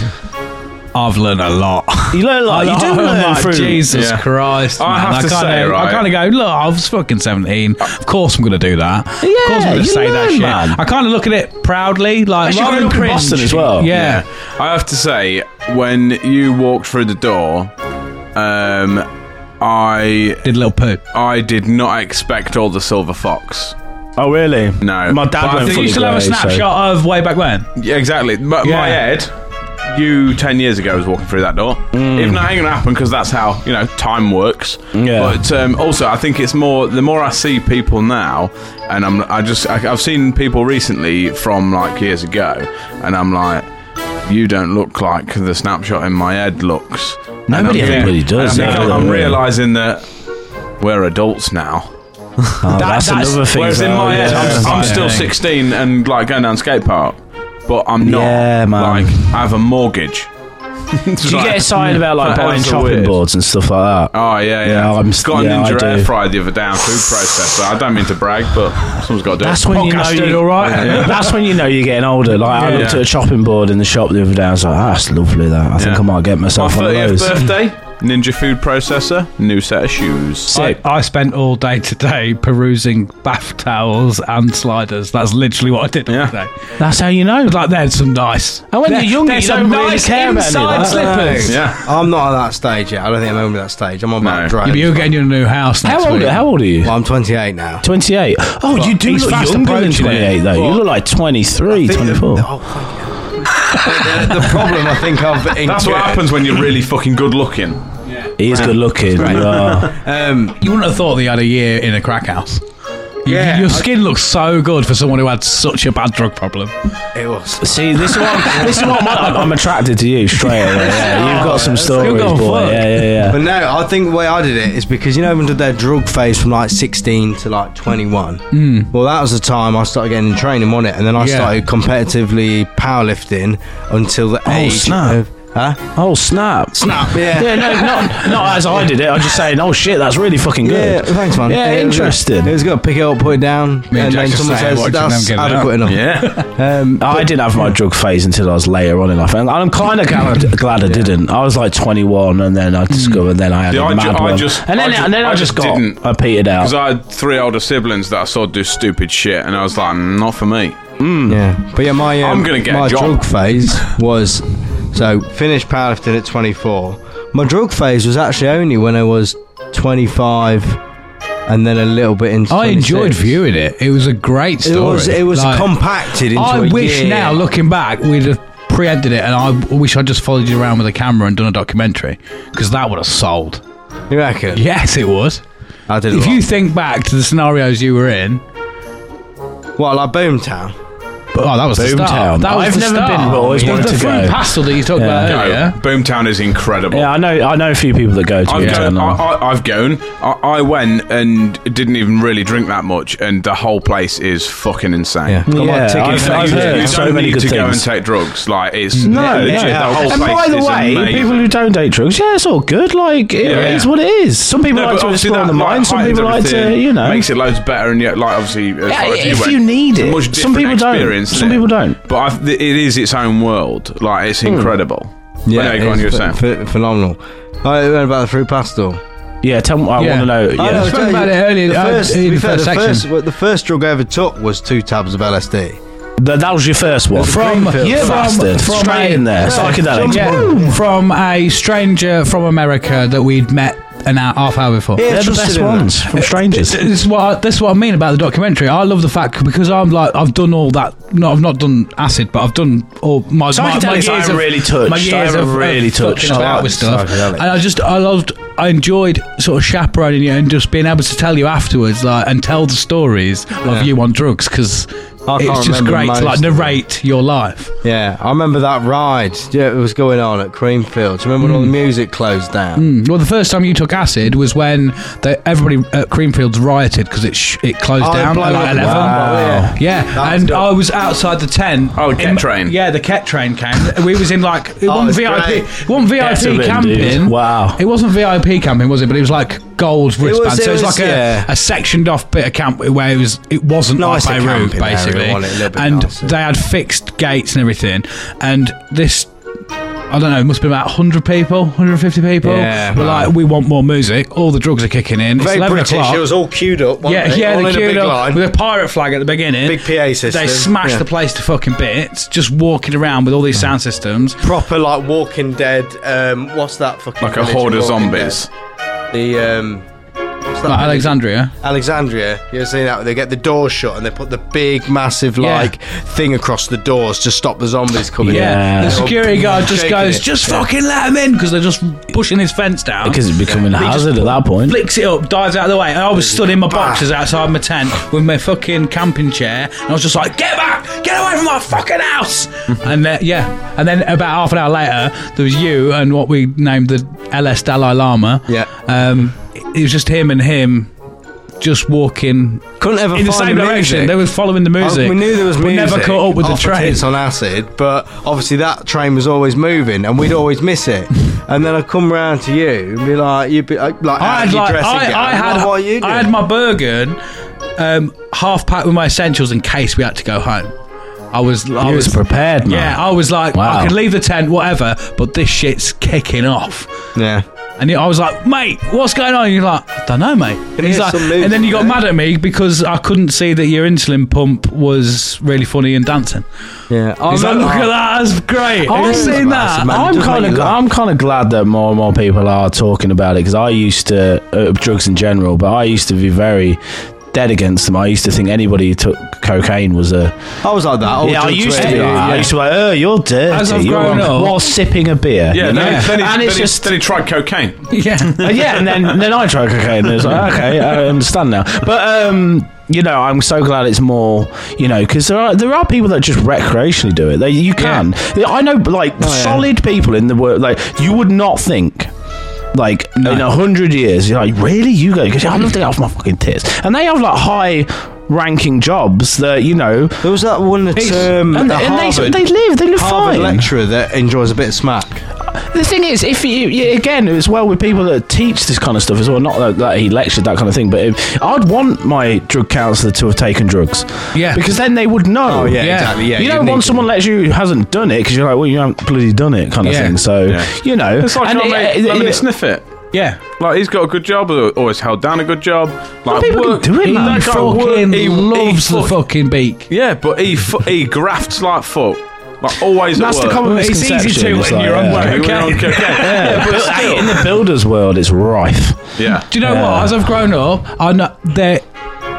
[SPEAKER 3] Oh, I've learned a [LAUGHS] lot.
[SPEAKER 7] you learn like [LAUGHS] you do
[SPEAKER 3] I'm
[SPEAKER 7] learn
[SPEAKER 3] like,
[SPEAKER 7] through.
[SPEAKER 3] Jesus
[SPEAKER 4] Yeah.
[SPEAKER 3] Christ.
[SPEAKER 4] I
[SPEAKER 3] man.
[SPEAKER 4] have to
[SPEAKER 3] kinda,
[SPEAKER 4] say, right?
[SPEAKER 3] I kind of go, look, I was fucking 17. Of course I'm going to do that. Yeah, of course I'm
[SPEAKER 7] Yeah,
[SPEAKER 3] going
[SPEAKER 7] you
[SPEAKER 3] to say that
[SPEAKER 7] learn,
[SPEAKER 3] shit.
[SPEAKER 7] man.
[SPEAKER 3] I kind of look at it proudly. Like,
[SPEAKER 7] Especially
[SPEAKER 3] rather
[SPEAKER 7] growing
[SPEAKER 3] than
[SPEAKER 7] up in
[SPEAKER 3] cringe.
[SPEAKER 7] Boston as well.
[SPEAKER 3] Yeah.
[SPEAKER 4] I have to say, when you walked through the door, um, I
[SPEAKER 3] Did a little poop.
[SPEAKER 4] I did not expect all the silver fox.
[SPEAKER 7] Oh really?
[SPEAKER 4] No.
[SPEAKER 7] My dad
[SPEAKER 4] But I
[SPEAKER 7] went
[SPEAKER 4] think
[SPEAKER 7] fully
[SPEAKER 4] you
[SPEAKER 3] You still have a
[SPEAKER 7] grey, so-
[SPEAKER 3] snapshot of way back when?
[SPEAKER 4] Yeah, exactly. My,
[SPEAKER 3] Yeah.
[SPEAKER 4] my head, you ten years ago was walking through that door. If not, ain't gonna happen because that's how you know time works.
[SPEAKER 7] Mm. Yeah.
[SPEAKER 4] But um, also, I think it's more the more I see people now, and I'm I just I, I've seen people recently from like years ago, and I'm like. You don't look like the snapshot in my head looks. And
[SPEAKER 7] Nobody
[SPEAKER 4] I'm
[SPEAKER 7] ever
[SPEAKER 4] think-
[SPEAKER 7] really does,
[SPEAKER 4] and I think
[SPEAKER 7] yeah.
[SPEAKER 4] I'm realizing that we're adults now.
[SPEAKER 7] Oh, that's,
[SPEAKER 3] that's-
[SPEAKER 7] another thing.
[SPEAKER 4] Whereas
[SPEAKER 7] as
[SPEAKER 4] in
[SPEAKER 7] well,
[SPEAKER 4] my head,
[SPEAKER 7] yeah.
[SPEAKER 4] I'm, I'm
[SPEAKER 3] Yeah.
[SPEAKER 4] still 16 and like going down skate park, but I'm not.
[SPEAKER 7] Yeah, man.
[SPEAKER 4] Like I have a mortgage.
[SPEAKER 7] Do you get excited
[SPEAKER 3] [LAUGHS]
[SPEAKER 7] about like buying chopping boards and stuff like that?
[SPEAKER 4] Oh yeah, yeah.
[SPEAKER 7] Yeah, I'm s-
[SPEAKER 4] got a
[SPEAKER 7] yeah, I
[SPEAKER 4] ninja
[SPEAKER 7] do.
[SPEAKER 4] air fryer the other day on food processor. I don't mean to brag, but someone's got to do
[SPEAKER 7] That's
[SPEAKER 4] it.
[SPEAKER 7] when you know
[SPEAKER 4] Podcast
[SPEAKER 7] you're
[SPEAKER 4] Yeah.
[SPEAKER 7] [LAUGHS] That's when you know you're getting older. Like I
[SPEAKER 4] Yeah.
[SPEAKER 7] looked at a chopping board in the shop the other day. I was like, ah, that's lovely. That I think
[SPEAKER 4] Yeah.
[SPEAKER 7] I might get
[SPEAKER 4] My
[SPEAKER 7] myself one of
[SPEAKER 4] 30th
[SPEAKER 7] those.
[SPEAKER 4] birthday. Ninja food processor, new set of shoes.
[SPEAKER 3] I, I spent all day today perusing bath towels and sliders. That's literally what I did all
[SPEAKER 4] Yeah.
[SPEAKER 3] day.
[SPEAKER 7] That's how you know.
[SPEAKER 3] Like, there's some nice.
[SPEAKER 7] And when
[SPEAKER 3] There-
[SPEAKER 7] you're younger,
[SPEAKER 3] there's
[SPEAKER 7] you
[SPEAKER 3] some
[SPEAKER 7] don't really
[SPEAKER 3] nice
[SPEAKER 7] care about any of
[SPEAKER 3] inside
[SPEAKER 7] that.
[SPEAKER 3] slippers.
[SPEAKER 4] Yeah,
[SPEAKER 5] [LAUGHS] I'm not at that stage yet. I don't think I'm over that stage. I'm on
[SPEAKER 4] No.
[SPEAKER 5] about drive.
[SPEAKER 3] Yeah, but you're getting your new house next
[SPEAKER 7] How old?
[SPEAKER 3] week.
[SPEAKER 7] How old are you?
[SPEAKER 5] Well, I'm 28 now.
[SPEAKER 7] 28. Oh, you do
[SPEAKER 3] he's
[SPEAKER 7] look
[SPEAKER 3] fast
[SPEAKER 7] younger than
[SPEAKER 3] approaching it.
[SPEAKER 7] 28, though. you
[SPEAKER 5] Well,
[SPEAKER 7] look like 23, 24.
[SPEAKER 5] Oh, thank you. the, the [LAUGHS] problem I think [LAUGHS] I've
[SPEAKER 4] that's what
[SPEAKER 5] incurred-
[SPEAKER 4] happens when you're really fucking good looking.
[SPEAKER 7] He is good looking. you are.
[SPEAKER 5] Um,
[SPEAKER 3] You wouldn't have thought that you had a year in a crack house. You-
[SPEAKER 5] Yeah,
[SPEAKER 3] your
[SPEAKER 5] I-
[SPEAKER 3] skin looks so good for someone who had such a bad drug problem.
[SPEAKER 5] it was.
[SPEAKER 7] See, this is what I'm, this is what I'm, I'm, I'm attracted to you straight away. Yeah. You've got some stories,
[SPEAKER 3] gone
[SPEAKER 7] boy.
[SPEAKER 3] fuck.
[SPEAKER 7] Yeah, yeah, yeah.
[SPEAKER 5] But no, I think the way I did it is because you know everyone did their drug phase from like 16 to like 21. Mm. Well, that was the time I started getting in training on it, and then I
[SPEAKER 3] Yeah.
[SPEAKER 5] started competitively powerlifting until the
[SPEAKER 7] Oh,
[SPEAKER 5] age
[SPEAKER 7] snap.
[SPEAKER 5] of huh?
[SPEAKER 7] Oh snap!
[SPEAKER 5] Snap, yeah.
[SPEAKER 7] Yeah, no, not not as I did it. I'm just saying. Oh shit, that's really fucking
[SPEAKER 5] Yeah,
[SPEAKER 7] good.
[SPEAKER 5] thanks, man. it
[SPEAKER 7] Yeah,
[SPEAKER 5] was good.
[SPEAKER 7] interesting.
[SPEAKER 5] It was good. Pick it up, put it down,
[SPEAKER 3] Me and
[SPEAKER 5] and
[SPEAKER 3] Jack
[SPEAKER 5] then
[SPEAKER 3] just
[SPEAKER 5] someone
[SPEAKER 3] sat
[SPEAKER 5] says
[SPEAKER 3] watching
[SPEAKER 5] that's
[SPEAKER 3] them get it
[SPEAKER 5] adequate
[SPEAKER 3] up."
[SPEAKER 5] enough.
[SPEAKER 4] Yeah,
[SPEAKER 10] [LAUGHS]
[SPEAKER 5] Um,
[SPEAKER 7] Oh, I didn't have my drug phase until I was later on in life, and I'm kind of glad, glad I didn't. I was like 21, and then I
[SPEAKER 10] Mm.
[SPEAKER 7] discovered, then I had
[SPEAKER 4] Yeah,
[SPEAKER 7] a
[SPEAKER 4] I
[SPEAKER 7] mad
[SPEAKER 4] ju- I
[SPEAKER 7] one,
[SPEAKER 4] just-
[SPEAKER 7] and then
[SPEAKER 4] I ju-
[SPEAKER 7] and then
[SPEAKER 4] I
[SPEAKER 7] I, just
[SPEAKER 4] just
[SPEAKER 7] got
[SPEAKER 4] didn't.
[SPEAKER 7] I petered out.
[SPEAKER 4] because I had three older siblings that I saw do stupid shit, and I was like, not for me.
[SPEAKER 5] Yeah, but yeah, my um,
[SPEAKER 4] I'm gonna get a
[SPEAKER 5] my
[SPEAKER 4] job.
[SPEAKER 5] drug phase was so finished powerlifting at 24. My drug phase was actually only when I was 25, and then a little bit into.
[SPEAKER 3] I enjoyed
[SPEAKER 5] 26.
[SPEAKER 3] viewing it. It was a great
[SPEAKER 5] It
[SPEAKER 3] story.
[SPEAKER 5] was it was
[SPEAKER 3] Like,
[SPEAKER 5] compacted into.
[SPEAKER 3] I
[SPEAKER 5] a
[SPEAKER 3] wish
[SPEAKER 5] year.
[SPEAKER 3] now, looking back, we'd have preempted it, and I wish I'd just followed you around with a camera and done a documentary because that would have sold.
[SPEAKER 5] You reckon?
[SPEAKER 3] Yes, it would.
[SPEAKER 5] I did.
[SPEAKER 3] If
[SPEAKER 5] If
[SPEAKER 3] you think back to the scenarios you were in,
[SPEAKER 5] well, like Boomtown.
[SPEAKER 3] Oh, that was the start.
[SPEAKER 7] Boomtown.
[SPEAKER 3] That was
[SPEAKER 7] I've
[SPEAKER 3] the
[SPEAKER 7] never
[SPEAKER 3] start.
[SPEAKER 7] been, but always
[SPEAKER 3] The-
[SPEAKER 7] wanted
[SPEAKER 3] the
[SPEAKER 7] to
[SPEAKER 3] fruit
[SPEAKER 7] go.
[SPEAKER 3] pastel that you talked
[SPEAKER 7] Yeah.
[SPEAKER 3] about
[SPEAKER 10] Go.
[SPEAKER 3] earlier.
[SPEAKER 10] Boomtown is incredible.
[SPEAKER 7] Yeah, I know. I know a few people that go to
[SPEAKER 10] I've,
[SPEAKER 7] it.
[SPEAKER 10] gone, I,
[SPEAKER 7] now.
[SPEAKER 10] I, I've gone. I, I went and didn't even really drink that much, and the whole place is fucking insane.
[SPEAKER 7] Got my ticket.
[SPEAKER 10] I've,
[SPEAKER 7] I've
[SPEAKER 10] you,
[SPEAKER 7] heard
[SPEAKER 10] you
[SPEAKER 7] so
[SPEAKER 10] don't
[SPEAKER 7] many
[SPEAKER 10] need
[SPEAKER 7] good
[SPEAKER 10] to go and
[SPEAKER 7] things.
[SPEAKER 10] take drugs. Like it's
[SPEAKER 7] No,
[SPEAKER 10] legit,
[SPEAKER 7] yeah.
[SPEAKER 10] the whole
[SPEAKER 7] and
[SPEAKER 10] place
[SPEAKER 7] by the
[SPEAKER 10] is
[SPEAKER 7] way,
[SPEAKER 10] amazing.
[SPEAKER 7] people who don't date drugs, yeah, it's all good. Like it is
[SPEAKER 10] Yeah.
[SPEAKER 7] what it is. Some people
[SPEAKER 10] No,
[SPEAKER 7] like
[SPEAKER 10] but
[SPEAKER 7] to
[SPEAKER 10] obviously
[SPEAKER 7] explore
[SPEAKER 10] that,
[SPEAKER 7] the mind.
[SPEAKER 10] like,
[SPEAKER 7] Some
[SPEAKER 10] heightens
[SPEAKER 7] people like to,
[SPEAKER 10] everything,
[SPEAKER 7] you know.
[SPEAKER 10] makes it loads better, and yet, like obviously, as
[SPEAKER 7] Yeah,
[SPEAKER 10] far as
[SPEAKER 7] if
[SPEAKER 10] went,
[SPEAKER 7] you need
[SPEAKER 10] it's a
[SPEAKER 7] it.
[SPEAKER 10] much
[SPEAKER 7] Some
[SPEAKER 10] different
[SPEAKER 7] people don't.
[SPEAKER 10] experience,
[SPEAKER 7] Some
[SPEAKER 10] isn't it?
[SPEAKER 7] people don't. Hmm.
[SPEAKER 10] But I've, th- it is its own world. Like it's incredible. Yeah, no, go on,
[SPEAKER 5] it's
[SPEAKER 10] you were
[SPEAKER 5] ph-
[SPEAKER 10] saying.
[SPEAKER 5] ph- phenomenal. I heard about the fruit pastel.
[SPEAKER 7] Yeah, tell me. I
[SPEAKER 3] Yeah.
[SPEAKER 7] want to know.
[SPEAKER 5] I
[SPEAKER 7] Yeah.
[SPEAKER 5] know,
[SPEAKER 3] spoke
[SPEAKER 5] tell
[SPEAKER 3] about
[SPEAKER 5] you,
[SPEAKER 3] it earlier,
[SPEAKER 5] The
[SPEAKER 3] uh,
[SPEAKER 5] first,
[SPEAKER 3] in
[SPEAKER 5] to be
[SPEAKER 3] the
[SPEAKER 5] fair,
[SPEAKER 3] first
[SPEAKER 5] the
[SPEAKER 3] section.
[SPEAKER 5] first, well, the first drug I ever took was two tabs of LSD.
[SPEAKER 7] Th- that was your first one.
[SPEAKER 3] From,
[SPEAKER 7] you
[SPEAKER 3] from,
[SPEAKER 7] bastard.
[SPEAKER 3] from
[SPEAKER 7] Straight
[SPEAKER 3] a-
[SPEAKER 7] in there. Psychedelics.
[SPEAKER 3] Yeah, from a stranger from America that we'd met an hour, half hour before.
[SPEAKER 7] They're the
[SPEAKER 5] Interested
[SPEAKER 7] best
[SPEAKER 5] in that.
[SPEAKER 7] ones from strangers.
[SPEAKER 3] This is what I, this is what I mean about the documentary. I love the fact because I'm like I've done all that. No, I've not done acid, but I've done all my my, my
[SPEAKER 7] Psychedelics
[SPEAKER 3] years
[SPEAKER 7] I haven't
[SPEAKER 3] of,
[SPEAKER 7] really touched.
[SPEAKER 3] My
[SPEAKER 7] I
[SPEAKER 3] years
[SPEAKER 7] haven't
[SPEAKER 3] of,
[SPEAKER 7] really
[SPEAKER 3] of
[SPEAKER 7] touched.
[SPEAKER 3] fucking
[SPEAKER 7] I
[SPEAKER 3] about
[SPEAKER 7] like
[SPEAKER 3] with stuff.
[SPEAKER 5] psychedelics.
[SPEAKER 3] And I just I loved I enjoyed sort of chaperoning you and just being able to tell you afterwards like and tell the stories of you on drugs because
[SPEAKER 5] I can't
[SPEAKER 3] it's just
[SPEAKER 5] remember
[SPEAKER 3] great to
[SPEAKER 5] most
[SPEAKER 3] like
[SPEAKER 5] of them.
[SPEAKER 3] narrate your life.
[SPEAKER 5] Yeah, I remember that ride. Yeah, it was going on at Creamfields. Do you remember when all the music closed down?
[SPEAKER 3] Mm. Well, the first time you took acid was when the, everybody at Creamfields rioted because it sh- it closed
[SPEAKER 5] Oh, it
[SPEAKER 3] down at
[SPEAKER 5] blew
[SPEAKER 3] like [LAUGHS]
[SPEAKER 5] up.
[SPEAKER 3] eleven. Oh,
[SPEAKER 5] Wow. Yeah.
[SPEAKER 3] Yeah,
[SPEAKER 5] That was
[SPEAKER 3] and
[SPEAKER 5] good.
[SPEAKER 3] I was outside the tent.
[SPEAKER 10] Oh, Ket
[SPEAKER 3] In-
[SPEAKER 10] train.
[SPEAKER 3] Yeah, the Ket train came. We was in like it
[SPEAKER 5] Oh,
[SPEAKER 3] wasn't
[SPEAKER 5] it's
[SPEAKER 3] VIP,
[SPEAKER 5] great.
[SPEAKER 3] it wasn't
[SPEAKER 7] That's a
[SPEAKER 3] VIP
[SPEAKER 7] bit,
[SPEAKER 3] camping.
[SPEAKER 7] dude. Wow.
[SPEAKER 3] it wasn't VIP camping, was it? But it was like gold wristband.
[SPEAKER 5] it
[SPEAKER 3] so it was
[SPEAKER 5] was-
[SPEAKER 3] like a,
[SPEAKER 5] yeah.
[SPEAKER 3] a sectioned off bit of camp where it was it wasn't
[SPEAKER 5] Nicer
[SPEAKER 3] like Beirut
[SPEAKER 5] camping area,
[SPEAKER 3] basically,
[SPEAKER 5] wasn't it? A little bit
[SPEAKER 3] and
[SPEAKER 5] nicer.
[SPEAKER 3] they had fixed gates and everything, and this. I don't know, it must have been about 100 people, 150 people.
[SPEAKER 5] Yeah,
[SPEAKER 3] We're
[SPEAKER 5] man.
[SPEAKER 3] like, we want more music. All the drugs are kicking in. It's
[SPEAKER 5] Very
[SPEAKER 3] 11
[SPEAKER 5] British.
[SPEAKER 3] o'clock.
[SPEAKER 5] It was all queued up. wasn't
[SPEAKER 3] yeah,
[SPEAKER 5] it?
[SPEAKER 3] yeah,
[SPEAKER 5] all
[SPEAKER 3] they
[SPEAKER 5] in a
[SPEAKER 3] queued
[SPEAKER 5] big
[SPEAKER 3] up
[SPEAKER 5] line.
[SPEAKER 3] with a pirate flag at the beginning.
[SPEAKER 5] Big PA system,
[SPEAKER 3] They smashed
[SPEAKER 5] yeah.
[SPEAKER 3] the place to fucking bits, just walking around with all these sound systems.
[SPEAKER 5] proper like Walking Dead. Um, what's that fucking?
[SPEAKER 10] Like a
[SPEAKER 5] village in
[SPEAKER 10] horde of
[SPEAKER 5] Walking
[SPEAKER 10] zombies.
[SPEAKER 5] Dead? The um, what's that?
[SPEAKER 3] Like
[SPEAKER 5] village?
[SPEAKER 3] Alexandria.
[SPEAKER 5] Alexandria. You ever seen that? They get the doors shut and they put the big, massive
[SPEAKER 3] Yeah.
[SPEAKER 5] like thing across the doors to stop the zombies coming.
[SPEAKER 7] Yeah.
[SPEAKER 5] in.
[SPEAKER 3] The
[SPEAKER 7] Yeah.
[SPEAKER 3] security guard just
[SPEAKER 5] [LAUGHS] Shaking
[SPEAKER 3] goes,
[SPEAKER 5] it.
[SPEAKER 3] just fucking let him in because they're just pushing his fence down.
[SPEAKER 7] Because it's becoming a hazard at that point.
[SPEAKER 3] flicks it up, dives out of the way, and I was stood in my boxes outside my tent with my fucking camping chair, and I was just like, "Get back, get away from my fucking
[SPEAKER 7] [LAUGHS]
[SPEAKER 3] house!" and then, yeah, and then about half an hour later, there was you and what we named the LS Dalai Lama.
[SPEAKER 5] Yeah.
[SPEAKER 3] um, it it was just him and him. Just walking
[SPEAKER 5] Couldn't ever
[SPEAKER 3] in the
[SPEAKER 5] find
[SPEAKER 3] same
[SPEAKER 5] the
[SPEAKER 3] direction.
[SPEAKER 5] music.
[SPEAKER 3] They were following the music.
[SPEAKER 5] Oh, we knew there was
[SPEAKER 3] We
[SPEAKER 5] music.
[SPEAKER 3] never caught up with the
[SPEAKER 5] off at
[SPEAKER 3] train.
[SPEAKER 5] It's on acid, but obviously that train was always moving, and we'd always miss it. and then I'd come round to you and be like, "You'd be like, like
[SPEAKER 3] I
[SPEAKER 5] out
[SPEAKER 3] had
[SPEAKER 5] of your
[SPEAKER 3] like
[SPEAKER 5] dressing gown.
[SPEAKER 3] I, I had
[SPEAKER 5] like, what are you doing?"
[SPEAKER 3] I had my burger, um, half packed with my essentials in case we had to go home. I was I
[SPEAKER 7] You was prepared, man.
[SPEAKER 3] Yeah, I was like,
[SPEAKER 7] Wow.
[SPEAKER 3] I can leave the tent, whatever, but this shit's kicking off.
[SPEAKER 5] yeah.
[SPEAKER 3] And I was like, mate, what's going on? And you're like, I don't know, mate. And, he's
[SPEAKER 5] hear
[SPEAKER 3] like,
[SPEAKER 5] some music,
[SPEAKER 3] and then you got
[SPEAKER 5] yeah.
[SPEAKER 3] mad at me because I couldn't see that your insulin pump was really funny and dancing.
[SPEAKER 5] Yeah, I
[SPEAKER 3] He's like,
[SPEAKER 5] remember-
[SPEAKER 3] look at that, that's great. Have you
[SPEAKER 7] I'm-
[SPEAKER 3] seen that?
[SPEAKER 5] Oh, man, it
[SPEAKER 7] I'm
[SPEAKER 5] does
[SPEAKER 7] kind
[SPEAKER 5] make
[SPEAKER 7] of
[SPEAKER 5] you laugh.
[SPEAKER 7] I'm kind of glad that more and more people are talking about it because I used to uh, drugs in general, but I used to be very dead against them. I used to think anybody who took cocaine was a
[SPEAKER 5] I was like that. all
[SPEAKER 7] yeah. I
[SPEAKER 5] Oh, drugs
[SPEAKER 7] used
[SPEAKER 5] were
[SPEAKER 7] to be.
[SPEAKER 5] anyway,
[SPEAKER 7] Like, that. I used to be like, oh, you're dirty.
[SPEAKER 3] As I've
[SPEAKER 7] you're
[SPEAKER 3] grown
[SPEAKER 7] wrong,"
[SPEAKER 3] up-
[SPEAKER 7] while sipping a beer.
[SPEAKER 10] Yeah,
[SPEAKER 7] you know?
[SPEAKER 10] Then, he- then he, then
[SPEAKER 7] and it's
[SPEAKER 10] he-
[SPEAKER 7] just
[SPEAKER 10] then he tried cocaine.
[SPEAKER 3] yeah.
[SPEAKER 7] Uh, yeah, and then then I tried cocaine, and it's like, okay, I understand now. But um, you know, I'm so glad it's more, you know, because there are there are people that just recreationally do it. They you can. I know,
[SPEAKER 5] Oh,
[SPEAKER 7] like solid people in the world, like you would not think. Like in a hundred years, you're like, really? You go? Because I love to get off my fucking tits, and they have like high ranking jobs that you know,
[SPEAKER 5] There was that one that um,
[SPEAKER 7] and,
[SPEAKER 5] the
[SPEAKER 7] and they
[SPEAKER 5] Harvard,
[SPEAKER 7] they live, they live
[SPEAKER 5] Harvard
[SPEAKER 7] fine.
[SPEAKER 5] lecturer that enjoys a bit of smack.
[SPEAKER 7] The thing is, if you, you again as well with people that teach this kind of stuff as well, not that, that he lectured that kind of thing, but if, I'd want my drug counsellor to have taken drugs,
[SPEAKER 3] Yeah.
[SPEAKER 7] because then they would know.
[SPEAKER 5] Oh yeah,
[SPEAKER 3] Yeah.
[SPEAKER 5] exactly. Yeah,
[SPEAKER 7] you
[SPEAKER 5] you'd
[SPEAKER 7] don't
[SPEAKER 5] need
[SPEAKER 7] want
[SPEAKER 5] to-
[SPEAKER 7] someone lets you who hasn't done it because you're like, well, you haven't bloody done it, kind of
[SPEAKER 3] Yeah.
[SPEAKER 7] thing. So
[SPEAKER 10] Yeah.
[SPEAKER 7] you know,
[SPEAKER 10] It's like,
[SPEAKER 7] and
[SPEAKER 10] oh,
[SPEAKER 7] it-
[SPEAKER 10] mate,
[SPEAKER 7] it-
[SPEAKER 10] let me
[SPEAKER 7] it-
[SPEAKER 10] sniff it.
[SPEAKER 3] Yeah.
[SPEAKER 10] Like he's got a good job, or- always held down a good job. Like
[SPEAKER 7] people
[SPEAKER 10] work-
[SPEAKER 7] can do it,
[SPEAKER 10] that
[SPEAKER 7] man.
[SPEAKER 10] guy work-
[SPEAKER 3] Fucking
[SPEAKER 10] he- he
[SPEAKER 3] loves the
[SPEAKER 10] fuck-
[SPEAKER 3] fucking beak.
[SPEAKER 10] Yeah, but he fu- he grafts like fuck. Like always
[SPEAKER 7] That's
[SPEAKER 10] at
[SPEAKER 7] the
[SPEAKER 10] work.
[SPEAKER 7] common
[SPEAKER 3] It's easy to
[SPEAKER 7] misconception.
[SPEAKER 3] when
[SPEAKER 7] It's
[SPEAKER 3] you're on
[SPEAKER 7] yeah.
[SPEAKER 3] work.
[SPEAKER 10] Okay, we're
[SPEAKER 3] Okay.
[SPEAKER 10] on cocaine. yeah, but
[SPEAKER 7] But, hey,
[SPEAKER 10] still.
[SPEAKER 7] in the builder's world, it's rife.
[SPEAKER 10] yeah.
[SPEAKER 3] Do you know
[SPEAKER 7] Yeah.
[SPEAKER 3] what? As I've grown up, I know there.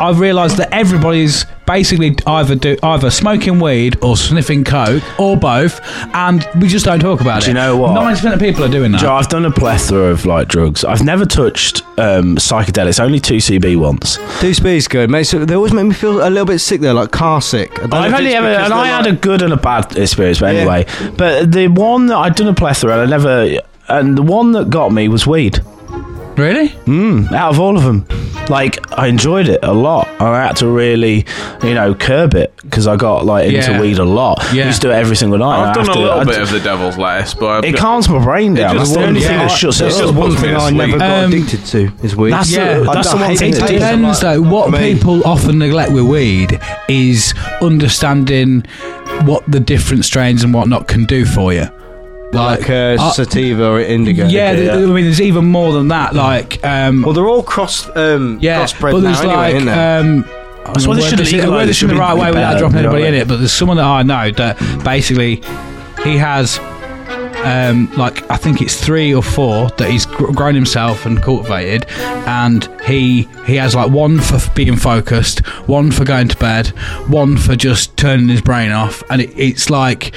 [SPEAKER 3] I've realised that everybody's basically either do either smoking weed or sniffing coke or both, and we just don't talk about it.
[SPEAKER 7] Do you know what?
[SPEAKER 3] Ninety percent of people are doing that.
[SPEAKER 7] Joe, I've done a plethora of like drugs. I've never touched um, psychedelics. Only two CB once.
[SPEAKER 5] Two speeds good, mate. So they always make me feel a little bit sick there, like car sick. I don't know
[SPEAKER 7] I've
[SPEAKER 5] if
[SPEAKER 7] only
[SPEAKER 5] it's
[SPEAKER 7] ever,
[SPEAKER 5] because
[SPEAKER 7] and
[SPEAKER 5] they're
[SPEAKER 7] I had a
[SPEAKER 5] like-
[SPEAKER 7] good and a bad experience, but
[SPEAKER 5] Yeah.
[SPEAKER 7] anyway. But the one that I'd done a plethora, and I never, and the one that got me was weed.
[SPEAKER 3] Really?
[SPEAKER 7] Mm, out of all of them, like I enjoyed it a lot, and I had to really, you know, curb it because I got like into
[SPEAKER 10] Yeah.
[SPEAKER 7] weed a lot.
[SPEAKER 10] Yeah.
[SPEAKER 7] I used to do it every single night. and I
[SPEAKER 10] I've done
[SPEAKER 7] have
[SPEAKER 10] a
[SPEAKER 7] to-
[SPEAKER 10] little
[SPEAKER 7] I
[SPEAKER 10] bit
[SPEAKER 7] d-
[SPEAKER 10] of the devil's lettuce, but I've
[SPEAKER 7] It
[SPEAKER 10] got-
[SPEAKER 7] calms my brain
[SPEAKER 10] It just
[SPEAKER 7] down. That's the
[SPEAKER 10] won't-
[SPEAKER 7] only thing
[SPEAKER 10] yeah.
[SPEAKER 7] that shuts it
[SPEAKER 10] It's
[SPEAKER 7] up.
[SPEAKER 10] just one thing I never got
[SPEAKER 5] addicted to is weed.
[SPEAKER 7] That's
[SPEAKER 3] yeah,
[SPEAKER 7] the, that's the one thing.
[SPEAKER 3] It
[SPEAKER 7] that-
[SPEAKER 3] depends though. What people often neglect with weed is understanding what the different strains and whatnot can do for you.
[SPEAKER 5] like uh,
[SPEAKER 3] I-
[SPEAKER 5] sativa or indigo.
[SPEAKER 3] Yeah, th- I mean, there's even more than that. Like, um, well,
[SPEAKER 5] they're all cross, um,
[SPEAKER 3] yeah, but
[SPEAKER 5] crossbred now
[SPEAKER 3] there's
[SPEAKER 5] anyway,
[SPEAKER 3] like,
[SPEAKER 5] isn't there?
[SPEAKER 3] um, I
[SPEAKER 5] That's why
[SPEAKER 3] don't
[SPEAKER 5] they
[SPEAKER 3] know,
[SPEAKER 5] should
[SPEAKER 3] word this in-
[SPEAKER 5] legalise
[SPEAKER 3] word
[SPEAKER 5] it,
[SPEAKER 3] this in
[SPEAKER 5] should
[SPEAKER 3] the
[SPEAKER 5] be
[SPEAKER 3] right way without
[SPEAKER 5] banned,
[SPEAKER 3] dropping
[SPEAKER 5] you know what
[SPEAKER 3] anybody
[SPEAKER 5] I
[SPEAKER 3] in
[SPEAKER 5] mean?
[SPEAKER 3] it. But there's someone that I know that basically he has, um, like I think it's three or four that he's gr- grown himself and cultivated, and he he has like one for f- being focused, one for going to bed, one for just turning his brain off, and it, it's like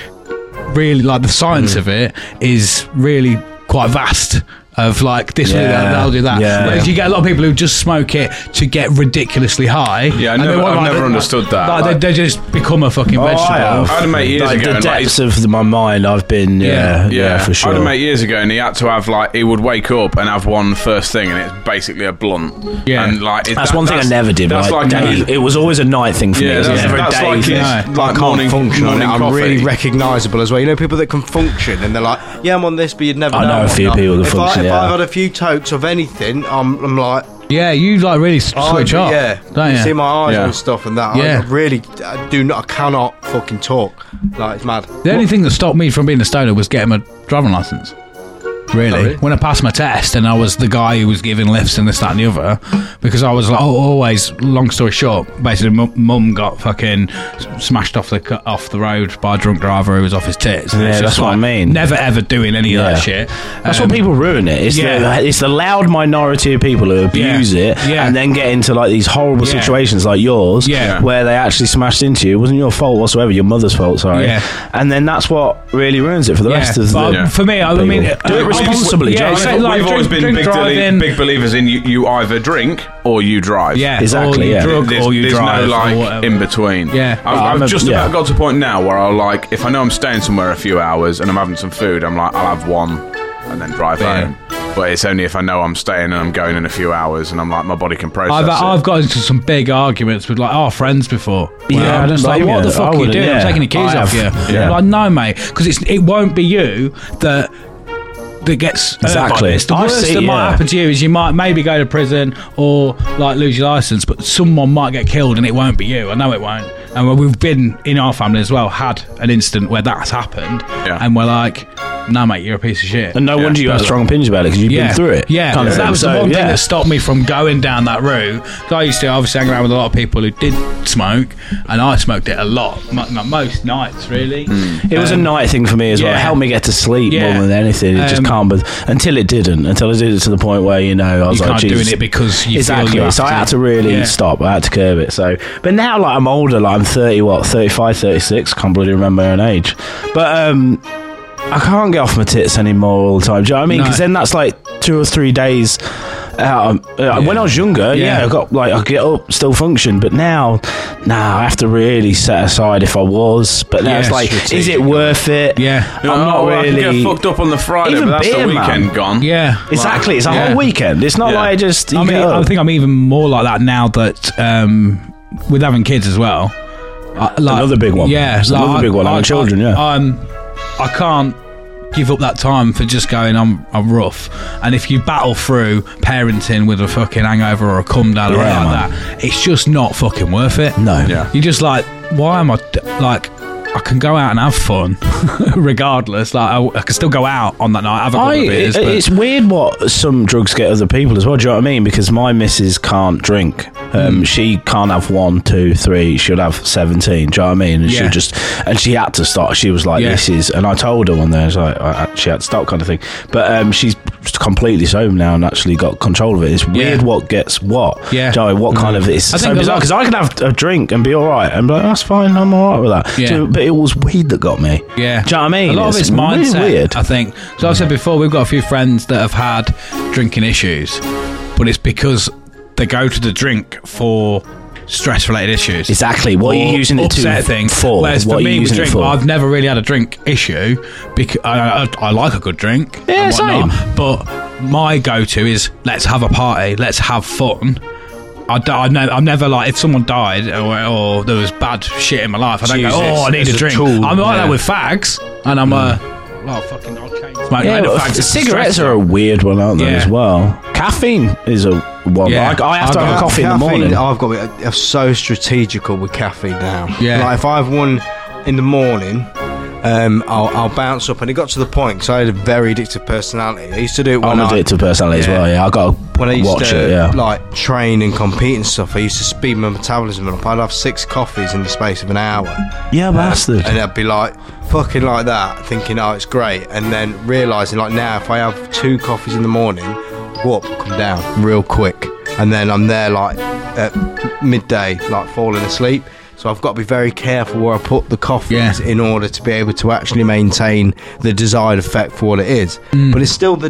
[SPEAKER 3] really like the science
[SPEAKER 7] Mm.
[SPEAKER 3] of it is really quite vast. Of like this will do that,
[SPEAKER 7] Yeah,
[SPEAKER 3] that'll do that.
[SPEAKER 7] yeah.
[SPEAKER 3] Whereas you get a lot of people who just smoke it to get ridiculously high.
[SPEAKER 10] Yeah, I
[SPEAKER 3] And they
[SPEAKER 10] never-
[SPEAKER 3] want,
[SPEAKER 10] I've
[SPEAKER 3] like,
[SPEAKER 10] never
[SPEAKER 3] they-
[SPEAKER 10] understood that,
[SPEAKER 3] Like,
[SPEAKER 10] like-
[SPEAKER 3] they, they just become a fucking
[SPEAKER 7] Oh, I
[SPEAKER 3] vegetable.
[SPEAKER 7] have.
[SPEAKER 10] I had a mate years
[SPEAKER 7] like,
[SPEAKER 10] ago,
[SPEAKER 7] The
[SPEAKER 10] and, like,
[SPEAKER 7] depths of my mind, I've been, yeah, yeah, for
[SPEAKER 10] I
[SPEAKER 7] sure.
[SPEAKER 10] had a mate years ago, and he had to have like he would wake up and have one first thing, and it's basically a blunt.
[SPEAKER 7] Yeah.
[SPEAKER 10] and like it-
[SPEAKER 7] that's
[SPEAKER 10] that-
[SPEAKER 7] one thing I
[SPEAKER 10] that's-
[SPEAKER 7] never did.
[SPEAKER 10] That's
[SPEAKER 7] like,
[SPEAKER 10] any-
[SPEAKER 7] day- it was always a night thing for me.
[SPEAKER 10] Yeah,
[SPEAKER 7] It was
[SPEAKER 10] that's-
[SPEAKER 7] never a
[SPEAKER 10] that's
[SPEAKER 7] day
[SPEAKER 10] like
[SPEAKER 7] thing.
[SPEAKER 10] his-
[SPEAKER 5] I
[SPEAKER 10] like
[SPEAKER 5] can't
[SPEAKER 10] morning-
[SPEAKER 5] function on it.
[SPEAKER 10] morning
[SPEAKER 5] I'm
[SPEAKER 10] coffee.
[SPEAKER 5] really recognisable as well. You know, people that can function and they're like, "Yeah, I'm on this," but you'd never.
[SPEAKER 7] I know
[SPEAKER 5] I'm
[SPEAKER 7] a few
[SPEAKER 5] not."
[SPEAKER 7] people that
[SPEAKER 5] if
[SPEAKER 7] function,
[SPEAKER 5] I, if
[SPEAKER 7] yeah.
[SPEAKER 5] I've had a few tokes of anything, I'm, I'm like,
[SPEAKER 3] Yeah, you like really s-
[SPEAKER 5] I-
[SPEAKER 3] switch up.
[SPEAKER 5] Oh, Yeah,
[SPEAKER 3] don't
[SPEAKER 5] you
[SPEAKER 3] you?
[SPEAKER 5] see my eyes
[SPEAKER 3] Yeah.
[SPEAKER 5] and stuff and that.
[SPEAKER 3] Yeah.
[SPEAKER 5] I really, I do not. I cannot fucking talk. Like it's mad.
[SPEAKER 3] The only thing that stopped me from being a stoner was getting my driving license. Really? When I passed my test and I was the guy who was giving lifts and this, that, and the other, because I was like, oh, always, long story short, basically, mum- mum got fucking s- smashed off the cu- off the road by a drunk driver who was off his tits. And
[SPEAKER 7] Yeah,
[SPEAKER 3] it's just
[SPEAKER 7] that's what I
[SPEAKER 3] like,
[SPEAKER 7] mean.
[SPEAKER 3] Never ever doing any of
[SPEAKER 7] Yeah.
[SPEAKER 3] that shit.
[SPEAKER 7] That's
[SPEAKER 3] Um,
[SPEAKER 7] what people ruin it. It's,
[SPEAKER 3] yeah.
[SPEAKER 7] the, it's the loud minority of people who abuse it and then get into like these horrible
[SPEAKER 3] Yeah.
[SPEAKER 7] situations like yours
[SPEAKER 3] Yeah.
[SPEAKER 7] where they actually smashed into you. It wasn't your fault whatsoever, your mother's fault, sorry.
[SPEAKER 3] Yeah.
[SPEAKER 7] And then that's what really ruins it for the
[SPEAKER 3] Yeah,
[SPEAKER 7] rest of
[SPEAKER 3] but,
[SPEAKER 7] the
[SPEAKER 3] um, for me, I
[SPEAKER 7] people.
[SPEAKER 3] mean,
[SPEAKER 7] do
[SPEAKER 3] I-
[SPEAKER 7] it
[SPEAKER 3] I-
[SPEAKER 7] responsibly.
[SPEAKER 3] yeah,
[SPEAKER 7] Joe.
[SPEAKER 3] it's
[SPEAKER 10] We've
[SPEAKER 3] like
[SPEAKER 10] always
[SPEAKER 3] drink-
[SPEAKER 10] been
[SPEAKER 3] drink
[SPEAKER 10] big,
[SPEAKER 3] driving.
[SPEAKER 10] big believers in you, you either drink or you drive.
[SPEAKER 3] Yeah, Exactly, or you yeah. drug
[SPEAKER 10] there's,
[SPEAKER 3] or you
[SPEAKER 10] there's
[SPEAKER 3] drive or
[SPEAKER 10] no like
[SPEAKER 3] whatever.
[SPEAKER 10] in between.
[SPEAKER 3] Yeah.
[SPEAKER 10] I've,
[SPEAKER 3] Well,
[SPEAKER 10] I've
[SPEAKER 3] I'm a-
[SPEAKER 10] just
[SPEAKER 3] yeah.
[SPEAKER 10] about got to a point now where I'll like if I know I'm staying somewhere a few hours and I'm having some food, I'm like I'll have one and then drive
[SPEAKER 3] Yeah.
[SPEAKER 10] home. But it's only if I know I'm staying and I'm going in a few hours and I'm like my body can process
[SPEAKER 3] I've,
[SPEAKER 10] it.
[SPEAKER 3] I've got into some big arguments with like our friends before.
[SPEAKER 10] Yeah,
[SPEAKER 3] Where
[SPEAKER 10] I
[SPEAKER 3] I'm
[SPEAKER 10] don't
[SPEAKER 3] just like,
[SPEAKER 10] blame
[SPEAKER 3] what
[SPEAKER 10] you.
[SPEAKER 3] the
[SPEAKER 10] I
[SPEAKER 3] fuck are you
[SPEAKER 10] wouldn't,
[SPEAKER 3] doing?
[SPEAKER 10] yeah.
[SPEAKER 3] I'm taking the keys
[SPEAKER 10] I
[SPEAKER 3] off you.
[SPEAKER 10] have. Yeah.
[SPEAKER 3] I'm like, no, mate, because it won't be you that that gets hurt by
[SPEAKER 7] Exactly.
[SPEAKER 3] this. The
[SPEAKER 7] I've
[SPEAKER 3] worst
[SPEAKER 7] seen-
[SPEAKER 3] that might
[SPEAKER 7] yeah.
[SPEAKER 3] happen to you is you might maybe go to prison or like lose your license, but someone might get killed and it won't be you. I know it won't. And we've been in our family as well had an incident where that's happened, and we're like, no, mate, you're a piece of shit.
[SPEAKER 7] And no wonder you have
[SPEAKER 3] But-
[SPEAKER 7] strong opinions about it because you've
[SPEAKER 3] yeah.
[SPEAKER 7] been through it.
[SPEAKER 3] Yeah,
[SPEAKER 7] kind of
[SPEAKER 3] that
[SPEAKER 7] thing.
[SPEAKER 3] was
[SPEAKER 7] So,
[SPEAKER 3] the one
[SPEAKER 7] yeah.
[SPEAKER 3] thing that stopped me from going down that route. 'Cause I used to obviously hang around with a lot of people who did smoke, and I smoked it a lot, mo- mo- most nights really.
[SPEAKER 7] It was a
[SPEAKER 3] Um,
[SPEAKER 7] night thing for me as well.
[SPEAKER 3] yeah.
[SPEAKER 7] It helped me get to sleep
[SPEAKER 3] Yeah.
[SPEAKER 7] more than anything. It just
[SPEAKER 3] Um,
[SPEAKER 7] calmed, but until it didn't. Until I did it to the point where you know I was
[SPEAKER 3] You
[SPEAKER 7] like,
[SPEAKER 3] can't doing
[SPEAKER 7] Jesus.
[SPEAKER 3] it because you feel
[SPEAKER 7] exactly.
[SPEAKER 3] you have
[SPEAKER 7] so I
[SPEAKER 3] to.
[SPEAKER 7] had to really
[SPEAKER 3] Yeah.
[SPEAKER 7] stop. I had to curb it. So, but now like I'm older, like I'm 30, what 35, 36. Can't bloody remember my own age, but um. I can't get off my tits anymore all the time. Do you know what I mean?
[SPEAKER 3] No.
[SPEAKER 7] Because then that's like two or three days out. Um, uh, When I was younger, yeah.
[SPEAKER 3] Yeah.
[SPEAKER 7] I got like I get up, still function, but now, nah, I have to really set aside if I was. But now it's
[SPEAKER 10] Yeah,
[SPEAKER 7] like, is it
[SPEAKER 10] strategic.
[SPEAKER 7] worth it?
[SPEAKER 3] Yeah,
[SPEAKER 7] I'm not
[SPEAKER 10] oh, well, I
[SPEAKER 7] really
[SPEAKER 10] can get fucked up on the Friday,
[SPEAKER 7] Even
[SPEAKER 10] but that's
[SPEAKER 7] beer,
[SPEAKER 10] the weekend
[SPEAKER 7] man.
[SPEAKER 10] gone.
[SPEAKER 3] Yeah,
[SPEAKER 7] Exactly, it's a
[SPEAKER 3] Yeah.
[SPEAKER 7] whole weekend. It's not
[SPEAKER 10] Yeah.
[SPEAKER 7] like just. You
[SPEAKER 3] I mean,
[SPEAKER 7] get
[SPEAKER 3] I
[SPEAKER 7] up.
[SPEAKER 3] think I'm even more like that now that um, with having kids as well. I, like,
[SPEAKER 7] Another big one.
[SPEAKER 3] Yeah,
[SPEAKER 7] It's another big one, having children, yeah.
[SPEAKER 3] I'm, um, I can't give up that time for just going. I'm, I'm rough. And if you battle through parenting with a fucking hangover or a cum down or
[SPEAKER 7] Yeah,
[SPEAKER 3] anything
[SPEAKER 7] man.
[SPEAKER 3] like that, it's just not fucking worth it.
[SPEAKER 7] No. Yeah.
[SPEAKER 3] You're just like, why am I d- like? I can go out and have fun, [LAUGHS] regardless. Like I, I can still go out on that night, have a couple
[SPEAKER 7] I,
[SPEAKER 3] of beers.
[SPEAKER 7] it-
[SPEAKER 3] but-
[SPEAKER 7] it's weird what some drugs get other people as well. Do you know what I mean? Because my missus can't drink Um, She can't have one, two, three. She'll have seventeen. Do you know what I mean? And
[SPEAKER 3] Yeah.
[SPEAKER 7] she just and she had to start. She was like,
[SPEAKER 3] Yeah.
[SPEAKER 7] "This is," and I told her one day, I was like, I, I- "She had to stop," kind of thing. But um, she's completely home now and actually got control of it. It's weird what gets what.
[SPEAKER 3] Yeah.
[SPEAKER 7] Do you know what I mean? what kind of it's
[SPEAKER 3] I
[SPEAKER 7] so
[SPEAKER 3] think a
[SPEAKER 7] bizarre
[SPEAKER 3] lot-
[SPEAKER 7] because I can have a drink and be all right and be like, "That's fine. I'm all right with that."
[SPEAKER 3] Yeah.
[SPEAKER 7] Do you- but it was weed that got me.
[SPEAKER 3] Yeah.
[SPEAKER 7] Do you know what I mean?
[SPEAKER 3] A lot of it's
[SPEAKER 7] really
[SPEAKER 3] mindset,
[SPEAKER 7] weird.
[SPEAKER 3] I think. So I've said before, we've got a few friends that have had drinking issues, but it's because they go to the drink for stress-related issues.
[SPEAKER 7] Exactly. What are you
[SPEAKER 3] Or
[SPEAKER 7] using it to
[SPEAKER 3] upset
[SPEAKER 7] f-
[SPEAKER 3] things.
[SPEAKER 7] for?
[SPEAKER 3] Whereas
[SPEAKER 7] What
[SPEAKER 3] for
[SPEAKER 7] are you
[SPEAKER 3] me, with
[SPEAKER 7] using it
[SPEAKER 3] drink,
[SPEAKER 7] for?
[SPEAKER 3] I've never really had a drink issue because I, I, I like a good drink.
[SPEAKER 7] Yeah,
[SPEAKER 3] and whatnot,
[SPEAKER 7] same.
[SPEAKER 3] But my go-to is let's have a party, let's have fun. I don't, I ne- I'm never like if someone died or, or there was bad shit in my life. I don't
[SPEAKER 7] Jesus,
[SPEAKER 3] go. Oh, I need
[SPEAKER 7] it's
[SPEAKER 3] a
[SPEAKER 7] a
[SPEAKER 3] drink.
[SPEAKER 7] tool,
[SPEAKER 3] I'm like
[SPEAKER 7] yeah. Hmm.
[SPEAKER 3] that with fags, and I'm a. Well, fucking, I'll change. Smoke
[SPEAKER 7] yeah,
[SPEAKER 3] load of
[SPEAKER 7] well,
[SPEAKER 3] fags. It's
[SPEAKER 7] cigarettes
[SPEAKER 3] stressful.
[SPEAKER 7] are a weird one, aren't they?
[SPEAKER 3] Yeah.
[SPEAKER 7] As well, caffeine is a one.
[SPEAKER 3] Yeah.
[SPEAKER 7] Like, I have to
[SPEAKER 5] I've
[SPEAKER 7] have a
[SPEAKER 5] got-
[SPEAKER 7] coffee in the
[SPEAKER 5] caffeine,
[SPEAKER 7] morning.
[SPEAKER 5] I've got to be- I'm so strategical with caffeine now.
[SPEAKER 3] Yeah.
[SPEAKER 5] Like if I have one in the morning, um, I'll, I'll bounce up. And it got to the point because I had a very addictive personality. I used to do it when
[SPEAKER 7] I'm
[SPEAKER 5] I,
[SPEAKER 7] addicted personally as
[SPEAKER 5] Yeah.
[SPEAKER 7] well. Yeah, I got to
[SPEAKER 5] when I used
[SPEAKER 7] watch
[SPEAKER 5] to
[SPEAKER 7] it. Yeah,
[SPEAKER 5] like train and compete and stuff. I used to speed my metabolism up. I'd have six coffees in the space of an hour.
[SPEAKER 7] yeah, bastard.
[SPEAKER 5] and I'd be like fucking like that, thinking, oh, it's great, and then realizing like now, if I have two coffees in the morning, whoop, come down real quick, and then I'm there like at midday, like falling asleep. So I've got to be very careful where I put the coffees
[SPEAKER 3] Yeah.
[SPEAKER 5] in order to be able to actually maintain the desired effect for what it is.
[SPEAKER 7] Mm.
[SPEAKER 5] But it's still the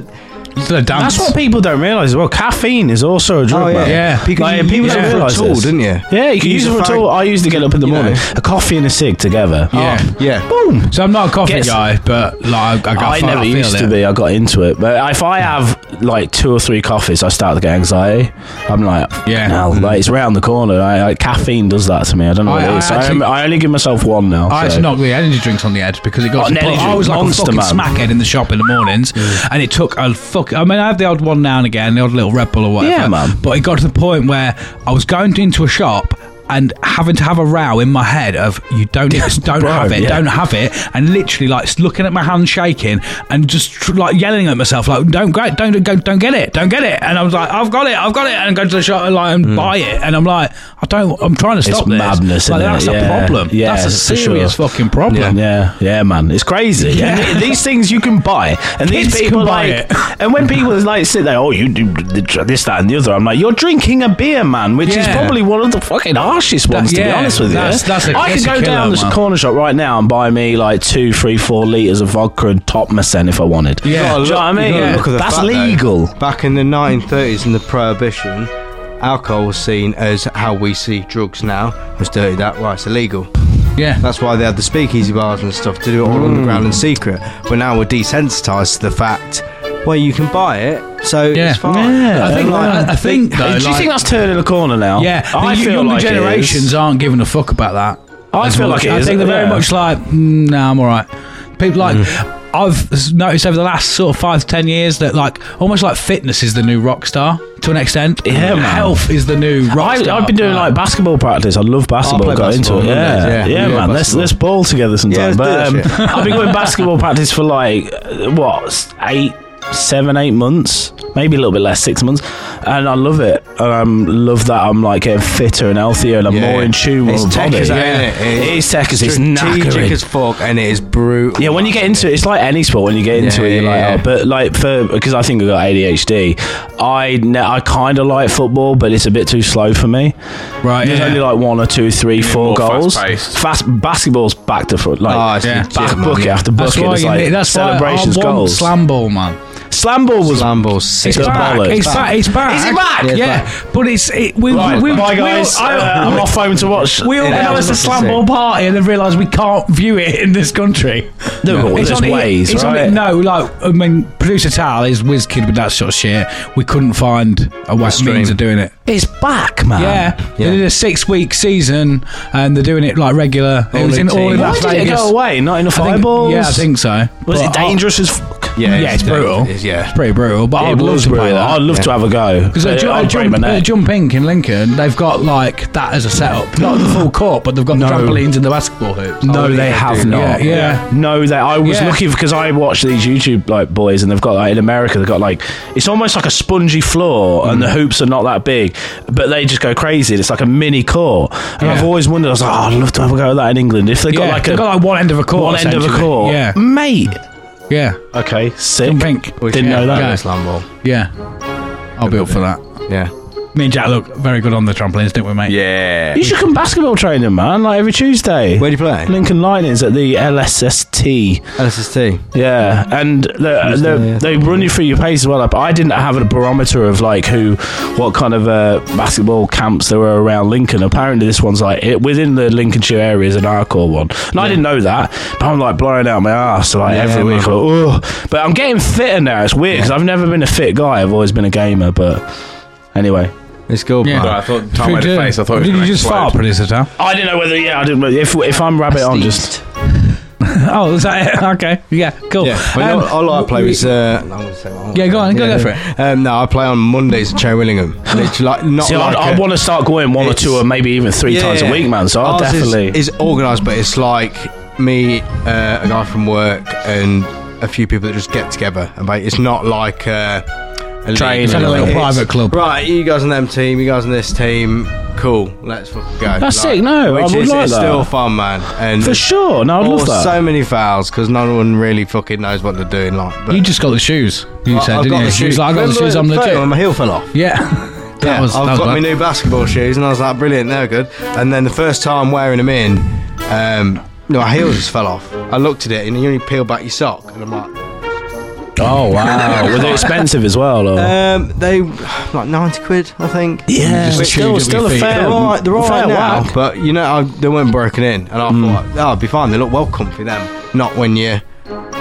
[SPEAKER 3] It's still a dance.
[SPEAKER 7] That's what people don't realise as well. Caffeine is also a drug,
[SPEAKER 5] Oh, yeah.
[SPEAKER 7] man.
[SPEAKER 3] Yeah.
[SPEAKER 5] Because
[SPEAKER 7] Like,
[SPEAKER 5] you
[SPEAKER 7] people
[SPEAKER 5] use
[SPEAKER 7] don't
[SPEAKER 5] it for a
[SPEAKER 7] realise
[SPEAKER 5] tool,
[SPEAKER 7] this.
[SPEAKER 5] didn't you?
[SPEAKER 7] Yeah, you can
[SPEAKER 5] You
[SPEAKER 7] use
[SPEAKER 5] use
[SPEAKER 7] it
[SPEAKER 5] a
[SPEAKER 7] for a
[SPEAKER 5] fag-
[SPEAKER 7] tool. I used to get up in the morning. A coffee and a cig together.
[SPEAKER 3] Yeah.
[SPEAKER 7] Oh,
[SPEAKER 5] yeah.
[SPEAKER 7] boom.
[SPEAKER 3] So I'm not a coffee
[SPEAKER 7] Gets-
[SPEAKER 3] guy, but like I, I,
[SPEAKER 7] I
[SPEAKER 3] feel-
[SPEAKER 7] never
[SPEAKER 3] I feel
[SPEAKER 7] used
[SPEAKER 3] it.
[SPEAKER 7] to be. I got into it, but if I have like two or three coffees, I start to get anxiety. I'm like,
[SPEAKER 3] Yeah. Mm.
[SPEAKER 7] yeah, like it's round the corner. I, I, caffeine does that to me. I don't know what
[SPEAKER 3] I-
[SPEAKER 7] it
[SPEAKER 3] I
[SPEAKER 7] is. I,
[SPEAKER 3] actually-
[SPEAKER 7] am- I only give myself one now.
[SPEAKER 3] I
[SPEAKER 7] so.
[SPEAKER 3] actually knocked the energy drinks on the head because it got.
[SPEAKER 7] Oh,
[SPEAKER 3] to the
[SPEAKER 7] energy
[SPEAKER 3] point- I
[SPEAKER 7] drink,
[SPEAKER 3] was like
[SPEAKER 7] monster
[SPEAKER 3] a fucking
[SPEAKER 7] man. Mm.
[SPEAKER 3] smackhead in the shop in the mornings, and it took a fuck. I mean, I have the odd one now and again, the odd little Red Bull or whatever.
[SPEAKER 7] Yeah, man.
[SPEAKER 3] But it got to the point where I was going into a shop. And having to have a row in my head of you don't
[SPEAKER 7] [LAUGHS]
[SPEAKER 3] don't
[SPEAKER 7] Bro,
[SPEAKER 3] have it
[SPEAKER 7] yeah.
[SPEAKER 3] don't have it and literally like looking at my hand shaking and just tr- like yelling at myself like don't go don't go don't get it don't get it and I was like I've got it I've got it and go to the shop and like and
[SPEAKER 7] Mm.
[SPEAKER 3] buy it and I'm like I don't I'm trying to
[SPEAKER 7] It's
[SPEAKER 3] stop this
[SPEAKER 7] madness,
[SPEAKER 3] like,
[SPEAKER 7] isn't it?
[SPEAKER 3] that's a
[SPEAKER 7] Yeah.
[SPEAKER 3] problem
[SPEAKER 7] Yeah,
[SPEAKER 3] that's a
[SPEAKER 7] for sure.
[SPEAKER 3] serious fucking problem
[SPEAKER 7] Yeah, yeah, man, it's crazy.
[SPEAKER 3] Yeah.
[SPEAKER 7] And these things you can buy, and these
[SPEAKER 3] Kids
[SPEAKER 7] people
[SPEAKER 3] can buy
[SPEAKER 7] like,
[SPEAKER 3] it. [LAUGHS]
[SPEAKER 7] and when people like sit there, oh, you do this, that, and the other. I'm like, you're drinking a beer, man, which is
[SPEAKER 3] Yeah.
[SPEAKER 7] probably one of the fucking harshest ones, to be
[SPEAKER 3] yeah,
[SPEAKER 7] honest with
[SPEAKER 3] that's-
[SPEAKER 7] you.
[SPEAKER 3] that's a-
[SPEAKER 7] I could
[SPEAKER 3] that's a
[SPEAKER 7] go
[SPEAKER 3] killer,
[SPEAKER 7] down
[SPEAKER 3] man.
[SPEAKER 7] the corner shop right now and buy me like two, three, four liters of vodka and top myself if I wanted.
[SPEAKER 3] Yeah.
[SPEAKER 7] do you know what I mean?
[SPEAKER 5] You gotta
[SPEAKER 3] Yeah.
[SPEAKER 5] look at the
[SPEAKER 7] That's
[SPEAKER 5] fact, though,
[SPEAKER 7] legal.
[SPEAKER 5] back in the 1930s in the Prohibition, alcohol was seen as how we see drugs now. It's dirty that, right? It's illegal.
[SPEAKER 3] Yeah.
[SPEAKER 5] That's why they had the speakeasy bars and stuff to do it all
[SPEAKER 7] Mm.
[SPEAKER 5] underground and secret. But now we're desensitised to the fact, well, you can buy it, so
[SPEAKER 3] Yeah.
[SPEAKER 5] it's fine.
[SPEAKER 3] I think, I, I think
[SPEAKER 7] Do
[SPEAKER 3] though,
[SPEAKER 7] you
[SPEAKER 3] like-
[SPEAKER 7] think that's turning the corner now?
[SPEAKER 3] yeah,
[SPEAKER 7] I
[SPEAKER 3] the
[SPEAKER 7] feel
[SPEAKER 3] younger
[SPEAKER 7] like it is.
[SPEAKER 3] generations aren't giving a fuck about that.
[SPEAKER 7] I
[SPEAKER 3] as
[SPEAKER 7] feel
[SPEAKER 3] much.
[SPEAKER 7] like it
[SPEAKER 3] I
[SPEAKER 7] is,
[SPEAKER 3] think they're very
[SPEAKER 7] yeah.
[SPEAKER 3] much like, mm, nah, I'm all right. People like,
[SPEAKER 7] Mm.
[SPEAKER 3] I've s- noticed over the last sort of five to ten years that like almost like fitness is the new rock star to an extent.
[SPEAKER 7] Yeah, man.
[SPEAKER 3] health is the new rock
[SPEAKER 7] I,
[SPEAKER 3] star.
[SPEAKER 7] I've been doing like basketball practice. I love basketball.
[SPEAKER 5] Oh, I play
[SPEAKER 7] Got
[SPEAKER 5] basketball
[SPEAKER 7] into it.
[SPEAKER 5] on
[SPEAKER 7] Yeah, yeah,
[SPEAKER 5] Mondays, yeah. We do
[SPEAKER 7] man. Let's
[SPEAKER 5] basketball.
[SPEAKER 7] let's ball together
[SPEAKER 5] Yeah, let's
[SPEAKER 7] sometime.
[SPEAKER 5] do
[SPEAKER 7] but um,
[SPEAKER 5] that shit.
[SPEAKER 7] I've
[SPEAKER 5] [LAUGHS]
[SPEAKER 7] been going basketball practice for like uh, what s- eight, seven, eight months, maybe a little bit less, six months, and I love it. And I um, love that I'm like getting fitter and healthier, and I'm
[SPEAKER 5] Yeah.
[SPEAKER 7] more in tune with
[SPEAKER 5] It's
[SPEAKER 7] my
[SPEAKER 5] tech
[SPEAKER 7] body.
[SPEAKER 5] as that,
[SPEAKER 7] yeah.
[SPEAKER 5] isn't it?
[SPEAKER 7] It is tech as it's
[SPEAKER 5] strategic
[SPEAKER 7] knackering.
[SPEAKER 5] as fuck, and it is brutal.
[SPEAKER 7] Yeah, when you get into it, it's like any sport. When you get into
[SPEAKER 5] Yeah,
[SPEAKER 7] it, you're
[SPEAKER 5] yeah,
[SPEAKER 7] like,
[SPEAKER 5] yeah.
[SPEAKER 7] oh, but like for because I think I got ADHD. I ne- I kind of like football, but it's a bit too slow for me.
[SPEAKER 3] right.
[SPEAKER 7] There's
[SPEAKER 3] yeah.
[SPEAKER 7] only like one or two, three, four
[SPEAKER 10] more
[SPEAKER 7] goals.
[SPEAKER 10] fast-paced.
[SPEAKER 7] Fast basketball's back to front, like
[SPEAKER 5] Oh, it's
[SPEAKER 3] Yeah.
[SPEAKER 5] legit,
[SPEAKER 7] back
[SPEAKER 5] man.
[SPEAKER 7] bucket after bucket.
[SPEAKER 3] that's why
[SPEAKER 7] it's
[SPEAKER 3] you
[SPEAKER 7] like
[SPEAKER 3] need, that's
[SPEAKER 7] celebrations,
[SPEAKER 3] why I want
[SPEAKER 7] goals. Slam-,
[SPEAKER 3] slam ball, man.
[SPEAKER 7] ball was
[SPEAKER 5] Lambo six.
[SPEAKER 7] It's
[SPEAKER 3] It's
[SPEAKER 7] a
[SPEAKER 3] back.
[SPEAKER 7] bollocks.
[SPEAKER 3] It's back. It's back.
[SPEAKER 7] Is it back?
[SPEAKER 3] Yeah,
[SPEAKER 5] Yeah,
[SPEAKER 3] but it's it, we,
[SPEAKER 7] Right,
[SPEAKER 3] we, we,
[SPEAKER 7] bye
[SPEAKER 3] we-
[SPEAKER 7] guys.
[SPEAKER 3] I-
[SPEAKER 7] uh, I'm off phone to watch.
[SPEAKER 3] We all
[SPEAKER 5] Yeah,
[SPEAKER 3] know it's a
[SPEAKER 5] that's what I
[SPEAKER 3] slam ball party and then realise we can't view it in this country.
[SPEAKER 7] No, but there's
[SPEAKER 3] on it-
[SPEAKER 7] ways,
[SPEAKER 3] it's on it-
[SPEAKER 7] right?
[SPEAKER 3] no, like, I mean, producer Tal is whiz kid with that sort of shit. We couldn't find a way means of doing it.
[SPEAKER 7] It's back, man.
[SPEAKER 3] yeah,
[SPEAKER 5] yeah.
[SPEAKER 3] they did a six week season and they're doing it like regular. it
[SPEAKER 5] All
[SPEAKER 3] was in all in
[SPEAKER 5] eighteen.
[SPEAKER 7] Why
[SPEAKER 3] Las
[SPEAKER 7] did it
[SPEAKER 3] Vegas.
[SPEAKER 7] go away? Not enough
[SPEAKER 3] I think,
[SPEAKER 7] eyeballs.
[SPEAKER 3] yeah, I think so.
[SPEAKER 7] Was
[SPEAKER 3] But
[SPEAKER 7] it
[SPEAKER 3] I-
[SPEAKER 7] dangerous as fuck?
[SPEAKER 5] Yeah,
[SPEAKER 3] yeah, it's brutal.
[SPEAKER 5] it's- yeah.
[SPEAKER 3] It's pretty brutal. But I
[SPEAKER 7] It
[SPEAKER 3] would love
[SPEAKER 7] was
[SPEAKER 3] to play
[SPEAKER 7] brutal.
[SPEAKER 3] that.
[SPEAKER 7] I'd love to have a go.
[SPEAKER 3] Because uh, at,
[SPEAKER 7] But
[SPEAKER 3] Ju-
[SPEAKER 7] I'd
[SPEAKER 3] at,
[SPEAKER 7] break
[SPEAKER 3] jump,
[SPEAKER 7] my
[SPEAKER 3] at
[SPEAKER 7] neck.
[SPEAKER 3] Jump Inc in Lincoln, they've got like that as a setup. Not
[SPEAKER 7] [GASPS]
[SPEAKER 3] the full court, but they've got trampolines and the basketball hoops. Oh,
[SPEAKER 7] No, they have not.
[SPEAKER 3] Yeah, yeah.
[SPEAKER 7] No, they. I was
[SPEAKER 3] Yeah.
[SPEAKER 7] looking because I watch these YouTube
[SPEAKER 8] Mm.
[SPEAKER 7] like boys, and they've got like in America, they've got like it's almost like a spongy floor, and the hoops are not that big, but they just go crazy. and It's like a mini court. And I've always wondered, I was like, oh, I'd love to have a go at that in England. If they got
[SPEAKER 8] Yeah,
[SPEAKER 7] like
[SPEAKER 8] they've
[SPEAKER 7] a
[SPEAKER 8] got like one end of a court,
[SPEAKER 7] one end of a
[SPEAKER 8] essentially.
[SPEAKER 7] court, Mm.
[SPEAKER 8] Yeah.
[SPEAKER 7] mate.
[SPEAKER 8] Yeah.
[SPEAKER 7] Okay, sick.
[SPEAKER 8] Don't think.
[SPEAKER 7] Didn't
[SPEAKER 8] Yeah,
[SPEAKER 7] know that.
[SPEAKER 8] okay. Yeah. I'll be up for that.
[SPEAKER 5] Yeah.
[SPEAKER 8] Me and Jack look very good on the trampolines, didn't we, mate?
[SPEAKER 4] Yeah.
[SPEAKER 7] You should come basketball training, man. Like every Tuesday. Where
[SPEAKER 5] do you play?
[SPEAKER 7] Lincoln Lightning's at the LSST.
[SPEAKER 5] LSST.
[SPEAKER 7] Yeah, and the, the, they run you through your pace as well. Like, I didn't have a barometer of like who, what kind of uh, basketball camps there were around Lincoln. Apparently, this one's like it, within the Lincolnshire area is an hardcore one, and I didn't know that. But I'm like blowing out my ass like
[SPEAKER 5] Yeah,
[SPEAKER 7] every
[SPEAKER 5] man.
[SPEAKER 7] week. I'm Like, oh, but I'm getting fitter now. It's weird because I've never been a fit guy. I've always been a gamer, but anyway.
[SPEAKER 5] It's good,
[SPEAKER 8] Yeah.
[SPEAKER 4] Sorry,
[SPEAKER 5] man.
[SPEAKER 4] I thought Tom made a
[SPEAKER 8] Did-
[SPEAKER 4] face. I thought it was
[SPEAKER 8] Did you
[SPEAKER 4] gonna
[SPEAKER 8] just
[SPEAKER 10] [LAUGHS]
[SPEAKER 4] explode.
[SPEAKER 8] fart, producer Tom?
[SPEAKER 7] I didn't know whether yeah I didn't if if I'm rabbit on just
[SPEAKER 8] Oh, is that
[SPEAKER 3] [LAUGHS]
[SPEAKER 8] it? Okay. Yeah, cool.
[SPEAKER 5] Yeah,
[SPEAKER 7] [LAUGHS]
[SPEAKER 5] but you know,
[SPEAKER 8] Um,
[SPEAKER 5] all I play
[SPEAKER 8] we-
[SPEAKER 5] was. Uh, I'm gonna say- I'm
[SPEAKER 8] Yeah, go
[SPEAKER 5] gonna-
[SPEAKER 8] on, go- go for
[SPEAKER 5] Um, no, I play on Mondays at Cherry Willingham. Literally,
[SPEAKER 7] [LAUGHS]
[SPEAKER 5] like, not
[SPEAKER 7] See,
[SPEAKER 5] like
[SPEAKER 7] I,
[SPEAKER 5] a-
[SPEAKER 7] want to start going one or
[SPEAKER 5] it's-
[SPEAKER 7] two, or maybe even three
[SPEAKER 5] Yeah,
[SPEAKER 7] times
[SPEAKER 5] yeah.
[SPEAKER 7] a week, man. So I'll
[SPEAKER 5] Ours is-
[SPEAKER 7] definitely.
[SPEAKER 5] Is, organised, but it's like me, uh, a guy from work, and a few people that just get together. And like, it's not like uh, a
[SPEAKER 7] Train
[SPEAKER 5] league
[SPEAKER 7] and
[SPEAKER 5] or
[SPEAKER 7] a little
[SPEAKER 5] anything.
[SPEAKER 8] private
[SPEAKER 5] It's,
[SPEAKER 8] club.
[SPEAKER 5] Right, you guys on them team, you guys on this team. Cool, let's fucking go.
[SPEAKER 7] That's sick, no, I
[SPEAKER 5] which
[SPEAKER 7] would
[SPEAKER 5] is
[SPEAKER 7] like
[SPEAKER 5] it's
[SPEAKER 7] that.
[SPEAKER 5] still fun, man. And
[SPEAKER 7] For sure. No, I'd love
[SPEAKER 5] Oh,
[SPEAKER 7] that.
[SPEAKER 5] So many fouls because no one really fucking knows what they're doing. Like, but
[SPEAKER 8] You just got the shoes. You said,
[SPEAKER 5] I've
[SPEAKER 8] didn't
[SPEAKER 5] got
[SPEAKER 8] you?
[SPEAKER 5] the
[SPEAKER 8] She was like, I got the
[SPEAKER 5] Remember
[SPEAKER 8] shoes. I'm
[SPEAKER 5] the photo when
[SPEAKER 8] legit.
[SPEAKER 5] My heel fell off.
[SPEAKER 8] Yeah. [LAUGHS] That
[SPEAKER 5] Yeah,
[SPEAKER 8] was.
[SPEAKER 5] I've
[SPEAKER 8] that was
[SPEAKER 5] got
[SPEAKER 8] bad.
[SPEAKER 5] my new basketball shoes, and I was like, brilliant, they're good. And then the first time wearing them in, um, no, my heel just fell off. I looked at it, and you only peel back your sock, and I'm like,
[SPEAKER 7] oh [LAUGHS] wow, were they expensive as well? Or?
[SPEAKER 5] um, they like ninety quid, I think.
[SPEAKER 7] yeah,
[SPEAKER 8] just
[SPEAKER 7] still,
[SPEAKER 8] chewed at
[SPEAKER 7] still
[SPEAKER 8] your
[SPEAKER 7] a
[SPEAKER 8] feet.
[SPEAKER 7] fair.
[SPEAKER 5] They're all right, they're all
[SPEAKER 7] fair
[SPEAKER 5] right now,
[SPEAKER 7] whack.
[SPEAKER 5] but you know I, they weren't broken in, and I thought, oh, I'll be fine. They look well comfy them, not when you're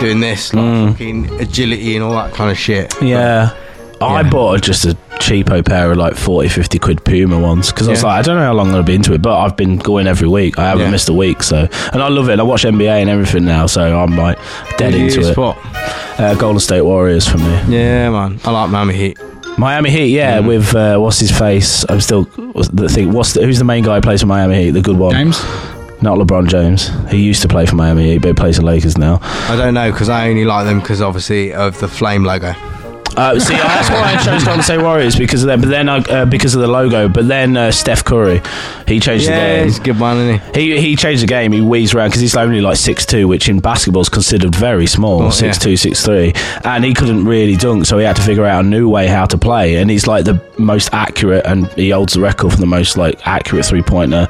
[SPEAKER 5] doing this, like fucking agility and all that kind of shit.
[SPEAKER 7] Yeah. I
[SPEAKER 5] Yeah.
[SPEAKER 7] bought just a cheapo pair of like 40, 50 quid Puma ones because I was
[SPEAKER 5] Yeah.
[SPEAKER 7] like, I don't know how long I'm going to be into it, but I've been going every week. I haven't
[SPEAKER 5] Yeah.
[SPEAKER 7] missed a week, so and I love it. I watch NBA and everything now, so I'm like dead
[SPEAKER 5] Who do you
[SPEAKER 7] into it.
[SPEAKER 5] support?
[SPEAKER 7] Uh, Golden State Warriors for me.
[SPEAKER 5] Yeah, man, I like Miami Heat.
[SPEAKER 7] Miami Heat, yeah, with uh, what's his face? I'm still what's the thing. What's the, who's the main guy who plays for Miami Heat? The good one,
[SPEAKER 8] James?
[SPEAKER 7] not LeBron James. He used to play for Miami Heat, but he plays for Lakers now.
[SPEAKER 5] I don't know because I only like them because obviously of the flame logo.
[SPEAKER 7] Uh, see, that's why I chose Golden State Warriors because of them. But then, I- uh, because of the logo. But then uh, Steph Curry, he changed the
[SPEAKER 5] he's a
[SPEAKER 7] game.
[SPEAKER 5] good man, isn't he?
[SPEAKER 7] He he changed the game. He wheezed around because he's only like six two, which in basketball is considered very small,
[SPEAKER 5] Oh,
[SPEAKER 7] six two, six three, and he couldn't really dunk, so he had to figure out a new way how to play. And he's like the most accurate, and he holds the record for the most like accurate three pointer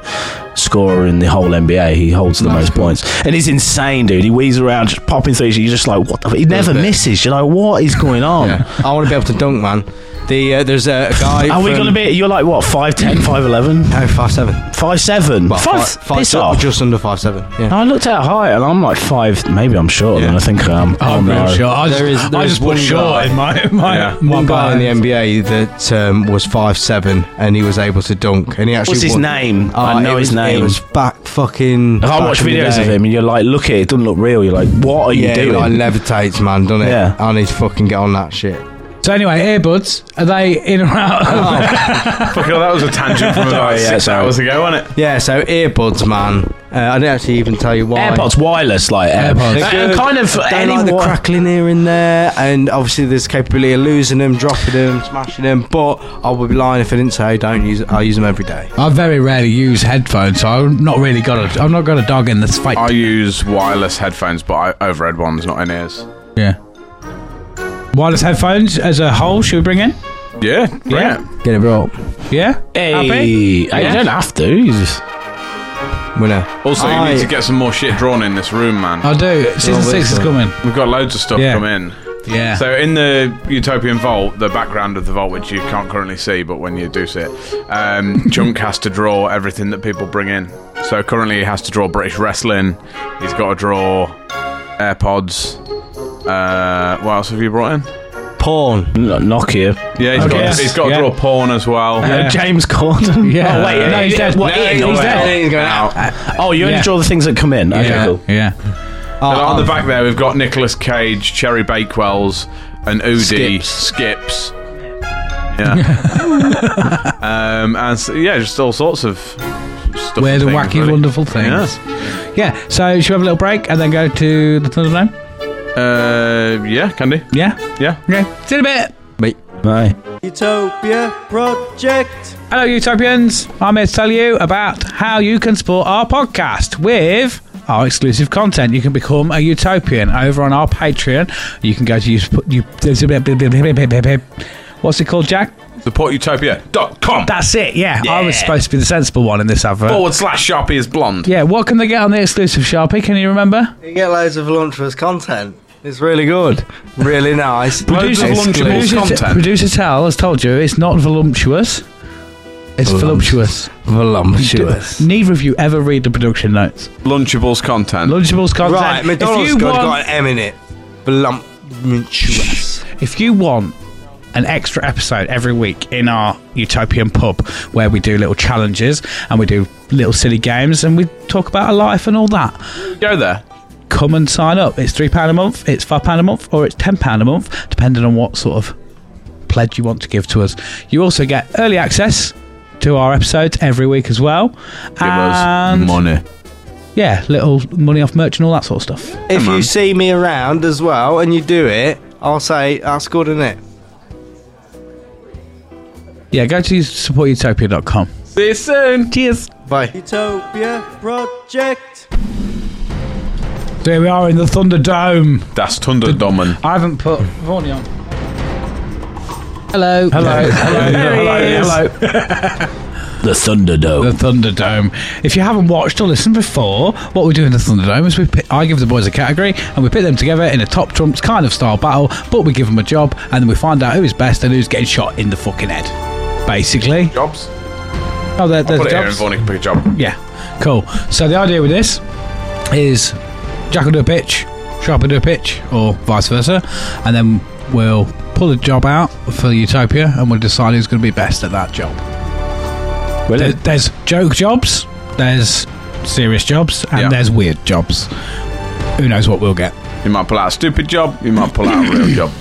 [SPEAKER 7] scorer in the whole NBA. He holds the most points, and he's insane, dude. He wheezes around, just popping threes. You're just like, what? The f-? He never
[SPEAKER 5] bit.
[SPEAKER 7] misses. You're like, what is going on?
[SPEAKER 5] I want to be able to dunk, man. The uh, there's a guy.
[SPEAKER 7] Are we
[SPEAKER 5] from-
[SPEAKER 7] going to be? You're like what? 5'10", 5'11",
[SPEAKER 5] No, five seven.
[SPEAKER 7] 5'7"?
[SPEAKER 5] Well,
[SPEAKER 7] Five-
[SPEAKER 5] five- five
[SPEAKER 7] piss
[SPEAKER 5] seven,
[SPEAKER 7] off.
[SPEAKER 5] just under five seven. Yeah.
[SPEAKER 7] I looked at height and I'm like five. Maybe I'm shorter than I think I am.
[SPEAKER 8] I'm
[SPEAKER 7] Oh,
[SPEAKER 8] real
[SPEAKER 7] no.
[SPEAKER 8] short. I just,
[SPEAKER 5] There is- there
[SPEAKER 8] I
[SPEAKER 5] is
[SPEAKER 8] just put
[SPEAKER 5] one
[SPEAKER 8] short
[SPEAKER 5] guy.
[SPEAKER 8] in my my,
[SPEAKER 4] Yeah.
[SPEAKER 8] my
[SPEAKER 5] One guy in the
[SPEAKER 8] bio.
[SPEAKER 5] NBA that um, was five seven and he was able to dunk, and he actually
[SPEAKER 7] What's his
[SPEAKER 5] won.
[SPEAKER 7] name?
[SPEAKER 5] Oh,
[SPEAKER 7] I know
[SPEAKER 5] it
[SPEAKER 7] his
[SPEAKER 5] was-
[SPEAKER 7] name.
[SPEAKER 5] It was back fucking.
[SPEAKER 7] If I
[SPEAKER 5] back
[SPEAKER 7] watch
[SPEAKER 5] in the
[SPEAKER 7] videos of
[SPEAKER 5] day.
[SPEAKER 7] him and you're like, look at it, it doesn't look real. You're like, what are you
[SPEAKER 5] Yeah, it,
[SPEAKER 7] doing?
[SPEAKER 5] like levitates, man, doesn't it?
[SPEAKER 7] Yeah.
[SPEAKER 5] I need to fucking get on that shit.
[SPEAKER 8] So anyway, earbuds are they in or out?
[SPEAKER 4] Fucking hell, that was a tangent from about
[SPEAKER 7] Sorry, yeah,
[SPEAKER 4] six
[SPEAKER 7] sorry.
[SPEAKER 4] hours ago, wasn't it?
[SPEAKER 5] Yeah, so earbuds, man. Uh, I didn't actually even tell you why.
[SPEAKER 7] AirPods, wireless, like AirPods.
[SPEAKER 8] AirPods.
[SPEAKER 7] And- and kind of
[SPEAKER 5] Don't
[SPEAKER 7] any
[SPEAKER 5] like the
[SPEAKER 7] wi-
[SPEAKER 5] crackling here and there, and obviously there's capability of losing them, dropping them, smashing them. But I would be lying if I didn't say I don't use. I use them every day.
[SPEAKER 8] I very rarely use headphones, so I'm not really got a I'm not got a dog in this fight.
[SPEAKER 4] I use wireless headphones, but I overhead ones, not in ears.
[SPEAKER 8] yeah. Wireless headphones as a whole, should we bring in?
[SPEAKER 4] Yeah, bring
[SPEAKER 8] Yeah.
[SPEAKER 4] it.
[SPEAKER 5] Get it brought.
[SPEAKER 8] Yeah.
[SPEAKER 7] Hey,
[SPEAKER 8] Happy?
[SPEAKER 7] hey, you don't have to. You just-
[SPEAKER 5] Winner.
[SPEAKER 4] Also,
[SPEAKER 5] I-
[SPEAKER 4] you need to get some more shit drawn in this room, man.
[SPEAKER 8] I do. Season six is coming.
[SPEAKER 4] We've got loads of stuff
[SPEAKER 8] Yeah.
[SPEAKER 4] come in.
[SPEAKER 8] Yeah.
[SPEAKER 4] So in the Utopian Vault, the background of the vault, which you can't currently see, but when you do see it,
[SPEAKER 8] [LAUGHS]
[SPEAKER 4] um, Chunk has to draw everything that people bring in. So currently, he has to draw British wrestling. He's got to draw AirPods. Uh, what else have you brought in?
[SPEAKER 5] Porn.
[SPEAKER 7] N- Nokia.
[SPEAKER 4] Yeah, he's got
[SPEAKER 8] yes.
[SPEAKER 4] he's got to
[SPEAKER 8] Yeah.
[SPEAKER 4] draw porn as well.
[SPEAKER 7] Uh, James
[SPEAKER 8] [LAUGHS]
[SPEAKER 7] Corden.
[SPEAKER 8] Yeah.
[SPEAKER 7] Oh, wait.
[SPEAKER 8] No, he's
[SPEAKER 7] uh,
[SPEAKER 8] dead.
[SPEAKER 7] what,
[SPEAKER 8] No,
[SPEAKER 7] in or
[SPEAKER 8] he's
[SPEAKER 7] out?
[SPEAKER 8] dead.
[SPEAKER 7] Oh, you only
[SPEAKER 8] Yeah.
[SPEAKER 7] draw the things that come in. Okay,
[SPEAKER 8] yeah.
[SPEAKER 7] cool.
[SPEAKER 8] Yeah.
[SPEAKER 4] And on the back there, we've got Nicolas Cage, Cherry Bakewells, and Udi
[SPEAKER 5] Skips.
[SPEAKER 4] Skips. Yeah. um, and so, yeah, just all sorts of stuff.
[SPEAKER 8] Weird
[SPEAKER 4] and
[SPEAKER 8] and
[SPEAKER 4] things,
[SPEAKER 8] wacky,
[SPEAKER 4] really.
[SPEAKER 8] wonderful things. Yeah. So should we have a little break and then go to the Thunderdome?
[SPEAKER 4] Yeah. Uh, yeah, can do.
[SPEAKER 8] Yeah.
[SPEAKER 4] Yeah.
[SPEAKER 8] Okay. See you in a bit.
[SPEAKER 7] Bye.
[SPEAKER 2] Utopia Project.
[SPEAKER 3] Hello, Utopians. I'm here to tell you about how you can support our podcast with our exclusive content. You can become a Utopian over on our Patreon. You can go to you. What's it called, Jack?
[SPEAKER 4] Supportutopia.com.
[SPEAKER 3] That's it. Yeah, I was supposed to be the sensible one in this advert.
[SPEAKER 5] Oh.
[SPEAKER 4] Forward slash Sharpie is blonde.
[SPEAKER 3] Yeah, what can they get on the exclusive Sharpie? Can you remember?
[SPEAKER 5] You get loads of Lunchers content. It's really good.
[SPEAKER 3] [LAUGHS]
[SPEAKER 5] Really nice.
[SPEAKER 3] Producer,
[SPEAKER 5] Loads of exclusive-
[SPEAKER 3] producer, producer Tal has told you it's not voluptuous. It's voluptuous.
[SPEAKER 5] Voluptuous.
[SPEAKER 3] Neither of you ever read the production notes.
[SPEAKER 4] Lunchables content.
[SPEAKER 3] Lunchables content.
[SPEAKER 5] Right,
[SPEAKER 3] If
[SPEAKER 5] McDonald's
[SPEAKER 3] you
[SPEAKER 5] good,
[SPEAKER 3] want-
[SPEAKER 5] got an M in it. Voluptuous.
[SPEAKER 3] If you want an extra episode every week in our Utopian pub where we do little challenges and we do little silly games and we talk about our life and all that,
[SPEAKER 4] Go there.
[SPEAKER 3] come and sign up. It's £3 a month, it's £5 a month, or it's £10 a month, depending on what sort of pledge you want to give to us. You also get early access to our episodes every week as well. Give and
[SPEAKER 4] money.
[SPEAKER 3] yeah, little money off merch and all that sort of stuff.
[SPEAKER 5] If you see me around as well and you do it, I'll say that's good, isn't it?
[SPEAKER 3] Yeah, go to supportutopia.com.
[SPEAKER 4] See you soon.
[SPEAKER 3] Cheers.
[SPEAKER 5] Bye.
[SPEAKER 2] Utopia Project.
[SPEAKER 3] There we are in the Thunderdome.
[SPEAKER 4] Das Thunderdummen.
[SPEAKER 3] I haven't put Vorney on.
[SPEAKER 12] Hello.
[SPEAKER 3] Hello. hello. Hello.
[SPEAKER 7] [LAUGHS] The Thunderdome.
[SPEAKER 3] The Thunderdome. If you haven't watched or listened before, what we do in the Thunderdome is we pick, I give the boys a category and we pit them together in a top trumps kind of style battle, but we give them a job and then we find out who is best and who's getting shot in the fucking head. Basically.
[SPEAKER 4] Jobs.
[SPEAKER 3] Oh, there, there's
[SPEAKER 4] Put it here and
[SPEAKER 3] jobs.
[SPEAKER 4] Vaughan can pick a job.
[SPEAKER 3] Yeah. Cool. So the idea with this is Jack will do a pitch, Sharp will do a pitch, or vice versa, and then we'll pull a job out for Utopia and we'll decide who's going to be best at that job. There- there's joke jobs, there's serious jobs, and
[SPEAKER 4] Yeah.
[SPEAKER 3] there's weird jobs. Who knows what we'll get?
[SPEAKER 4] You might pull out a stupid job. You might pull out a real
[SPEAKER 7] [COUGHS]
[SPEAKER 4] job.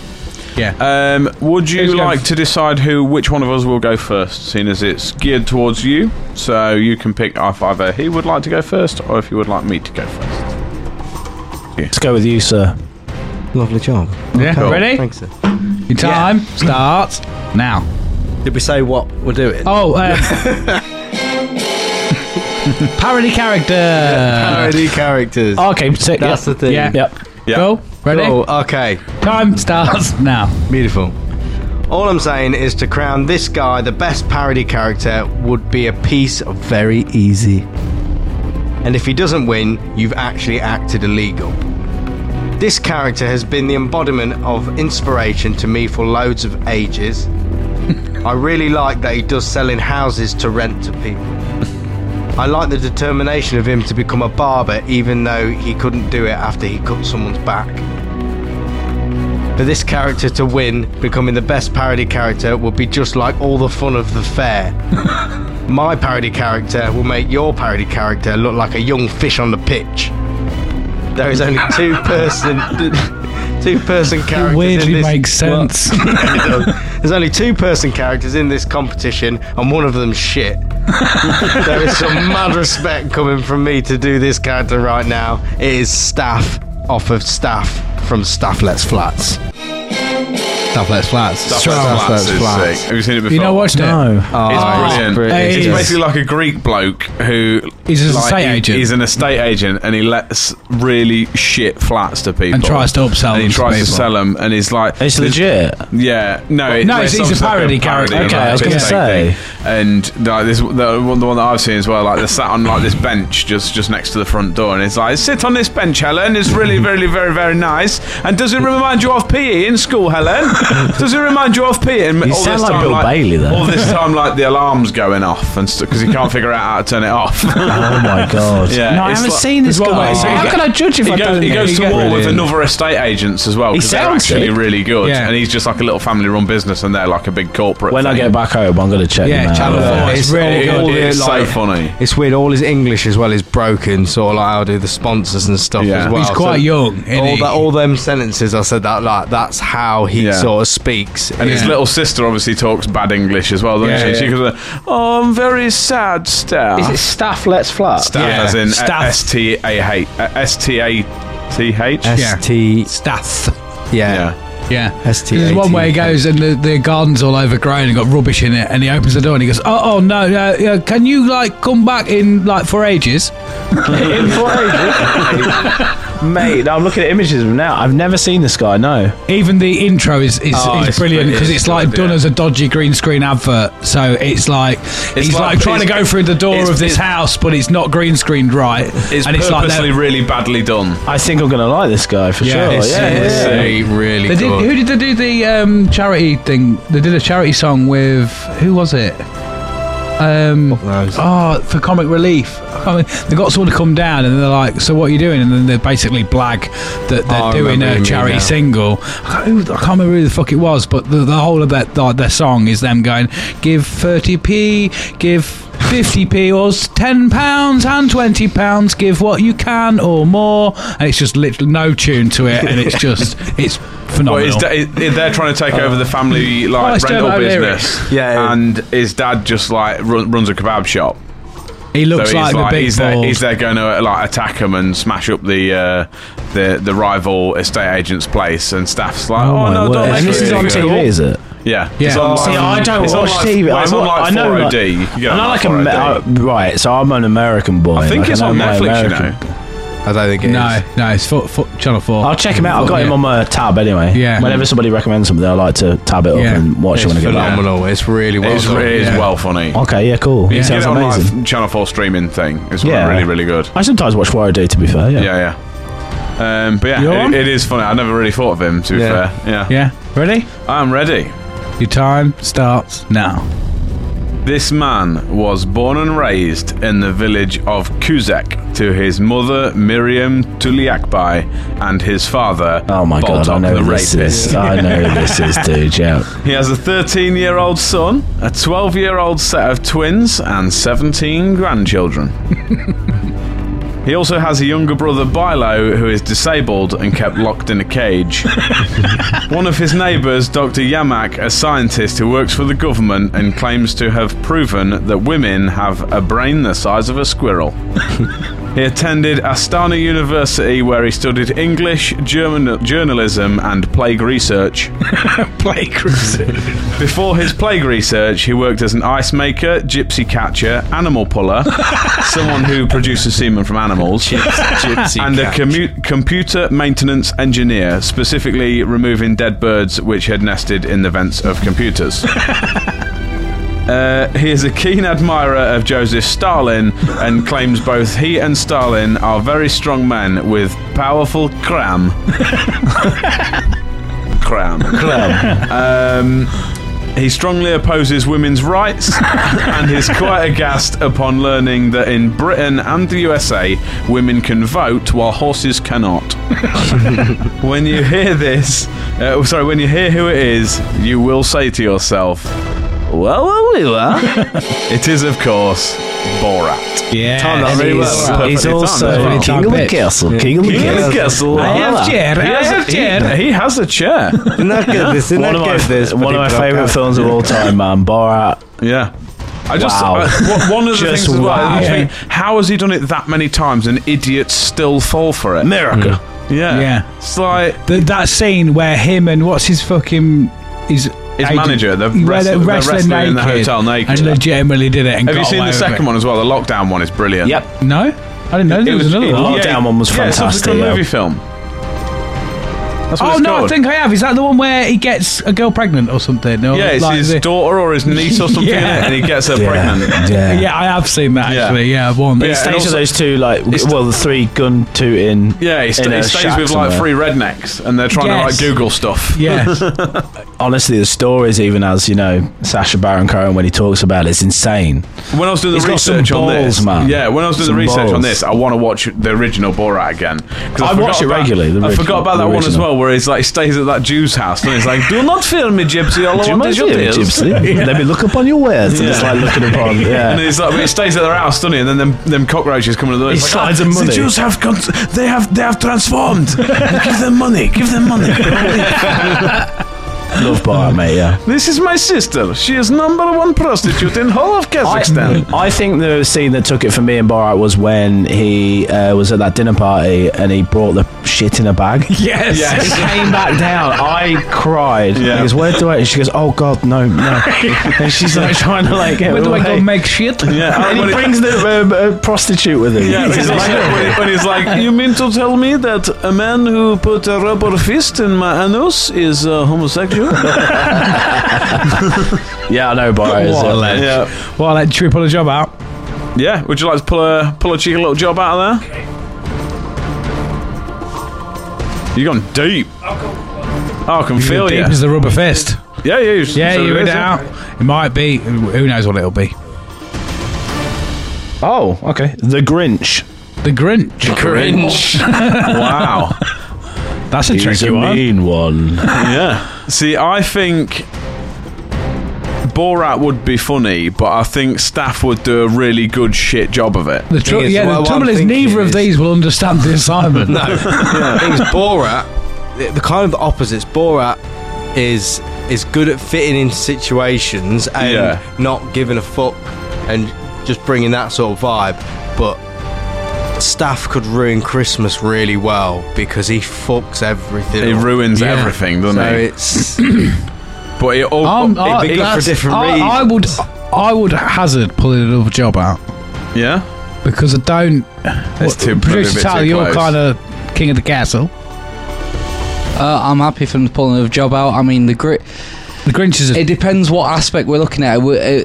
[SPEAKER 3] Yeah.
[SPEAKER 4] Um, would you
[SPEAKER 3] Who's going
[SPEAKER 4] like
[SPEAKER 3] f-
[SPEAKER 4] to decide who, which one of us will go first, seeing as it's geared towards you? So you can pick if either he would like to go first, or if you would like me to go first.
[SPEAKER 7] Let's go with you, sir.
[SPEAKER 5] Lovely job.
[SPEAKER 3] yeah.
[SPEAKER 4] cool.
[SPEAKER 3] Ready?
[SPEAKER 5] Thanks. sir.
[SPEAKER 3] Your time starts now.
[SPEAKER 5] Did we say what we're doing?
[SPEAKER 3] Oh, uh, parody character. Oh,
[SPEAKER 5] [LAUGHS] Parody characters.
[SPEAKER 7] Okay, sick.
[SPEAKER 5] That's
[SPEAKER 7] yep.
[SPEAKER 5] the thing.
[SPEAKER 3] yeah.
[SPEAKER 7] Yep.
[SPEAKER 4] Yeah.
[SPEAKER 3] Cool. Ready?
[SPEAKER 5] Cool, okay.
[SPEAKER 3] Time starts now.
[SPEAKER 5] Beautiful. All I'm saying is to crown this guy the best parody character would be a piece of very easy. And if he doesn't win, you've actually acted illegal. This character has been the embodiment of inspiration to me for loads of ages. [LAUGHS] I really like that he does selling houses to rent to people. I like the determination of him to become a barber even though he couldn't do it after he cut someone's back. For this character to win, becoming the best parody character would be just like all the fun of
[SPEAKER 3] [LAUGHS]
[SPEAKER 5] the fair. My parody character will make your parody character look like a young fish on the pitch. There is only
[SPEAKER 3] [LAUGHS]
[SPEAKER 5] two person, [LAUGHS] two person characters. in
[SPEAKER 3] Weirdly
[SPEAKER 5] this
[SPEAKER 3] makes sense.
[SPEAKER 5] [LAUGHS] There's only two person characters in this competition, and one of them's shit. there is some mad respect coming from me to do this character right now. It is Staff off of Staff from Staff Let's Flats. Staff Let's Flats.
[SPEAKER 4] That's sick. Have you seen it before?
[SPEAKER 3] you know, watched it.
[SPEAKER 5] Oh,
[SPEAKER 4] It's brilliant.
[SPEAKER 3] Hey.
[SPEAKER 4] It's
[SPEAKER 3] Yes.
[SPEAKER 4] basically like a Greek bloke who
[SPEAKER 3] He's an
[SPEAKER 4] like,
[SPEAKER 3] estate
[SPEAKER 4] he-
[SPEAKER 3] agent.
[SPEAKER 4] He's an estate agent, and he lets really shit flats to people
[SPEAKER 3] And tries to upsell
[SPEAKER 4] And he
[SPEAKER 3] them to
[SPEAKER 4] tries to
[SPEAKER 3] people.
[SPEAKER 4] sell them, and he's like,
[SPEAKER 7] It's
[SPEAKER 4] there's-
[SPEAKER 7] legit. Oh
[SPEAKER 4] Yeah, no, it,
[SPEAKER 3] No, it's- he's a parody character.
[SPEAKER 4] and,
[SPEAKER 7] Okay,
[SPEAKER 4] like,
[SPEAKER 7] I was
[SPEAKER 4] a
[SPEAKER 7] gonna
[SPEAKER 4] bit
[SPEAKER 7] say.
[SPEAKER 4] fake thing. And like this, the one, the one that I've seen as well, like they're sat on like this bench just just next to the front door, and it's like, sit on this bench, Helen. It's
[SPEAKER 7] [LAUGHS]
[SPEAKER 4] really, really, very, very nice. And does it remind you of PE in school, Helen? does it remind you of PE? And
[SPEAKER 7] You
[SPEAKER 4] all
[SPEAKER 7] sound
[SPEAKER 4] this
[SPEAKER 7] like
[SPEAKER 4] time,
[SPEAKER 7] Bill Bailey, though.
[SPEAKER 4] All
[SPEAKER 7] [LAUGHS]
[SPEAKER 4] this time, like the alarm's going off, and because he can't figure out how to turn it off.
[SPEAKER 7] [LAUGHS] Oh
[SPEAKER 10] [LAUGHS]
[SPEAKER 7] my god.
[SPEAKER 4] yeah,
[SPEAKER 7] no, I
[SPEAKER 4] it's
[SPEAKER 7] haven't
[SPEAKER 4] like-
[SPEAKER 7] seen this
[SPEAKER 3] Well,
[SPEAKER 7] guy.
[SPEAKER 3] wait, so
[SPEAKER 7] How
[SPEAKER 3] he-
[SPEAKER 7] can I judge if
[SPEAKER 4] he
[SPEAKER 7] I
[SPEAKER 4] goes,
[SPEAKER 7] don't?
[SPEAKER 4] he
[SPEAKER 7] know?
[SPEAKER 4] goes to war with
[SPEAKER 7] Brilliant.
[SPEAKER 4] another estate agents as well because they're
[SPEAKER 7] sounds
[SPEAKER 4] actually
[SPEAKER 7] it.
[SPEAKER 4] really good
[SPEAKER 3] Yeah.
[SPEAKER 4] and he's just like a little family run business and they're like a big corporate
[SPEAKER 7] When I
[SPEAKER 4] thing.
[SPEAKER 7] get back home, I'm going to check.
[SPEAKER 3] Yeah,
[SPEAKER 7] him
[SPEAKER 10] [LAUGHS]
[SPEAKER 7] out.
[SPEAKER 3] Channel
[SPEAKER 7] Yeah.
[SPEAKER 3] Four. It's really
[SPEAKER 4] It-
[SPEAKER 3] good.
[SPEAKER 4] it's
[SPEAKER 5] All the,
[SPEAKER 4] so
[SPEAKER 5] like-
[SPEAKER 4] funny
[SPEAKER 5] It's weird. All his English as well is broken. Sort of like I'll do the sponsors and stuff
[SPEAKER 4] Yeah.
[SPEAKER 5] as well.
[SPEAKER 4] He's
[SPEAKER 3] quite young, isn't
[SPEAKER 5] all
[SPEAKER 3] he?
[SPEAKER 5] that, all them sentences I said that like that's how he
[SPEAKER 4] Yeah.
[SPEAKER 5] sort of speaks.
[SPEAKER 4] and his
[SPEAKER 3] Yeah.
[SPEAKER 4] little sister obviously talks bad English as well, doesn't
[SPEAKER 3] Yeah,
[SPEAKER 4] she? She
[SPEAKER 3] yeah.
[SPEAKER 4] goes, like, "Oh, I'm very sad, staff."
[SPEAKER 7] Is it staff lets flat?
[SPEAKER 4] staff
[SPEAKER 3] Yeah.
[SPEAKER 4] as in uh,
[SPEAKER 3] Staff.
[SPEAKER 4] S T A H uh, S T A T H?
[SPEAKER 5] S T
[SPEAKER 3] Staff.
[SPEAKER 5] yeah.
[SPEAKER 4] Yeah,
[SPEAKER 3] Yeah.
[SPEAKER 5] ST.
[SPEAKER 3] There's
[SPEAKER 10] E.
[SPEAKER 3] one where he goes and the, the garden's all overgrown and got rubbish in it, and he opens the door and he goes, "Oh, oh no, no, yeah, can you like come back in like for ages?"
[SPEAKER 7] in four ages. [LAUGHS] Mate, I'm looking at images of him now. I've never seen this guy, no.
[SPEAKER 3] Even the intro is is,
[SPEAKER 10] Oh,
[SPEAKER 3] is
[SPEAKER 10] it's
[SPEAKER 3] brilliant
[SPEAKER 10] pretty-
[SPEAKER 3] because
[SPEAKER 10] it's
[SPEAKER 3] it's, like
[SPEAKER 10] good,
[SPEAKER 3] done
[SPEAKER 10] yeah.
[SPEAKER 3] as a dodgy green screen advert. So it's like he's
[SPEAKER 10] like-
[SPEAKER 3] like, trying to
[SPEAKER 10] it's-
[SPEAKER 3] go through the door
[SPEAKER 10] it's-
[SPEAKER 3] of this
[SPEAKER 10] it's-
[SPEAKER 3] house, but it's not green screened right,
[SPEAKER 10] It's
[SPEAKER 3] and it's like
[SPEAKER 10] purposely
[SPEAKER 3] they're-
[SPEAKER 10] really badly done.
[SPEAKER 7] I think I'm going to like this guy for
[SPEAKER 3] Yeah,
[SPEAKER 7] sure.
[SPEAKER 3] it's-
[SPEAKER 7] yeah,
[SPEAKER 10] It's
[SPEAKER 7] yeah.
[SPEAKER 10] really, really
[SPEAKER 3] They did,
[SPEAKER 10] good.
[SPEAKER 3] who did they do the um, charity thing? They did a charity song with who was it? Um, oh, for comic relief. I mean, they got someone to come down, and they're like, "So what are you doing?" And then they basically blag that they're
[SPEAKER 9] Oh, I
[SPEAKER 3] doing
[SPEAKER 9] remember who you
[SPEAKER 3] a
[SPEAKER 9] mean
[SPEAKER 3] charity
[SPEAKER 9] now.
[SPEAKER 3] single. I can't, who, I can't remember who the fuck it was, but the, the whole of that like, their song is them going, "Give thirty p, give fifty p, or s- ten pounds and twenty pounds. Give what you can or more." And it's just literally no tune to it, and
[SPEAKER 9] [LAUGHS]
[SPEAKER 3] it's just it's phenomenal.
[SPEAKER 10] Well, his da- i- i- they're trying to take over the family
[SPEAKER 3] Oh,
[SPEAKER 10] like
[SPEAKER 3] it's
[SPEAKER 10] rental
[SPEAKER 3] Dermot O'Leary.
[SPEAKER 10] business.
[SPEAKER 7] Yeah.
[SPEAKER 10] and his dad just like run, runs a kebab shop.
[SPEAKER 3] He looks
[SPEAKER 10] so he's
[SPEAKER 3] like,
[SPEAKER 10] like
[SPEAKER 3] the big
[SPEAKER 10] he's, there,
[SPEAKER 3] bald.
[SPEAKER 10] he's there going to like attack him and smash up the uh, the the rival estate agent's place, and staff's like, "Oh, no, don't make
[SPEAKER 7] And this
[SPEAKER 10] it
[SPEAKER 7] is
[SPEAKER 10] really
[SPEAKER 7] on
[SPEAKER 10] good."
[SPEAKER 7] TV, is it?
[SPEAKER 10] Yeah,
[SPEAKER 3] Yeah.
[SPEAKER 10] It's on,
[SPEAKER 3] See,
[SPEAKER 10] like-
[SPEAKER 7] I don't
[SPEAKER 10] it's
[SPEAKER 7] watch
[SPEAKER 10] on, like,
[SPEAKER 7] TV.
[SPEAKER 10] well, it's
[SPEAKER 7] I
[SPEAKER 10] on
[SPEAKER 7] wa-
[SPEAKER 10] like
[SPEAKER 7] I know,
[SPEAKER 10] 4OD. You can
[SPEAKER 7] And
[SPEAKER 10] get
[SPEAKER 7] I
[SPEAKER 10] on
[SPEAKER 7] like a,
[SPEAKER 10] 4OD.
[SPEAKER 7] uh, right. So I'm an American boy.
[SPEAKER 10] I think
[SPEAKER 7] Like,
[SPEAKER 10] it's
[SPEAKER 7] I know
[SPEAKER 10] on
[SPEAKER 7] my
[SPEAKER 10] Netflix. You
[SPEAKER 7] American-
[SPEAKER 10] know,
[SPEAKER 9] I don't think it is.
[SPEAKER 3] no, no, it's foot, foot, Channel 4.
[SPEAKER 7] I'll check him out. I've got
[SPEAKER 3] Yeah.
[SPEAKER 7] him on my tab anyway.
[SPEAKER 3] Yeah.
[SPEAKER 7] Whenever somebody recommends something, I like to tab it up
[SPEAKER 3] Yeah.
[SPEAKER 7] and watch it when I
[SPEAKER 9] It's
[SPEAKER 7] get back.
[SPEAKER 9] phenomenal. It's really well
[SPEAKER 10] it's
[SPEAKER 9] done.
[SPEAKER 10] really
[SPEAKER 3] Yeah.
[SPEAKER 10] well funny.
[SPEAKER 7] Okay, yeah, cool.
[SPEAKER 3] Yeah.
[SPEAKER 7] It
[SPEAKER 10] Get
[SPEAKER 7] sounds
[SPEAKER 10] it on like,
[SPEAKER 7] amazing.
[SPEAKER 10] Channel Four streaming thing. It's
[SPEAKER 7] Yeah.
[SPEAKER 10] really really good.
[SPEAKER 7] I sometimes watch Warrior Day, to be fair. Yeah.
[SPEAKER 10] Yeah, yeah. Um, but
[SPEAKER 3] You
[SPEAKER 10] yeah,
[SPEAKER 3] on?
[SPEAKER 10] it, it is funny. I never really thought of him. To be
[SPEAKER 9] Yeah.
[SPEAKER 10] fair, yeah.
[SPEAKER 3] Yeah, ready?
[SPEAKER 10] I'm ready.
[SPEAKER 3] Your time starts now.
[SPEAKER 10] This man was born and raised in the village of Kuzek to his mother Miriam Tuliakbai and his father
[SPEAKER 7] Oh my god, I
[SPEAKER 10] Baldock
[SPEAKER 7] know
[SPEAKER 10] the
[SPEAKER 7] who this
[SPEAKER 10] rapist.
[SPEAKER 7] is. I know who this is, dude. Yeah.
[SPEAKER 10] He has a 13-year-old son, a 12-year-old set of twins, and 17 grandchildren. [LAUGHS] he also has a younger brother Bilo who is disabled and kept locked in a cage. [LAUGHS] One of his neighbours, Dr. Yamak, a scientist who works for the government and claims to have proven that women have a brain the size of a squirrel. [LAUGHS] he attended Astana University where he studied English, German journalism, and plague research. Before his plague research, he worked as an ice maker, gypsy catcher, animal puller, someone who produces semen from animals, and a commu- computer maintenance engineer, specifically removing dead birds which had nested in the vents of computers. Uh, he is a keen admirer of Joseph Stalin and claims both he and Stalin are very strong men with powerful cram.
[SPEAKER 7] [LAUGHS]
[SPEAKER 10] cram. Um, he strongly opposes women's
[SPEAKER 7] [LAUGHS]
[SPEAKER 10] rights and is quite aghast upon learning that in Britain and the USA, women can vote while horses
[SPEAKER 7] [LAUGHS]
[SPEAKER 10] cannot. when you hear this, uh, sorry, when you hear who it is, you will say to yourself, well, well, we were. it is, of course, Borat.
[SPEAKER 3] Yeah.
[SPEAKER 7] And
[SPEAKER 10] very
[SPEAKER 7] he's-
[SPEAKER 10] well. Perfectly
[SPEAKER 7] He's
[SPEAKER 10] timed as
[SPEAKER 7] also
[SPEAKER 10] well.
[SPEAKER 7] King of the Castle. King of the Castle.
[SPEAKER 3] I have
[SPEAKER 7] [LAUGHS]
[SPEAKER 3] chair. I have chair.
[SPEAKER 10] He has a chair.
[SPEAKER 5] Isn't that good? This, isn't
[SPEAKER 7] One
[SPEAKER 5] that
[SPEAKER 7] of my,
[SPEAKER 5] good, this
[SPEAKER 7] one of my
[SPEAKER 5] bloody
[SPEAKER 7] favourite
[SPEAKER 5] podcast?
[SPEAKER 7] films of all time, man. Borat.
[SPEAKER 10] Yeah. I just
[SPEAKER 7] Wow.
[SPEAKER 10] I- wha- one
[SPEAKER 3] [LAUGHS]
[SPEAKER 10] of the
[SPEAKER 7] Just
[SPEAKER 10] things as well.
[SPEAKER 7] wow.
[SPEAKER 10] you think, how has he done it that many times and idiots still fall for it?
[SPEAKER 7] America.
[SPEAKER 10] Yeah,
[SPEAKER 3] Mm. Yeah.
[SPEAKER 10] It's like
[SPEAKER 3] The, that scene where him and what's his fucking. His,
[SPEAKER 10] His
[SPEAKER 3] agent-
[SPEAKER 10] manager, they're
[SPEAKER 3] where
[SPEAKER 10] wrestling- they're wrestling in the hotel naked.
[SPEAKER 3] And legitimately did it. And
[SPEAKER 10] have you
[SPEAKER 3] got
[SPEAKER 10] seen
[SPEAKER 3] away
[SPEAKER 10] the
[SPEAKER 3] with
[SPEAKER 10] second
[SPEAKER 3] it.
[SPEAKER 10] one as well? The lockdown one is brilliant.
[SPEAKER 7] Yep.
[SPEAKER 3] No? I didn't know there was, another
[SPEAKER 10] it-
[SPEAKER 3] one.
[SPEAKER 7] Lockdown Oh, one was
[SPEAKER 10] yeah, it's a
[SPEAKER 7] fantastic,
[SPEAKER 10] good
[SPEAKER 7] yeah.
[SPEAKER 10] movie film. That's what
[SPEAKER 3] Oh
[SPEAKER 10] it's
[SPEAKER 3] no, I
[SPEAKER 10] called.
[SPEAKER 3] think I have. Is that the one where he gets a girl pregnant or something? Or
[SPEAKER 10] yeah, it's
[SPEAKER 3] like
[SPEAKER 10] his
[SPEAKER 3] the-
[SPEAKER 10] daughter or his niece or
[SPEAKER 7] [LAUGHS]
[SPEAKER 10] something,
[SPEAKER 3] [LAUGHS] Yeah.
[SPEAKER 10] in it, and he gets her
[SPEAKER 7] Yeah.
[SPEAKER 10] pregnant.
[SPEAKER 7] yeah.
[SPEAKER 3] Yeah, I have seen that
[SPEAKER 10] Yeah.
[SPEAKER 3] actually. Yeah, one.
[SPEAKER 10] Yeah,
[SPEAKER 7] He
[SPEAKER 10] and
[SPEAKER 7] stays
[SPEAKER 10] also-
[SPEAKER 7] with those two, like, well, the three gun tooting.
[SPEAKER 10] Yeah, he, sta
[SPEAKER 7] in a
[SPEAKER 10] he stays
[SPEAKER 7] shack
[SPEAKER 10] with like
[SPEAKER 7] somewhere.
[SPEAKER 10] three rednecks, and they're trying
[SPEAKER 3] Yes.
[SPEAKER 10] to like Google stuff.
[SPEAKER 3] Yeah.
[SPEAKER 7] Honestly, the stories, even as, you know, Sasha Baron Cohen, when he talks about it, it's insane.
[SPEAKER 10] When I was doing the
[SPEAKER 7] He's got some
[SPEAKER 10] research on
[SPEAKER 7] balls,
[SPEAKER 10] this,
[SPEAKER 7] man.
[SPEAKER 10] yeah, when I was doing
[SPEAKER 7] Some
[SPEAKER 10] the research on
[SPEAKER 7] balls.
[SPEAKER 10] this, I want to watch the original Borat again. 'Cause
[SPEAKER 7] I
[SPEAKER 10] forgot
[SPEAKER 7] watch it
[SPEAKER 10] about-
[SPEAKER 7] regularly, the
[SPEAKER 10] I
[SPEAKER 7] original-
[SPEAKER 10] forgot about
[SPEAKER 7] the
[SPEAKER 10] that one as
[SPEAKER 7] original.
[SPEAKER 10] well, where he's like he stays at that Jew's house and he's like, "Do not fear me, gypsy. All I
[SPEAKER 7] Do you
[SPEAKER 10] want is
[SPEAKER 7] mind
[SPEAKER 10] your
[SPEAKER 7] doing it,
[SPEAKER 10] tears." [LAUGHS]
[SPEAKER 7] Gypsy? Let me look upon your wares. And it's
[SPEAKER 10] Yeah.
[SPEAKER 7] like looking upon.
[SPEAKER 10] And
[SPEAKER 7] Yeah.
[SPEAKER 10] he's like, he stays at their house, doesn't he? And then them, them cockroaches come to the door.
[SPEAKER 7] He
[SPEAKER 10] He's like, "Oh,
[SPEAKER 7] slides them money."
[SPEAKER 10] The Jews have con- they have they have transformed.
[SPEAKER 7] [LAUGHS]
[SPEAKER 10] give them money. Give them money.
[SPEAKER 7] Love Borat, mate, yeah.
[SPEAKER 10] this is my sister. She is number one prostitute in whole of Kazakhstan.
[SPEAKER 7] I, I think the scene that took it for me and Borat was when he uh, was at that dinner party and he brought the shit in a bag.
[SPEAKER 3] Yes.
[SPEAKER 7] It came back down. I cried.
[SPEAKER 4] Yeah.
[SPEAKER 7] He goes, where do I? She goes, oh god, no, no. and she's like trying to like get
[SPEAKER 3] Where do I go
[SPEAKER 7] away.
[SPEAKER 3] make shit?
[SPEAKER 4] Yeah,
[SPEAKER 7] And
[SPEAKER 4] when
[SPEAKER 7] he
[SPEAKER 4] it-
[SPEAKER 7] brings the
[SPEAKER 4] [LAUGHS]
[SPEAKER 7] um, uh, prostitute with him.
[SPEAKER 4] Yeah, he's like, when, he- when he's like, you mean to tell me that a man who put a rubber fist in my anus is uh, homosexual?
[SPEAKER 7] yeah, I know, but
[SPEAKER 3] What a ledge.
[SPEAKER 4] yeah,
[SPEAKER 3] Well, like, should we pull a job out?
[SPEAKER 4] yeah. Would you like to pull a pull a cheeky little job out of there? You've gone deep. Oh, I can feel you.
[SPEAKER 3] Deep as the rubber fist.
[SPEAKER 4] Yeah, yeah, you-
[SPEAKER 3] Yeah,
[SPEAKER 4] so
[SPEAKER 3] you
[SPEAKER 4] it
[SPEAKER 3] read
[SPEAKER 4] is,
[SPEAKER 3] it
[SPEAKER 4] yeah.
[SPEAKER 3] out. It might be. Who knows what it'll be?
[SPEAKER 7] Oh, okay. The Grinch.
[SPEAKER 3] The Grinch. [LAUGHS]
[SPEAKER 4] Wow.
[SPEAKER 3] That's a tricky one.
[SPEAKER 7] mean one.
[SPEAKER 4] yeah. See, I think Borat would be funny, but I think staff would do a really good shit job of it.
[SPEAKER 3] The tr-
[SPEAKER 5] Thing is,
[SPEAKER 3] yeah,
[SPEAKER 5] well,
[SPEAKER 3] the
[SPEAKER 5] what
[SPEAKER 3] trouble
[SPEAKER 5] I'm
[SPEAKER 3] is
[SPEAKER 5] thinking
[SPEAKER 3] neither of
[SPEAKER 5] is-
[SPEAKER 3] these will understand the assignment.
[SPEAKER 5] Things Borat, the, the kind of the opposites. Borat is is good at fitting into situations and
[SPEAKER 4] Yeah.
[SPEAKER 5] not giving a fuck and just bringing that sort of vibe. But staff could ruin Christmas really well because he fucks everything.
[SPEAKER 4] It
[SPEAKER 5] up.
[SPEAKER 4] ruins
[SPEAKER 5] Yeah.
[SPEAKER 4] everything, doesn't
[SPEAKER 5] So
[SPEAKER 4] it?
[SPEAKER 5] it's
[SPEAKER 4] But it all.
[SPEAKER 3] Um,
[SPEAKER 4] it-
[SPEAKER 3] I,
[SPEAKER 5] be good for
[SPEAKER 3] that's-
[SPEAKER 5] different
[SPEAKER 3] I, I would, I would hazard pulling another job out
[SPEAKER 4] yeah.
[SPEAKER 3] because I don't.
[SPEAKER 4] That's
[SPEAKER 3] producer
[SPEAKER 4] too- probably a bit
[SPEAKER 3] Tal,
[SPEAKER 4] too
[SPEAKER 3] you're
[SPEAKER 4] close.
[SPEAKER 3] kind of king of the castle.
[SPEAKER 8] Uh, I'm happy for them to pull another job out. I mean, the grit.
[SPEAKER 3] The Grinch is. A,
[SPEAKER 8] It depends what aspect we're looking at. We- uh,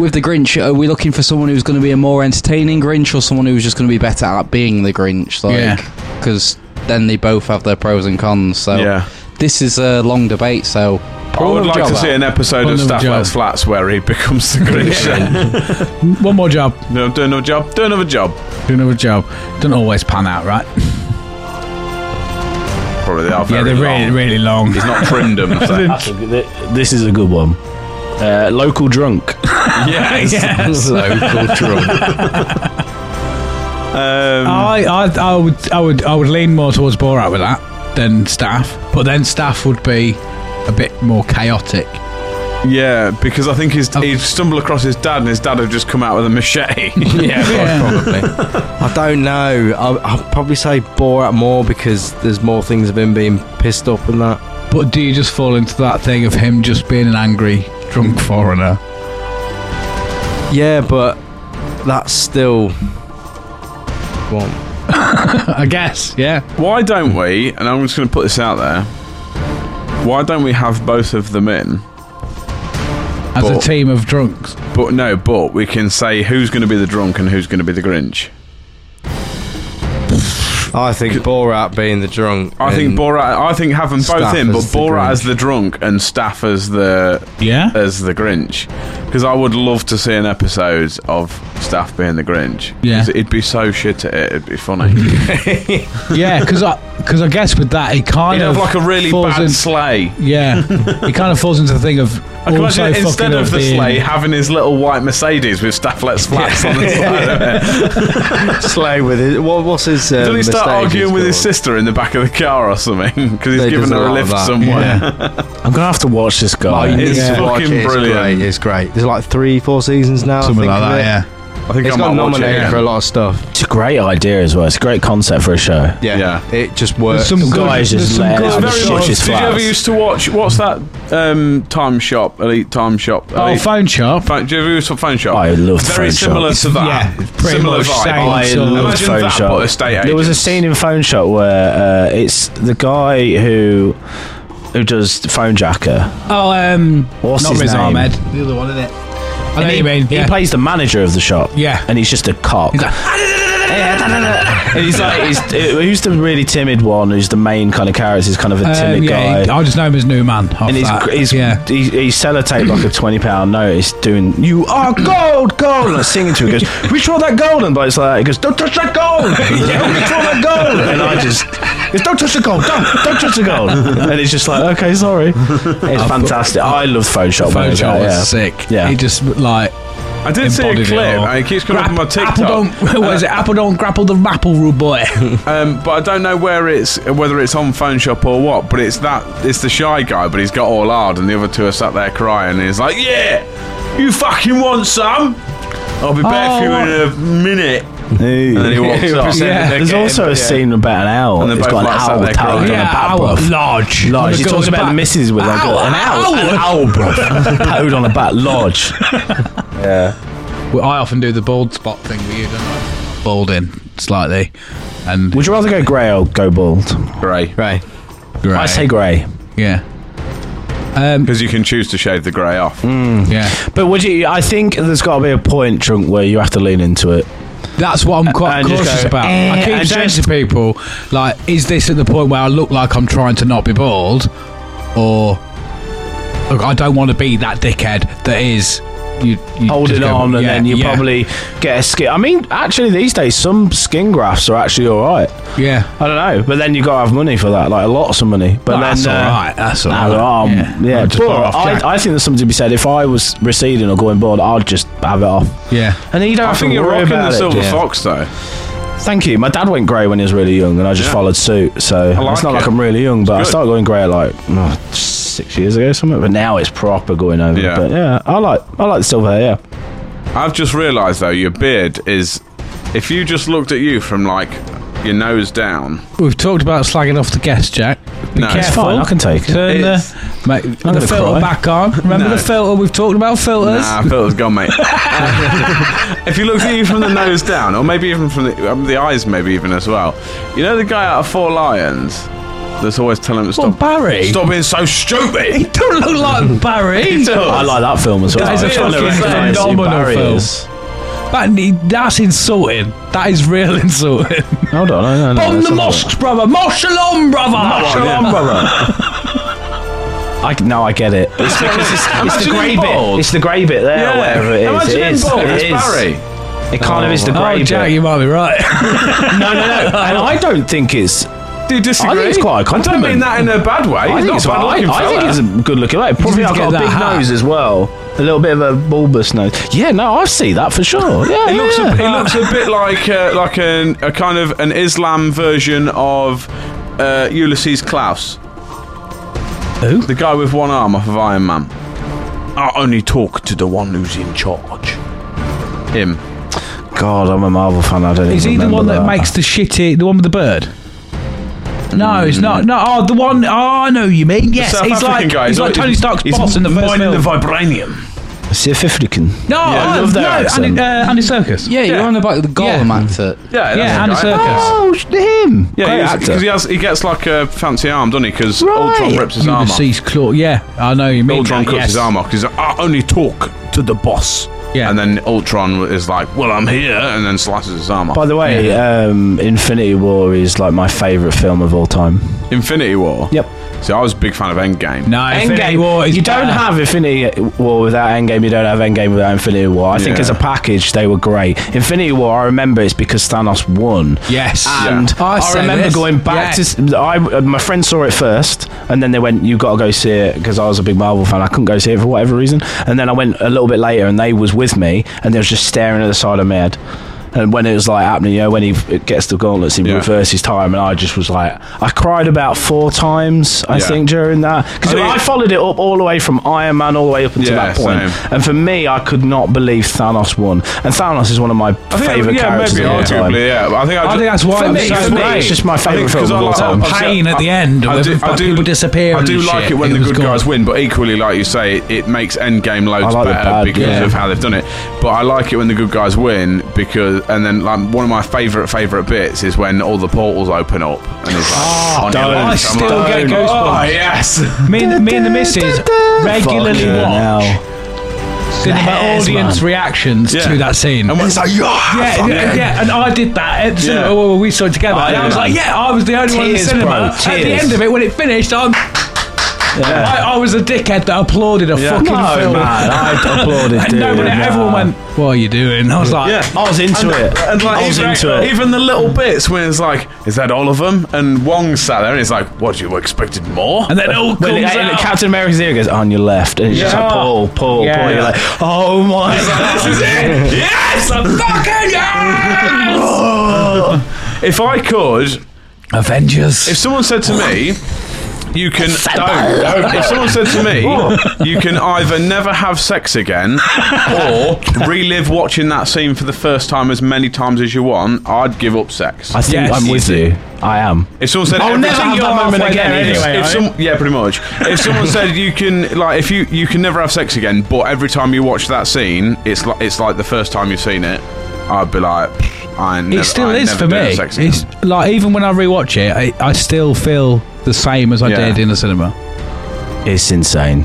[SPEAKER 8] with the Grinch, are we looking for someone who's going to be a more entertaining Grinch or someone who's just going to be better at being the Grinch?
[SPEAKER 3] Yeah.
[SPEAKER 8] Like, because then they both have their pros and cons.
[SPEAKER 3] Oh.
[SPEAKER 8] So
[SPEAKER 4] Yeah.
[SPEAKER 8] this is a long debate. So
[SPEAKER 4] I would like to
[SPEAKER 8] Jabba.
[SPEAKER 4] see an episode
[SPEAKER 3] Pull
[SPEAKER 4] of
[SPEAKER 3] another
[SPEAKER 4] Staff
[SPEAKER 3] job.
[SPEAKER 4] Likes Flats where he becomes the
[SPEAKER 3] [LAUGHS]
[SPEAKER 4] Grinch.
[SPEAKER 3] one more job.
[SPEAKER 4] no, do another job. Do another job.
[SPEAKER 3] Do another job. Don't always pan out, right?
[SPEAKER 4] Probably they are
[SPEAKER 3] yeah,
[SPEAKER 4] very
[SPEAKER 3] they're really,
[SPEAKER 4] long.
[SPEAKER 3] really long.
[SPEAKER 4] He's not trimmed them.
[SPEAKER 3] [LAUGHS]
[SPEAKER 4] so-
[SPEAKER 7] this is a good one. Uh, local drunk.
[SPEAKER 4] yes.
[SPEAKER 7] local drunk.
[SPEAKER 4] Um,
[SPEAKER 3] I, I, I would, I would, I would lean more towards Borat with that than staff. But then staff would be a bit more chaotic.
[SPEAKER 4] yeah, because I think he's,
[SPEAKER 5] Oh.
[SPEAKER 4] he'd stumble across his dad, and his dad had just come out with a machete. [LAUGHS]
[SPEAKER 3] Yeah.
[SPEAKER 5] probably. I don't know. I'll, I'll probably say Borat more because there's more things of him being pissed up and that.
[SPEAKER 3] But do you just fall into that thing of him just being an angry drunk foreigner?
[SPEAKER 5] Yeah, but that's still. Go on.
[SPEAKER 3] I guess, yeah.
[SPEAKER 4] Why don't we? And I'm just going to put this out there. Why don't we have both of them in?
[SPEAKER 3] As a
[SPEAKER 4] But-
[SPEAKER 3] team of drunks.
[SPEAKER 4] But no, but we can say who's going to be the drunk and who's going to be the Grinch.
[SPEAKER 5] I think Borat being the drunk.
[SPEAKER 4] I think
[SPEAKER 5] and-
[SPEAKER 4] Borat. I think have them both
[SPEAKER 5] Staff
[SPEAKER 4] in, but
[SPEAKER 5] as the
[SPEAKER 4] Borat
[SPEAKER 5] Grinch.
[SPEAKER 4] as the drunk and Staff as the
[SPEAKER 3] Yeah?
[SPEAKER 4] as the Grinch. Because I would love to see an episode of Staff being the Grinch. 'Cause
[SPEAKER 3] Yeah.
[SPEAKER 4] it'd be so shit at it. It'd
[SPEAKER 3] [LAUGHS]
[SPEAKER 4] be funny.
[SPEAKER 3] yeah, because I, cause I guess with that, he kind
[SPEAKER 4] He'd
[SPEAKER 3] of.
[SPEAKER 4] have like a really
[SPEAKER 3] falls
[SPEAKER 4] bad
[SPEAKER 3] in-
[SPEAKER 4] sleigh.
[SPEAKER 3] Yeah. he kind of falls into the thing of.
[SPEAKER 4] I can
[SPEAKER 3] also
[SPEAKER 4] imagine
[SPEAKER 3] fucking
[SPEAKER 4] instead
[SPEAKER 3] up
[SPEAKER 4] of the
[SPEAKER 3] being-
[SPEAKER 4] sleigh having his little white Mercedes with Staff Let's Flats on
[SPEAKER 3] [LAUGHS]
[SPEAKER 4] the side.
[SPEAKER 5] Slay with it. What, what's his? Uh,
[SPEAKER 4] Doesn't he start
[SPEAKER 5] mistake
[SPEAKER 4] arguing
[SPEAKER 5] he's
[SPEAKER 4] with his
[SPEAKER 5] got?
[SPEAKER 4] sister in the back of the car or something? [LAUGHS] Because he's
[SPEAKER 5] He
[SPEAKER 4] giving
[SPEAKER 5] does a
[SPEAKER 4] her a
[SPEAKER 5] lot of
[SPEAKER 4] lift
[SPEAKER 5] that.
[SPEAKER 4] somewhere.
[SPEAKER 7] I'm gonna have to watch this
[SPEAKER 5] Oh, you
[SPEAKER 7] guy.
[SPEAKER 5] need
[SPEAKER 4] It's
[SPEAKER 5] to watch
[SPEAKER 4] fucking
[SPEAKER 5] it.
[SPEAKER 4] brilliant.
[SPEAKER 5] It's great. It's great. There's like three, four seasons now.
[SPEAKER 3] Something
[SPEAKER 5] I
[SPEAKER 3] like
[SPEAKER 5] think
[SPEAKER 3] that, yeah.
[SPEAKER 4] I think
[SPEAKER 5] It's
[SPEAKER 4] I might
[SPEAKER 5] got
[SPEAKER 4] watch it
[SPEAKER 5] nominated
[SPEAKER 4] again.
[SPEAKER 5] for a lot of stuff.
[SPEAKER 7] It's a great idea as well. It's a great concept for a show.
[SPEAKER 5] Yeah,
[SPEAKER 4] Yeah.
[SPEAKER 5] it just works.
[SPEAKER 3] Some good,
[SPEAKER 7] guys
[SPEAKER 3] there's
[SPEAKER 7] just
[SPEAKER 3] some
[SPEAKER 7] let
[SPEAKER 3] good-
[SPEAKER 7] it have a
[SPEAKER 4] Very
[SPEAKER 7] Shit
[SPEAKER 4] much.
[SPEAKER 7] is
[SPEAKER 4] Did you ever
[SPEAKER 7] flats.
[SPEAKER 4] used to watch what's that um, time shop? Elite time shop.
[SPEAKER 3] Oh,
[SPEAKER 4] Elite-
[SPEAKER 3] phone shop.
[SPEAKER 4] phone, do you ever use phone shop?
[SPEAKER 7] I love
[SPEAKER 4] Very
[SPEAKER 7] Phone Shop.
[SPEAKER 4] similar to that.
[SPEAKER 3] Yeah, pretty
[SPEAKER 4] similar
[SPEAKER 3] much
[SPEAKER 4] vibe.
[SPEAKER 3] same
[SPEAKER 7] I
[SPEAKER 3] sort of-
[SPEAKER 7] love
[SPEAKER 4] Imagine
[SPEAKER 7] Phone
[SPEAKER 4] that,
[SPEAKER 7] Shop.
[SPEAKER 4] but estate
[SPEAKER 7] There was a
[SPEAKER 4] agents.
[SPEAKER 7] scene in Phone Shop where uh, it's the guy who who does Phone Jacker.
[SPEAKER 3] Oh, um.
[SPEAKER 7] What's
[SPEAKER 3] not
[SPEAKER 7] his
[SPEAKER 3] Riz
[SPEAKER 7] name?
[SPEAKER 3] Ahmed. The other one, isn't it? I know
[SPEAKER 7] And
[SPEAKER 3] what
[SPEAKER 7] he,
[SPEAKER 3] you mean.
[SPEAKER 7] he
[SPEAKER 3] yeah.
[SPEAKER 7] plays the manager of the shop.
[SPEAKER 3] Yeah.
[SPEAKER 7] and he's just a cock.
[SPEAKER 3] He's like, "Ah,
[SPEAKER 7] and he's
[SPEAKER 3] [LAUGHS]
[SPEAKER 7] like, he's, who's the really timid one? Who's the main kind of character? He's kind of a timid
[SPEAKER 3] um,
[SPEAKER 7] guy.
[SPEAKER 3] yeah, I just know him as New Man. off
[SPEAKER 7] and he's,
[SPEAKER 3] that.
[SPEAKER 7] he's,
[SPEAKER 3] yeah.
[SPEAKER 7] he, he's sellotaped like a twenty pound note. He's doing you are gold, gold, and I'm singing to him. He goes, we draw that gold, and bloke's like, he goes, don't touch
[SPEAKER 3] [LAUGHS]
[SPEAKER 7] that gold. yeah, we draw that gold, and I just, he goes, don't touch the gold, don't, don't touch the gold. And he's just like,
[SPEAKER 3] [LAUGHS]
[SPEAKER 7] okay, sorry. It's fantastic. I love Photoshop. when I
[SPEAKER 3] Phone
[SPEAKER 7] was
[SPEAKER 3] shop
[SPEAKER 7] out,
[SPEAKER 3] was
[SPEAKER 7] yeah.
[SPEAKER 3] sick.
[SPEAKER 7] Yeah.
[SPEAKER 3] He just, like.
[SPEAKER 4] I did see a
[SPEAKER 3] embodied it
[SPEAKER 4] clip.
[SPEAKER 3] all.
[SPEAKER 4] and it keeps coming up on my
[SPEAKER 3] Grap-
[SPEAKER 4] TikTok.
[SPEAKER 3] Apple don't, [LAUGHS] what is it? Apple don't grapple the maple root boy.
[SPEAKER 4] Um, but I don't know where it's whether it's on phone shop or what. But it's that it's the shy guy, but he's got all hard, and the other two are sat there crying. And he's like, "Yeah, you fucking want some? I'll be back for you in a minute." and then he walks
[SPEAKER 3] [LAUGHS]
[SPEAKER 4] off.
[SPEAKER 3] Yeah.
[SPEAKER 7] There's also a scene about an owl.
[SPEAKER 4] And they're
[SPEAKER 7] It's
[SPEAKER 4] both
[SPEAKER 7] got an
[SPEAKER 4] like sat
[SPEAKER 7] owl
[SPEAKER 4] there
[SPEAKER 7] tagged on
[SPEAKER 4] crying.
[SPEAKER 7] the
[SPEAKER 4] Yeah,
[SPEAKER 7] back, bruv.
[SPEAKER 3] Lodge.
[SPEAKER 7] Lodge. He talks about misses with like
[SPEAKER 3] Owl,
[SPEAKER 7] an owl. An owl, bruv.
[SPEAKER 4] [LAUGHS]
[SPEAKER 7] Towed on a back lodge.
[SPEAKER 3] Well, I often do the bald spot thing with you, don't I? Balding slightly. And
[SPEAKER 7] Would you rather go grey or go bald?
[SPEAKER 4] Grey.
[SPEAKER 13] Right.
[SPEAKER 3] grey.
[SPEAKER 7] I say grey.
[SPEAKER 3] yeah. Um,
[SPEAKER 4] Because you can choose to shave the grey off.
[SPEAKER 3] yeah.
[SPEAKER 7] But would you? I think there's got to be a point, Trunk, where you have to lean into it.
[SPEAKER 3] That's what I'm quite
[SPEAKER 7] and just
[SPEAKER 3] cautious
[SPEAKER 7] go,
[SPEAKER 3] about.
[SPEAKER 7] eh,
[SPEAKER 3] I keep
[SPEAKER 7] and
[SPEAKER 3] saying
[SPEAKER 7] just-
[SPEAKER 3] to people, like, is this at the point where I look like I'm trying to not be bald, or look, I don't want to be that dickhead that is you, you
[SPEAKER 7] Holding
[SPEAKER 3] just go,
[SPEAKER 7] on, and
[SPEAKER 3] yeah,
[SPEAKER 7] then you
[SPEAKER 3] yeah,
[SPEAKER 7] probably get a skin. I mean, actually, these days some skin grafts are actually all right.
[SPEAKER 3] yeah.
[SPEAKER 7] I don't know, but then you got to have money for that, like lots of money. But
[SPEAKER 3] Well,
[SPEAKER 7] then,
[SPEAKER 3] that's
[SPEAKER 7] uh,
[SPEAKER 3] all right. That's all
[SPEAKER 7] nah,
[SPEAKER 3] right.
[SPEAKER 7] um,
[SPEAKER 3] yeah,
[SPEAKER 7] yeah,
[SPEAKER 3] I'll just
[SPEAKER 7] but
[SPEAKER 3] borrow off Jack.
[SPEAKER 7] I, I think there's something to be said. If I was receding or going bald, I'd just have it off.
[SPEAKER 3] yeah.
[SPEAKER 7] And then you don't
[SPEAKER 4] I
[SPEAKER 7] have
[SPEAKER 4] think
[SPEAKER 7] to
[SPEAKER 4] you're
[SPEAKER 7] worry
[SPEAKER 4] rocking
[SPEAKER 7] about
[SPEAKER 4] the
[SPEAKER 7] it.
[SPEAKER 4] silver
[SPEAKER 7] Yeah.
[SPEAKER 4] fox though.
[SPEAKER 7] Thank you. My dad went grey when he was really young, and I just
[SPEAKER 4] Yeah.
[SPEAKER 7] followed suit. So
[SPEAKER 4] like
[SPEAKER 7] it's not like
[SPEAKER 4] it.
[SPEAKER 7] I'm really young, but I
[SPEAKER 4] good.
[SPEAKER 7] started going grey at like oh, six years ago, or something. But now it's proper going over.
[SPEAKER 4] Yeah.
[SPEAKER 7] But yeah, I like I like the silver hair. Yeah.
[SPEAKER 4] I've just realised though, your beard is. If you just looked at you from like your nose down,
[SPEAKER 3] We've talked about slagging off the guest, Jack. Be
[SPEAKER 4] No, it's
[SPEAKER 3] careful.
[SPEAKER 7] It's fine. I can take it.
[SPEAKER 3] Turn
[SPEAKER 4] It's-
[SPEAKER 3] the, mate,
[SPEAKER 7] gonna
[SPEAKER 3] the filter
[SPEAKER 7] cry.
[SPEAKER 3] back on. Remember
[SPEAKER 4] No.
[SPEAKER 3] the filter? We've talked about filters.
[SPEAKER 4] nah, filter's gone, mate. [LAUGHS] if you looked at you from the nose down, or maybe even from the, um, the eyes, maybe even as well. You know the guy out of Four Lions that's always telling him to
[SPEAKER 3] Well,
[SPEAKER 4] stop.
[SPEAKER 3] Oh,
[SPEAKER 10] Oh.
[SPEAKER 3] Barry. [LAUGHS]
[SPEAKER 4] Stop being
[SPEAKER 10] [LAUGHS]
[SPEAKER 4] so stupid.
[SPEAKER 3] Don't look like Barry.
[SPEAKER 7] I like that film as well.
[SPEAKER 3] That is a
[SPEAKER 7] It's one of the
[SPEAKER 3] fucking
[SPEAKER 7] recognised
[SPEAKER 3] phenomenal
[SPEAKER 7] barriers.
[SPEAKER 3] That, that's insulting. That is real [LAUGHS] insulting.
[SPEAKER 7] Hold on, no, no, no.
[SPEAKER 3] Bomb
[SPEAKER 7] that's
[SPEAKER 3] the
[SPEAKER 7] not
[SPEAKER 3] mosques, brother. Marshal on, brother.
[SPEAKER 7] right. Come on, brother. Oh, I, no, I get it. It's because it's, it's the
[SPEAKER 4] Imagine
[SPEAKER 7] grey
[SPEAKER 4] him
[SPEAKER 7] bit.
[SPEAKER 4] bald.
[SPEAKER 7] It's the grey bit there,
[SPEAKER 4] Yeah.
[SPEAKER 7] whatever it is.
[SPEAKER 4] Imagine
[SPEAKER 7] it
[SPEAKER 4] him
[SPEAKER 7] is.
[SPEAKER 4] bald.
[SPEAKER 7] It
[SPEAKER 4] It's
[SPEAKER 7] is.
[SPEAKER 4] Barry.
[SPEAKER 7] It kind of is the grey
[SPEAKER 3] Oh,
[SPEAKER 7] bit.
[SPEAKER 3] Jack, you might be right.
[SPEAKER 7] No, no, no. And I don't think it's.
[SPEAKER 4] Do you disagree?
[SPEAKER 7] I think it's quite a
[SPEAKER 4] I don't
[SPEAKER 7] compliment.
[SPEAKER 4] mean that in a bad way.
[SPEAKER 7] I
[SPEAKER 4] He's
[SPEAKER 7] think
[SPEAKER 4] not
[SPEAKER 7] it's.
[SPEAKER 4] a bad
[SPEAKER 7] I,
[SPEAKER 4] looking
[SPEAKER 7] I
[SPEAKER 4] fella.
[SPEAKER 7] think it's a good looking. Like, probably
[SPEAKER 3] needs
[SPEAKER 7] I've
[SPEAKER 3] to
[SPEAKER 7] got a
[SPEAKER 3] get
[SPEAKER 7] big
[SPEAKER 3] that hat.
[SPEAKER 7] nose as well. A little bit of a bulbous nose. Yeah, no, I see that
[SPEAKER 3] [LAUGHS]
[SPEAKER 7] for sure. Yeah,
[SPEAKER 4] He looks,
[SPEAKER 7] yeah.
[SPEAKER 4] a, he looks a bit like uh, like an, a kind of an Islam version of uh, Ulysses Klaus.
[SPEAKER 3] Who?
[SPEAKER 4] The guy with one arm off of Iron Man. I only talk to the one who's in charge. Him.
[SPEAKER 7] God, I'm a Marvel fan. I don't.
[SPEAKER 3] Is
[SPEAKER 7] even
[SPEAKER 3] he the
[SPEAKER 7] remember
[SPEAKER 3] one that, makes the shitty, the one with the bird? No, it's not. No, oh, the one. Oh, I know who you mean. Yes,
[SPEAKER 4] South
[SPEAKER 3] he's
[SPEAKER 4] African
[SPEAKER 3] like
[SPEAKER 4] guy.
[SPEAKER 3] he's like Tony Stark's boss in the first film.
[SPEAKER 4] vibranium.
[SPEAKER 7] South African.
[SPEAKER 3] no, I
[SPEAKER 7] love
[SPEAKER 3] no,
[SPEAKER 7] their
[SPEAKER 3] Andy,
[SPEAKER 7] accent.
[SPEAKER 3] uh, Andy Circus.
[SPEAKER 14] Yeah, you're on about the Gollum actor.
[SPEAKER 4] Yeah,
[SPEAKER 3] yeah,
[SPEAKER 4] that's the
[SPEAKER 3] Andy
[SPEAKER 4] guy.
[SPEAKER 3] Circus.
[SPEAKER 7] Oh, sh- him. Great
[SPEAKER 4] Yeah,
[SPEAKER 7] actor.
[SPEAKER 4] because he, has he gets like a fancy arm, doesn't he? Because Ultron rips his arm off.
[SPEAKER 3] Ulysses Claw. Yeah, I know who you mean.
[SPEAKER 4] Ultron
[SPEAKER 3] now,
[SPEAKER 4] cuts
[SPEAKER 3] yes.
[SPEAKER 4] his arm off. He's like, I only talk to the boss.
[SPEAKER 3] Yeah.
[SPEAKER 4] And then Ultron is like, Well, I'm here, and then slices his arm off.
[SPEAKER 7] By the way, um, Infinity War is like my favourite film of all time.
[SPEAKER 4] Infinity War.
[SPEAKER 7] Yep.
[SPEAKER 4] So I was a big fan of Endgame.
[SPEAKER 3] No, Infinity War is
[SPEAKER 7] you don't
[SPEAKER 3] better.
[SPEAKER 7] have Infinity War without Endgame. You don't have Endgame without Infinity War. I think
[SPEAKER 4] Yeah.
[SPEAKER 7] as a package, they were great. Infinity War, I remember it's because Thanos won.
[SPEAKER 3] Yes.
[SPEAKER 7] And
[SPEAKER 3] Yeah. I
[SPEAKER 7] I,
[SPEAKER 3] said
[SPEAKER 7] remember
[SPEAKER 3] this.
[SPEAKER 7] going back
[SPEAKER 3] Yes.
[SPEAKER 7] to. I, uh, my friend saw it first, and then they went, "You got to go see it," because I was a big Marvel fan. I couldn't go see it for whatever reason. And then I went a little bit later, and they was with me, and they was just staring at the side of my head. And when it was like happening, you know, when he f- gets the gauntlets, he
[SPEAKER 4] Yeah.
[SPEAKER 7] reverses time, and I just was like, I cried about four times, I
[SPEAKER 4] Yeah.
[SPEAKER 7] think, during that because
[SPEAKER 4] I
[SPEAKER 7] I,
[SPEAKER 4] think-
[SPEAKER 7] followed it up all the way from Iron Man all the way up until
[SPEAKER 4] Yeah,
[SPEAKER 7] that point.
[SPEAKER 4] same.
[SPEAKER 7] And for me, I could not believe Thanos won. And Thanos is one of my
[SPEAKER 4] I think-
[SPEAKER 7] favorite
[SPEAKER 4] yeah,
[SPEAKER 7] characters
[SPEAKER 4] maybe
[SPEAKER 7] of all time.
[SPEAKER 4] arguably, yeah. But I think I,
[SPEAKER 3] I
[SPEAKER 4] ju-
[SPEAKER 3] think that's why
[SPEAKER 4] for
[SPEAKER 3] I'm
[SPEAKER 4] me,
[SPEAKER 3] so
[SPEAKER 4] for me,
[SPEAKER 3] great.
[SPEAKER 7] It's just my
[SPEAKER 4] I think
[SPEAKER 7] favourite film
[SPEAKER 4] 'cause
[SPEAKER 7] of
[SPEAKER 4] I
[SPEAKER 7] all
[SPEAKER 4] like-
[SPEAKER 7] time.
[SPEAKER 4] obviously,
[SPEAKER 3] Pain at the end,
[SPEAKER 4] I
[SPEAKER 3] with
[SPEAKER 4] do, I do,
[SPEAKER 3] people disappearing
[SPEAKER 4] I do
[SPEAKER 3] and
[SPEAKER 4] like
[SPEAKER 3] shit.
[SPEAKER 4] it when
[SPEAKER 3] It
[SPEAKER 4] the
[SPEAKER 3] was
[SPEAKER 4] good
[SPEAKER 3] good.
[SPEAKER 4] guys win, but equally, like you say, it, it makes Endgame
[SPEAKER 7] I
[SPEAKER 4] loads
[SPEAKER 7] like the
[SPEAKER 4] better
[SPEAKER 7] bad,
[SPEAKER 4] because
[SPEAKER 7] yeah.
[SPEAKER 4] of how they've done it. But I like it when the good guys win because, and then like one of my favourite favourite bits is when all the portals open up and it's like, on your
[SPEAKER 7] don't.
[SPEAKER 4] left.
[SPEAKER 7] I
[SPEAKER 4] I'm
[SPEAKER 3] Ah, still
[SPEAKER 4] like,
[SPEAKER 3] get goosebumps.
[SPEAKER 4] Oh yes,
[SPEAKER 3] Me and, me and the
[SPEAKER 7] [LAUGHS]
[SPEAKER 3] missus regularly
[SPEAKER 7] Fucking
[SPEAKER 3] watch
[SPEAKER 7] hell.
[SPEAKER 3] cinema
[SPEAKER 7] Yes,
[SPEAKER 3] audience
[SPEAKER 7] man.
[SPEAKER 3] reactions
[SPEAKER 4] Yeah.
[SPEAKER 3] to that scene.
[SPEAKER 4] and when it's like, yeah,
[SPEAKER 3] Yeah, yeah, yeah, and I did that at the cinema
[SPEAKER 4] Yeah.
[SPEAKER 3] where we saw it together. and I
[SPEAKER 7] yeah.
[SPEAKER 3] was like, yeah, I was the only one in the
[SPEAKER 7] Tears,
[SPEAKER 3] cinema.
[SPEAKER 7] bro,
[SPEAKER 3] at the
[SPEAKER 7] tears.
[SPEAKER 3] end of it, when it finished, I'm. I, I was a dickhead that applauded a fucking
[SPEAKER 7] No,
[SPEAKER 3] film.
[SPEAKER 7] man, I
[SPEAKER 3] [LAUGHS]
[SPEAKER 7] applauded.
[SPEAKER 3] and
[SPEAKER 7] dude,
[SPEAKER 3] nobody,
[SPEAKER 7] nah.
[SPEAKER 3] everyone went, "What are you doing?" I was like,
[SPEAKER 4] Yeah.
[SPEAKER 7] I was into it.
[SPEAKER 4] And like,
[SPEAKER 7] I was
[SPEAKER 4] even,
[SPEAKER 7] into it.
[SPEAKER 4] even the little bits when it's like, is that all of them? And Wong sat there and it's like, what, you expected more?
[SPEAKER 3] and then it all
[SPEAKER 7] When
[SPEAKER 3] comes
[SPEAKER 7] it-
[SPEAKER 3] out.
[SPEAKER 7] Captain America's ear goes on your left, and it's just like Paul, Paul,
[SPEAKER 3] Yeah.
[SPEAKER 7] Paul. You're like, oh my!
[SPEAKER 4] this is it! Yes! Fucking yes! if I could,
[SPEAKER 7] [LAUGHS]
[SPEAKER 3] Avengers.
[SPEAKER 4] if someone said to me, You can don't, don't. If someone said to me, you can either never have sex again or relive watching that scene for the first time as many times as you want, I'd give up sex.
[SPEAKER 7] I think I'm with you. I am.
[SPEAKER 4] If someone said,
[SPEAKER 7] I'll
[SPEAKER 4] every
[SPEAKER 7] never
[SPEAKER 4] time-
[SPEAKER 7] have that
[SPEAKER 4] You're
[SPEAKER 7] moment
[SPEAKER 4] halfway
[SPEAKER 7] again
[SPEAKER 4] there
[SPEAKER 7] anyway,
[SPEAKER 4] If, if
[SPEAKER 7] aren't
[SPEAKER 4] some, yeah, pretty much. If someone said you can, like, if you you can never have sex again, but every time you watch that scene, it's like it's like the first time you've seen it, I'd be like, I ain't never,
[SPEAKER 3] it still
[SPEAKER 4] I ain't
[SPEAKER 3] is
[SPEAKER 4] never
[SPEAKER 3] for
[SPEAKER 4] doing
[SPEAKER 3] me.
[SPEAKER 4] Sex again.
[SPEAKER 3] It's like even when I rewatch it, I, I still feel the same as I
[SPEAKER 4] Yeah.
[SPEAKER 3] did in the cinema.
[SPEAKER 7] It's insane.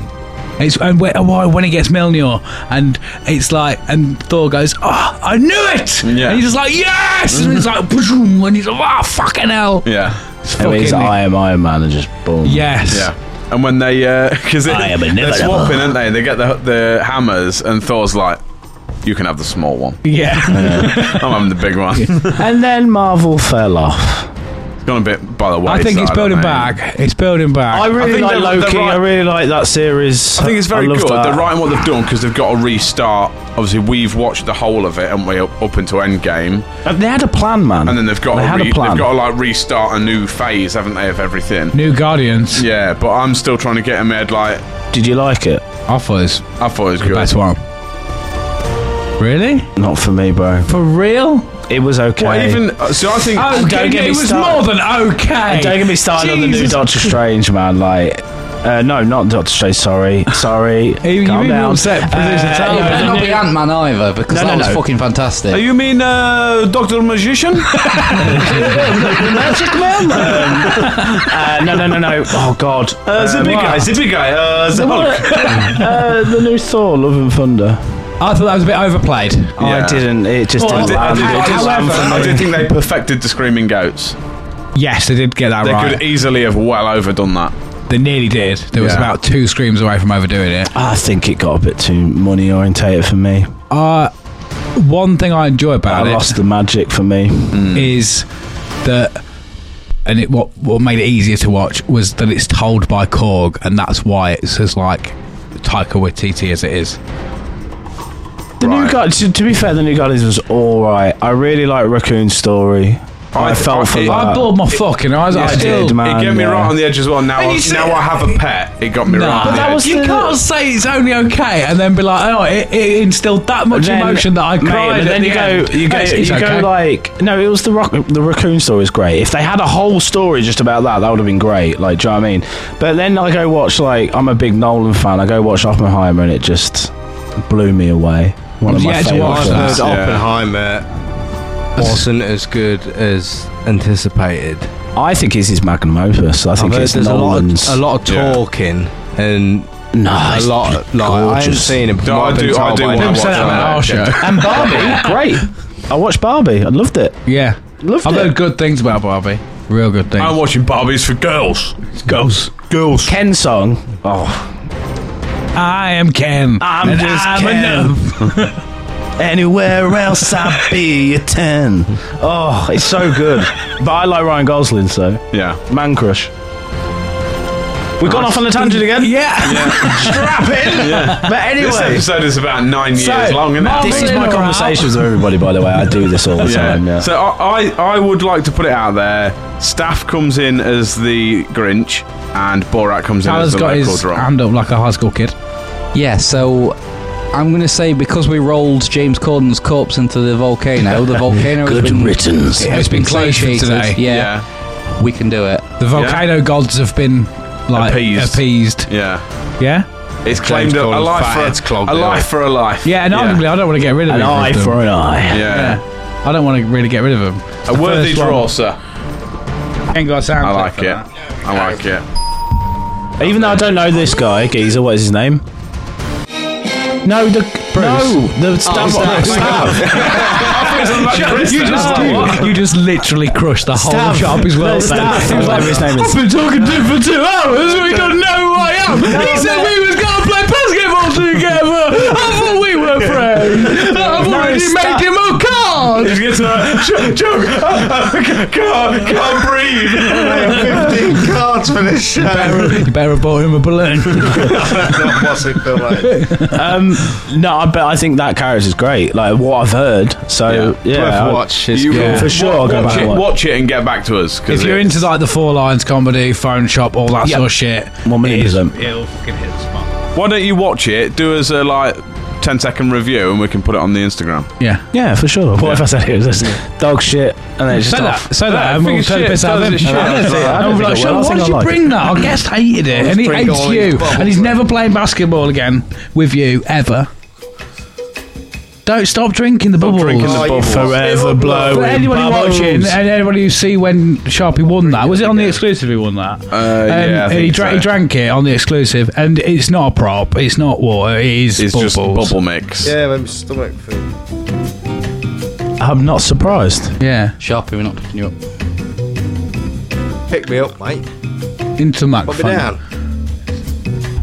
[SPEAKER 3] It's and when, why when he gets Milnor and it's like and Thor goes, oh, I knew it.
[SPEAKER 4] Yeah.
[SPEAKER 3] And he's just like, yes. And he's like, "Pshum," and he's like, oh, fucking hell.
[SPEAKER 4] yeah,
[SPEAKER 3] It's
[SPEAKER 7] I mean, it's
[SPEAKER 3] fucking-
[SPEAKER 7] I am Iron Man and just boom.
[SPEAKER 3] yes.
[SPEAKER 4] yeah. And when they, [LAUGHS] because
[SPEAKER 7] I am
[SPEAKER 4] they're
[SPEAKER 7] inevitable.
[SPEAKER 4] swapping, aren't they? They get the the hammers, and Thor's like, you can have the small one.
[SPEAKER 3] Yeah.
[SPEAKER 4] I'm having the big one. it's
[SPEAKER 7] And then Marvel fell off.
[SPEAKER 4] gone a bit by the way.
[SPEAKER 3] [LAUGHS] I think it's building back. It's building back.
[SPEAKER 7] I really
[SPEAKER 4] think
[SPEAKER 7] like
[SPEAKER 4] they're-
[SPEAKER 7] Loki.
[SPEAKER 4] they're right-
[SPEAKER 7] I really like that series.
[SPEAKER 4] I think it's very
[SPEAKER 7] love
[SPEAKER 4] good.
[SPEAKER 7] that.
[SPEAKER 4] They're right in what they've done because they've got to restart. Obviously, we've watched the whole of it, and we up, up until Endgame,
[SPEAKER 7] They had a plan, man.
[SPEAKER 4] and then they've got
[SPEAKER 7] They
[SPEAKER 4] to
[SPEAKER 7] had a
[SPEAKER 4] re- they've
[SPEAKER 7] plan.
[SPEAKER 4] got to like restart a new phase, haven't they, of everything?
[SPEAKER 3] New Guardians.
[SPEAKER 4] Yeah, but I'm still trying to get in my head. Like
[SPEAKER 7] Did you like it?
[SPEAKER 3] I thought it was
[SPEAKER 4] I thought it was
[SPEAKER 3] the
[SPEAKER 4] good.
[SPEAKER 3] best one. Really?
[SPEAKER 7] Not for me, bro.
[SPEAKER 3] For real?
[SPEAKER 7] It was okay.
[SPEAKER 4] Well, even uh, so, I think
[SPEAKER 3] Okay,
[SPEAKER 7] don't
[SPEAKER 3] it
[SPEAKER 7] get me
[SPEAKER 3] was
[SPEAKER 7] started.
[SPEAKER 3] more than okay.
[SPEAKER 7] And don't get me started on the new
[SPEAKER 3] Jesus.
[SPEAKER 7] Doctor Strange, man. Like, uh, no, not Doctor Strange. Sorry,
[SPEAKER 4] [LAUGHS]
[SPEAKER 7] sorry.
[SPEAKER 3] you
[SPEAKER 7] Calm
[SPEAKER 3] even
[SPEAKER 7] down.
[SPEAKER 3] upset producer
[SPEAKER 7] Uh,
[SPEAKER 3] Tal.
[SPEAKER 7] no,
[SPEAKER 8] Better
[SPEAKER 7] the
[SPEAKER 8] not be
[SPEAKER 7] new-
[SPEAKER 8] Ant Man either because
[SPEAKER 7] No,
[SPEAKER 8] that
[SPEAKER 7] no,
[SPEAKER 8] was
[SPEAKER 7] no.
[SPEAKER 8] fucking fantastic.
[SPEAKER 4] you mean uh, Doctor Magician?
[SPEAKER 7] uh, no, no, no, no. Oh God. Uh,
[SPEAKER 4] the big guy, the big guy, uh, the Hulk.
[SPEAKER 7] [LAUGHS] uh, the new Thor, Love and Thunder.
[SPEAKER 3] I thought that was a bit overplayed.
[SPEAKER 4] Yeah.
[SPEAKER 7] I didn't. It just
[SPEAKER 4] I
[SPEAKER 7] didn't
[SPEAKER 4] did, I
[SPEAKER 7] land.
[SPEAKER 4] did,
[SPEAKER 7] it didn't
[SPEAKER 4] I,
[SPEAKER 7] land
[SPEAKER 4] did,
[SPEAKER 7] for me.
[SPEAKER 4] I did think they perfected the screaming goats.
[SPEAKER 3] Yes, they did get that
[SPEAKER 4] They
[SPEAKER 3] right.
[SPEAKER 4] could easily have well overdone that.
[SPEAKER 3] They nearly did. There was
[SPEAKER 4] Yeah.
[SPEAKER 3] about two screams away from overdoing it.
[SPEAKER 7] I think it got a bit too money orientated for me.
[SPEAKER 3] Uh, one thing I enjoy about
[SPEAKER 7] I
[SPEAKER 3] it
[SPEAKER 7] lost the magic for me.
[SPEAKER 3] is that, and it, what what made it easier to watch was that it's told by Korg, and that's why it's as like Taika Waititi as it is.
[SPEAKER 7] The new God, to, to be fair, the new Guardians was all right. I really like Raccoon's story. I,
[SPEAKER 4] I-
[SPEAKER 7] felt for
[SPEAKER 4] I-
[SPEAKER 7] that.
[SPEAKER 3] I bawled my fucking eyes. I
[SPEAKER 7] I
[SPEAKER 3] still.
[SPEAKER 7] did,
[SPEAKER 4] it
[SPEAKER 7] man.
[SPEAKER 4] got me
[SPEAKER 7] yeah.
[SPEAKER 4] right on the edge as well. Now, I, now I have a pet. It got me right. On the edge.
[SPEAKER 3] you can't say it's only okay and then be like, oh, it, it instilled that much
[SPEAKER 7] Then-
[SPEAKER 3] emotion that I
[SPEAKER 7] mate,
[SPEAKER 3] cried.
[SPEAKER 7] but
[SPEAKER 3] at
[SPEAKER 7] then
[SPEAKER 3] the
[SPEAKER 7] you go,
[SPEAKER 3] end.
[SPEAKER 7] you go,
[SPEAKER 3] It's- it's
[SPEAKER 7] you
[SPEAKER 3] okay.
[SPEAKER 7] go like, no, it was the rock, the raccoon story was great. If they had a whole story just about that, that would have been great. Like, do you know what I mean? But then I go watch like, I'm a big Nolan fan. I go watch Oppenheimer, and it just blew me away. One of
[SPEAKER 3] I've
[SPEAKER 7] my
[SPEAKER 3] yet to watch
[SPEAKER 7] favorite
[SPEAKER 3] that.
[SPEAKER 7] films.
[SPEAKER 4] Yeah.
[SPEAKER 5] Oppenheimer wasn't as good as anticipated.
[SPEAKER 7] I think it's his magnum opus. I think
[SPEAKER 5] I've heard
[SPEAKER 7] it's
[SPEAKER 5] there's a lot,
[SPEAKER 7] Nolan's.
[SPEAKER 5] of, a lot of
[SPEAKER 4] Yeah.
[SPEAKER 5] talking and
[SPEAKER 7] no,
[SPEAKER 5] a
[SPEAKER 7] it's
[SPEAKER 5] lot. Like, I haven't
[SPEAKER 7] gorgeous.
[SPEAKER 5] seen it.
[SPEAKER 4] No, I do. I do.
[SPEAKER 5] want
[SPEAKER 4] want
[SPEAKER 3] Don't
[SPEAKER 4] to
[SPEAKER 3] say that
[SPEAKER 4] watch
[SPEAKER 3] about our
[SPEAKER 4] that.
[SPEAKER 3] show.
[SPEAKER 7] And Barbie, [LAUGHS] great. I watched Barbie. I loved it.
[SPEAKER 3] Yeah.
[SPEAKER 7] Loved
[SPEAKER 3] I've
[SPEAKER 7] it.
[SPEAKER 3] heard good things about Barbie. Real good things.
[SPEAKER 4] I'm watching Barbies for girls.
[SPEAKER 3] Ghosts. Ghosts.
[SPEAKER 7] Ken song. Oh,
[SPEAKER 3] I am Ken.
[SPEAKER 7] I'm
[SPEAKER 3] And
[SPEAKER 7] just
[SPEAKER 3] I'm
[SPEAKER 7] Ken.
[SPEAKER 3] enough.
[SPEAKER 7] [LAUGHS] anywhere else I'd be a ten. Oh, it's so good. but I like Ryan Gosling, so
[SPEAKER 4] Yeah.
[SPEAKER 7] man crush. We've gone off on a tangent again.
[SPEAKER 3] Yeah.
[SPEAKER 7] Strap in. But
[SPEAKER 4] This
[SPEAKER 7] anyway,
[SPEAKER 4] episode is about nine years
[SPEAKER 7] So,
[SPEAKER 4] long, isn't it?
[SPEAKER 7] this is my
[SPEAKER 3] Marvel.
[SPEAKER 7] conversations with everybody. By the way, I do this all the time. Yeah.
[SPEAKER 4] So I, I, I would like to put it out there. Staff comes in as the Grinch, and Borat comes in
[SPEAKER 3] Alan's
[SPEAKER 4] as the
[SPEAKER 3] got
[SPEAKER 4] local
[SPEAKER 3] his
[SPEAKER 4] drunk.
[SPEAKER 3] hand up like a high school kid.
[SPEAKER 8] Yeah, so I'm gonna say because we rolled James Corden's corpse into the volcano,
[SPEAKER 3] [LAUGHS]
[SPEAKER 8] the volcano has been
[SPEAKER 7] riddance.
[SPEAKER 8] has
[SPEAKER 3] been closed for
[SPEAKER 8] satiated.
[SPEAKER 3] today.
[SPEAKER 8] Yeah, we can do it.
[SPEAKER 3] The volcano gods have been like appeased.
[SPEAKER 4] Appeased. Yeah,
[SPEAKER 3] Yeah.
[SPEAKER 4] it's claimed a, a
[SPEAKER 5] Corden
[SPEAKER 4] life
[SPEAKER 5] fat
[SPEAKER 4] for
[SPEAKER 5] head's clogged
[SPEAKER 4] a
[SPEAKER 5] it
[SPEAKER 4] life
[SPEAKER 5] up.
[SPEAKER 4] for a life.
[SPEAKER 3] Yeah, and arguably, I don't want to get rid of
[SPEAKER 7] An
[SPEAKER 3] either of
[SPEAKER 7] eye
[SPEAKER 3] them.
[SPEAKER 7] for an eye.
[SPEAKER 4] yeah.
[SPEAKER 3] I don't want to really get rid of them.
[SPEAKER 4] A worthy
[SPEAKER 3] first one.
[SPEAKER 4] draw, sir.
[SPEAKER 3] Ain't got a sound
[SPEAKER 4] I
[SPEAKER 3] clip
[SPEAKER 4] like
[SPEAKER 3] for
[SPEAKER 4] it.
[SPEAKER 3] that.
[SPEAKER 4] I like it.
[SPEAKER 7] Even though I don't know this guy, Geezer, what is his name? No, the no, Oh, the staff.
[SPEAKER 8] Stav.
[SPEAKER 7] staff. [LAUGHS]
[SPEAKER 3] You just do. You just literally crushed the whole
[SPEAKER 7] Stav.
[SPEAKER 3] shop as well.
[SPEAKER 7] No, Stav.
[SPEAKER 3] He was like,
[SPEAKER 7] Whatever his name is.
[SPEAKER 3] I've been talking to him for two hours. We don't know who I am. He said we was gonna play basketball [LAUGHS] together. I thought we were friends. I've already
[SPEAKER 7] Stav.
[SPEAKER 3] made him a card.
[SPEAKER 4] He's going to Chug, chug. can't, can't breathe.
[SPEAKER 5] have 15 cards for this show.
[SPEAKER 3] You better have bought him a balloon.
[SPEAKER 5] Not possible, mate.
[SPEAKER 7] Um, no, I bet I think that character's great. Like what I've heard. So yeah,
[SPEAKER 5] Worth
[SPEAKER 7] I-
[SPEAKER 5] watch. It's
[SPEAKER 4] You-
[SPEAKER 7] Yeah, for sure. I'll go
[SPEAKER 4] Watch
[SPEAKER 7] back
[SPEAKER 4] it,
[SPEAKER 7] and watch.
[SPEAKER 4] watch it and get back to us. 'cause
[SPEAKER 3] if you're
[SPEAKER 4] it-
[SPEAKER 3] into like the four lines comedy, phone shop, all that sort of shit,
[SPEAKER 7] One million percent.
[SPEAKER 3] it'll fucking hit the spot.
[SPEAKER 4] why don't you watch it? Do us a like 10 second review and we can put it on the Instagram.
[SPEAKER 3] Yeah.
[SPEAKER 7] Yeah, for sure. What if I said it was just dog shit and then it's
[SPEAKER 3] Say
[SPEAKER 7] just off?
[SPEAKER 3] that, say that,
[SPEAKER 4] Yeah,
[SPEAKER 3] and we'll
[SPEAKER 4] think
[SPEAKER 3] take the
[SPEAKER 4] shit,
[SPEAKER 3] piss out of
[SPEAKER 4] does
[SPEAKER 3] him.
[SPEAKER 4] it shit?
[SPEAKER 3] [LAUGHS] And
[SPEAKER 4] I
[SPEAKER 3] we'll
[SPEAKER 7] don't
[SPEAKER 3] be
[SPEAKER 7] think
[SPEAKER 3] like,
[SPEAKER 7] it
[SPEAKER 3] Sean,
[SPEAKER 7] will. I
[SPEAKER 3] why
[SPEAKER 7] think
[SPEAKER 3] did
[SPEAKER 7] I
[SPEAKER 3] you
[SPEAKER 7] like
[SPEAKER 3] bring that? Our guest hated it, and he
[SPEAKER 5] bring
[SPEAKER 3] hates
[SPEAKER 5] all
[SPEAKER 3] you,
[SPEAKER 5] these bubbles
[SPEAKER 3] and he's
[SPEAKER 5] in.
[SPEAKER 3] never playing basketball again with you ever. Don't stop drinking the bubbles.
[SPEAKER 4] drinking the bubbles.
[SPEAKER 7] Forever blowing
[SPEAKER 3] For anybody watching and anybody who see when Sharpie won that, was it on the exclusive he won that?
[SPEAKER 4] Uh, yeah, I think
[SPEAKER 3] Um, he, dra-
[SPEAKER 4] so.
[SPEAKER 3] he drank it on the exclusive, and it's not a prop, it's not water, it is
[SPEAKER 4] It's
[SPEAKER 3] bubbles.
[SPEAKER 4] just bubble mix.
[SPEAKER 5] Yeah, my stomach food.
[SPEAKER 7] I'm not surprised.
[SPEAKER 3] Yeah,
[SPEAKER 15] Sharpie, we're not picking you up.
[SPEAKER 5] Pick me up, mate.
[SPEAKER 3] into Mac
[SPEAKER 5] Put me
[SPEAKER 3] fun.
[SPEAKER 5] down.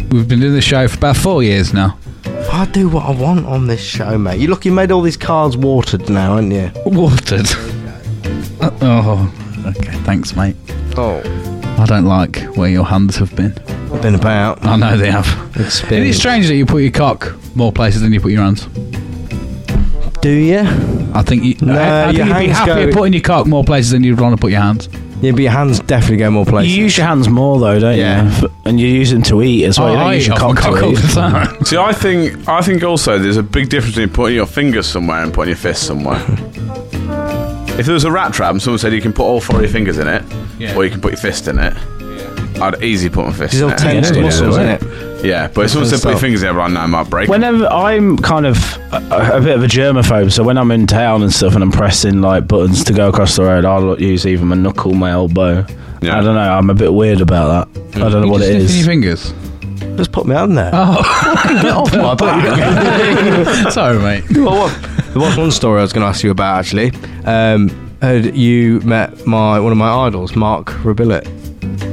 [SPEAKER 3] We've been doing the show for about four years now. [LAUGHS]
[SPEAKER 5] I do what I want on this show, Oh, mate. You look, you made all these cards watered now, haven't you?
[SPEAKER 3] Watered. oh, okay. Thanks, mate.
[SPEAKER 5] Oh,
[SPEAKER 3] I don't like where your hands have been.
[SPEAKER 5] I've been about.
[SPEAKER 3] I know they have. It is
[SPEAKER 5] Experience.
[SPEAKER 3] strange that you put your cock more places than you put your hands.
[SPEAKER 5] Do you?
[SPEAKER 3] I think you.
[SPEAKER 5] No,
[SPEAKER 3] I, I think
[SPEAKER 5] your
[SPEAKER 3] you'd be
[SPEAKER 5] hands
[SPEAKER 3] happier
[SPEAKER 5] go-
[SPEAKER 3] putting your cock more places than you'd want to put your hands.
[SPEAKER 5] Yeah, but your hands definitely go more places.
[SPEAKER 7] You use your hands more though, don't
[SPEAKER 5] Yeah.
[SPEAKER 7] you? F- And you use them to eat as well. you don't
[SPEAKER 3] I [LAUGHS]
[SPEAKER 7] use
[SPEAKER 3] eat
[SPEAKER 7] your
[SPEAKER 3] off my
[SPEAKER 7] cock
[SPEAKER 3] cock
[SPEAKER 7] to
[SPEAKER 3] all
[SPEAKER 7] eat.
[SPEAKER 3] the [LAUGHS] time.
[SPEAKER 4] See, I think I think also there's a big difference between putting your fingers somewhere and putting your fist somewhere. if there was a rat trap and someone said you can put all four of your fingers in it,
[SPEAKER 3] Yeah.
[SPEAKER 4] or you can put your fist in it, I'd easy put my fist.
[SPEAKER 5] It's
[SPEAKER 4] in
[SPEAKER 5] all
[SPEAKER 4] it.
[SPEAKER 5] tensed
[SPEAKER 7] yeah,
[SPEAKER 5] muscles,
[SPEAKER 7] yeah.
[SPEAKER 5] isn't it?
[SPEAKER 4] [LAUGHS] Yeah, but if someone said put your
[SPEAKER 5] Yourself.
[SPEAKER 4] fingers in it, I'd be like, no, I might break. it."
[SPEAKER 7] Whenever I'm kind of a, a bit of a germaphobe, so when I'm in town and stuff and I'm pressing like buttons to go across the road, I'll use even my knuckle, my elbow.
[SPEAKER 4] Yeah.
[SPEAKER 7] I don't know. I'm a bit weird about that. I don't know what
[SPEAKER 3] [LAUGHS]
[SPEAKER 7] it
[SPEAKER 3] Sniffing your
[SPEAKER 7] is.
[SPEAKER 3] fingers.
[SPEAKER 5] Just put me on there. Oh,
[SPEAKER 3] Sorry, Oh, mate.
[SPEAKER 5] There was one story I was going to ask you about actually. Um, heard you met my one of my idols, Mark Rabillet.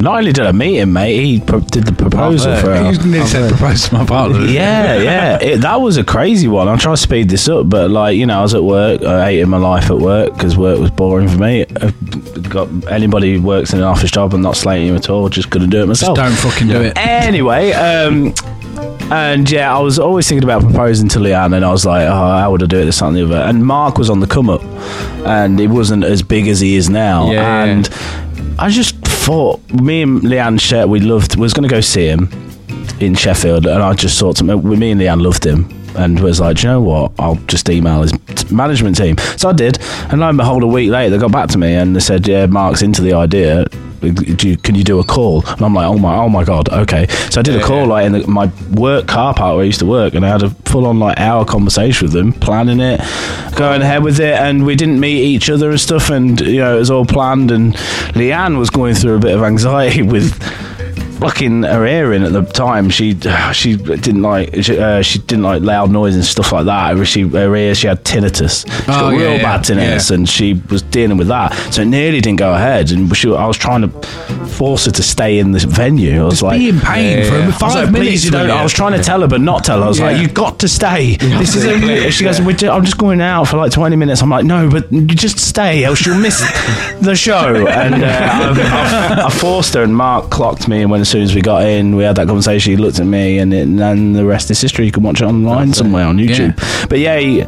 [SPEAKER 7] Not only did I meet him, mate, he pro- did the proposal
[SPEAKER 5] I've
[SPEAKER 7] for her.
[SPEAKER 3] You nearly said propose to my partner. [LAUGHS]
[SPEAKER 7] Yeah, yeah, it, that was a crazy one. I'll try to speed this up, but like you know, I was at work. I hated my life at work because work was boring for me. I've got anybody who works in an office job and not slating him at all, just couldn't do it myself.
[SPEAKER 3] Don't fucking do it.
[SPEAKER 7] Anyway, um, and yeah, I was always thinking about proposing to Leanne, and I was like, oh, how would I do it? This, that, and the other. And Mark was on the come up, and he wasn't as big as he is now.
[SPEAKER 5] Yeah.
[SPEAKER 7] and I just thought, me and Leanne, shared- we loved, was going to go see him in Sheffield, and I just thought to me, me and Leanne loved him. And was like, do you know what? I'll just email his t- management team. So I did, and lo and behold, a week later they got back to me and they said, "Yeah, Mark's into the idea. Do you, can you do a call?" And I'm like, "Oh my, oh my god, okay." So I did a call like in the, my work car park where I used to work, and I had a full on like hour conversation with them, planning it, going ahead with it, and we didn't meet each other and stuff, and you know it was all planned. And Leanne was going through a bit of anxiety [LAUGHS] with fucking her earring at the time. She she didn't like she, uh, she didn't like loud noise and stuff like that. She her ears she had tinnitus. She
[SPEAKER 3] Oh,
[SPEAKER 7] got
[SPEAKER 3] yeah,
[SPEAKER 7] real
[SPEAKER 3] yeah,
[SPEAKER 7] bad tinnitus, and she was dealing with that. So it nearly didn't go ahead. And she, I was trying to force her to stay in this venue. I was like.
[SPEAKER 3] Be in pain for him.
[SPEAKER 7] I was
[SPEAKER 3] Five
[SPEAKER 7] like,
[SPEAKER 3] minutes.
[SPEAKER 7] please, you don't.
[SPEAKER 3] will
[SPEAKER 7] I was
[SPEAKER 3] you?
[SPEAKER 7] trying to tell her, but not tell her. I was like,
[SPEAKER 3] Yeah.
[SPEAKER 7] "You've got to [LAUGHS] stay." This is. A, she goes, We're ju- "I'm just going out for like 20 minutes." I'm like, "No, but you just stay, else you'll miss [LAUGHS] the show." And uh, I, I, I forced her, and Mark clocked me. And when as soon as we got in, we had that conversation. He looked at me, and it, and then the rest is history. You can watch it online somewhere on YouTube. But yeah, he,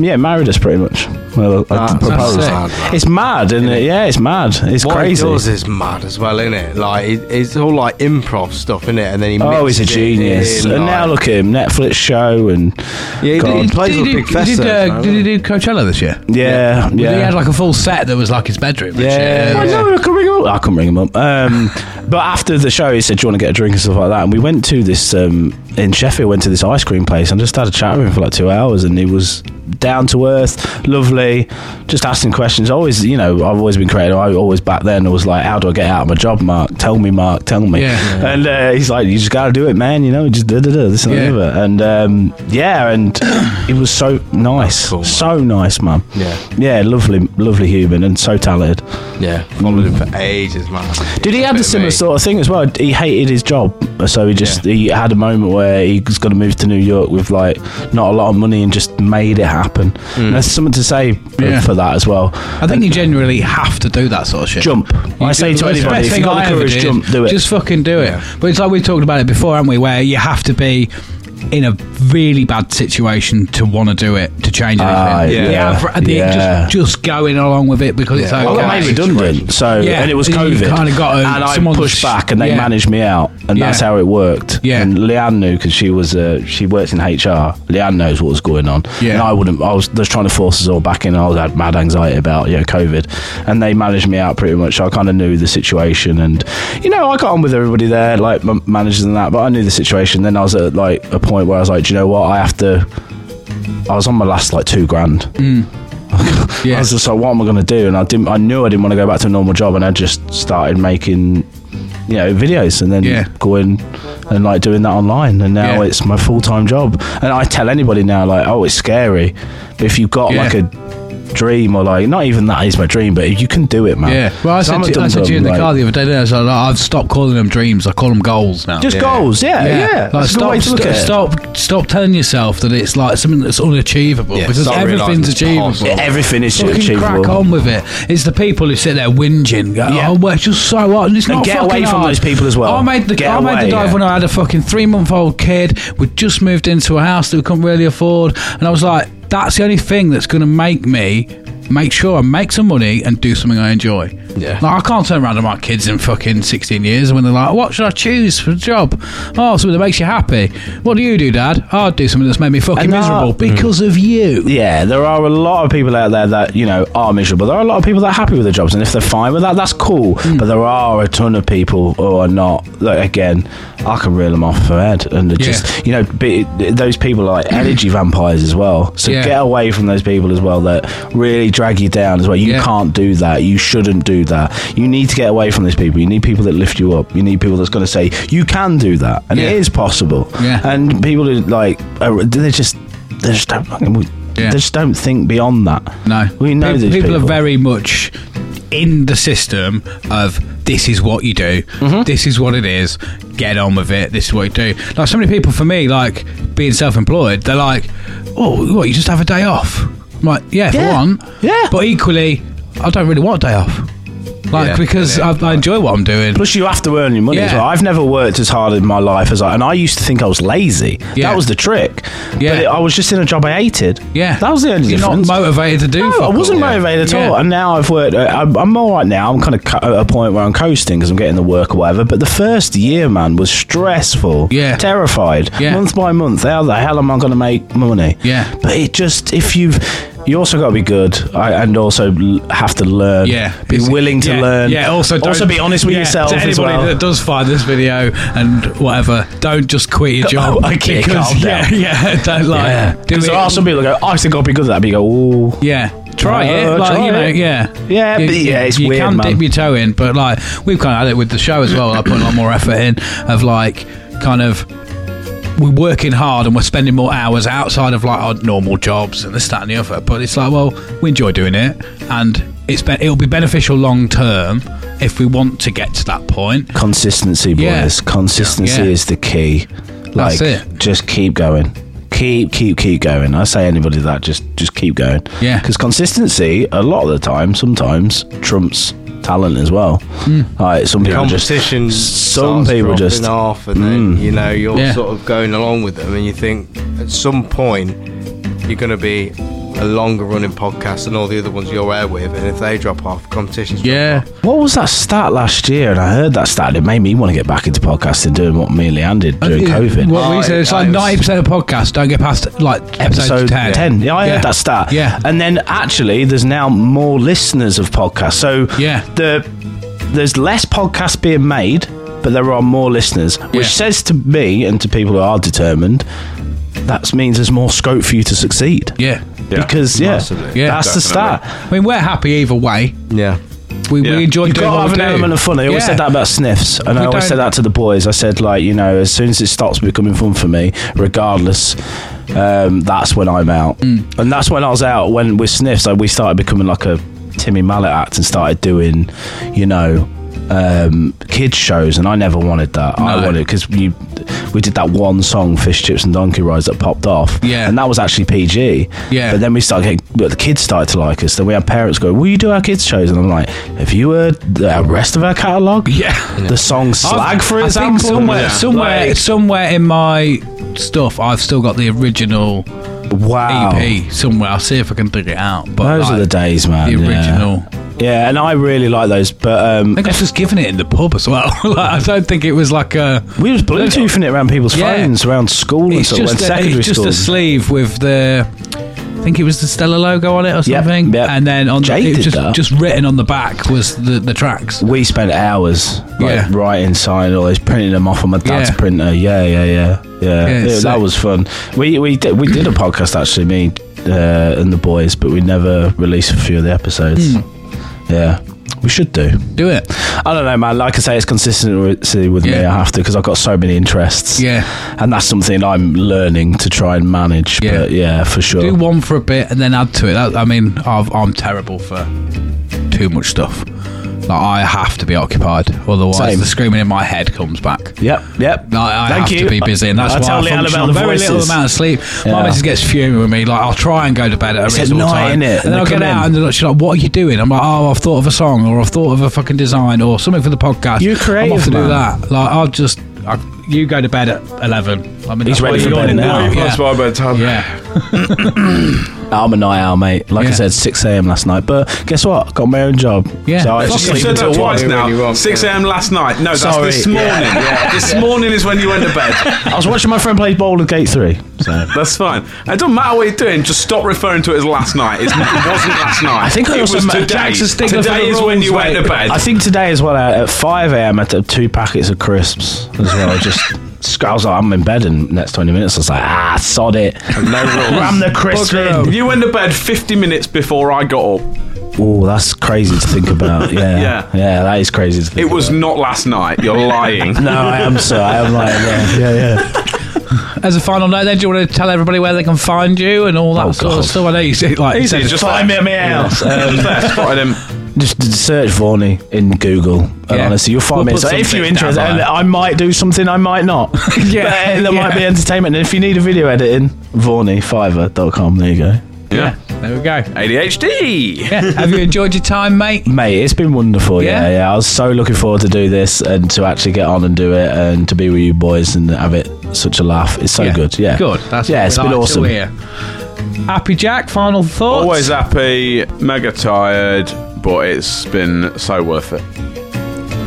[SPEAKER 7] yeah, married us pretty much. Well, I
[SPEAKER 5] That's
[SPEAKER 7] proposed.
[SPEAKER 3] sick.
[SPEAKER 7] It's mad, isn't it? Yeah, it's mad. It's
[SPEAKER 5] What
[SPEAKER 7] crazy.
[SPEAKER 5] he does is mad as well, isn't it? Like it, it's all like improv stuff, isn't it? And then he
[SPEAKER 7] Oh, he's
[SPEAKER 5] mixes
[SPEAKER 7] a
[SPEAKER 5] it in,
[SPEAKER 7] genius! and
[SPEAKER 5] like-
[SPEAKER 7] now look at him, Netflix show, and
[SPEAKER 5] yeah, he,
[SPEAKER 7] God.
[SPEAKER 5] did, he plays
[SPEAKER 3] Did
[SPEAKER 5] with
[SPEAKER 3] he
[SPEAKER 5] big
[SPEAKER 3] do- did he
[SPEAKER 5] festivals.
[SPEAKER 3] do- Did he do Coachella this year?
[SPEAKER 7] yeah, yeah.
[SPEAKER 3] He had like a full set that was like his bedroom. uh, and shit.
[SPEAKER 7] I know, I Oh, can ring him up. I can ring him up. Um, but after the show, he said, Do you want to get a drink and stuff like that? And we went to this, um, in Sheffield, went to this ice cream place and just had a chat with him for like two hours. And he was down to earth, lovely, just asking questions. Always, you know, I've always been creative. I always back then was like, How do I get out of my job, Mark? Tell me, Mark, tell me.
[SPEAKER 3] Yeah.
[SPEAKER 7] And uh, he's like, You just got to do it, man. You know, just da da da, this and
[SPEAKER 3] Yeah.
[SPEAKER 7] that and the other. And um, yeah, and it was so nice. so nice, man.
[SPEAKER 5] Yeah.
[SPEAKER 7] Yeah, lovely, lovely human and so talented.
[SPEAKER 5] Yeah, followed him for ages, man.
[SPEAKER 7] Did he have a similar sort of thing as well. He hated his job, so he just he had a moment where he was going to move to New York with like not a lot of money and just made it happen. And there's something to say for,
[SPEAKER 3] Hmm. Yeah.
[SPEAKER 7] for that as well.
[SPEAKER 3] I think you generally have to do that sort of shit.
[SPEAKER 7] Jump. I say to
[SPEAKER 3] it's the
[SPEAKER 7] anybody,
[SPEAKER 3] best
[SPEAKER 7] if
[SPEAKER 3] thing
[SPEAKER 7] you've got
[SPEAKER 3] I
[SPEAKER 7] the
[SPEAKER 3] ever
[SPEAKER 7] courage,
[SPEAKER 3] did,
[SPEAKER 7] jump, do it.
[SPEAKER 3] Just fucking do it. But it's like we talked about it before, haven't we? Where you have to be in a really bad situation to want to do it to change anything.
[SPEAKER 7] Ah,
[SPEAKER 3] The
[SPEAKER 7] yeah.
[SPEAKER 3] aver- the-
[SPEAKER 7] Yeah.
[SPEAKER 3] just just going along with it because it's okay.
[SPEAKER 7] I got made redundant, so
[SPEAKER 3] Yeah,
[SPEAKER 7] and it was
[SPEAKER 3] you
[SPEAKER 7] COVID,
[SPEAKER 3] kinda gotta-
[SPEAKER 7] and I
[SPEAKER 3] someone's-
[SPEAKER 7] pushed back, and they
[SPEAKER 3] yeah.
[SPEAKER 7] managed me out, and that's
[SPEAKER 3] Yeah.
[SPEAKER 7] how it worked.
[SPEAKER 3] Yeah.
[SPEAKER 7] and Leanne knew because she was uh, she works in HR. Leanne knows what was going on,
[SPEAKER 3] Yeah.
[SPEAKER 7] and I wouldn't. I was just trying to force us all back in. and I was had mad anxiety about you know COVID, and they managed me out pretty much. I kind of knew the situation, and you know I got on with everybody there, like m- managers and that, but I knew the situation. Then I was at like a point where I was like, do you know what, I have to. I was on my last like two grand. I was just like, what am I going to do? And I didn't. I knew I didn't want to go back to a normal job, and I just started making, you know, videos, and then
[SPEAKER 3] Yeah.
[SPEAKER 7] going and like doing that online. And now
[SPEAKER 3] Yeah.
[SPEAKER 7] it's my full time job. And I tell anybody now, like, oh, it's scary, but if you've got
[SPEAKER 3] Yeah.
[SPEAKER 7] like a dream or like not even that is my dream, but you can do it, man.
[SPEAKER 3] Yeah. Well, I
[SPEAKER 7] So I'm
[SPEAKER 3] said,
[SPEAKER 7] a
[SPEAKER 3] to, I said to you in
[SPEAKER 7] dum-dum,
[SPEAKER 3] the
[SPEAKER 7] like,
[SPEAKER 3] car the other day, didn't I? I was like, I've stopped calling them dreams. I call them goals now.
[SPEAKER 7] Just goals, yeah, yeah.
[SPEAKER 3] Like
[SPEAKER 7] That's a good way
[SPEAKER 3] stop,
[SPEAKER 7] to
[SPEAKER 3] st-
[SPEAKER 7] look at it.
[SPEAKER 3] stop, stop telling yourself that it's like something that's unachievable because
[SPEAKER 9] stop
[SPEAKER 3] everything's
[SPEAKER 9] realising it's
[SPEAKER 3] achievable.
[SPEAKER 9] possible.
[SPEAKER 7] Everything is
[SPEAKER 3] Fucking
[SPEAKER 7] achievable.
[SPEAKER 3] crack on with it. It's the people who sit there whinging. Go,
[SPEAKER 7] Yeah.
[SPEAKER 3] Oh, well, it's just so hard. And it's
[SPEAKER 7] And
[SPEAKER 3] not
[SPEAKER 7] get
[SPEAKER 3] fucking
[SPEAKER 7] away from
[SPEAKER 3] hard."
[SPEAKER 7] those people as well.
[SPEAKER 3] I made the
[SPEAKER 7] Get
[SPEAKER 3] I made
[SPEAKER 7] away,
[SPEAKER 3] the dive
[SPEAKER 7] yeah.
[SPEAKER 3] when I had a fucking three month old kid. We just moved into a house that we couldn't really afford, and I was like, that's the only thing that's going to make me make sure I make some money and do something I enjoy. Yeah. Like I can't turn around to my kids in fucking sixteen years when they're like, what should I choose for a job? Oh, something that makes you happy. What do you do, Dad? Oh, I'll do something that's made me fucking
[SPEAKER 7] And that- Mm.
[SPEAKER 3] miserable because of you.
[SPEAKER 7] yeah, there are a lot of people out there that you know are miserable. There are a lot of people that are happy with their jobs, and if they're fine with that, that's cool.
[SPEAKER 3] Hmm.
[SPEAKER 7] But there are a ton of people who are not. Like, again, I can reel them off my head, and they're
[SPEAKER 3] Yeah.
[SPEAKER 7] just you know be, those people are like energy vampires as well. So
[SPEAKER 3] Yeah.
[SPEAKER 7] get away from those people as well that really drag you down as well. You
[SPEAKER 3] Yeah.
[SPEAKER 7] can't do that. You shouldn't do that. You need to get away from those people. You need people that lift you up. You need people that's going to say you can do that, and
[SPEAKER 3] Yeah.
[SPEAKER 7] it is possible.
[SPEAKER 3] Yeah.
[SPEAKER 7] And people who like are, they just they just don't fucking.
[SPEAKER 3] Yeah.
[SPEAKER 7] They just don't think beyond that.
[SPEAKER 3] No,
[SPEAKER 7] We know
[SPEAKER 3] Pe-
[SPEAKER 7] these people.
[SPEAKER 3] people, are very much in the system of this is what you do,
[SPEAKER 7] Mm-hmm.
[SPEAKER 3] this is what it is. Get on with it. This is what you do. Like so many people for me, like being self-employed, they're like, "Oh, what? You just have a day off." I'm like, "Yeah, for one,
[SPEAKER 7] Yeah.
[SPEAKER 3] but equally, I don't really want a day off, like because I, I enjoy what I'm doing."
[SPEAKER 7] Plus, you have to earn your money as
[SPEAKER 3] Yeah.
[SPEAKER 7] well. I've never worked as hard in my life as I, and I used to think I was lazy.
[SPEAKER 3] Yeah.
[SPEAKER 7] That was the trick.
[SPEAKER 3] Yeah.
[SPEAKER 7] But it, I was just in a job I hated.
[SPEAKER 3] Yeah,
[SPEAKER 7] That was the only
[SPEAKER 3] You're
[SPEAKER 7] difference.
[SPEAKER 3] not motivated to do.
[SPEAKER 7] No, I
[SPEAKER 3] fuck
[SPEAKER 7] wasn't
[SPEAKER 3] all.
[SPEAKER 7] motivated at
[SPEAKER 3] Yeah.
[SPEAKER 7] all. And now I've worked. uh, I'm, I'm all right now. I'm kind of at a point where I'm coasting because I'm getting the work or whatever. But the first year, man, was stressful.
[SPEAKER 3] Yeah.
[SPEAKER 7] Terrified.
[SPEAKER 3] Yeah.
[SPEAKER 7] Month by month. How the hell am I going to make money?
[SPEAKER 3] Yeah.
[SPEAKER 7] But it just, if you've. You also got to be good I, and also l- have to learn.
[SPEAKER 3] Yeah,
[SPEAKER 7] Be
[SPEAKER 3] It's-
[SPEAKER 7] willing to
[SPEAKER 3] yeah,
[SPEAKER 7] learn.
[SPEAKER 3] Yeah, also don't,
[SPEAKER 7] also be honest with
[SPEAKER 3] yeah,
[SPEAKER 7] yourself
[SPEAKER 3] To anybody
[SPEAKER 7] as well.
[SPEAKER 3] that does find this [LAUGHS] video and whatever, don't just quit your job.
[SPEAKER 7] [LAUGHS] Oh, okay, calm
[SPEAKER 3] [LAUGHS] yeah,
[SPEAKER 7] down.
[SPEAKER 3] yeah, don't like
[SPEAKER 7] yeah.
[SPEAKER 3] do
[SPEAKER 7] Because
[SPEAKER 3] it.
[SPEAKER 7] there are some people that go, I think I'll be good at that. But you go, ooh.
[SPEAKER 3] yeah, try it.
[SPEAKER 7] Oh,
[SPEAKER 3] Like,
[SPEAKER 7] try
[SPEAKER 3] you know,
[SPEAKER 7] it.
[SPEAKER 3] yeah,
[SPEAKER 7] Yeah,
[SPEAKER 3] You-
[SPEAKER 7] but yeah, it's
[SPEAKER 3] you
[SPEAKER 7] weird,
[SPEAKER 3] can
[SPEAKER 7] man.
[SPEAKER 3] dip your toe in, but like we've kind of had it with the show as well. I put a lot more effort in of like kind of we're working hard and we're spending more hours outside of like our normal jobs and this, that, and the other. But it's like, well, we enjoy doing it, and it's be- it'll be beneficial long term if we want to get to that point.
[SPEAKER 7] Consistency, boys.
[SPEAKER 3] Yeah.
[SPEAKER 7] Consistency
[SPEAKER 3] Yeah.
[SPEAKER 7] is the key. Like,
[SPEAKER 3] That's it.
[SPEAKER 7] just keep going. Keep, keep, keep going. I say anybody that just, just keep going.
[SPEAKER 3] Yeah.
[SPEAKER 7] Because consistency, a lot of the time, sometimes trumps talent as well.
[SPEAKER 3] Hmm.
[SPEAKER 7] Like some people just,
[SPEAKER 9] Competition.
[SPEAKER 7] some
[SPEAKER 9] starts
[SPEAKER 7] people
[SPEAKER 9] dropping
[SPEAKER 7] just,
[SPEAKER 9] off, and then you know you're
[SPEAKER 3] Yeah.
[SPEAKER 9] sort of going along with them, and you think at some point you're going to be a longer running podcast than all the other ones you're air with, and if they drop off, competition's dropped
[SPEAKER 3] Yeah,
[SPEAKER 7] what was that stat last year? And I heard that stat. and It made me want to get back into podcasting, doing what me and Leanne did during
[SPEAKER 3] Yeah,
[SPEAKER 7] COVID.
[SPEAKER 3] What we
[SPEAKER 9] Oh,
[SPEAKER 3] said, it's
[SPEAKER 9] I-
[SPEAKER 3] like
[SPEAKER 9] I was-
[SPEAKER 3] ninety percent of podcasts don't get past like episode,
[SPEAKER 7] episode 10.
[SPEAKER 3] 10.
[SPEAKER 7] Yeah, I
[SPEAKER 3] Yeah.
[SPEAKER 7] heard that stat.
[SPEAKER 3] Yeah.
[SPEAKER 7] And then actually, there's now more listeners of podcasts. So
[SPEAKER 3] Yeah.
[SPEAKER 7] the there's less podcasts being made, but there are more listeners, which
[SPEAKER 3] Yeah.
[SPEAKER 7] says to me and to people who are determined, that means there's more scope for you to succeed.
[SPEAKER 3] Yeah,
[SPEAKER 7] Because, yeah,
[SPEAKER 3] Yeah,
[SPEAKER 7] that's
[SPEAKER 10] definitely.
[SPEAKER 7] the stat.
[SPEAKER 3] I mean we're happy either way.
[SPEAKER 9] Yeah.
[SPEAKER 3] We,
[SPEAKER 10] Yeah.
[SPEAKER 3] we enjoy
[SPEAKER 7] You've
[SPEAKER 3] doing
[SPEAKER 7] got to
[SPEAKER 3] what
[SPEAKER 7] have
[SPEAKER 3] we
[SPEAKER 7] an
[SPEAKER 3] do.
[SPEAKER 7] element of fun. I always
[SPEAKER 3] Yeah.
[SPEAKER 7] said that about sniffs, and I
[SPEAKER 3] We
[SPEAKER 7] always
[SPEAKER 3] don't-
[SPEAKER 7] said that to the boys. I said, like, you know, as soon as it stops becoming fun for me, regardless, um, that's when I'm out.
[SPEAKER 3] Hmm.
[SPEAKER 7] And that's when I was out when with sniffs. Like, we started becoming like a Timmy Mallet act and started doing, you know, um, kids shows, and I never wanted that. I wanted because we we did that one song, Fish Chips and Donkey Rides, that popped off.
[SPEAKER 8] Yeah.
[SPEAKER 7] and that was actually PG.
[SPEAKER 8] Yeah.
[SPEAKER 7] but then we started getting but the kids started to like us. Then we had parents go, "Will you do our kids shows?" And I'm like, "Have you heard the rest of our catalogue?
[SPEAKER 8] Yeah.
[SPEAKER 7] the song Slag, for
[SPEAKER 8] I
[SPEAKER 7] example.
[SPEAKER 8] think somewhere,
[SPEAKER 7] Yeah.
[SPEAKER 8] somewhere,
[SPEAKER 7] Like,
[SPEAKER 8] somewhere in my stuff, I've still got the original
[SPEAKER 3] E
[SPEAKER 7] wow,
[SPEAKER 8] EP somewhere. I'll see if I can dig it out. E But
[SPEAKER 7] Oh. those
[SPEAKER 8] like,
[SPEAKER 7] are the days, man.
[SPEAKER 8] the
[SPEAKER 7] yeah.
[SPEAKER 8] original.
[SPEAKER 7] Yeah, and I really like those, but um,
[SPEAKER 8] I think I was just given it in the pub as well. [LAUGHS] like, I don't think it was like a.
[SPEAKER 7] we was Bluetoothing it around people's
[SPEAKER 8] Yeah.
[SPEAKER 7] phones, around school and
[SPEAKER 8] It's
[SPEAKER 7] stuff, and
[SPEAKER 8] just, a,
[SPEAKER 7] secondary
[SPEAKER 8] it's just
[SPEAKER 7] school.
[SPEAKER 8] a sleeve with the. I think it was the Stella logo on it or
[SPEAKER 7] Yep,
[SPEAKER 8] something,
[SPEAKER 7] yep.
[SPEAKER 8] and then on
[SPEAKER 7] Jay
[SPEAKER 8] the, it was
[SPEAKER 7] did
[SPEAKER 8] just,
[SPEAKER 7] that.
[SPEAKER 8] just written on the back was the, the tracks.
[SPEAKER 7] we spent hours like,
[SPEAKER 8] Yeah.
[SPEAKER 7] writing, signing all those, printing them off on my dad's
[SPEAKER 8] Yeah.
[SPEAKER 7] printer. Yeah, yeah, yeah, yeah.
[SPEAKER 8] Yeah,
[SPEAKER 7] Yeah,
[SPEAKER 8] it's
[SPEAKER 7] that
[SPEAKER 8] like-
[SPEAKER 7] was fun. We we did, we did a podcast actually, me uh, and the boys, but we never released a few of the
[SPEAKER 8] Hmm.
[SPEAKER 7] episodes. Yeah, we should do.
[SPEAKER 8] Do it,
[SPEAKER 7] I don't know, man. Like I say, it's consistency with me.
[SPEAKER 8] Yeah.
[SPEAKER 7] I have to because I've got so many interests.
[SPEAKER 8] yeah.
[SPEAKER 7] and that's something I'm learning to try and manage.
[SPEAKER 8] Yeah.
[SPEAKER 7] But yeah, for sure.
[SPEAKER 8] Do one for a bit and then add to it. That, I mean, I've, I'm terrible for too much stuff. Like I have to be occupied, otherwise
[SPEAKER 7] Same.
[SPEAKER 8] the screaming in my head comes back.
[SPEAKER 7] Yep, yep.
[SPEAKER 8] Like, I
[SPEAKER 7] Thank
[SPEAKER 8] have
[SPEAKER 7] you.
[SPEAKER 8] to be busy, and that's
[SPEAKER 7] I
[SPEAKER 8] why
[SPEAKER 7] tell
[SPEAKER 8] I
[SPEAKER 7] Leanne
[SPEAKER 8] function
[SPEAKER 7] about
[SPEAKER 8] on
[SPEAKER 7] the
[SPEAKER 8] very little
[SPEAKER 7] voices.
[SPEAKER 8] amount of sleep. My
[SPEAKER 7] Yeah.
[SPEAKER 8] missus gets fuming with me. Like I'll try and go to bed at a
[SPEAKER 7] It's at
[SPEAKER 8] reasonable
[SPEAKER 7] night,
[SPEAKER 8] time,
[SPEAKER 7] innit?
[SPEAKER 8] and then
[SPEAKER 7] And
[SPEAKER 8] I'll
[SPEAKER 7] they
[SPEAKER 8] get
[SPEAKER 7] come in.
[SPEAKER 8] out and they're like, she's like, "What are you doing?" I'm like, "Oh, I've thought of a song, or I've thought of a fucking design, or something for the podcast."
[SPEAKER 7] You're
[SPEAKER 8] I'm off
[SPEAKER 7] creative,
[SPEAKER 8] to do
[SPEAKER 7] man.
[SPEAKER 8] that. Like I'll just, I, you go to bed at eleven. I mean,
[SPEAKER 7] He's
[SPEAKER 8] that's
[SPEAKER 7] ready
[SPEAKER 8] why
[SPEAKER 7] for
[SPEAKER 8] you're
[SPEAKER 7] bed
[SPEAKER 8] in
[SPEAKER 7] now.
[SPEAKER 8] now.
[SPEAKER 4] That's
[SPEAKER 8] Yeah.
[SPEAKER 4] my bedtime.
[SPEAKER 8] yeah.
[SPEAKER 7] I'm a night owl, mate. Like
[SPEAKER 8] Yeah.
[SPEAKER 7] I said, 6 a.m. last night. But guess what? Got my own job.
[SPEAKER 8] Yeah.
[SPEAKER 7] So I
[SPEAKER 8] Fuck
[SPEAKER 7] just
[SPEAKER 4] You
[SPEAKER 7] sleep
[SPEAKER 4] said
[SPEAKER 7] until
[SPEAKER 4] that twice
[SPEAKER 7] one.
[SPEAKER 4] now. 6 a.m. last night. No, that's
[SPEAKER 7] Sorry.
[SPEAKER 4] this morning.
[SPEAKER 10] [LAUGHS]
[SPEAKER 4] This morning is when you went to bed. [LAUGHS]
[SPEAKER 7] I was watching my friend play ball at Gate 3. So.
[SPEAKER 4] That's fine. It doesn't matter what you're doing. Just stop referring to it as last night. It's, [LAUGHS] it wasn't last night. I
[SPEAKER 7] think [LAUGHS] I
[SPEAKER 4] it
[SPEAKER 7] also
[SPEAKER 4] was
[SPEAKER 7] met-
[SPEAKER 4] today.
[SPEAKER 7] Jack's a stickler for
[SPEAKER 4] Today
[SPEAKER 7] the
[SPEAKER 4] is when you
[SPEAKER 7] rules,
[SPEAKER 4] went to
[SPEAKER 7] mate.
[SPEAKER 4] bed.
[SPEAKER 7] I think today as well, uh, at 5 a.m., I had two packets of crisps as well. Just. I was like, I'm in bed in the next 20 minutes. I was like, ah, sod
[SPEAKER 4] [LAUGHS]
[SPEAKER 7] it. Ram the crisps in.
[SPEAKER 4] You went to bed 50 minutes before I got up.
[SPEAKER 7] Oh, that's crazy to
[SPEAKER 4] [LAUGHS]
[SPEAKER 7] think about. Yeah.
[SPEAKER 4] Yeah.
[SPEAKER 7] that is crazy to
[SPEAKER 4] It
[SPEAKER 7] think
[SPEAKER 4] was not last night. You're
[SPEAKER 7] [LAUGHS]
[SPEAKER 4] lying.
[SPEAKER 7] No, I am, sir. I am like,
[SPEAKER 4] [LAUGHS]
[SPEAKER 7] yeah, yeah. yeah.
[SPEAKER 8] As a final note, then, do you want to tell everybody where they can find you and all that
[SPEAKER 7] Oh,
[SPEAKER 8] sort of
[SPEAKER 7] God.
[SPEAKER 8] stuff? I know you said, like, you
[SPEAKER 4] Easy,
[SPEAKER 8] said
[SPEAKER 4] just find me at my house. spotted him.
[SPEAKER 7] Just search Vorney in Google, and
[SPEAKER 8] Yeah.
[SPEAKER 7] honestly, you'll
[SPEAKER 8] We'll
[SPEAKER 7] find me.
[SPEAKER 8] put
[SPEAKER 7] So if
[SPEAKER 8] something
[SPEAKER 7] you're
[SPEAKER 8] down
[SPEAKER 7] interested,
[SPEAKER 8] there.
[SPEAKER 7] and I might do something, I might not. [LAUGHS]
[SPEAKER 8] Yeah,
[SPEAKER 7] But, uh, there might
[SPEAKER 8] yeah.
[SPEAKER 7] be entertainment. And if you need a video editing, VorneyFiverr.com. There you go,
[SPEAKER 4] Yeah.
[SPEAKER 8] There we go.
[SPEAKER 4] ADHD.
[SPEAKER 8] Yeah. Have you enjoyed your time, mate?
[SPEAKER 7] mate. It's been wonderful. Yeah?
[SPEAKER 8] Yeah?
[SPEAKER 7] yeah, I was so looking forward to do this and to actually get on and do it and to be with you boys and have it such a laugh. It's so good. Yeah,
[SPEAKER 8] Good. That's
[SPEAKER 7] yeah.
[SPEAKER 8] what
[SPEAKER 7] It's
[SPEAKER 8] we
[SPEAKER 7] been
[SPEAKER 8] like
[SPEAKER 7] awesome.
[SPEAKER 8] To hear. Happy Jack, final thoughts?
[SPEAKER 4] Always happy, mega tired, but it's been so worth it.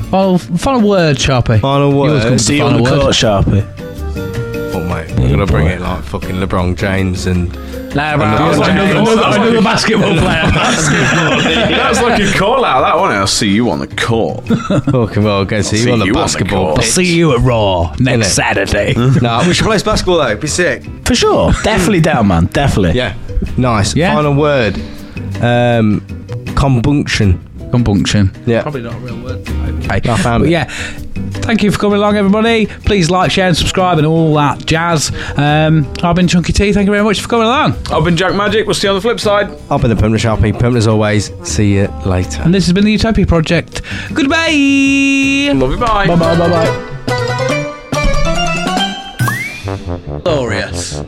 [SPEAKER 8] Final, final Oh, word, Sharpie.
[SPEAKER 5] Final
[SPEAKER 8] You always
[SPEAKER 5] word.
[SPEAKER 8] come to
[SPEAKER 7] See
[SPEAKER 8] the
[SPEAKER 7] you on
[SPEAKER 8] final
[SPEAKER 7] the
[SPEAKER 8] word.
[SPEAKER 7] court, Sharpie.
[SPEAKER 5] Oh, mate, we're gonna bring it like fucking LeBron James and
[SPEAKER 8] Another basketball player.
[SPEAKER 4] [LAUGHS] that was like a call out, that one. I'll see you on the court.
[SPEAKER 5] fucking well. Go see,
[SPEAKER 4] see
[SPEAKER 5] you on the
[SPEAKER 4] you on the
[SPEAKER 9] [LAUGHS]
[SPEAKER 5] basketball.
[SPEAKER 4] court.
[SPEAKER 5] pitch.
[SPEAKER 8] See you at Raw next Saturday.
[SPEAKER 5] Nah, we should play basketball though. Be sick.
[SPEAKER 7] For sure, definitely down, man. Definitely.
[SPEAKER 5] Yeah. Nice.
[SPEAKER 8] Yeah.
[SPEAKER 5] Final word. Um, combunction.
[SPEAKER 8] Compunction.
[SPEAKER 5] Yeah.
[SPEAKER 8] Probably not a real word.
[SPEAKER 5] I found
[SPEAKER 8] But
[SPEAKER 5] it.
[SPEAKER 8] yeah, thank you for coming along, everybody. Please like, share, and subscribe, and all that jazz. Um, I've been Chunky T. Thank you very much for coming along.
[SPEAKER 4] I've been Jack Magic. We'll see you on the flip side.
[SPEAKER 5] Up in the permanent sharpie. Permanent as always. See you later.
[SPEAKER 8] And this has been the Utopia Project. Goodbye.
[SPEAKER 4] Love you. Bye.
[SPEAKER 7] Bye bye bye.
[SPEAKER 8] Glorious.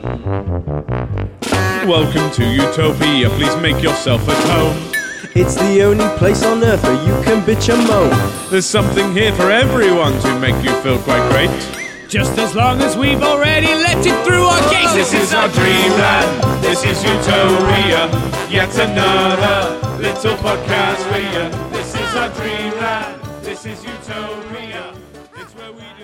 [SPEAKER 10] Welcome to Utopia. Please make yourself at home.
[SPEAKER 2] It's the only place on earth where you can bitch and moan.
[SPEAKER 10] There's something here for everyone to make you feel quite great.
[SPEAKER 8] Just as long as we've already let it through our gates,
[SPEAKER 10] This is our dreamland. This is Utopia. Yet another little podcast for you. This is our dreamland. This is Utopia. It's where we.